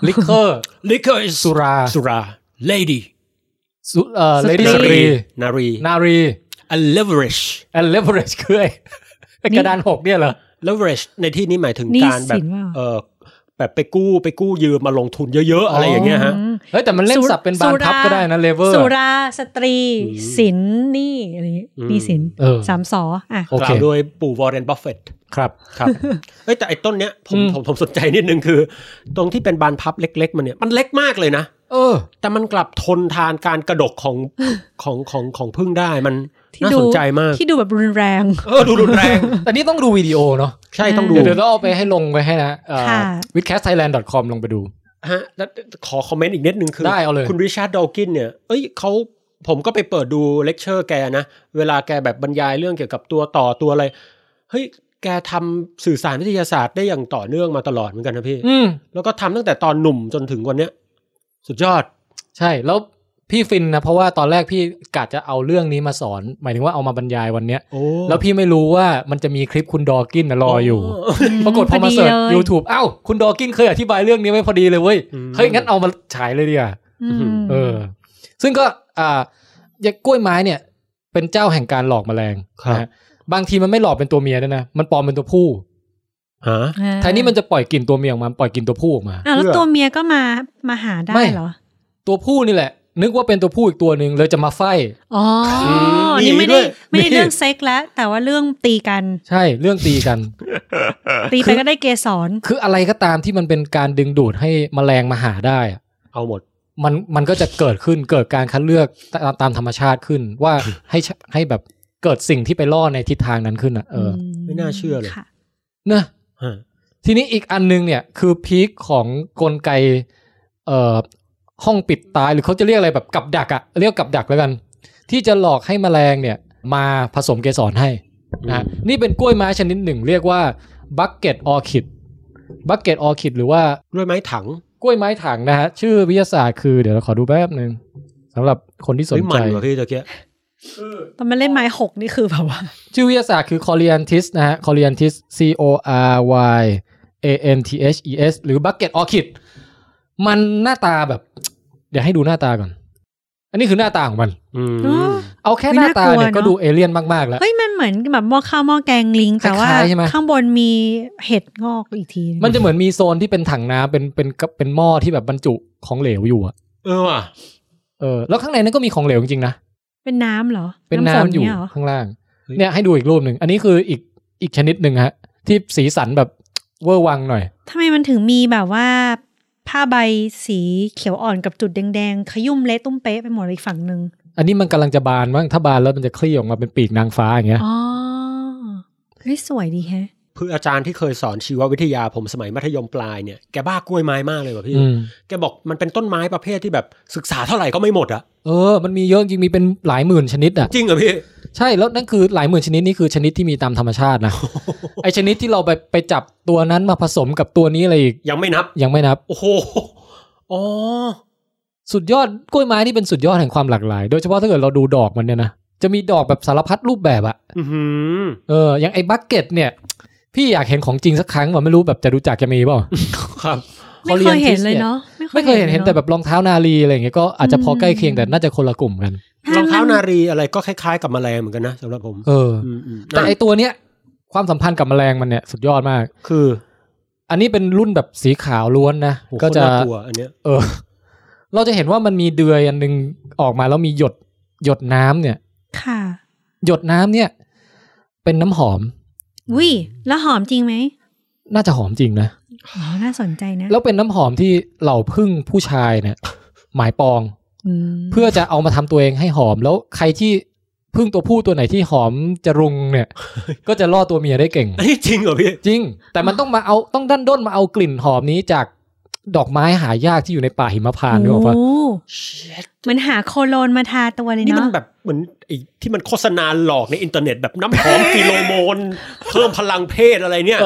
Speaker 1: ลิเคอร์
Speaker 10: liquor is
Speaker 1: สุรา
Speaker 10: สุรา lady
Speaker 1: สุเอ่อเลดี้
Speaker 4: ส
Speaker 1: ส
Speaker 4: ต
Speaker 1: ต
Speaker 4: รี
Speaker 1: รี
Speaker 3: นารี
Speaker 1: นารี
Speaker 10: and leverage
Speaker 1: แอนเลเวอเรจคือไอ้ไอ้กระดานหกเนี่ยเหรอ
Speaker 3: leverage ในที่นี้หมายถึง
Speaker 4: หนี้
Speaker 3: การแบ
Speaker 4: สิ
Speaker 3: บ
Speaker 4: นว่า
Speaker 3: เออแบบไปกู้ไปกู้ยืมมาลงทุนเยอะ ๆ อะไรอย่างเงี้ยฮะ
Speaker 1: เฮ้ยแต่ มันเล่นสับเป็นบานพับก็ได้นะเลเวอร์
Speaker 4: สุราสตรี สินหนี่อะไรอย่างงี้หนี่สิน
Speaker 1: เออ
Speaker 4: สามสออ่ะ
Speaker 1: โอก เค
Speaker 3: ล่าวโดยปู่วอร์เรนบัฟเฟต
Speaker 1: ครับ
Speaker 3: ครับ เอ้ยแต่ไอ้ต้นเนี้ยผม
Speaker 1: อืม
Speaker 3: ผมผมสนใจนิดนึงคือ ตรงที่เป็นบานพับเล็ก ๆ มันเนี่ยมันเล็กมากเลยนะ
Speaker 1: เออ
Speaker 3: แต่มันกลับทนทานการกระดกของ ของของของพึ่งได้มัน
Speaker 4: ที่
Speaker 3: น่า
Speaker 4: ดู
Speaker 3: สนใจมาก
Speaker 4: ที่ดูแบบรุนแรง
Speaker 3: เออดูรุนแรง
Speaker 1: แต่นี่ต้องดูวิดีโอเนาะ
Speaker 3: ใช่ต้องดู
Speaker 1: เดี๋ยวเดี๋ยวเราเอาไปให้ลงไว้ให้นะ
Speaker 4: ค่ะ
Speaker 1: วิดแคสไทยแลนด์ com ลงไปดู
Speaker 3: ฮะแล้วขอคอมเมนต์อีกนิดนึงคือ
Speaker 1: ได้เอาเลย
Speaker 3: คุณริชาร์ดดอกินเนี่ยเอ้ยเขาผมก็ไปเปิดดูเลคเชอร์แกนะ เวลาแกแบบบรรยายเรื่องเกี่ยวกับตัวต่อตัวอะไรเฮ้ยแกทำสื่อสารวิทยาศาสตร์ได้อย่างต่อเนื่องมาตลอดเหมือนกันนะพี่
Speaker 1: อืม
Speaker 3: แล้วก็ทำตั้งแต่ตอนหนุ่มจนถึงวันเนี้ย สุดยอด
Speaker 1: ใช่แล้วพี่ฟินนะ เพราะว่าตอนแรกพี่กะจะเอาเรื่องนี้มาสอน หมายถึงว่าเอามาบรรยายวันเนี้ย
Speaker 3: โอ้
Speaker 1: แล้วพี่ไม่รู้ว่ามันจะมีคลิปคุณดอกินนะรออยู่ ปรากฏพอ
Speaker 4: พอ
Speaker 1: มา
Speaker 4: ดี
Speaker 1: เสิร์ช
Speaker 4: เลย
Speaker 1: YouTube อ้าวคุณดอกินเคยอธิบายเรื่องนี้ไว้พอดีเลยเว้ยเฮ้ยงั้นเอามาฉายเลยดีกว่า
Speaker 4: อืม
Speaker 1: เออ ซึ่งก็อ่ายากล้วยไม้เนี่ย เป็นเจ้าแห่งการหลอกแมลงนะฮะบางทีมันไม่หลอกเป็นตัวเมียด้วยนะ มันปลอมเป็นตัวผู้
Speaker 3: ฮะ
Speaker 4: อ่า
Speaker 1: แทนที่มันจะปล่อยกลิ่นตัวเมียออกมา ปล่อยกลิ่นตัวผู้ออกมา
Speaker 4: อ่ะแล้ว
Speaker 3: เพื่อ
Speaker 4: ตัวเมียก็มามาหาได้
Speaker 1: ไม่
Speaker 4: เหรอ
Speaker 1: ตัวผู้นี่แหละ นึกว่าเป็นตัวผู้อีกตัวหนึ่งเลยจะมาไฟ
Speaker 4: อ๋อ
Speaker 3: ม
Speaker 4: อนี่
Speaker 3: มี
Speaker 4: ไม่ได้
Speaker 3: ด้วย
Speaker 4: ไม่
Speaker 1: มี
Speaker 4: ได้เรื่องเซ็กแล้ว แต่ว่าเรื่องตีกัน
Speaker 1: ใช่เรื่องตีกัน
Speaker 4: ตีไปก็ได้เกสร
Speaker 1: คืออะไรก็ตามที่มันเป็นการดึงดูดให้แมลงมาหาได้อะ
Speaker 3: เอาหมด
Speaker 1: มันมันก็จะเกิดขึ้นเกิดการคัดเลือกตามตามธรรมชาติขึ้น ว่าให้ชให้แบบเกิดสิ่งที่ไปล่อในทิศทางนั้นขึ้นอ่ะเอออ
Speaker 4: ม
Speaker 3: ไม่น่าเชื่อเลย
Speaker 4: ค่ะ
Speaker 1: เนอะ
Speaker 3: ฮะ
Speaker 1: ทีนี้อีกอันนึงเนี่ยคือพีคของกลไกเอ่อห้องปิดตายหรือเขาจะเรียกอะไรแบบกับดักอะเรียกกับดักแล้วกัน ที่จะหลอกให้แมลงเนี่ยมาผสมเกสรให้นะฮะนี่เป็นกล้วยไม้ชนิดหนึ่ง เรียกว่าบักเก็ตออคิดบักเก็ตออคิดหรือว่าก
Speaker 3: ล้วยไม้ถัง
Speaker 1: กล้วยไม้ถังนะฮะชื่อวิทยาศาสตร์คือเดี๋ยวเราขอดูแป๊บหนึ่งสำหรับคนที่สน
Speaker 3: เฮ้ย
Speaker 1: ใจ
Speaker 3: มันกว่าพี่ตะเกียะ
Speaker 4: ตอนมันเล่นไม้หกนี่คือแบบว่า
Speaker 1: ชื่อวิทยาศาสตร์คือ Coriantis นะฮะ Coriantis C O R Y A N T H E S หรือ Bucket Orchid มันหน้าตาแบบ เดี๋ยวให้ดูหน้าตาก่อน อันนี้คือหน้าตาของมัน
Speaker 3: อืม
Speaker 4: เนอะ
Speaker 1: เอาแค่
Speaker 4: ไม่
Speaker 1: หน้า
Speaker 4: น่ากลั
Speaker 1: ตาว เนี่ยก็
Speaker 4: เนอะ
Speaker 1: ดูเอเลี่ยนมาก ๆ แล้ว
Speaker 4: เฮ้ยมันเหมือนแบบหม้อข้าวหม้อแกงลิง แต่ว่า
Speaker 1: คล้ายๆใช่ไหม
Speaker 4: ข้างบนมีเห็ดงอกอีกที
Speaker 1: มันจะเหมือนมีโซนที่เป็นถังน้ำเป็นเป็นเป็นหม้อที่แบบบรรจุของเหลวอยู่อะ
Speaker 3: เออว่ะ
Speaker 1: เออแล้วข้างในนั้นก็มีของเหลวจริงๆนะ
Speaker 4: เป็นน้ำเหรอ
Speaker 1: เป็นน้ำ
Speaker 4: ฝ
Speaker 1: อยู่
Speaker 4: เเหร
Speaker 1: ข้างล่าง เนี่ยให้ดูอีกรูปหนึ่ง อันนี้คืออีกอีกชนิดหนึ่งฮะ ที่สีสันแบบเวอร์วังหน่อย
Speaker 4: ทำไมมันถึงมีแบบว่า ผ้าใบสีเขียวอ่อนกับจุดแดงๆ ขยุ่มเละตุ้มเป๊ะไปหมดเลยอีกฝั่งหนึ่ง
Speaker 1: อันนี้มันกำลังจะบานมั้งถ้าบานแล้วมันจะคลี่ออกมาเป็นปีกนางฟ้าอย่างเงี้ย
Speaker 4: อ๋อเฮ้ยสวยดีแฮะ
Speaker 3: เพื่ออาจารย์ที่เคยสอนชีววิทยาผมสมัยมัธยมปลายเนี่ยแกบ้ากล้วยไม้มากเลยว่ะพี่
Speaker 1: อืม
Speaker 3: แกบอกมันเป็นต้นไม้ประเภทที่แบบศึกษาเท่าไหร่ก็ไม่หมดอะ
Speaker 1: เออ มันมีเยอะจริงมีเป็นหลายหมื่นชนิดอ่ะ
Speaker 3: จริงเหรอพี่
Speaker 1: ใช่ แล้วนั่นคือหลายหมื่นชนิดนี่คือชนิดที่มีตามธรรมชาติ นะ ไอชนิดที่เราไปไปจับตัวนั้นมาผสมกับตัวนี้อะไรอีก
Speaker 3: ยังไม่นับ
Speaker 1: ยังไม่นับ
Speaker 3: โอ้โหอ๋อ
Speaker 1: สุดยอดกล้วยไม้นี่เป็นสุดยอดแห่งความหลากหลาย โดยเฉพาะถ้าเกิดเราดูดอกมันเนี่ยนะ จะมีดอกแบบสารพัดรูปแบบอะ
Speaker 3: อื้อหือ
Speaker 1: เออ อย่างไอ้บักเก็ตเนี่ย พี่อยากเห็นของจริงสักครั้งว่าไม่รู้แบบจะรู้จักจะมีเปล่า
Speaker 3: ครับ
Speaker 4: ไม่เคยเห็นเลยเนาะ
Speaker 1: ไม่เคยเห็นเห็นแต่แบบรองเท้านาลีอะไรอย่างเงี้ยก็อาจจะพอใกล้เคียงแต่น่าจะคนละกลุ่มกัน
Speaker 3: รองเท้านารีอะไรก็คล้ายๆกับแมลงเหมือนกันนะสำหรับผม
Speaker 1: เออ
Speaker 3: อืมอืม
Speaker 1: แต่ไอตัวเนี้ยความสัมพันธ์กับแมลงมันเนี่ยสุดยอดมาก
Speaker 3: คือ
Speaker 1: อันนี้เป็นรุ่นแบบสีขาวล้วนนะ
Speaker 3: โห
Speaker 1: ก็จะ
Speaker 3: โคตรน่ากลัวอันเนี้ย
Speaker 1: เออ เราจะเห็นว่ามันมีเดือยอันหนึ่งออกมาแล้วมีหยดหยดน้ำเนี่ย
Speaker 4: ค่ะ
Speaker 1: หยดน้ำเนี่ย เป็นน้ำหอม
Speaker 4: วิแล้วหอมจริงไหม
Speaker 1: น่าจะหอมจริงนะ
Speaker 4: อ๋อน่าสนใจนะ
Speaker 1: แล้วเป็นน้ำหอมที่เหล่าพึ่งผู้ชายเนี่ย หมายปอง
Speaker 4: ม
Speaker 1: เพื่อจะเอามาทำตัวเองให้หอม แล้วใครที่พึ่งตัวผู้ตัวไหนที่หอมจะรุง เนี่ย ก็จะล่อตัวเมียได้เก่ง
Speaker 3: อันนี้จริงเหรอพี่
Speaker 1: จริง แต่มันต้องมาเอาต้องดันด้นมาเอากลิ่นหอมนี้จากดอกไม้หายากที่อยู่ในป่าหิมพานต์นึกออกปะ
Speaker 4: โเหมันหาโคโลนมาทาตัวเลย
Speaker 3: นี่มัน
Speaker 4: เนาะ
Speaker 3: แบบเหมือนไอ้ที่มันโฆษณาหลอกในอินเทอร์เน็ตแบบน้ำหอมฟิโลโม น เพิ่มพลังเพศอะไรเนี่ย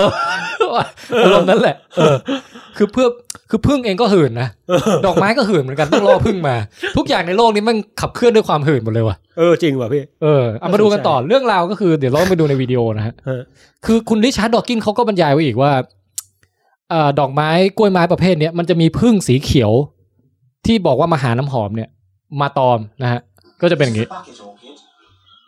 Speaker 1: อารมณ์นั้นแหละเออคือเพื่อคือพึ่งเองก็หื่นนะดอกไม้ก็หื่นเหมือนกันต้องล่อพึ่งมา ทุกอย่างในโลกนี้มันขับเคลื่อนด้วยความหื่นหมดเลยว่ะ
Speaker 3: เออจริงว่ะพี่
Speaker 1: เออเอามาดูกันต่อเรื่องราวก็คือเดี๋ยวเราไปดูในวิดีโอนะฮะ
Speaker 3: ฮะ
Speaker 1: คือคุณริชาร์ดดอกกินเขาก็บรรยายไว้อีกว่าเอ่อดอกไม้กล้วยไม้ประเภทเนี้ยมันจะมีพึ่งสีเขียว ที่บอกว่ามาหาน้ำหอมเนี่ย มาตอมนะฮะ ก็จะเป็นอย่างงี้
Speaker 8: The bucket orchid.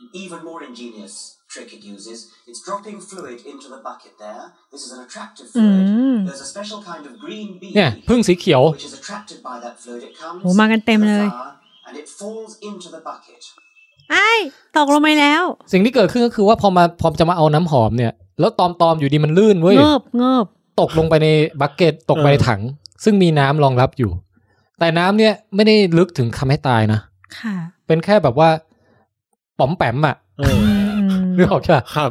Speaker 8: An even more ingenious trick it uses. It's dropping fluid into the bucket there. This is an attractive fluid. There's a special kind of green bee
Speaker 1: เนี่ยพึ่งสีเขียว
Speaker 8: which is attracted by that fluid. It comes
Speaker 4: โหมากันเต็ม
Speaker 8: to
Speaker 4: เล
Speaker 8: the
Speaker 4: ย
Speaker 8: flower and it falls into the bucket.
Speaker 4: ไอ้ตกลงไปแล้ว
Speaker 1: สิ่งที่เกิดขึ้นก็คือว่าพอมาพอจะมาเอาน้ำหอมเนี่ย แล้วตอมตอมอยู่ดีมันลื่นเว้ย
Speaker 4: เงบเงบ
Speaker 1: ตกลงไปในบักเก็ตตกไปในถัง ซึ่งมีน้ำรองรับอยู่ แต่น้ำเนี่ยไม่ได้ลึกถึงทำให้ตายนะ
Speaker 4: ค่ะ
Speaker 1: เป็นแค่แบบว่าป๋อมแปมอะ
Speaker 3: เออ
Speaker 4: อืม
Speaker 1: นึกออกใช่ปะ
Speaker 3: ครับ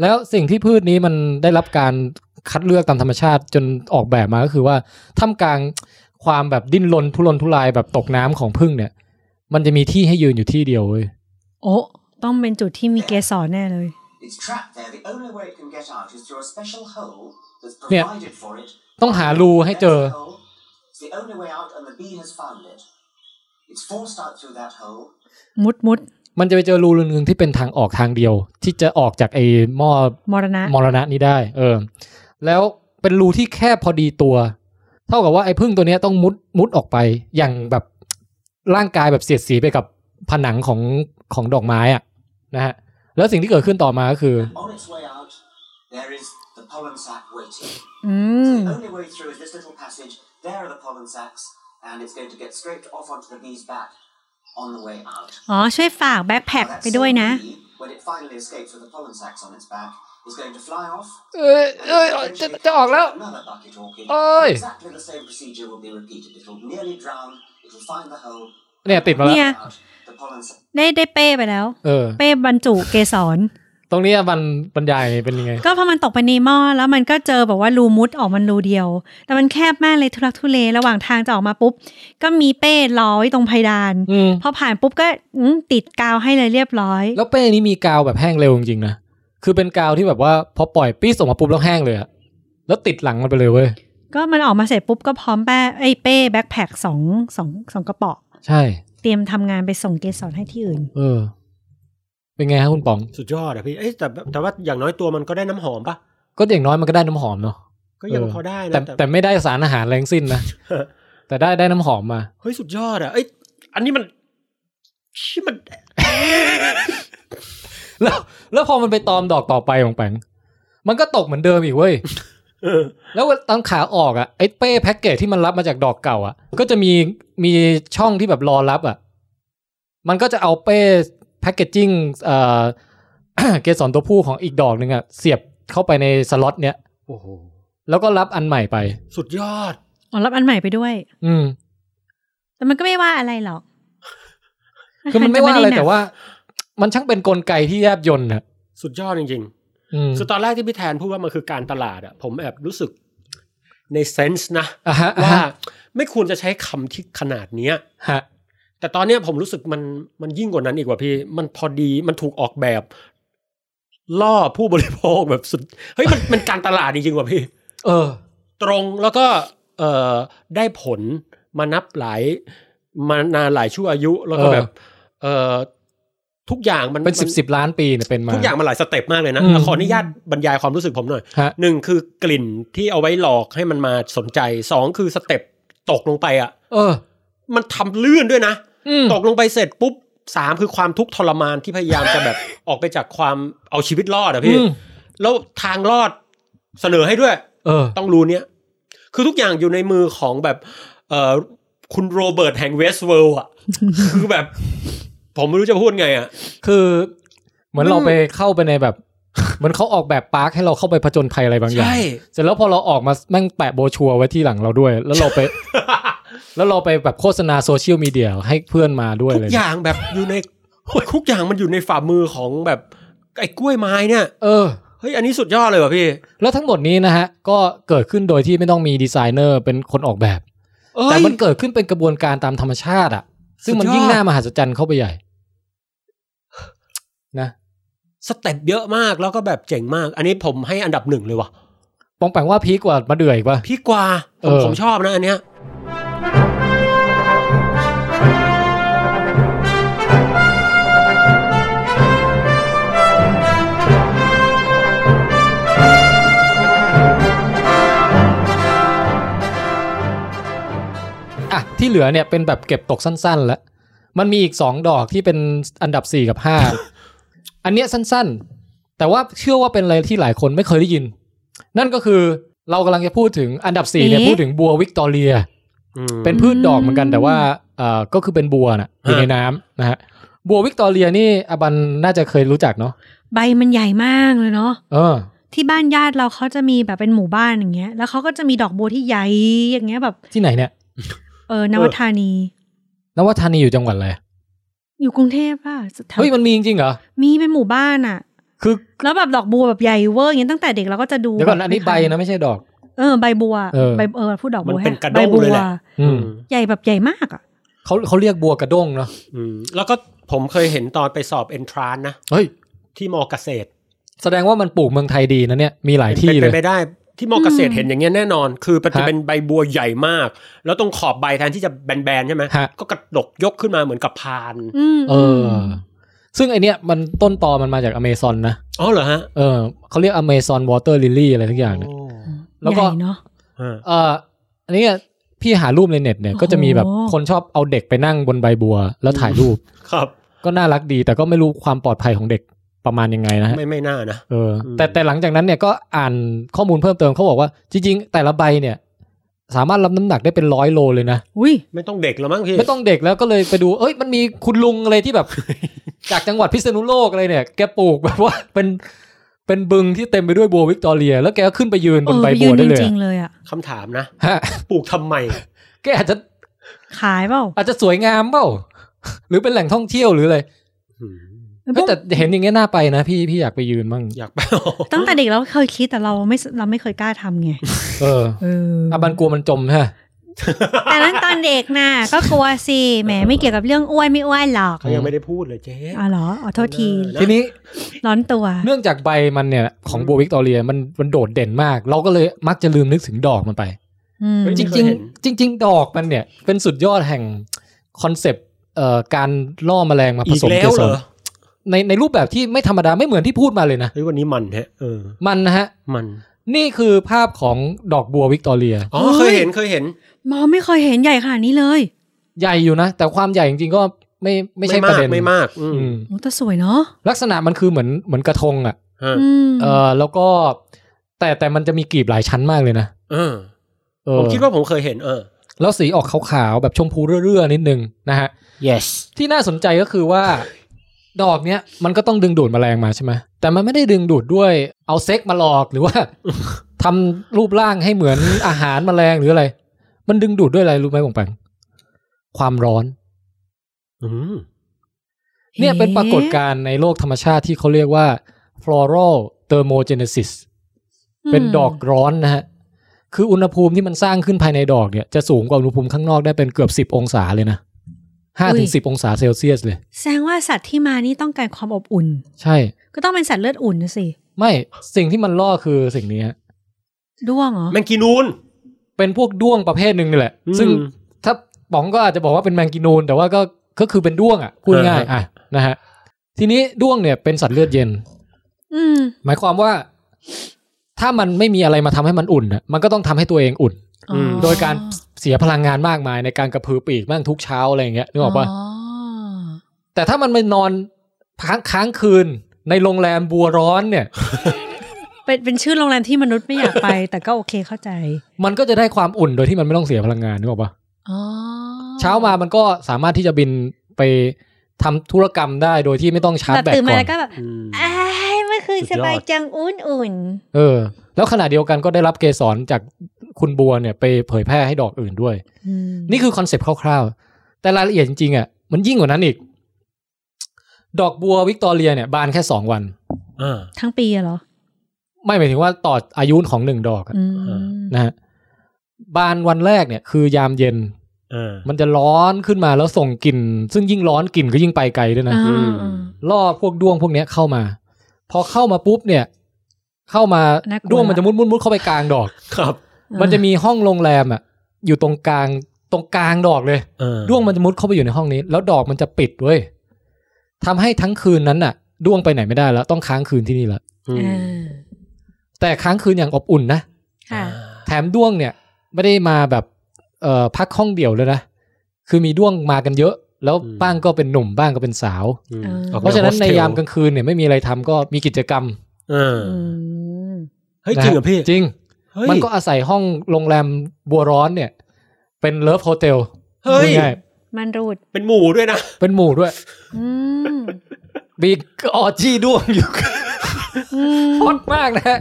Speaker 1: แล้วสิ่งที่พืชนี้มันได้รับการคัดเลือกตามธรรมชาติจนออกแบบมาก็คือว่าท่ามกลางความแบบดิ้นรนทุรนทุรายแบบตกน้ำของพึ่งเนี่ย มันจะมีที่ให้ยืนอยู่ที่เดียวเว้ย
Speaker 4: โอ้ต้องเป็นจุดที่มีเกสรแน่เลย
Speaker 8: It's trapped there. The only way it can get out is through a special hole that's
Speaker 1: Yeah.
Speaker 8: provided for it.
Speaker 1: ต้องหารูให้
Speaker 8: There's
Speaker 1: เจอ
Speaker 8: the hole. It's the only way out, and the bee has found it. It's forced out through that hole.
Speaker 4: มุดมุด
Speaker 1: มันจะไปเจอรูนึงที่เป็นทางออกทางเดียว ที่จะออกจากไอ้หม้อ
Speaker 4: มรณะ
Speaker 1: มรณะนี้ได้ เออ แล้วเป็นรูที่แคบพอดีตัว เท่ากับว่าไอ้พึ่งตัวเนี้ยต้องมุดมุดออกไป อย่างแบบร่างกายแบบเสียดสีไปกับผนังของของดอกไม้อะนะฮะแล้วสิ่งที่เกิดขึ้นต่อมาก็คือ
Speaker 8: On its way out, there is the pollen sac waiting.
Speaker 4: อืม
Speaker 8: The only way through is this little passage. There are the pollen sacs, and it's going to get scraped off onto the bee's back on the way out.
Speaker 4: อ๋อ ช่วยฝากแบ็คแพ็ค
Speaker 8: Now, that
Speaker 4: ไปด้วยนะ
Speaker 8: same bee, when it finally escapes with the pollen sacs on its back, is going to fly off.
Speaker 1: เอ้ยเอ้ยจะจะออกแล้ว
Speaker 8: Another bucket orchid.
Speaker 1: เอ้ย
Speaker 8: Exactly the same procedure will be repeated. It will nearly drown. It will find the hole.
Speaker 1: เนี่ยติดมาแล้ว
Speaker 4: เนี่ย
Speaker 8: Out. The pollen sac.
Speaker 4: ได้ได้เป้ไปแล้ว
Speaker 1: เออ
Speaker 4: เป้บรรจุเกสร
Speaker 1: ตรงนี้มันบรรยายเป็นยังไง
Speaker 4: ก็พอมันตกไปในหม้อแล้วมันก็เจอแบบว่ารูมุดออกมันรูเดียว แต่มันแคบมากเลยทุรักทุเลระหว่างทางจะออกมาปุ๊บ ก็มีเป้ลอยตรงเพดาน
Speaker 1: อืม
Speaker 4: พอผ่านปุ๊บก็อืมติดกาวให้เลยเรียบร้อย
Speaker 1: แล้วเป้นี้มีกาวแบบแห้งเร็วจริงๆนะ คือเป็นกาวที่แบบว่าพอปล่อยปี้ส่งมาปุ๊บแล้วแห้งเลยอะแล้วติดหลังมันไปเลยเว้ย
Speaker 4: ก็มันออกมาเสร็จปุ๊บก็พร้อมแป้ไอ้ยเป้แบ็คแพ็คสองสองสองกระป๋อง
Speaker 1: ใช่
Speaker 4: เตรียมทำงานไปส่งเกสรให้ที่อื่น
Speaker 1: เออ เป็นไงฮะคุณป๋อง
Speaker 3: สุดยอดอะพี่เอ้ยแต่แต่ว่าอย่างน้อยตัวมันก็ได้น้ำหอมปะ
Speaker 1: ก็อย่างน้อยมันก็ได้น้ำหอมเนาะ
Speaker 3: ก็ยัง
Speaker 1: เออ
Speaker 3: พอได้
Speaker 1: แต่
Speaker 3: นะ
Speaker 1: แต่ไม่ได้สารอาหารแรทั้งสิ้น นะ แต่ได้ได้น้ำหอมมา
Speaker 3: เฮ้ยสุดยอดอะเอ้ยอันนี้มันชี่มัน
Speaker 1: แล้ว แล้วพอมันไปตอมดอกต่อไปของแปงมันก็ตกเหมือนเดิมอีกเว้ย
Speaker 3: เออ
Speaker 1: แล้วตอนขาออกอ่ะไอ้เป้แพ็กเกจที่มันรับมาจากดอกเก่าอ่ะ ก็จะมีมีช่องที่แบบรอรับอ่ะ มันก็จะเอาเป้แพ็กเกจจิ้งเอ่อ เกสรตัวผู้ของอีกดอกหนึ่งอ่ะ เสียบเข้าไปในสล็อตเนี้ย
Speaker 3: โอ้โห
Speaker 1: แล้วก็รับอันใหม่ไป
Speaker 3: สุดยอด
Speaker 4: อ๋อรับอันใหม่ไปด้วย
Speaker 1: อืม
Speaker 4: แต่มันก็ไม่ว่าอะไรหรอก
Speaker 1: คือมันไม่ว่า อะไร
Speaker 4: จจด้หนัก
Speaker 1: แต่ว่า มันช่างเป็นกลไกที่แยบยนต์อ่ะ
Speaker 3: สุดยอดจริง ๆ
Speaker 1: อืม
Speaker 3: คือตอนแรกที่พี่แทนพูดว่ามันคือการตลาดอะผมแอบรู้สึกในเซนส์นะ
Speaker 1: อ่ะฮะอ่ะ
Speaker 3: ว่า
Speaker 1: ฮะ
Speaker 3: ไม่ควรจะใช้คำที่ขนาดเนี้ย
Speaker 1: ฮะ
Speaker 3: แต่ตอนเนี้ยผมรู้สึกมันมันยิ่งกว่านั้นอีกว่าพี่ มันพอดีมันถูกออกแบบ ล่อผู้บริโภคแบบสุดเฮ้ยมันมันการตลาดจริงๆว่ะพี่
Speaker 1: เออ
Speaker 3: ตรงแล้วก็เออได้ผลมานับหลายมานานหลายชั่วอายุแล้วก็
Speaker 1: เออ
Speaker 3: แบบเออทุกอย่างมัน
Speaker 1: เป็นสิบ
Speaker 3: มั
Speaker 1: สิบล้านปีเนี่ยเป็นมา
Speaker 3: ทุกอย่างมันหลายสเต็ปมากเลยนะ
Speaker 1: อืม
Speaker 3: ขออนุญาตบรรยายความรู้สึกผมหน่อย
Speaker 1: ฮะ
Speaker 3: หนึ่งคือกลิ่นที่เอาไว้หลอกให้มันมาสนใจสองคือสเต็ปตกลงไปอ่ะ
Speaker 1: เออ
Speaker 3: มันทำลื่นด้วยนะ
Speaker 1: อืม
Speaker 3: ตกลงไปเสร็จปุ๊บสามคือความทุกข์ทรมานที่พยายามจะแบบ ออกไปจากความเอาชีวิตรอดอ่ะ
Speaker 1: อื
Speaker 3: พี่
Speaker 1: ม
Speaker 3: แล้วทางรอดเสนอให้ด้วย
Speaker 1: เออ
Speaker 3: ต้องรู้เนี้ยคือทุกอย่างอยู่ในมือของแบบเอ่อ คุณโรเบิร์ตแห่งเวสเวิลด์อ่ะ คือแบบ ผมไม่รู้จะพูดไงอ่ะ
Speaker 1: คือเหมือนเราไปเข้าไปในแบบ เหมือนเขาออกแบบปาร์คให้เราเข้าไปผจญภัยอะไรบางอย่าง เสร็จแล้วพอเราออกมาแม่งแปะโบชัวร์ไว้ที่หลังเราด้วย แล้ว เราไป แล้วเราไปแบบโฆษณาโซเชียลมีเดียให้เพื่อนมาด้วย
Speaker 3: ทุ
Speaker 1: เล
Speaker 3: ก
Speaker 1: ย
Speaker 3: อย่างแบบอยู่ในโอ้ยทุกอย่างมันอยู่ในฝ่ามือของแบบไอ้กล้วยไม้เนี่ย
Speaker 1: เออ
Speaker 3: เฮ้ย อันนี้สุดยอดเลยว่ะพี่
Speaker 1: แล้วทั้งหมดนี้นะฮะ ก็เกิดขึ้นโดยที่ไม่ต้องมีดีไซเนอร์เป็นคนออกแบบ
Speaker 3: เอ้ย
Speaker 1: แต่มันเกิดขึ้นเป็นกระบวนการตามธรรมชาติอ่ะ ซึ่งมัน
Speaker 3: สุดยอด
Speaker 1: ยิ่งน่ามหัศจรรย์เข้าไปใหญ่ นะ
Speaker 3: สเต็ปเยอะมากแล้วก็แบบเจ๋งมาก อันนี้ผมให้อันดับหนึ่งเลยว่ะ
Speaker 1: ปองแปงว่าพีกกว่ามาเดือยอีกป่ะ
Speaker 3: พี่กว่าผม
Speaker 1: เออ
Speaker 3: ผมชอบนะอันเนี้ย
Speaker 1: อ่ะที่เหลือเนี่ยเป็นแบบเก็บตกสั้นๆ แล้ว มันมีอีก 2 ดอกที่เป็นอันดับ 4 กับ 5 อันเนี้ยสั้นๆ แต่ว่าเชื่อว่าเป็นอะไรที่หลายคนไม่เคยได้ยิน นั่นก็คือเรากำลังจะพูดถึงอันดับ 4 เนี่ย
Speaker 4: เอ๊ะ
Speaker 1: พูดถึงบัววิกตอเรีย
Speaker 3: อืม
Speaker 1: เป็นพืชดอกเหมือนกันแต่ว่าเอ่อก็คือเป็นบัวนะอยู่
Speaker 3: ฮะ
Speaker 1: ในน้ำนะฮะบัววิกตอเรียนี่อบันน่าจะเคยรู้จักเนาะ
Speaker 4: ใบมันใหญ่มากเลยเนาะ
Speaker 1: เออ
Speaker 4: ที่บ้านญาติเราเขาจะมีแบบเป็นหมู่บ้านอย่างเงี้ย แล้วเขาก็จะมีดอกบัวที่ใหญ่อย่างเงี้ยแบบ
Speaker 1: ที่ไหนเนี่ย
Speaker 4: เออนวัธานี
Speaker 1: นวธานีอยู่จังหวัดอะไร
Speaker 4: อยู่กรุงเทพป่ะแถว
Speaker 1: เฮ้ยมันมีจริงๆเหรอ
Speaker 4: มีเป็นหมู่บ้านอ่ะ
Speaker 1: คือ
Speaker 4: แล้วแบบดอกบัวแบบใหญ่เวอร์อย่างเงี้ยตั้งแต่เด็กเราก็จะดู
Speaker 1: เดี๋ยวก่อนนะอันนี้
Speaker 4: แบบ
Speaker 1: ใบ
Speaker 4: ไม่ทั
Speaker 1: นะไม่ใช่ดอก
Speaker 4: เออใบบัว
Speaker 1: เออ
Speaker 4: ใบเออพูดดอกบัว
Speaker 3: มันเป็น
Speaker 4: ฮ
Speaker 3: กระด้ง
Speaker 4: ใบบัว
Speaker 3: เลยแหละ
Speaker 1: อืม
Speaker 4: ใหญ่แบบใหญ่มากอ่ะ
Speaker 1: เขาเขาเรียกบัวกระด้งเนาะ
Speaker 3: อืมแล้วก็ผมเคยเห็นตอนไปสอบเอนทรานนะ
Speaker 1: เฮ้ย
Speaker 3: ที่มอเกษตร
Speaker 1: แสดงว่ามันปลูกเมืองไทยดีนะเนี่ยมีหลายที่
Speaker 3: เป็น
Speaker 1: เล
Speaker 3: ไป
Speaker 1: ย
Speaker 3: ไม่ได้ที่มอเกษตร
Speaker 4: อืม
Speaker 3: เห็นอย่างเงี้ยแน่นอน คือมันจะ
Speaker 1: ฮะ
Speaker 3: เป็นใบบัวใหญ่มาก แล้วตรงขอบใบแทนที่จะแบนๆใช่ไหม
Speaker 1: ฮะ
Speaker 3: ก็กระดกยกขึ้นมาเหมือนกับพาน
Speaker 4: อืม
Speaker 1: เอออ ซึ่งไอเนี้ยมันต้นตอมันมาจากอเมซอนนะ
Speaker 3: อ๋อเหรอฮะ
Speaker 1: เออเขาเรียกอเมซอนวอเตอร์ลิลี่อะไรทั้งอย่างเนี่ย แล้
Speaker 4: แล้ว ว
Speaker 1: ก็
Speaker 4: ก็เนาะ
Speaker 3: เออ
Speaker 1: เอออันนี้พี่หารูปในเน็ตเนี่ย
Speaker 4: โอ้โห
Speaker 1: ก็จะมีแบบคนชอบเอาเด็กไปนั่งบนใบบัว แล้วถ่ายรูป
Speaker 3: ครับ
Speaker 1: ก็น่ารักดีแต่ก็ไม่รู้ความปลอดภัยของเด็กประมาณยังไงนะฮะ
Speaker 3: ไม่ไม่น่านะ
Speaker 1: เอออ
Speaker 3: ม
Speaker 1: แต่แต่หลังจากนั้นเนี่ยก็อ่านข้อมูลเพิ่มเติมเขาบอกว่าจริงๆ แต่ละใบเนี่ย สามารถรับน้ำหนักได้เป็นร้อยโลเลยนะ
Speaker 4: อุ้ย
Speaker 3: ไม่ต้องเด็กแล้วมั้งพี่
Speaker 1: ไม่ต้องเด็กแล้วก็เลยไปดู เอ้ย มันมีคุณลุงอะไรที่ แบบ จากจังหวัดพิษณุโลกอะไรเนี่ย แกปลูกแบบว่า เป็นเป็นบึงที่เต็มไปด้วยบัววิกตอเรีย แล้วแกก็ขึ้นไปยืนบนใบ
Speaker 4: เออ
Speaker 1: บัว
Speaker 4: ยื
Speaker 1: ได้เลย
Speaker 4: จริ
Speaker 1: อะ
Speaker 4: งๆเลยอ่ะ
Speaker 3: คำถามนะ
Speaker 1: ฮะ
Speaker 3: ปลูกทำไม
Speaker 1: แกอาจจะ
Speaker 4: ขายเปล่า
Speaker 1: อาจจะสวยงามเปล่า หรือเป็นแหล่งท่องเที่ยวหรืออะไรเฮ้ยแต่เห็นอย่างเงี้ยน่าไปนะพี่พี่อยากไปยืนบ้าง
Speaker 3: อยากไป
Speaker 4: ตั้งแต่เด็กเราเคยคิดแต่เราไม่เราไม่เคยกล้าทำไง
Speaker 1: เออ
Speaker 4: เอออ
Speaker 1: อาบันกลัวมันจมฮะ
Speaker 4: แต่นั้นตอนเด็กน่ะ ก็กลัวสิแหมไม่เกี่ยวกับเรื่องอ้วนไม่อ้วนหรอก
Speaker 3: เขายังไม่ได้พูดเลยเจ๊
Speaker 4: อ๋อเหรออ๋อโทษที
Speaker 3: เออ
Speaker 1: ทีนี้
Speaker 4: ร้อนตัว
Speaker 1: เนื่องจากใบมันเนี่ยของบัววิกตอเรียมันมันโดดเด่นมาก เราก็เลยมักจะลืมนึกถึงดอกมันไป
Speaker 4: อืม
Speaker 3: เฮ้ย
Speaker 1: จ
Speaker 3: ไม่
Speaker 1: ริง
Speaker 3: เค
Speaker 1: จริง
Speaker 3: ยเห็น
Speaker 1: จริงๆดอกมันเนี่ย เป็นสุดยอดแห่งคอนเซปต์เอ่อการล่อแมลงมาผ
Speaker 3: อีก
Speaker 1: สม
Speaker 3: แล้ว
Speaker 1: เกส
Speaker 3: เหร
Speaker 1: ร
Speaker 3: อ
Speaker 1: ในในรูปแบบที่ไม่ธรรมดาไม่เหมือนที่พูดมาเลยนะ
Speaker 3: เฮ้ยวันนี้มันฮะเออ
Speaker 1: มันนะฮะ
Speaker 3: มัน
Speaker 1: นี่คือภาพของดอกบัววิกตอเรีย
Speaker 3: อ๋อ
Speaker 4: เฮ้
Speaker 3: เคย
Speaker 4: ย
Speaker 3: เห็นเคยเห็น
Speaker 4: มองไม่เคยเห็นใหญ่ขนาดนี้เลย
Speaker 1: ใหญ่อยู่นะ แต่ความใหญ่จริงๆก็ไม่ไม่ใช่ป
Speaker 3: มา
Speaker 1: ระ
Speaker 3: ก
Speaker 1: เด็น
Speaker 3: ไม่มาก อื
Speaker 1: อื
Speaker 3: ม
Speaker 1: ม
Speaker 4: โอ้แต่สวยเนาะ
Speaker 1: ลักษณะมันคือเหมือนเหมือนกระทงอ่ะ
Speaker 3: ฮะ
Speaker 4: อืม
Speaker 1: เออแล้วก็แต่แต่มันจะมีกลีบหลายชั้นมากเลยนะ
Speaker 3: เออ
Speaker 1: เออ
Speaker 3: ผมคิดว่าผมเคยเห็น เออ
Speaker 1: แล้วสีออกขาวๆแบบชมพูเรื่อๆนิดนึงนะฮะ
Speaker 3: yes
Speaker 1: ที่น่าสนใจก็คือว่า ดอกเนี้ยมันก็ต้องดึงดูดแมลงมาใช่ไหมแต่มันไม่ได้ดึงดูดด้วยเอาเซ็กมาหลอกหรือว่า ทำรูปร่างให้เหมือนอาหารแมลงหรืออะไร มันดึงดูดด้วยอะไรรู้ไหมปองแปงความร้อน
Speaker 3: อืม
Speaker 1: เนี่ยเป็นปรากฏการณ์ในโลกธรรมชาติที่เขาเรียกว่า floral thermogenesis เป็นดอกร้อนนะฮะ คืออุณหภูมิที่มันสร้างขึ้นภายในดอกเนี่ยจะสูงกว่าอุณหภูมิข้างนอกได้เป็นเกือบสิบองศาเลยนะห้าถึงสิบองศาเซลเซียสเลย
Speaker 4: แสดงว่าสัตว์ที่มานี่ต้องการความอบอุ่น
Speaker 1: ใช่
Speaker 4: ก็ต้องเป็นสัตว์เลือดอุ่นนะสิ
Speaker 1: ไม่สิ่งที่มันล่อคือสิ่งนี้ฮะ
Speaker 4: ด้วงเหรอ
Speaker 3: แมงกีนูน
Speaker 1: เป็นพวกด้วงประเภทหนึ่งนี่แหละ
Speaker 3: อืม
Speaker 1: ซึ่งถ้าป๋องก็อาจจะบอกว่าเป็นแมงกินูน แต่ว่าก็ก็คือเป็นด้วงอ่ะพูดง่าย
Speaker 3: อ่าฮะ
Speaker 1: อ่ะนะฮะทีนี้ด้วงเนี่ยเป็นสัตว์เลือดเย็น
Speaker 4: อืม
Speaker 1: หมายความว่า ถ้ามันไม่มีอะไรมาทำให้มันอุ่นน่ะมันก็ต้องทำให้ตัวเองอุ่น
Speaker 4: อ๋ออ
Speaker 1: โดยการเสียพลังงานมากมายในการกระพือปีกบ้างทุกเช้าอะไรอย่างเงี้ยนึกออกปะแต่ถ้ามันไปนอนค้างค้างคืนในโรงแรมบัวร้อนเนี่ย
Speaker 4: เป็นเป็นชื่อโรงแรมที่มนุษย์ไม่อยากไป แต่ก็โอเคเข้าใจ
Speaker 1: มันก็จะได้ความอุ่นโดยที่มันไม่ต้องเสียพลังงานนึกออกปะ
Speaker 4: อ๋อ
Speaker 1: เช้ามามันก็สามารถที่จะบินไปทำธุรกรรมได้โดยที่ไม่ต้องชาร์จ
Speaker 4: แบบ
Speaker 1: แบต
Speaker 4: ตื่น
Speaker 1: ก่
Speaker 4: มา
Speaker 1: อ
Speaker 4: แล้
Speaker 1: น
Speaker 4: วก็แบบ
Speaker 3: อืม
Speaker 4: อ้ายเมื่อคืน
Speaker 3: สุดยอด
Speaker 4: สบายจังอุ่นอุ่น
Speaker 1: เออ แล้วขณะเดียวกันก็ได้รับเกสรจากคุณบัวเนี่ยไปเผยแพร่ให้ดอกอื่นด้วย
Speaker 4: ๆอืม
Speaker 1: นี่คือคอนเซปต์คร่าวๆ แต่รายละเอียดจริงๆอ่ะมันยิ่งกว่านั้นอีก ดอกบัววิกตอเรียเนี่ยบานแค่สองวัน
Speaker 3: อ่า
Speaker 4: ทั้งปีอะเหรอ
Speaker 1: ไม่หมายถึงว่าต่ออายุของหนึ่งดอกอะ
Speaker 4: อืม
Speaker 3: อ่า
Speaker 1: นะฮะบานวันแรกเนี่ย คือยามเย็น
Speaker 3: อ่า
Speaker 1: มันจะร้อนขึ้นมาแล้วส่งกลิ่น ซึ่งยิ่งร้อนกลิ่นก็ยิ่งไปไกลด้วยนะ
Speaker 4: อ่า
Speaker 3: อืม
Speaker 1: ล่อพวกด้วงพวกเนี้ยเข้ามา พอเข้ามาปุ๊บเนี่ย เข้ามา
Speaker 4: ากลัว
Speaker 1: ด้วงมันจะมุดมุดมุดเข้าไปกลางดอก
Speaker 3: ครับ
Speaker 1: มันจะมีห้องโรงแรมอ่ะ อยู่ตรงกลางตรงกลางดอกเลย
Speaker 3: อ่า
Speaker 1: ด้วงมันจะมุดเข้าไปอยู่ในห้องนี้ แล้วดอกมันจะปิดเว้ยทำให้ทั้งคืนนั้นน่ะ ด้วงไปไหนไม่ได้แล้ว ต้องค้างคืนที่นี่ละ
Speaker 3: อืม
Speaker 4: อ่า
Speaker 1: แต่ค้างคืนอย่างอบอุ่นนะ
Speaker 4: ค่ะ
Speaker 1: แถมด้วงเนี่ย ไม่ได้มาแบบเอ่อพักห้องเดี่ยวเลยนะ คือมีด้วงมากันเยอะ แล้วบ้างก็เป็นหนุ่มบ้างก็เป็นสาว
Speaker 3: อืม
Speaker 4: เออ
Speaker 3: ออกแว
Speaker 1: เพราะฉะนั้นใน
Speaker 3: โฮสเทล
Speaker 1: ยามกลางคืนเนี่ยไม่มีอะไรทำก็มีกิจกรรม
Speaker 3: อ่า
Speaker 4: อืม
Speaker 3: เฮ้ย
Speaker 1: นะ
Speaker 3: จริงเหรอพี่
Speaker 1: จริง
Speaker 3: เฮ้ย
Speaker 1: มันก็อาศัยห้องโรงแรมบัวร้อนเนี่ย เป็นเลิฟโฮเทล
Speaker 3: เฮ้ย
Speaker 1: ง่าย
Speaker 4: มันรูด
Speaker 3: เป็นหมู่ด้วยนะ
Speaker 1: ๆเป็นหมู่ด้วย
Speaker 4: อืม
Speaker 1: มีออจี้ด้วงอยู่
Speaker 4: อืม
Speaker 1: ฮอตมากนะฮะ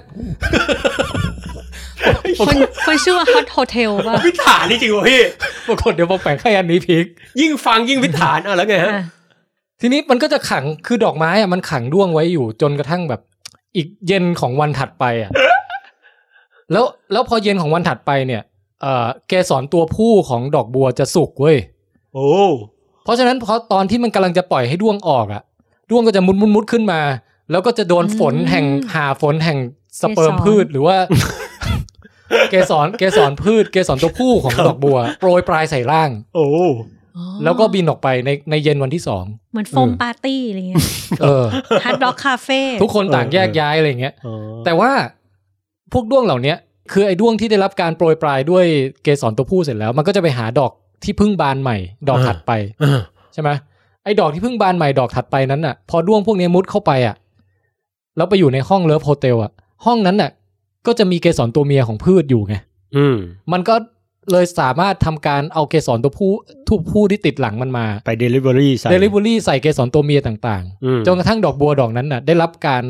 Speaker 4: คนคนชื่อว่าฮอตโฮเทลป่ะ
Speaker 3: วิถานจริงวะพี่
Speaker 1: ปรากฏเดี๋ยวผมแฝงให้อันนี้พีค
Speaker 3: ยิ่งฟังยิ่งวิถานอ่ะแล้วไงฮะ
Speaker 4: อ่ะ
Speaker 1: ทีนี้มันก็จะขังคือดอกไม้อะมันขังด้วงไว้อยู่จนกระทั่งแบบ อีกเย็นของวันถัดไปอ่ะ แล้วแล้วพอเย็นของวันถัดไปเนี่ย เอ่อเกสรตัวผู้ของดอกบัวจะสุกเว้ย
Speaker 3: โอ้
Speaker 1: เพราะฉะนั้นพอตอนที่มันกำลังจะปล่อยให้ด้วงออกอ่ะ ด้วงก็จะมุดมุดมุดขึ้นมา แล้วก็จะโดนฝนแห่งหาฝนแห่งสเปิร์มพืชหรือว่า เกสรเกสรพืช เกสรตัวผู้ของดอกบัวโปรยปลายใส่ร่าง
Speaker 3: โอ้
Speaker 4: อ๋อ
Speaker 1: แล้วก็บินออกไปในในเย็นวันที่สอง
Speaker 4: เหมือนโฟมปาร์ตี้อะไรเงี้ย
Speaker 1: เออ
Speaker 4: ฮัทด็อกคาเฟ่
Speaker 1: ทุกคนต่าง
Speaker 3: เออ
Speaker 1: แยกย้ายอะไรอย่างเงี้ย
Speaker 3: อ๋อ
Speaker 1: แต่ว่าพวกด้วงเหล่าเนี้ย คือไอ้ด้วงที่ได้รับการโปรยปลายด้วยเกสรตัวผู้เสร็จแล้ว มันก็จะไปหาดอกที่เพึ่งบานใหม่ ดอกถัดไป
Speaker 3: อ่า
Speaker 1: ใช่ไหมไอ้ดอกที่เพึ่งบานใหม่ดอกถัดไปนั้นน่ะ พอด้วงพวกเนี้ยมุดเข้าไปอ่ะแล้วไปอยู่ในห้องเลิฟโฮเทลอ่ะ ห้องนั้นน่ะ ก็จะมีเกสรตัวเมียของพืชอยู่ไง
Speaker 3: อืม
Speaker 1: มันก็เลยสามารถทำการเอาเกสรตัวผู้ทุกผู้ที่ติดหลังมันมา
Speaker 3: ไป delivery ใส่
Speaker 1: เดลิเวอรี่ใส่เกสรตัวเมียต่าง
Speaker 3: อืม
Speaker 1: ๆ จนกระทั่งดอกบัวดอกนั้นน่ะ ได้รับการ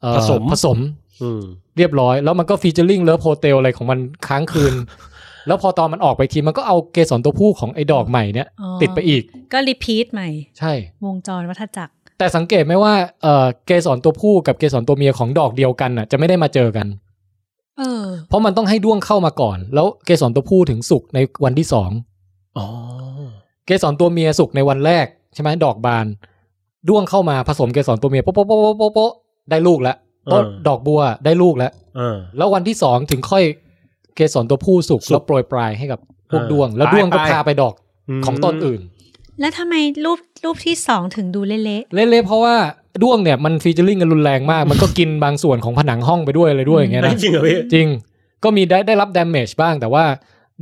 Speaker 1: เอ่อ
Speaker 3: ผสม
Speaker 1: ผสม
Speaker 3: อืม
Speaker 1: เรียบร้อย แล้วมันก็ฟีเจอริงเลิฟโฮเทลอะไรของมันค้างคืน แล้วพอตอนมันออกไปทีมันก็เอาเกสรตัวผู้ของไอ้ดอกใหม่เนี่ย
Speaker 4: อ๋อ
Speaker 1: ติดไปอีก
Speaker 4: ก็รีพีทใหม่
Speaker 1: ใช่
Speaker 4: วงจรวัฏจักร
Speaker 1: แต่สังเกตไหมว่าเอ่อเกสรตัวผู้กับเกสรตัวเมียของดอกเดียวกันน่ะจะไม่ได้มาเจอกัน
Speaker 4: เออ
Speaker 1: เพราะมันต้องให้ด้วงเข้ามาก่อน แล้วเกสรตัวผู้ถึงสุกในวันที่สอง
Speaker 3: อ๋อ
Speaker 1: เกสรตัวเมียสุกในวันแรกใช่ไหมดอกบาน ด้วงเข้ามาผสมเกสรตัวเมียโป๊ะโป๊ะโป๊ะโป๊ะโป๊ะโป๊ะได้ลูกแล้วต้น
Speaker 3: เออ
Speaker 1: ดอกบัวได้ลูกแล้ว
Speaker 3: อ่า
Speaker 1: แล้ววันที่สองถึงค่อยเกสรตัวผู้สุก
Speaker 3: สุก
Speaker 1: แล้วโปรยปลายให้กับพวก
Speaker 3: เออ
Speaker 1: ด้วง แล้ว
Speaker 3: ไป
Speaker 1: ด้วงก็
Speaker 3: ไป
Speaker 1: พาไปดอกของต้นอื่น
Speaker 4: แล้วทำไมรูปรูปที่สองถึงดูเละ
Speaker 1: เละๆเพราะว่าด้วงเนี่ยมันฟีเจอริงกันรุนแรง มาก มันก็กินบางส่วนของผนังห้องไปด้วยอะไรด้วยอย่างเงี้ย
Speaker 3: ไม่
Speaker 1: นะ
Speaker 3: จริงเหรอพี่
Speaker 1: จริงก็มีได้ได้รับด m a g e บ้างแต่ว่า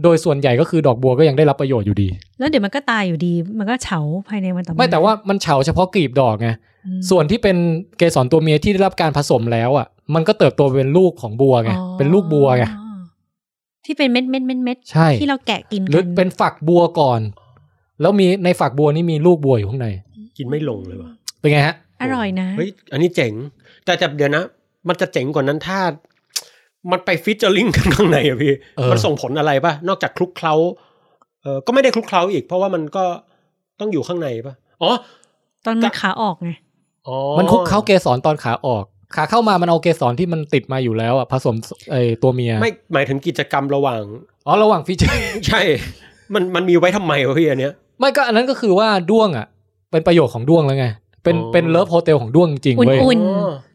Speaker 1: โดยส่วนใหญ่ก็คือดอกบัวก็ยังได้รับประโยชน์อยู่ดี
Speaker 4: ๆ แล้วเดี๋ยวมันก็ตายอยู่ดี มันก็เฉาภายในวันต่อมา
Speaker 1: ไม่แต่ว่ามันเฉาเฉพาะกลีบดอกไง
Speaker 4: อืม
Speaker 1: ส่วนที่เป็นเกสรตัวเมียที่ได้รับการผสมแล้วอ่ะ มันก็เติบโตเป็นลูกของบัวไง
Speaker 4: อ๋อ
Speaker 1: เป็นลูกบัวไง
Speaker 4: ที่เป็นเม็ดเม็ดเม็ดเม็ด
Speaker 1: ใช่
Speaker 4: ที่เราแกะกิน
Speaker 1: หรือ
Speaker 4: กั
Speaker 1: เป็นฝักบัวก่อน แล้วมีในฝักบัวนี่มีลูกบัวอยู่ข้างใน
Speaker 3: กินไม่ลงเลยว่ะ
Speaker 1: เป็นไงฮะ
Speaker 4: อร่อยนะ
Speaker 3: เฮ้ย อันนี้เจ๋ง แต่แต่เดี๋ยวนะ มันจะเจ๋งกว่านั้นถ้า มันไปฟิชเจอริงกันข้างในอะพี่
Speaker 1: เออ
Speaker 3: มันส่งผลอะไรปะนอกจากคลุกเคล้า เออก็ไม่ได้คลุกเคล้าอีก เพราะว่ามันก็ต้องอยู่ข้างในปะอ๋อ
Speaker 4: ตอนมันขาออกไง
Speaker 3: อ๋อ
Speaker 1: มันคลุกเข้าเกสรตอนขาออก ขาเข้ามามันเอาเกสรที่มันติดมาอยู่แล้วอ่ะผสมไอตัวเมีย
Speaker 3: ไม่หมายถึงกิจกรรมระหว่าง
Speaker 1: อ๋อระหว่างฟีเจอร์
Speaker 3: ใช่ มันมันมีไว้ทำไมวะพี่อันเนี้ย
Speaker 1: ไม่ก็อันนั้นก็คือว่าด้วงอ่ะ เป็นประโยชน์ของด้วงแล้วไง เป็น
Speaker 3: อ๋อ
Speaker 1: เป็นเลิฟโฮเทลของด้วงจริง
Speaker 4: อ
Speaker 1: เว้ย
Speaker 4: ุ่น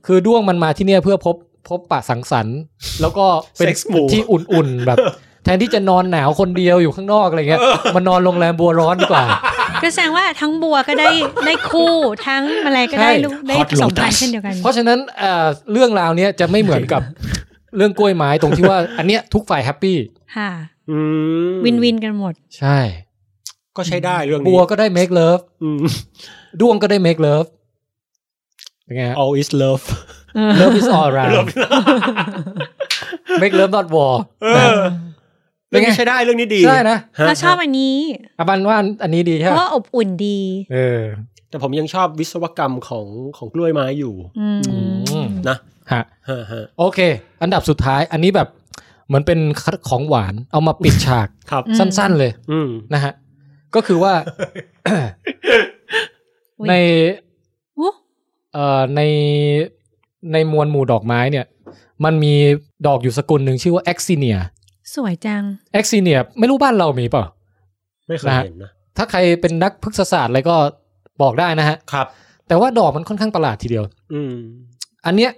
Speaker 1: คือด้วงมันมาที่เนี่ยเพื่อพบพบปะสังสรรค์ แล้วก็เป็น
Speaker 3: Sex move
Speaker 1: ที่อุ่นๆแบบ แทนที่จะนอนหนาวคนเดียวอยู่ข้างนอกอะไรเงี้ยมานอนโรงแรมบัวร้อนดีกว่า
Speaker 4: ๆก็แสดงว่าทั้งบัวก็ได้ได้คู่ทั้งแมลงก็ได้
Speaker 1: ใช่
Speaker 4: ลูกได้ผสมพันธุ์เช่นเดียวกัน
Speaker 1: เพราะฉะนั้นเอ่อเรื่องราวเนี้ยจะไม่เหมือนกับ เรื่องกล้วยไม้ตรงที่ว่า อันเนี้ยทุกฝ่ายแฮปปี้
Speaker 4: ค่ะ
Speaker 3: อืม
Speaker 4: วินวินกันหมด
Speaker 1: ใช่
Speaker 3: ก็ใช้ได้เรื่องนี้
Speaker 1: บัวก็ได้ make love
Speaker 3: อืม
Speaker 1: ด้วงก็ได้ make love เป็นไงฮะ
Speaker 3: all is love
Speaker 1: love is all around make love not war
Speaker 3: เออ
Speaker 1: เป็
Speaker 3: เรื่
Speaker 1: ไง
Speaker 3: อน งนี้ใช้ได้เรื่องนี้ดี
Speaker 1: ใช่นะ
Speaker 3: ฮะ
Speaker 4: เราชอบอันนี้
Speaker 1: อาบันว่าอันอันนี้ดี
Speaker 4: เพ
Speaker 1: ใช่ไหม
Speaker 4: ราะว่าอบอุ่นดี
Speaker 1: เออ
Speaker 3: แต่ผมยังชอบวิศวกรรมของของกล้วยไม้อยู่
Speaker 4: อืม
Speaker 1: อืม
Speaker 3: นะ
Speaker 1: ฮะ
Speaker 3: ฮะฮะ
Speaker 1: โอเค อันดับสุดท้ายอันนี้แบบเหมือนเป็นของหวานเอามาปิดฉาก
Speaker 3: ครับ
Speaker 1: สั้นๆเลย
Speaker 3: อืม
Speaker 1: นะฮะ ก็คือ ว่า ใน
Speaker 4: อุ๊ย
Speaker 1: เอ่อในในมวลหมู่ดอกไม้เนี่ย มันมีดอกอยู่สกุลหนึ่งชื่อว่าแอ็กซิเนีย
Speaker 4: สวยจัง
Speaker 1: แอ็กซิเนียไม่รู้บ้านเรามีเปล่า
Speaker 3: ไม่เคย
Speaker 1: นะฮะ
Speaker 3: เห็นนะ
Speaker 1: ถ้าใครเป็นนักพฤกษศาสตร์อะไรก็บอกได้นะฮะ
Speaker 3: ครับ
Speaker 1: แต่ว่าดอกมันค่อนข้างประหลาดทีเดียว
Speaker 3: อืม
Speaker 1: อันเนี้ย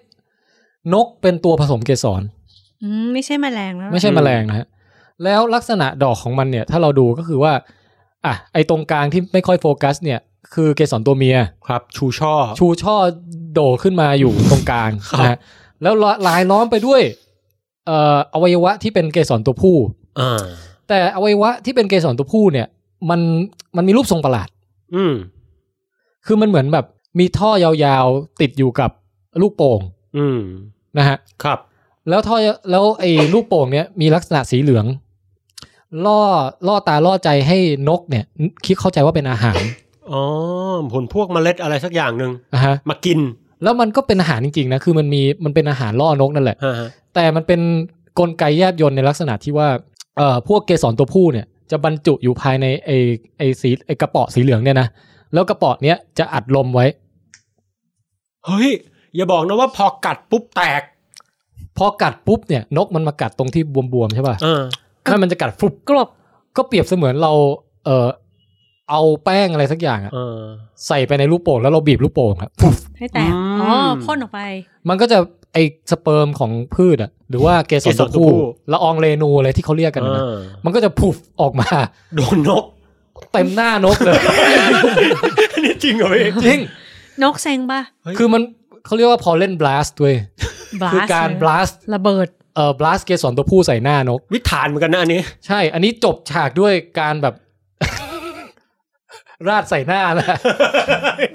Speaker 1: นกเป็นตัวผสมเกสร
Speaker 4: อืมไม่ใช่แมลงแล้ว
Speaker 1: ไม่ใช่แมลงนะฮะ แล้วลักษณะดอกของมันเนี่ย ถ้าเราดูก็คือว่า อ่ะ ไอตรงกลางที่ไม่ค่อยโฟกัส เนี่ย คือเกสรตัวเมีย
Speaker 3: ครับ ชูช่อ
Speaker 1: ชูช่อโดขึ้นมาอยู่ตรงกลาง
Speaker 3: ครับ
Speaker 1: นะฮะแล้วลายล้อมไปด้วย เอ่ออวัยวะที่เป็นเกสรตัวผู้
Speaker 3: อ่า
Speaker 1: แต่อวัยวะที่เป็นเกสรตัวผู้เนี่ย มันมันมีรูปทรงประหลาด
Speaker 3: อืม
Speaker 1: คือมันเหมือนแบบมีท่อยาวๆติดอยู่กับลูกโป่ง
Speaker 3: อืม
Speaker 1: นะฮะ
Speaker 3: ครับ
Speaker 1: แล้วท่อแล้วไอ้ลูกโป่งเนี่ยมีลักษณะสีเหลือง ล่อล่อตาล่อใจให้นกเนี่ย คิดเข้าใจว่าเป็นอาหาร
Speaker 3: อ๋อผลพวกเมล็ดอะไรสักอย่างหนึ่ง
Speaker 1: นะฮะ
Speaker 3: มากิน
Speaker 1: แล้วมันก็เป็นอาหารจริงๆนะคือมันมีมันเป็นอาหารล่อนกนั่นแหละ
Speaker 3: ฮะฮะ
Speaker 1: แต่มันเป็นกลไกแยบยนในลักษณะที่ว่าเอ่อพวกเกสรตัวผู้เนี่ย จะบรรจุอยู่ภายในไอ้ไอ้สีไอ้กระเป๋อสีเหลืองเนี่ยนะแล้วกระเป๋อเนี้ยจะอัดลมไว้
Speaker 3: เฮ้ย อย่าบอกนะว่าพอกัดปุ๊บแตก
Speaker 1: พอกัดปุ๊บเนี่ย นกมันมากัดตรงที่บวมๆใช่ป่ะ
Speaker 3: เออ
Speaker 1: นั่นมันจะกัดฟุบกรบก็เปรียบเสมือนเราเอ่อเอาแป้งอะไรสักอย่างอะ
Speaker 3: เออ
Speaker 1: ใส่ไปในลูกโป่งแล้วเราบีบลูกโป่งครับปุ๊บ
Speaker 4: ให้แตก
Speaker 3: อืม
Speaker 4: อ๋อพ่นออกไป
Speaker 1: มันก็จะไอสเปิร์มของพืชอะหรือว่าเกสร
Speaker 3: เกสรตั
Speaker 1: ตัว ว
Speaker 3: ผู้
Speaker 1: ผู้ละอองเรนูอะไรที่เขาเรียกกัน
Speaker 3: เอ
Speaker 1: นะ
Speaker 3: อ
Speaker 1: มันก็จะพุฟออกมา
Speaker 3: โดนนก
Speaker 1: เต็มหน้านกเลย
Speaker 3: อันนี้จริงเหรอพี่
Speaker 1: จริง
Speaker 4: นกเซงปะ
Speaker 1: คือมันเขาเรียกว่าพอเล่นบล s สด้วย
Speaker 4: บลา
Speaker 1: คือการ blast
Speaker 4: ระเบิด
Speaker 1: เอ่อ blast เกสรตัวผู้ใส่หน้านก
Speaker 3: วิถานเหมือนกันนะอันนี้
Speaker 1: ใช่ อันนี้จบฉากด้วยการแบบ ราดใส่หน้านะ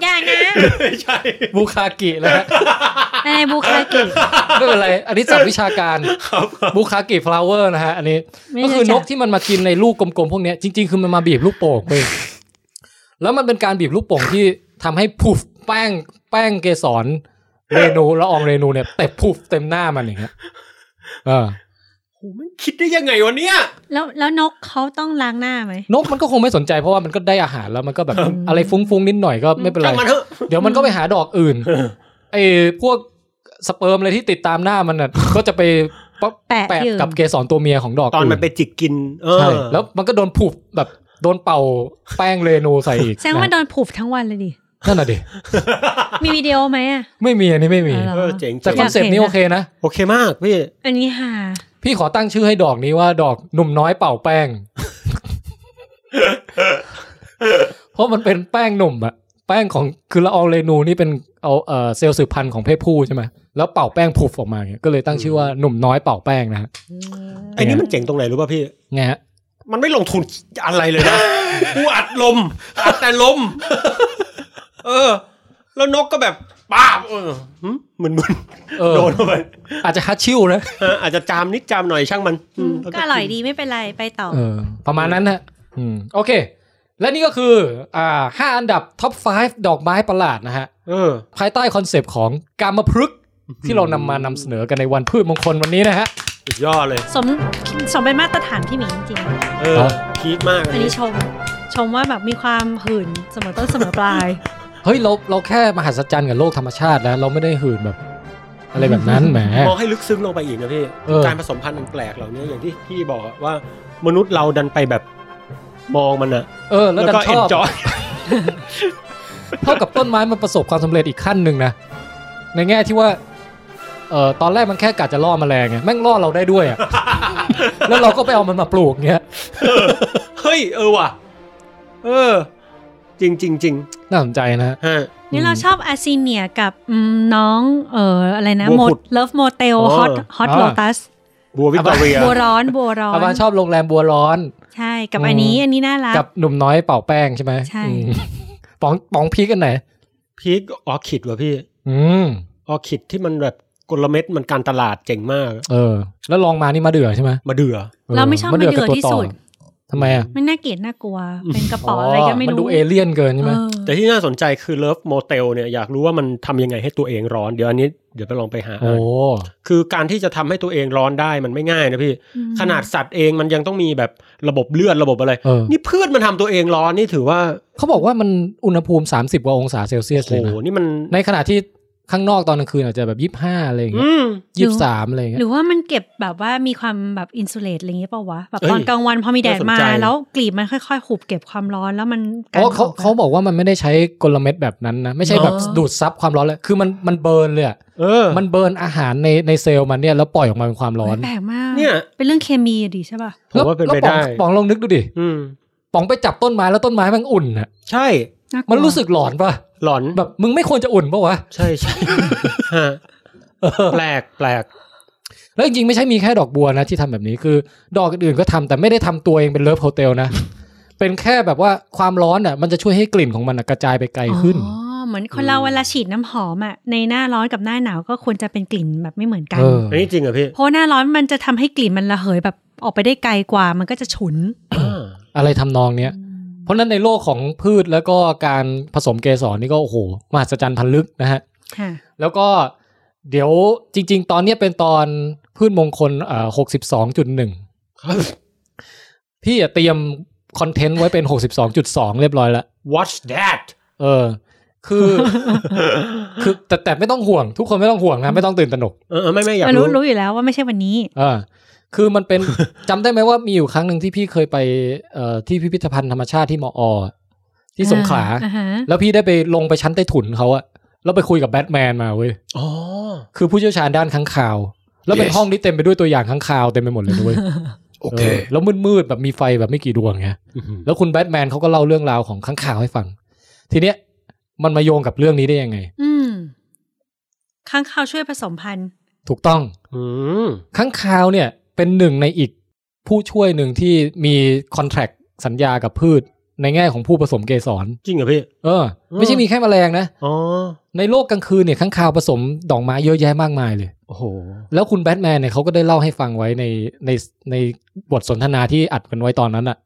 Speaker 4: อย่านะ
Speaker 3: ไม่ใช่
Speaker 1: บูคากินะ
Speaker 4: ในบูคากิ
Speaker 1: ไม่เป็นไร อันนี้สับวิชาการ
Speaker 3: ครับ
Speaker 1: บูคากิฟลาวเวอร์นะฮะ อันนี้
Speaker 4: ไม่
Speaker 1: ก็
Speaker 4: ใช่
Speaker 1: คือ
Speaker 4: จ้ะ
Speaker 1: นกที่มันมากินในลูกกลมๆพวกเนี้ยจริงๆ คือมันมาบีบลูกโป่งเว้ยแล้วมันเป็นการบีบลูกโป่งที่ทำให้พุฟแป้งแป้งเกสรเรนูละอองเรนูเนี่ยเตะพุฟเต็มหน้ามันอย่างเงี้ยเออ
Speaker 3: โหมันคิดได้ยังไงวะเนี่ย
Speaker 4: แล้วแล้วนกเขาต้องล้างหน้าไหม
Speaker 1: นกมันก็คงไม่สนใจเพราะว่ามันก็ได้อาหารแล้วมันก็แบบอะไรฟุ้งๆนิดหน่อยก็ไม่เป็นไร
Speaker 3: ช่างมันเถอะ
Speaker 1: เดี๋ยวมันก็ไปหาดอกอื่น
Speaker 3: เออ
Speaker 1: ไอ้พวกสเปิร์มอะไรที่ติดตามหน้ามันน่ะ ก็จะไปปะ
Speaker 4: แปะ
Speaker 1: แปะ
Speaker 4: อยู่
Speaker 1: กับเกสรตัวเมียของดอก
Speaker 3: ตอนมัน
Speaker 1: อื่
Speaker 3: ไปจิกกิน เออ
Speaker 1: ใช่แล้วมันก็โดนผูกแบบโดนเป่าแป้งเรนูใส่อีก
Speaker 4: แสดงว่า
Speaker 1: ะ
Speaker 4: โดนผูบทั้งวันเลยดิ
Speaker 1: นั่นน่ะดิ
Speaker 4: มีวิดีโอไหมอ่ะ
Speaker 1: ไม่มีอันนี้ไม่มี
Speaker 4: อ๋อหร
Speaker 3: เออเจ๋ง
Speaker 1: แต่ค
Speaker 3: เจ๋
Speaker 1: อง นเซปต์นี้
Speaker 4: อยากเห็นอะ
Speaker 1: โอเคนะ
Speaker 3: โอเคมากพี่
Speaker 4: อันนี้หา
Speaker 1: พี่ขอตั้งชื่อให้ดอกนี้ว่าดอกหนุ่มน้อยเป่าแป้ง เพราะมันเป็นแป้งหนุ่มอะแป้งของคือละอองเรนูนี่เป็นเอาเอ่อเซลล์สืบพันธุ์ของเพศผู้ใช่ไหมแล้วเป่าแป้งผุฟออกมาเงี้ยก็เลยตั้งชื่อว่าหนุ่มน้อยเป่าแป้งนะฮะ
Speaker 3: ไอ้นี่มันเจ๋งตรงไหนรู้ป่ะพี่
Speaker 1: ไงฮะ
Speaker 3: มันไม่ลงทุนอะไรเลยนะ กูอัดลม อัดแต่ลม เออ แล้วนกก็แบบป้าบเออหึมึนมึน
Speaker 1: เออ
Speaker 3: โดนเข้าไป
Speaker 1: อาจจะฮัตชิวนะ
Speaker 3: เอออาจจะจามนิดจามหน่อยช่างมันอืม
Speaker 4: ก็อร่อยดีไม่เป็นไรไปต่อ
Speaker 1: เออ ประมาณนั้นนะอืมโอเค และนี่ก็คืออ่าห้าอันดับท็อป 5 ดอกไม้ประหลาดนะฮะ
Speaker 3: เออ
Speaker 1: ภายใต้คอนเซปต์ของกามพฤกษ์ที่เรานำมานำเสนอกันในวันพืชมงคลวันนี้นะฮะ
Speaker 3: สุดยอดเลย
Speaker 4: สมสมเป็นมาตรฐานพี่หมีจริงๆ
Speaker 3: เออ
Speaker 1: ครับ
Speaker 3: พีคมาก
Speaker 4: อันนี้ชม ชมว่าแบบมีความหื่นเสมอต้นเสมอปลาย
Speaker 1: เฮ้ย เราเราแค่มหัศจรรย์กับโลกธรรมชาตินะเราไม่ได้หื่นแบบ อะไรแบบนั้นแหม
Speaker 3: มองให้ลึกซึ้งลงไปอีกนะพี่
Speaker 1: เออ
Speaker 3: การผสมพันธุ์อันแปลกเหล่านี้อย่างที่พี่บอกว่า มนุษย์เราดันไปแบบมองมันอะ
Speaker 1: เออ แล้วดัน
Speaker 3: ก็
Speaker 1: ช
Speaker 3: เอ็
Speaker 1: อน บ
Speaker 3: จอย
Speaker 1: เท่ากับต้นไม้มันประสบความสำเร็จอีกขั้นหนึ่งนะ ในแง่ที่ว่าเออตอนแรกมันแค่กะจะล่อแมลงไงแม่งล่อเราได้ ด้วยอะ แล้วเราก็ไปเอามันมาปลูกเงี้ย
Speaker 3: เฮ้ย เออว่ะ เออ จริงจริงจริง
Speaker 1: น่าสนใจนะฮะ
Speaker 3: ฮะ
Speaker 4: นี่เราชอบอาซีเนียกับอืมน้องเอ่ออะไรนะ
Speaker 3: บั
Speaker 4: โม
Speaker 3: ว
Speaker 4: ด
Speaker 3: ผุด
Speaker 4: เลิฟโมเตล
Speaker 3: อ๋อ
Speaker 4: ฮอตฮอต
Speaker 1: อ่า
Speaker 4: โลตัส
Speaker 3: บัววิกตอเรีย
Speaker 4: บัวร้อนบัวร้อน
Speaker 1: อาบานชอบโรงแรมบัวร้อน
Speaker 4: ใช่กับอันนี้
Speaker 1: อืม
Speaker 4: อันนี้น่ารัก
Speaker 1: กับหนุ่มน้อยเป่าแป้งใช่ไหม
Speaker 4: ใช่
Speaker 1: อืมป๋องป๋องพีกกันไหน
Speaker 3: พีคออคิดว่ะพี่
Speaker 1: อืม
Speaker 3: ออคิดที่มันแบบ กลเม็ดมันการตลาดเจ๋งมาก
Speaker 1: เออ แล้วลองมานี่มาเดือใช่ไหม
Speaker 3: มาเดือ
Speaker 4: เราไม่ชอบมะเดื่อ
Speaker 1: กับตัว
Speaker 4: ที่สุด
Speaker 1: ต่อทำไมอ่ะ
Speaker 4: มันน่าเกลียดน่ากลัว เป็นกระป๋องอะไรก็ไม่
Speaker 1: มัน
Speaker 4: รู้
Speaker 1: ดูเอเลี่ยนเกินใช่ไหม
Speaker 4: เออ
Speaker 3: แต่ที่น่าสนใจคือเลิฟโมเตลเนี่ยอยากรู้ว่ามันทำยังไงให้ตัวเองร้อน เดี๋ยวอันนี้เดี๋ยวไปลองไปหา
Speaker 1: โอ้
Speaker 3: อ่านคือการที่จะทำให้ตัวเองร้อนได้มันไม่ง่ายนะพี่
Speaker 4: อืม
Speaker 3: ขนาดสัตว์เองมันยังต้องมีแบบระบบเลือดระบบอะไร
Speaker 1: เออ
Speaker 3: นี่พืชมันทำตัวเองร้อนนี่ถือว่า
Speaker 1: เขาบอกว่ามันอุณหภูมิ 30กว่าองศาเซลเซียส
Speaker 3: โอ้
Speaker 1: เลย
Speaker 3: โห
Speaker 1: นะ
Speaker 3: นี่มัน
Speaker 1: ในขณะที่ข้างนอกตอนกลางคืนอาจจะแบบยี่ห้าอะไรอย่างเงี้
Speaker 3: อื
Speaker 1: ย
Speaker 3: ม
Speaker 1: ยี่สามอะไรอย่าง
Speaker 4: ห
Speaker 1: เงี้
Speaker 4: รื
Speaker 1: ย
Speaker 4: อว่ามันเก็บแบบว่ามีความแบบอินซูเลตอะไรอย่างเงี้ยเปล่าวะแบบ
Speaker 3: เอ้ย
Speaker 4: ตอนกลางวันพอมีแดด
Speaker 3: น่าสน
Speaker 4: มา
Speaker 3: ใจ
Speaker 4: แล้วกลีบมันค่อยๆหุบเก็บความร้อนแล้วมัน
Speaker 1: เพราะเขา
Speaker 4: ออก
Speaker 1: เขาบอกว่ามันไม่ได้ใช้กลเม็ดแบบนั้นนะไม่ใช่แบบ
Speaker 3: อ๋อ
Speaker 1: ดูดซับความร้อนเลยคือมันมันเบิร์นเลยอะ
Speaker 3: เออ
Speaker 1: มันเบิร์นอาหารในในเซลล์มันเนี่ยแล้วปล่อยออกมาเป็นความร้อน
Speaker 4: แปลกมาก
Speaker 3: เนี่ย
Speaker 4: เป็นเรื่องเคมีอะดิใช่ป่ะ
Speaker 3: ผมว่าเป็นไป
Speaker 1: แล้วป๋อง
Speaker 3: ได้
Speaker 1: ป๋องลองนึกดูดิ
Speaker 3: อืม
Speaker 1: ป๋องไปจับต้นไม้แล้วต้นไม้มันอุ่นอ่ะ
Speaker 3: ใช่
Speaker 4: าลัว
Speaker 1: มันรู้สึกหลอนปะ
Speaker 3: หลอน
Speaker 1: แบบมึงไม่ควรจะอุ่นปะวะ
Speaker 3: ใช่ใช่ ฮะแปลกแปลก
Speaker 1: แล้วจริงๆไม่ใช่มีแค่ดอกบัวนะที่ทำแบบนี้คือดอกอื่นๆก็ทำแต่ไม่ได้ทำตัวเองเป็นเลิฟโฮเทล นะ เป็นแค่แบบว่าความร้อนอ่ะมันจะช่วยให้กลิ่นของมันอะกระจายไปไกลขึ้น
Speaker 4: อ๋อเหมือนคนเราเวลาฉีดน้ำหอมอะในหน้าร้อนกับหน้าหนาวก็ควรจะเป็นกลิ่นแบบไม่เหมือนกัน
Speaker 1: เออ
Speaker 3: อันนี้จริงเหรอพี่
Speaker 4: เพราะหน้าร้อนมันจะทำให้กลิ่นมันระเหยแบบออกไปได้ไกลกว่ามันก็จะฉุน
Speaker 3: อ่า
Speaker 1: อะไรทำนองเนี้ยเพราะฉะนั้นในโลกของพืชแล้วก็การผสมเกสรนี่ก็โอ้โหมหัศจรรย์พันลึกนะฮะ
Speaker 4: ค่ะ
Speaker 1: แล้วก็เดี๋ยวจริง ๆ ตอนเนี้ยเป็นตอนพืชมงคลเอ่อหกสิบสองจุดหนึ่ง
Speaker 3: ครับ
Speaker 1: พี่อะเตรียมคอนเทนต์ไว้เป็นหกสิบสองจุดสองเรียบร้อยแล้ว
Speaker 3: watch that
Speaker 1: เออ คือ คือแต่แต่ไม่ต้องห่วง ทุกคนไม่ต้องห่วงนะ ไม่ต้องตื่นตระหนก
Speaker 3: เออเออไม่ไม่อยาก
Speaker 4: มันรู้
Speaker 3: รู้
Speaker 4: รู้อยู่แล้วว่าไม่ใช่วันนี้
Speaker 1: เออคือมัน เป็น จำได้ไหมว่ามีอยู่ครั้งหนึ่งที่พี่เคยไปเอ่อที่พิพิธภัณฑ์ธรรมชาติที่มออที่สงขลา
Speaker 4: อ่าฮะ
Speaker 1: แล้วพี่ได้ไปลงไปชั้นใต้ถุนเขาอะแล้วไปคุยกับแบทแมนมาเว้ย
Speaker 3: อ๋อ
Speaker 1: คือผู้เชี่ยวชาญด้านค้างคาว แล้วเป็น
Speaker 3: Yes
Speaker 1: ห้องที่เต็มไปด้วยตัวอย่างค้างคาวเต็มไปหมดเลยนะเว้ยแล้วมืดๆแบบมีไฟแบบไม่กี่ดวงไง แล้วคุณแบทแมนเขาก็เล่าเรื่องราวของค้างคาวให้ฟัง ทีเนี้ยมันมาโยงกับเรื่องนี้ได้ยังไง
Speaker 4: อืมข้างข้าวช่วยผสมพันธุ์
Speaker 1: ถูกต้อง
Speaker 3: อืม
Speaker 1: ข้างคาวเนี่ยเป็นหนึ่งในอีกผู้ช่วยหนึ่งที่มีคอนแท c t สัญญากับพืชในแง่ของผู้ผสมเกสร
Speaker 3: จริงเหรอพี่
Speaker 1: เออ ไม่ใช่มีแค่แมลงนะ
Speaker 3: อ๋อ
Speaker 1: ในโลกกลางคืนเนี่ยข้างคาวผสมดอกไม้เยอะแยะมากมายเลย
Speaker 3: โอ้โห
Speaker 1: แล้วคุณแบทแมนเนี่ยเขาก็ได้เล่าให้ฟังไว้ในในในบทสนทนาที่อัดกันไว้ตอนนั้นอะ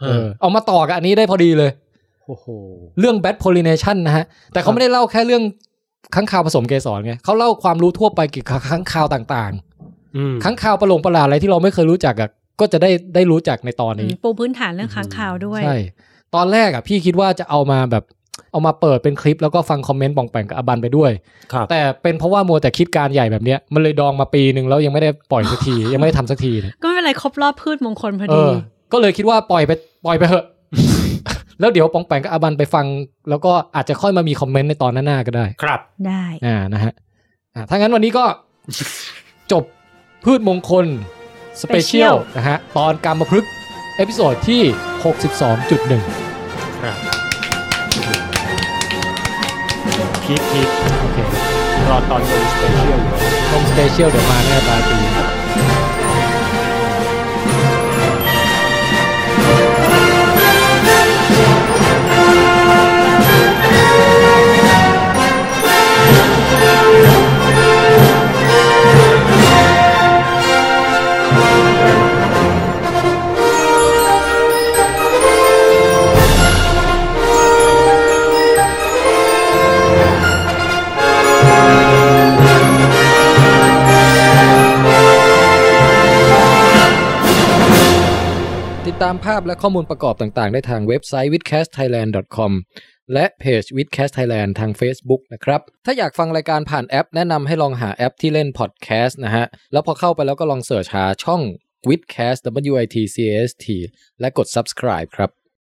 Speaker 1: เออเอามาต่อกับอันนี้ได้พอดีเลย
Speaker 3: โอ้โห
Speaker 1: เรื่องแบท o พลิเนชันนะฮะ แต่เขา
Speaker 3: ครับ
Speaker 1: ไม่ได้เล่าแค่เรื่องข้างคาวผสมเกสรไงเขาเล่าความรู้ทั่วไปเกี่ยวกับข้างคาวต่างๆ
Speaker 3: อืม
Speaker 1: ค้างคาวประหลงประหลาดอะไรที่เราไม่เคยรู้จักอะก็จะได้ได้รู้จักในตอนนี้
Speaker 4: ปูพื้นฐานเรื่องค้างคาวด้วย
Speaker 1: ใช่ตอนแรกอะพี่คิดว่าจะเอามาแบบเอามาเปิดเป็นคลิปแล้วก็ฟังคอมเมนต์ปองแปงกับอบันไปด้วย
Speaker 3: ครับ
Speaker 1: แต่เป็นเพราะว่ามัวแต่คิดการใหญ่แบบเนี้ยมันเลยดองมาปีหนึ่งแล้วยังไม่ได้ปล่อยสักที ยังไม่ได้ทำสักทีเนี่ย
Speaker 4: ก็ไม่เป็นไรครบรอบพืชมงคลพอ
Speaker 1: เอ
Speaker 4: ดี
Speaker 1: อ ก็เลยคิดว่าปล่อยไปปล่อยไปเถอะ แล้วเดี๋ยวปองแปงกับอบันไปฟัง แล้วก็อาจจะค่อยมามีคอมเมนต์ในตอนหน้าๆก็ได้
Speaker 3: ครับ
Speaker 4: ได้
Speaker 1: อ่านะฮะอ่าถ้างั้นวันนี้ก็ จบพืชมงคล สเปเชียล
Speaker 4: Special
Speaker 1: นะฮะ ตอนการมาพฤกษ์เอพิโซดที่ 62.1
Speaker 3: ครับพีคพีคโอเค รอตอนเป็นสเปเชียลอยู่
Speaker 1: ตรงสเปเชียลเดี๋ยวมาแน่ปลายปีติดตามภาพและข้อมูลประกอบต่างๆ ได้ทางเว็บไซต์ withcastthailand.com และเพจ Withcast Thailand ทาง Facebook นะครับ ถ้าอยากฟังรายการผ่านแอป แนะนำให้ลองหาแอปที่เล่นพอดแคสต์นะฮะ แล้วพอเข้าไปแล้วก็ลองเสิร์ชหาช่อง Withcast W I T C A S T และกด subscribe ครับ